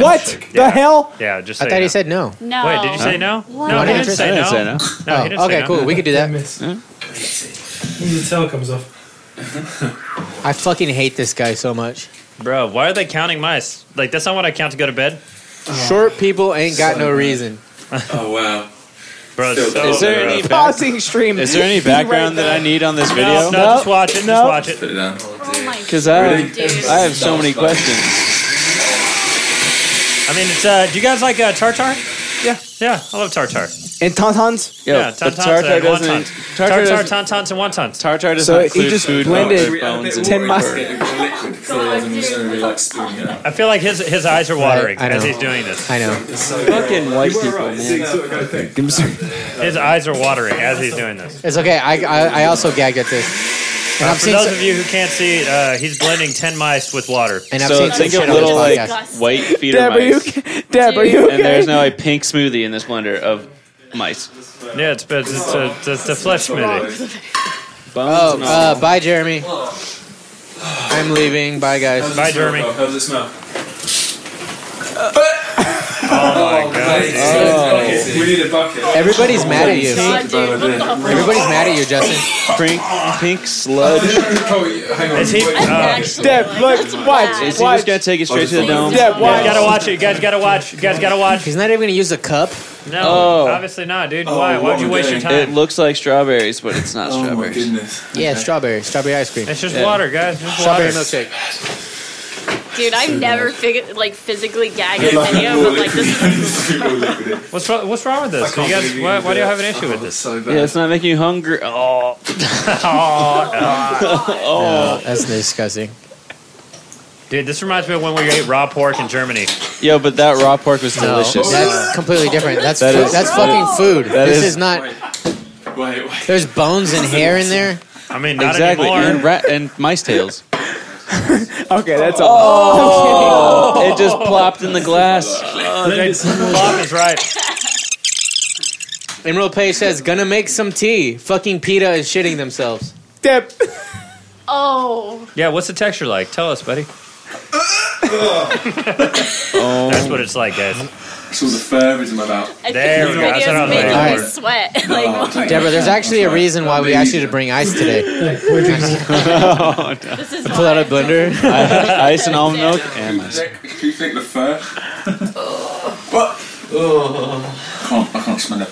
What the hell? Yeah, just. I Say thought no. he said no. No. Wait, did you say no? What? No, he didn't I say didn't no. say No, he didn't Oh, say okay, no. cool. We could do that. The tail comes off. I fucking hate this guy so much. Bro, why are they counting mice? Like, that's not what I count to go to bed. Short people ain't got So no bad. reason. Oh, wow. Bro, it's so Is there any rough. pausing stream? Is there any background that I need on this No, no, video? just watch it. No. Just watch it. Because I, I have so many questions. I mean, it's. Uh, do you guys like uh, tartar? Yeah. Yeah, I love tartar. And tauntauns? yeah, but tauntauns and wontons. Tartar, doesn't- tauntauns, and wontons. Tartar does So not he include just food, blended bones, and- 10 mus- I feel like his his eyes are watering I- I as know. he's doing this. I know. Fucking white people, man. I'm sorry. His eyes are watering as he's doing this. It's okay. I, I, I also gagged at this. And Uh, I've for seen those some- of you who can't see, uh, he's blending ten mice with water. And I've So seen think some of shit on little, this like, podcast. white feeder Deb, are you mice. [laughs] Deb, are you And there's now a pink smoothie in this blender of mice. Yeah, it's it's, it's, a, it's a flesh smoothie. Oh, uh, bye, Jeremy. I'm leaving. Bye, guys. Bye, Jeremy. How does it smell? Oh my god. We need a bucket. Everybody's mad at you. Everybody's mad at you, Justin. Pink, pink sludge. [laughs] Is he? Oh. Deb, look, watch. Is he just gonna take it straight to the dome? You guys gotta watch it. You guys gotta watch. You guys gotta watch. He's not even gonna use a cup. No, Oh. obviously not, dude. Why? Why'd you waste your It time? looks like strawberries, but it's not strawberries. Yeah, strawberry, strawberry ice cream. It's just Yeah. water, guys. Just Strawberry water. milkshake. Dude, I've never figured like physically gagged at any of them. Like this is What's wrong, what's wrong with this? You guys, why, why do you have an issue with this? [laughs] Yeah, it's not making you hungry. Oh, Oh, that's disgusting. Dude, this reminds me of when we ate raw pork in Germany. Yo, but that raw pork was No, delicious. that's completely different. That's That food- is- that's that fucking is- food. that this is- is, not. Wait, wait. There's bones and hair in there. I mean, not exactly. anymore. And, rat, and mice tails. Okay, that's all. Oh, it just plopped in the glass. Oh, Bob is right. Emerald Page says, "Gonna make some tea." Fucking PETA is shitting themselves. Dip. oh. Yeah, what's the texture like? Tell us, buddy. Um, That's what it's like, guys. Some of the fur is in my mouth. I There think we these go. That's what I was videos make waiting me for. sweat. [laughs] like, more. Deborah, there's actually a reason why we asked you to bring ice today. oh, [laughs] no. Pull out a blender. Ice and almond milk and mice. Do you think the fur? What? I can't, I can't smell it.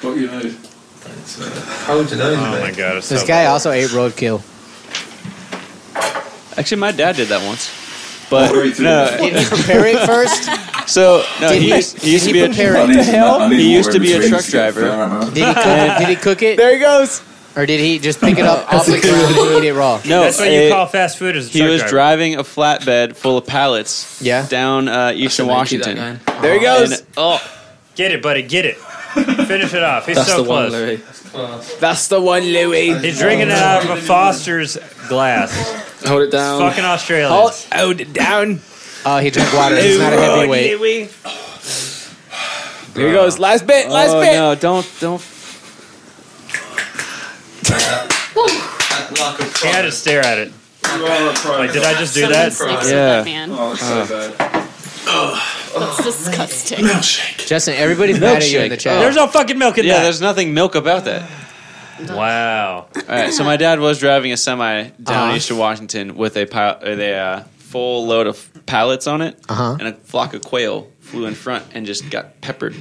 What you know? How would you know? Oh my god, it's This so guy also ate roadkill. Actually, my dad did that once. But no, Did he prepare it first? so no, Did he, he- used, he used did to he be a prepare it? What the hell? He used to be a truck driver. Did he cook it? Did he cook it? There he goes. Or did he just pick it [laughs] up off the ground and eat it raw? No, That's what you oh, it- call fast food as a He truck was driver. driving a flatbed full of pallets. Yeah. down uh, eastern Washington. There he goes. And- oh, Get it, buddy. Get it. Finish it off. He's so close. That's the one, Louis. He's drinking it out of a Foster's glass. Hold it Um, down. Fucking Australian. Hold, hold it down. Oh, he drank water. He's not a heavyweight. Here goes. Last bit. Last oh, bit. no, don't don't. He had to stare at it. Like, did I just do Someone that? sleeps with Yeah. that man. Uh, That's disgusting. Justin, everybody's mad at you in the Milkshake. chat. There's no fucking milk in yeah, that. there's nothing milk about that. Wow. All right, so my dad was driving a semi down Uh-huh. eastern Washington with a pile, with a uh, full load of pallets on it, Uh-huh. and a flock of quail flew in front and just got peppered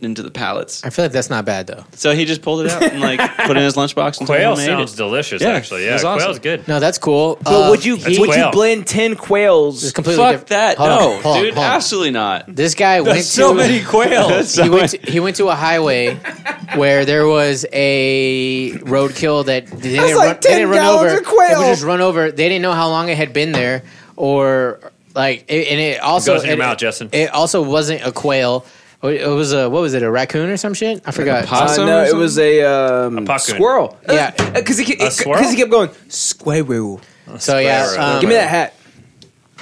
into the pallets. I feel like that's not bad though. So he just pulled it out [laughs] and like put it in his lunchbox. And Quail told him I ate sounds it. delicious, Yeah, actually. Yeah, it's awesome. quail's good. No, that's cool. But Uh, would you That's would quail. you blend ten quails? It's completely Fuck different. that! Hold on, no, hold on, dude, hold on. absolutely not. This guy went There's so to many quails. He went to, he went to a highway where there was a roadkill that they didn't, like run, they 10 didn't run gallons over. of quail. It was just run over. They didn't know how long it had been there, or like, it, and it also goes in your it, mouth, Justin. It also wasn't a quail. It was a what was it? A raccoon or some shit? I forgot. Uh, no, it was a, um, puccoon. squirrel. Yeah. because he ke- A it- squirrel? 'cause he kept going squirrel. so yeah. um, Give me that hat.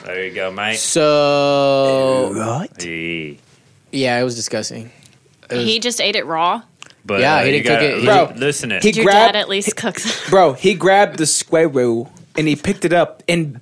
There you go, mate. So Right. Hey. yeah, it was disgusting. he just ate it raw. But Yeah, yeah, he he didn't cook it. He- Bro, listen it. He Your grabbed- dad at least [laughs] cooks. Bro, he grabbed the squirrel and he picked it up and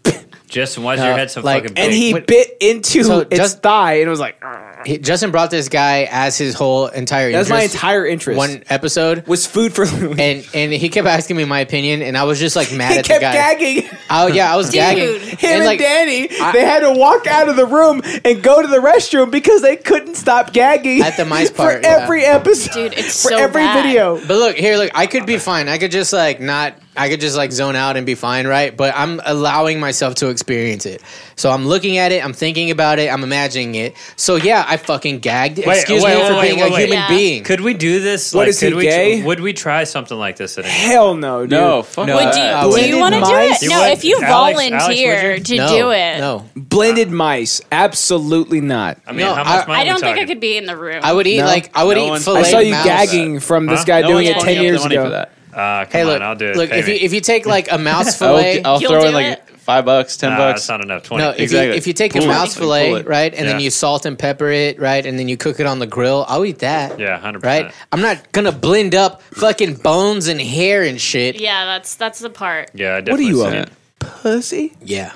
Justin, why's your head so like- fucking big? and he Wait. bit into So its just- thigh and it was like He, Justin brought this guy as his whole entire. That's my interest. entire interest. One episode was food for and and he kept asking me my opinion, and I was just like [laughs] mad he at kept the guy. gagging. Oh yeah, I was gagging. Him and, like, Danny, I- they had to walk out of the room and go to the restroom because they couldn't stop gagging At the mice [laughs] for part, yeah. every episode, dude. It's for every video. But look here, look, I could be fine. I could just like not. I could just like zone out and be fine, right? But I'm allowing myself to experience it. So I'm looking at it. I'm thinking about it. I'm imagining it. So yeah, I fucking gagged. Excuse me for being a human being. Could we do this? What like, is he, could we, gay? Would we try something like this? At Hell no, dude. No, fuck No. Would that. you, do you want to do mice? it? No, You if you would- Alex- Alex, would you? volunteer to do it, blended mice, absolutely not. I mean, No, how much I- money I don't think I could be in the room. I would eat like I would No eat one- filet. I saw you mouse. gagging from this guy doing it ten years ago. Uh, come Hey, on, look, I'll do it. look Pay if you me. if you take like [laughs] a mouse fillet, I'll You'll throw do in, like, it? five bucks, ten Nah, bucks. it's not enough. Twenty. No, if, you, if you take a mouse fillet, right, and then Yeah. you salt and pepper it, right, and then you cook it on the grill, I'll eat that. Yeah, hundred Right? I'm not gonna blend up fucking bones and hair and shit. Yeah, that's that's the part. Yeah, I a pussy? Yeah.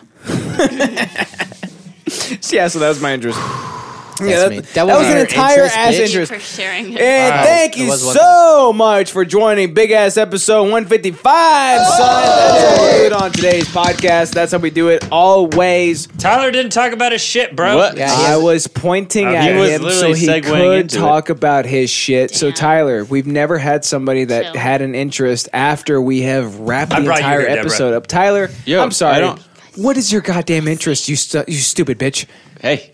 yeah, so that was my [sighs] interest. That's yeah, me. that, That that was was an our entire interest, ass bitch. interest. for sharing it. And Wow. thank It you was one- so much for joining Big Ass Episode 155, son. That's how we do it on today's podcast. That's how we do it always. Tyler didn't talk about his shit, bro. What? Yeah, he I has- was pointing Uh, at he was him so literally he segueing could into it. talk about his shit. So Tyler, we've never had somebody that had an interest after we have wrapped I the brought you entire here, Deborah. episode up. Tyler, Yo, I'm sorry. I don't- What is your goddamn interest, you stu- you stupid bitch? Hey,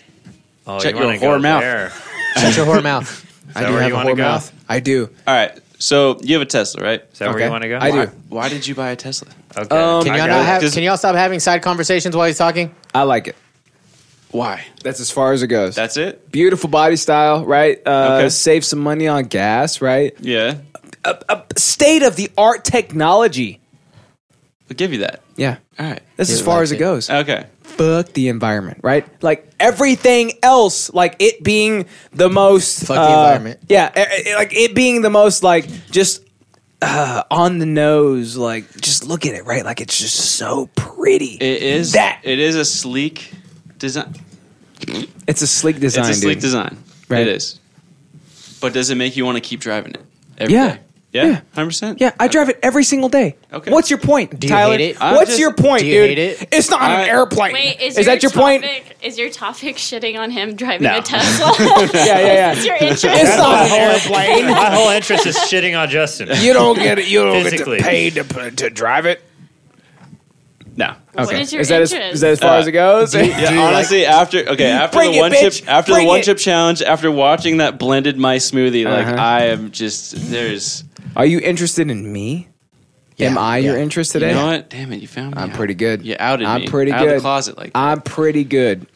Oh, Shut you your wanna go whore mouth. there. Shut your whore mouth. I that do where have you a wanna whore go? mouth. I do. All right. So you have a Tesla, right? Is that where you Okay. wanna go? I do. Why, why did you buy a Tesla? can Okay. y'all not have, can y'all stop having side conversations while he's talking? I like it. Why? That's as far as it goes. That's it. Beautiful body style, right? Uh, Okay. Save some money on gas, right? Yeah. State of the art technology. I'll give you that. Yeah. All right. That's as far as it goes. Okay. Fuck the environment, right? Like everything else, like it being the most. uh, Fuck the environment. Yeah. e- e- Like it being the most, like just uh, on the nose, like just look at it, right? Like it's just so pretty. It is that. It is a sleek design. It's a sleek design. it's a sleek dude. design. Right. It is. But does it make you want to keep driving it? every day? Yeah. Yeah. Hundred percent. Yeah, I drive it every single day. Okay. What's your point, Do you Tyler? hate it? I'm What's just- your point, do you dude? hate it? It's not I- an airplane. Wait, is, that your topic, point? Is your topic shitting on him driving No. a Tesla? [laughs] [laughs] Yeah, yeah, yeah. Is this your [laughs] interest? It's not my an whole- airplane. My whole interest is shitting on Justin. You don't get it. You don't Physically. get to pay to, put- to drive it. No. Okay. is, that as, is that as far Uh, as it goes? yeah, honestly, after okay, after Bring the it, one bitch. chip, after Bring the one it. chip challenge, after watching that blended my smoothie, like Uh-huh. I am just there's. [laughs] Are you interested in me? Am I your interest today? You know what? Damn it, you found me. I'm pretty good. You outed I'm me. pretty Out of good. the closet like I'm pretty good.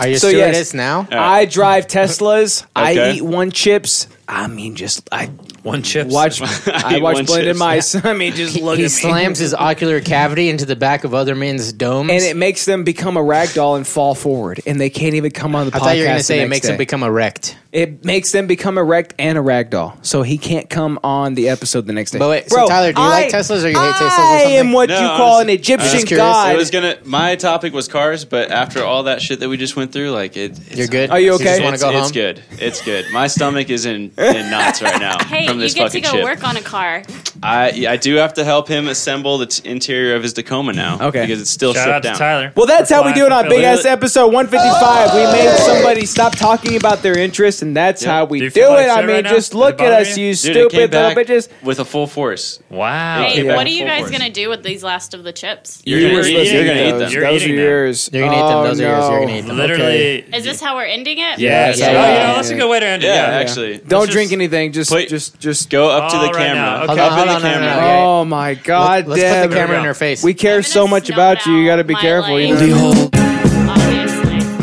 Are you so serious yes, now? I drive Teslas. I Okay. eat one chips. I mean, just I [laughs] one chips. Watch. I, eat one watch blended chips. mice. [laughs] I mean, just He, look he at slams me. his ocular cavity into the back of other men's domes. and it makes them become a rag doll and fall forward, and they can't even come on the I podcast. thought you were gonna the say it next makes day. him become erect. It makes them become erect and a ragdoll, so he can't come on the episode the next day. But wait, so Tyler, do you like Teslas or you hate Teslas or I am something? what No, you call an honestly- Egyptian I god. was gonna. My topic was cars, but after all that shit that we just went through, like it. It's, You're good. Are you okay? It's, You just wanna go it's home? good. It's good. My stomach is in, in knots right [laughs] now Hey, from you this get to fucking go chip. work on a car. I yeah, I do have to help him assemble the t- interior of his Tacoma now. Okay, because it's still Shout stripped out to down. Tyler. Well, that's how we Fly do it on fulfill Big it. Ass Episode 155. We made Oh. somebody stop talking about their interests, and that's how we do, feel like it. I shit mean, right now? just Does it look at bother us, you, stupid little bitches. with a full force. Wow. Hey, Came back what are you full guys force. going to do with these last of the chips? You're gonna eat- you're gonna eat them. You're Those eating are them. yours. You're gonna eat them. Oh, Those are yours. You're gonna no. eat them. Literally. Is this how we're ending it? Yeah, Yeah, yeah, yeah, that's a good way to end it. Yeah, actually. Don't drink anything. Just, just, just go up to the All right camera. now. Up Okay. in Hold the on, no, no, camera. no, no. Oh my God, let's put the Deb. camera in her face. We care so much about you. You got to be careful. You know. what I mean?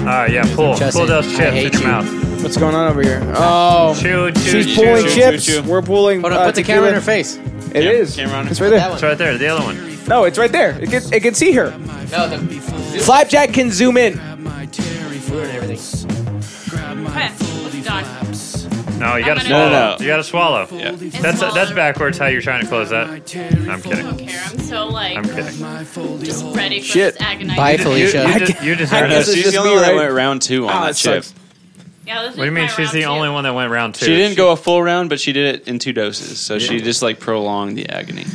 All right, yeah, pull. pull those chips in your mouth. What's going on over here? Oh, Chew, chew, she's chew, pulling chew, chips. chew, chew. We're pulling. Hold on, uh, put the camera in tequila. her face. It Cam- is. Camera It's right there. It's right there, the other one. No, it's right there. It can, it can see her. No, Flapjack can zoom in. Quit. Let's be done. No, you gotta I'm gonna- swallow. No, no, no. You gotta swallow. Yeah. It's That's that's swallowed. backwards. How you're trying to close that? I'm kidding. I'm so like I'm kidding. just ready for this agonizing. You- You, you, just, you deserve No, it. she's the only one that went round Oh, two on that chip. Yeah, this What do you mean? She's the only one that went round two. She didn't go a full round, but she did it in two doses. So she just like prolonged the agony.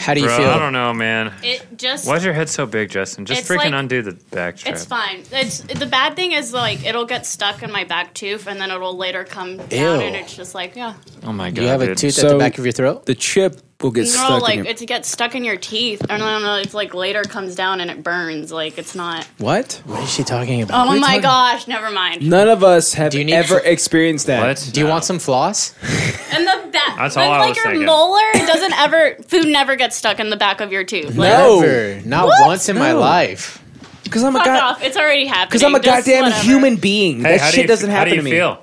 How do you Bro, feel? I don't know, man. It just Why is your head so big, Justin? Just It's freaking like- undo the back strap. It's fine. It's the bad thing is like it'll get stuck in my back tooth, and then it'll later come down, Ew. and it's just like yeah. Oh my Do you have a tooth at the So- back of your throat? The chip will get no, stuck like in your... it gets stuck in your teeth, and then uh, it's like later comes down and it burns. Like it's not. What? What is she talking about? Oh my gosh! Never mind. None of us have need- ever experienced that. Do you want some floss? And the back. That's when, all I like was your thinking. molar doesn't ever food never gets stuck in the back of your tooth. Like, Never. Not What? once in my No. life. Because I'm a Fuck god. off! It's already happening. Because I'm a Just goddamn whatever. human being. Hey, that how do shit you- doesn't how do happen you to me. feel?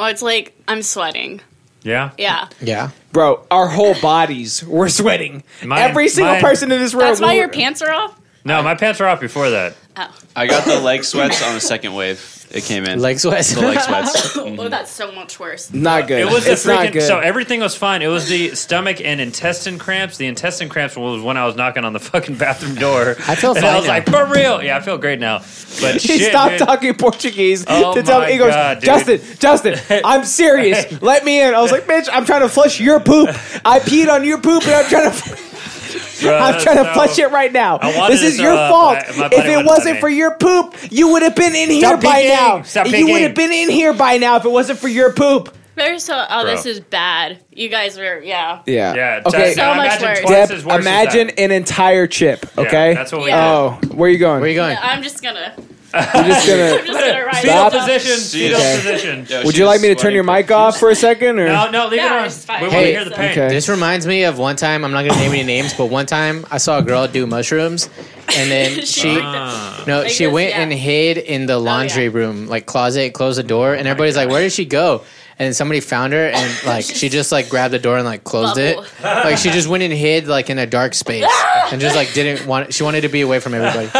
Oh, it's like I'm sweating. Yeah. Yeah. Yeah. Bro, our whole bodies were sweating. Mine- Every single mine- person in this room. That's why we your were- pants are off. No, my pants were off before that. Oh. I got the leg sweats on the second wave. It came in. Leg sweats? The [laughs] leg sweats. [laughs] mm-hmm. oh, that's so much worse. Not good. It was it's the freaking. not good. [laughs] So everything was fine. It was the stomach and intestine cramps. The intestine cramps was when I was knocking on the fucking bathroom door. [laughs] I feel and fine I was now. like, for real. Yeah, I feel great now. But [laughs] he shit, stopped dude. talking Portuguese Oh to tell me, my he goes, God, dude. Justin, [laughs] Justin, I'm serious. Let me in. I was like, bitch, I'm trying to flush your poop. I peed on your poop and I'm trying [laughs] to, [laughs] Bro, I'm trying to Oh, so- flush it right now. I wanted This to is throw your up. fault. I- my buddy if it would've let wasn't me. for your poop, you would have been in here Stop by peeking. now. Stop you would peeking. have been in here by now if it wasn't for your poop. There's so. Oh, Bro. this is bad. You guys were. Yeah. Yeah. [laughs] Yeah, Okay. Justin, So much imagine worse. twice Deb, as worse as imagine an entire chip. Yeah, Okay. that's what we Yeah. Oh, where are you going? Where are you Yeah, I'm just gonna. You're just [laughs] gonna. [laughs] I'm just gonna write Fetal it down. position. Fetal Okay. position. Would you like me to turn your mic off for a second? Or No, no, leave No, it on. it's fine. We want to Hey, hear the pain. this reminds me of one time. I'm not gonna name any names, but one time I saw a girl do mushrooms, and [laughs] then she, Ah. no, Like she this, went yeah. Oh and hid in the laundry room, like closet, closed the door, and everybody's like, "Where did she go?" And somebody found her, [laughs] and like she just like grabbed the door and like closed it, like she [laughs] just went and hid like in a dark space, and just like didn't want. She wanted to be away from everybody.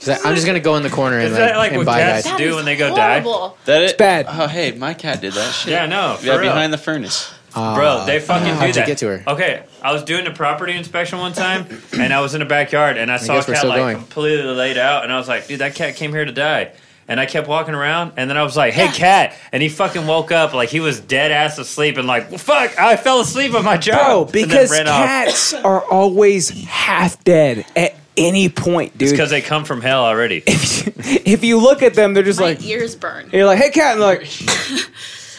She's like, I'm just gonna go in the corner and Is like, that like and what buy cats guys. do when they go horrible. die? That it's bad. Oh, hey, my cat did that shit. Yeah, no, for Yeah, real. behind the furnace. Bro, they fucking do How'd you that. get to her? Okay, I was doing a property inspection one time, and I was in the backyard, and I saw a guess we're cat still like going. completely laid out, and I was like, dude, that cat came here to die. And I kept walking around, and then I was like, "Hey, cat!" And he fucking woke up like he was dead ass asleep, and like, well, "Fuck, I fell asleep on my Bro, job." because and then ran off. cats are always half dead at any point, It's dude. because they come from [laughs] hell already. If you look at them, they're just like e- ears burn. you're like, hey cat, and they're like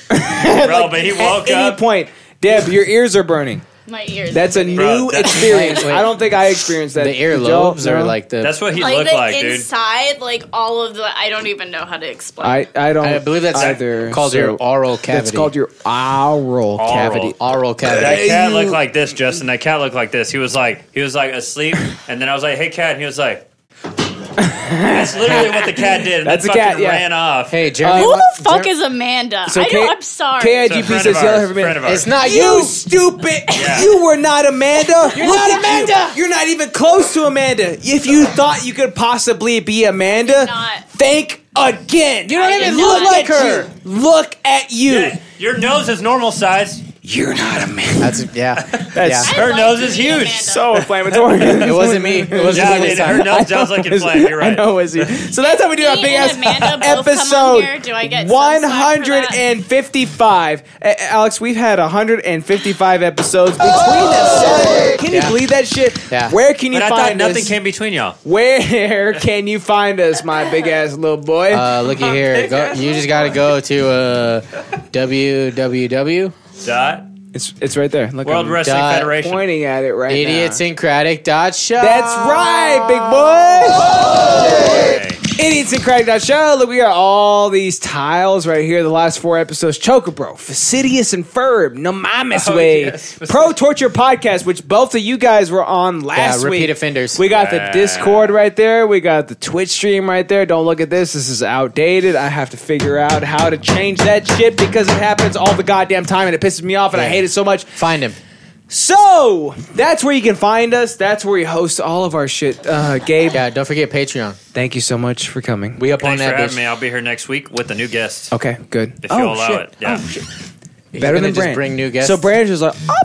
Bro, but he at woke any up. point, Deb, your ears are burning. My ears. That's a new experience. I don't think I experienced that. The Did y'all? earlobes are No? like the. That's what he like looked the like, dude. inside, like all of the. I don't even know how to explain. I, I don't. I believe that's either. called your oral cavity. That's called your oral, cavity. Oral That cavity. cat looked like this, Justin. That cat looked like this. He was like, he was like asleep, and then I was like, "Hey, cat," and he was like, "That's literally what the cat did." And That's then a cat, fucking yeah. Ran off. Hey, Jeremy, Who the fuck is Amanda? So I know. K- I'm sorry. KIGP friend says of yellow ours, heavy friend man. of ours. It's not you, you. stupid. Yeah. [laughs] You were not Amanda. You're Look not at you. Amanda. You're not even close to Amanda. If you thought you could possibly be Amanda, think again. You don't I even did look not. like her. Look at you. Yeah, your nose is normal size. You're not Amanda. That's yeah. That's- yeah. Her nose is huge. So inflammatory. It wasn't [laughs] me. It wasn't Yeah, me dude, this her time. nose sounds like it's flat. You're I right. know it was you. So that's how we do our Me big and ass Amanda both come on here. episode Do I get some slack for that? 155. A- Alex, we've had 155 episodes between us. Can you Oh! Yeah. believe that shit? Yeah. Where can you But I thought find us? nothing came between y'all. Where [laughs] can you find us, my big ass little boy? Uh, [laughs] looky here. Go, you just gotta go to uh, www. Dot. It's it's right there. Look World I'm Wrestling dot Federation. pointing at it right now. Idiosyncratic dot show. That's right, big Oh! boy. Idiots and Craig Dot Show. Look, we got all these tiles right here. The last four episodes: Chocobro, Fastidious and Ferb, Namamis Oh, Way, yes. Pro Torture Podcast, which both of you guys were on last yeah, repeat week. offenders. We got the Discord right there. We got the Twitch stream right there. Don't look at this. This is outdated. I have to figure out how to change that shit because it happens all the goddamn time and it pisses me off and I hate it so much. Find him. So that's where you can find us. That's where we host all of our shit. Uh, Gabe. Yeah, don't forget Patreon. Thank you so much for coming. We up Thanks on for that. having bitch. me. I'll be here next week with a new guest. Okay, good. Oh, If you'll allow it. Yeah. You're Better gonna than just Branch. bring new guests? So Branch is like, "Oh,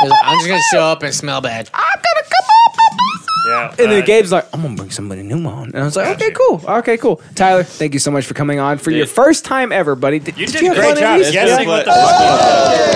He's like, I'm just gonna show up and smell bad. yeah. uh, and then Gabe's like, I'm gonna bring somebody new on, and I was like, okay, cool, okay, cool. Tyler, thank you so much for coming on for your first time ever, buddy. Did, You did did you a have great fun at job least? guessing Yeah. what the fuck.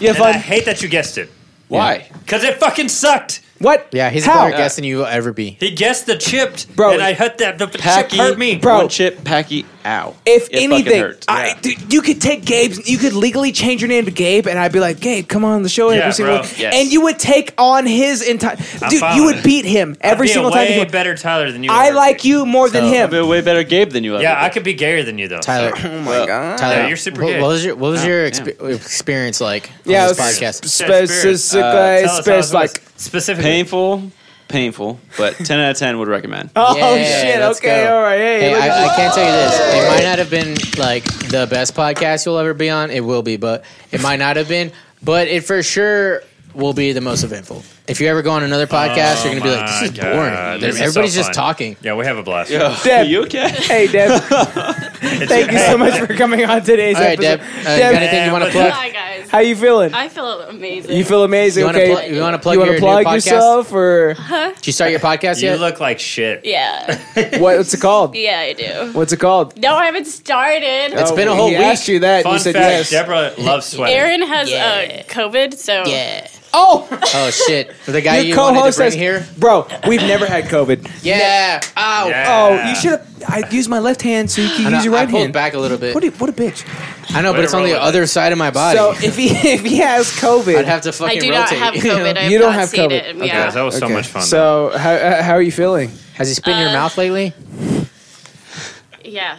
You have And I fun? hate that you guessed it. Why? Because it fucking sucked. What? Yeah, he's How? a better guest than you'll ever be. He guessed the chipped, Bro, and I hit that. The chip Packy, hurt me. One chip, Packy, ow. If It fucking anything, hurt. I, dude, you could take Gabe's, you could legally change your name to Gabe, and I'd be like, Gabe, come on the show Yeah, every single bro. week. Yes. and you would take on his entire, I'm dude, fine you with would it. beat him I'd every be a single time. way he goes, better Tyler than you. I ever. like you more than him. I'd be a way better Gabe than you. Yeah, I could be gayer than you though. [clears throat] Tyler. Oh my God. Tyler, you're super What, gay. what was your What was Oh, your expe- experience like? Yeah, on this it was podcast. sp- Yeah, experience. specific- Uh, tell us how it was. like- specifically painful, painful, but ten out of ten would recommend. Oh Yeah, shit! let's Okay, go. all right. Hey, Hey, look I, at- I can't tell you this. It might not have been like the best podcast you'll ever be on. It will be, but it might not have been. But it for sure will be the most eventful. If you ever go on another podcast, you're gonna be like, Oh "This is boring. This is so Everybody's just fun. talking." Yeah, we have a blast. Deb, Hey, Deb. [laughs] Thank you so much for coming on today's All right, episode. Deb. Uh, you got anything you wanna plug? Hi, guys. How you feeling? I feel amazing. You feel amazing. You wanna okay, plug- you wanna plug you wanna your new plug podcast? yourself or Huh? Did you start your podcast You yet? look like shit. Yeah. what, what's it called? Yeah, I do. What's it called? No, I haven't started. It's Oh, been a whole he week. asked you that, and Fun you said fact: yes. Deborah loves sweating. Aaron has uh, COVID, so yeah. Oh, Oh shit! The guy Your you wanted to co-host bring has- [laughs] here. Bro, we've never had COVID. Yeah. Ow. Oh, you should have. I used my left hand so you I can know, use your I right pulled hand. back a little bit. What a, what a bitch. I know, Way but it's to on the roll with other side of my body. So if he [laughs] if he has COVID, [laughs] I'd have to fucking do not rotate. [laughs] have COVID. I have you don't not have seen COVID. it. Okay. Yeah. Guys, that was so much fun, So how how are you feeling? Uh, Has he spit in your mouth lately? Yeah.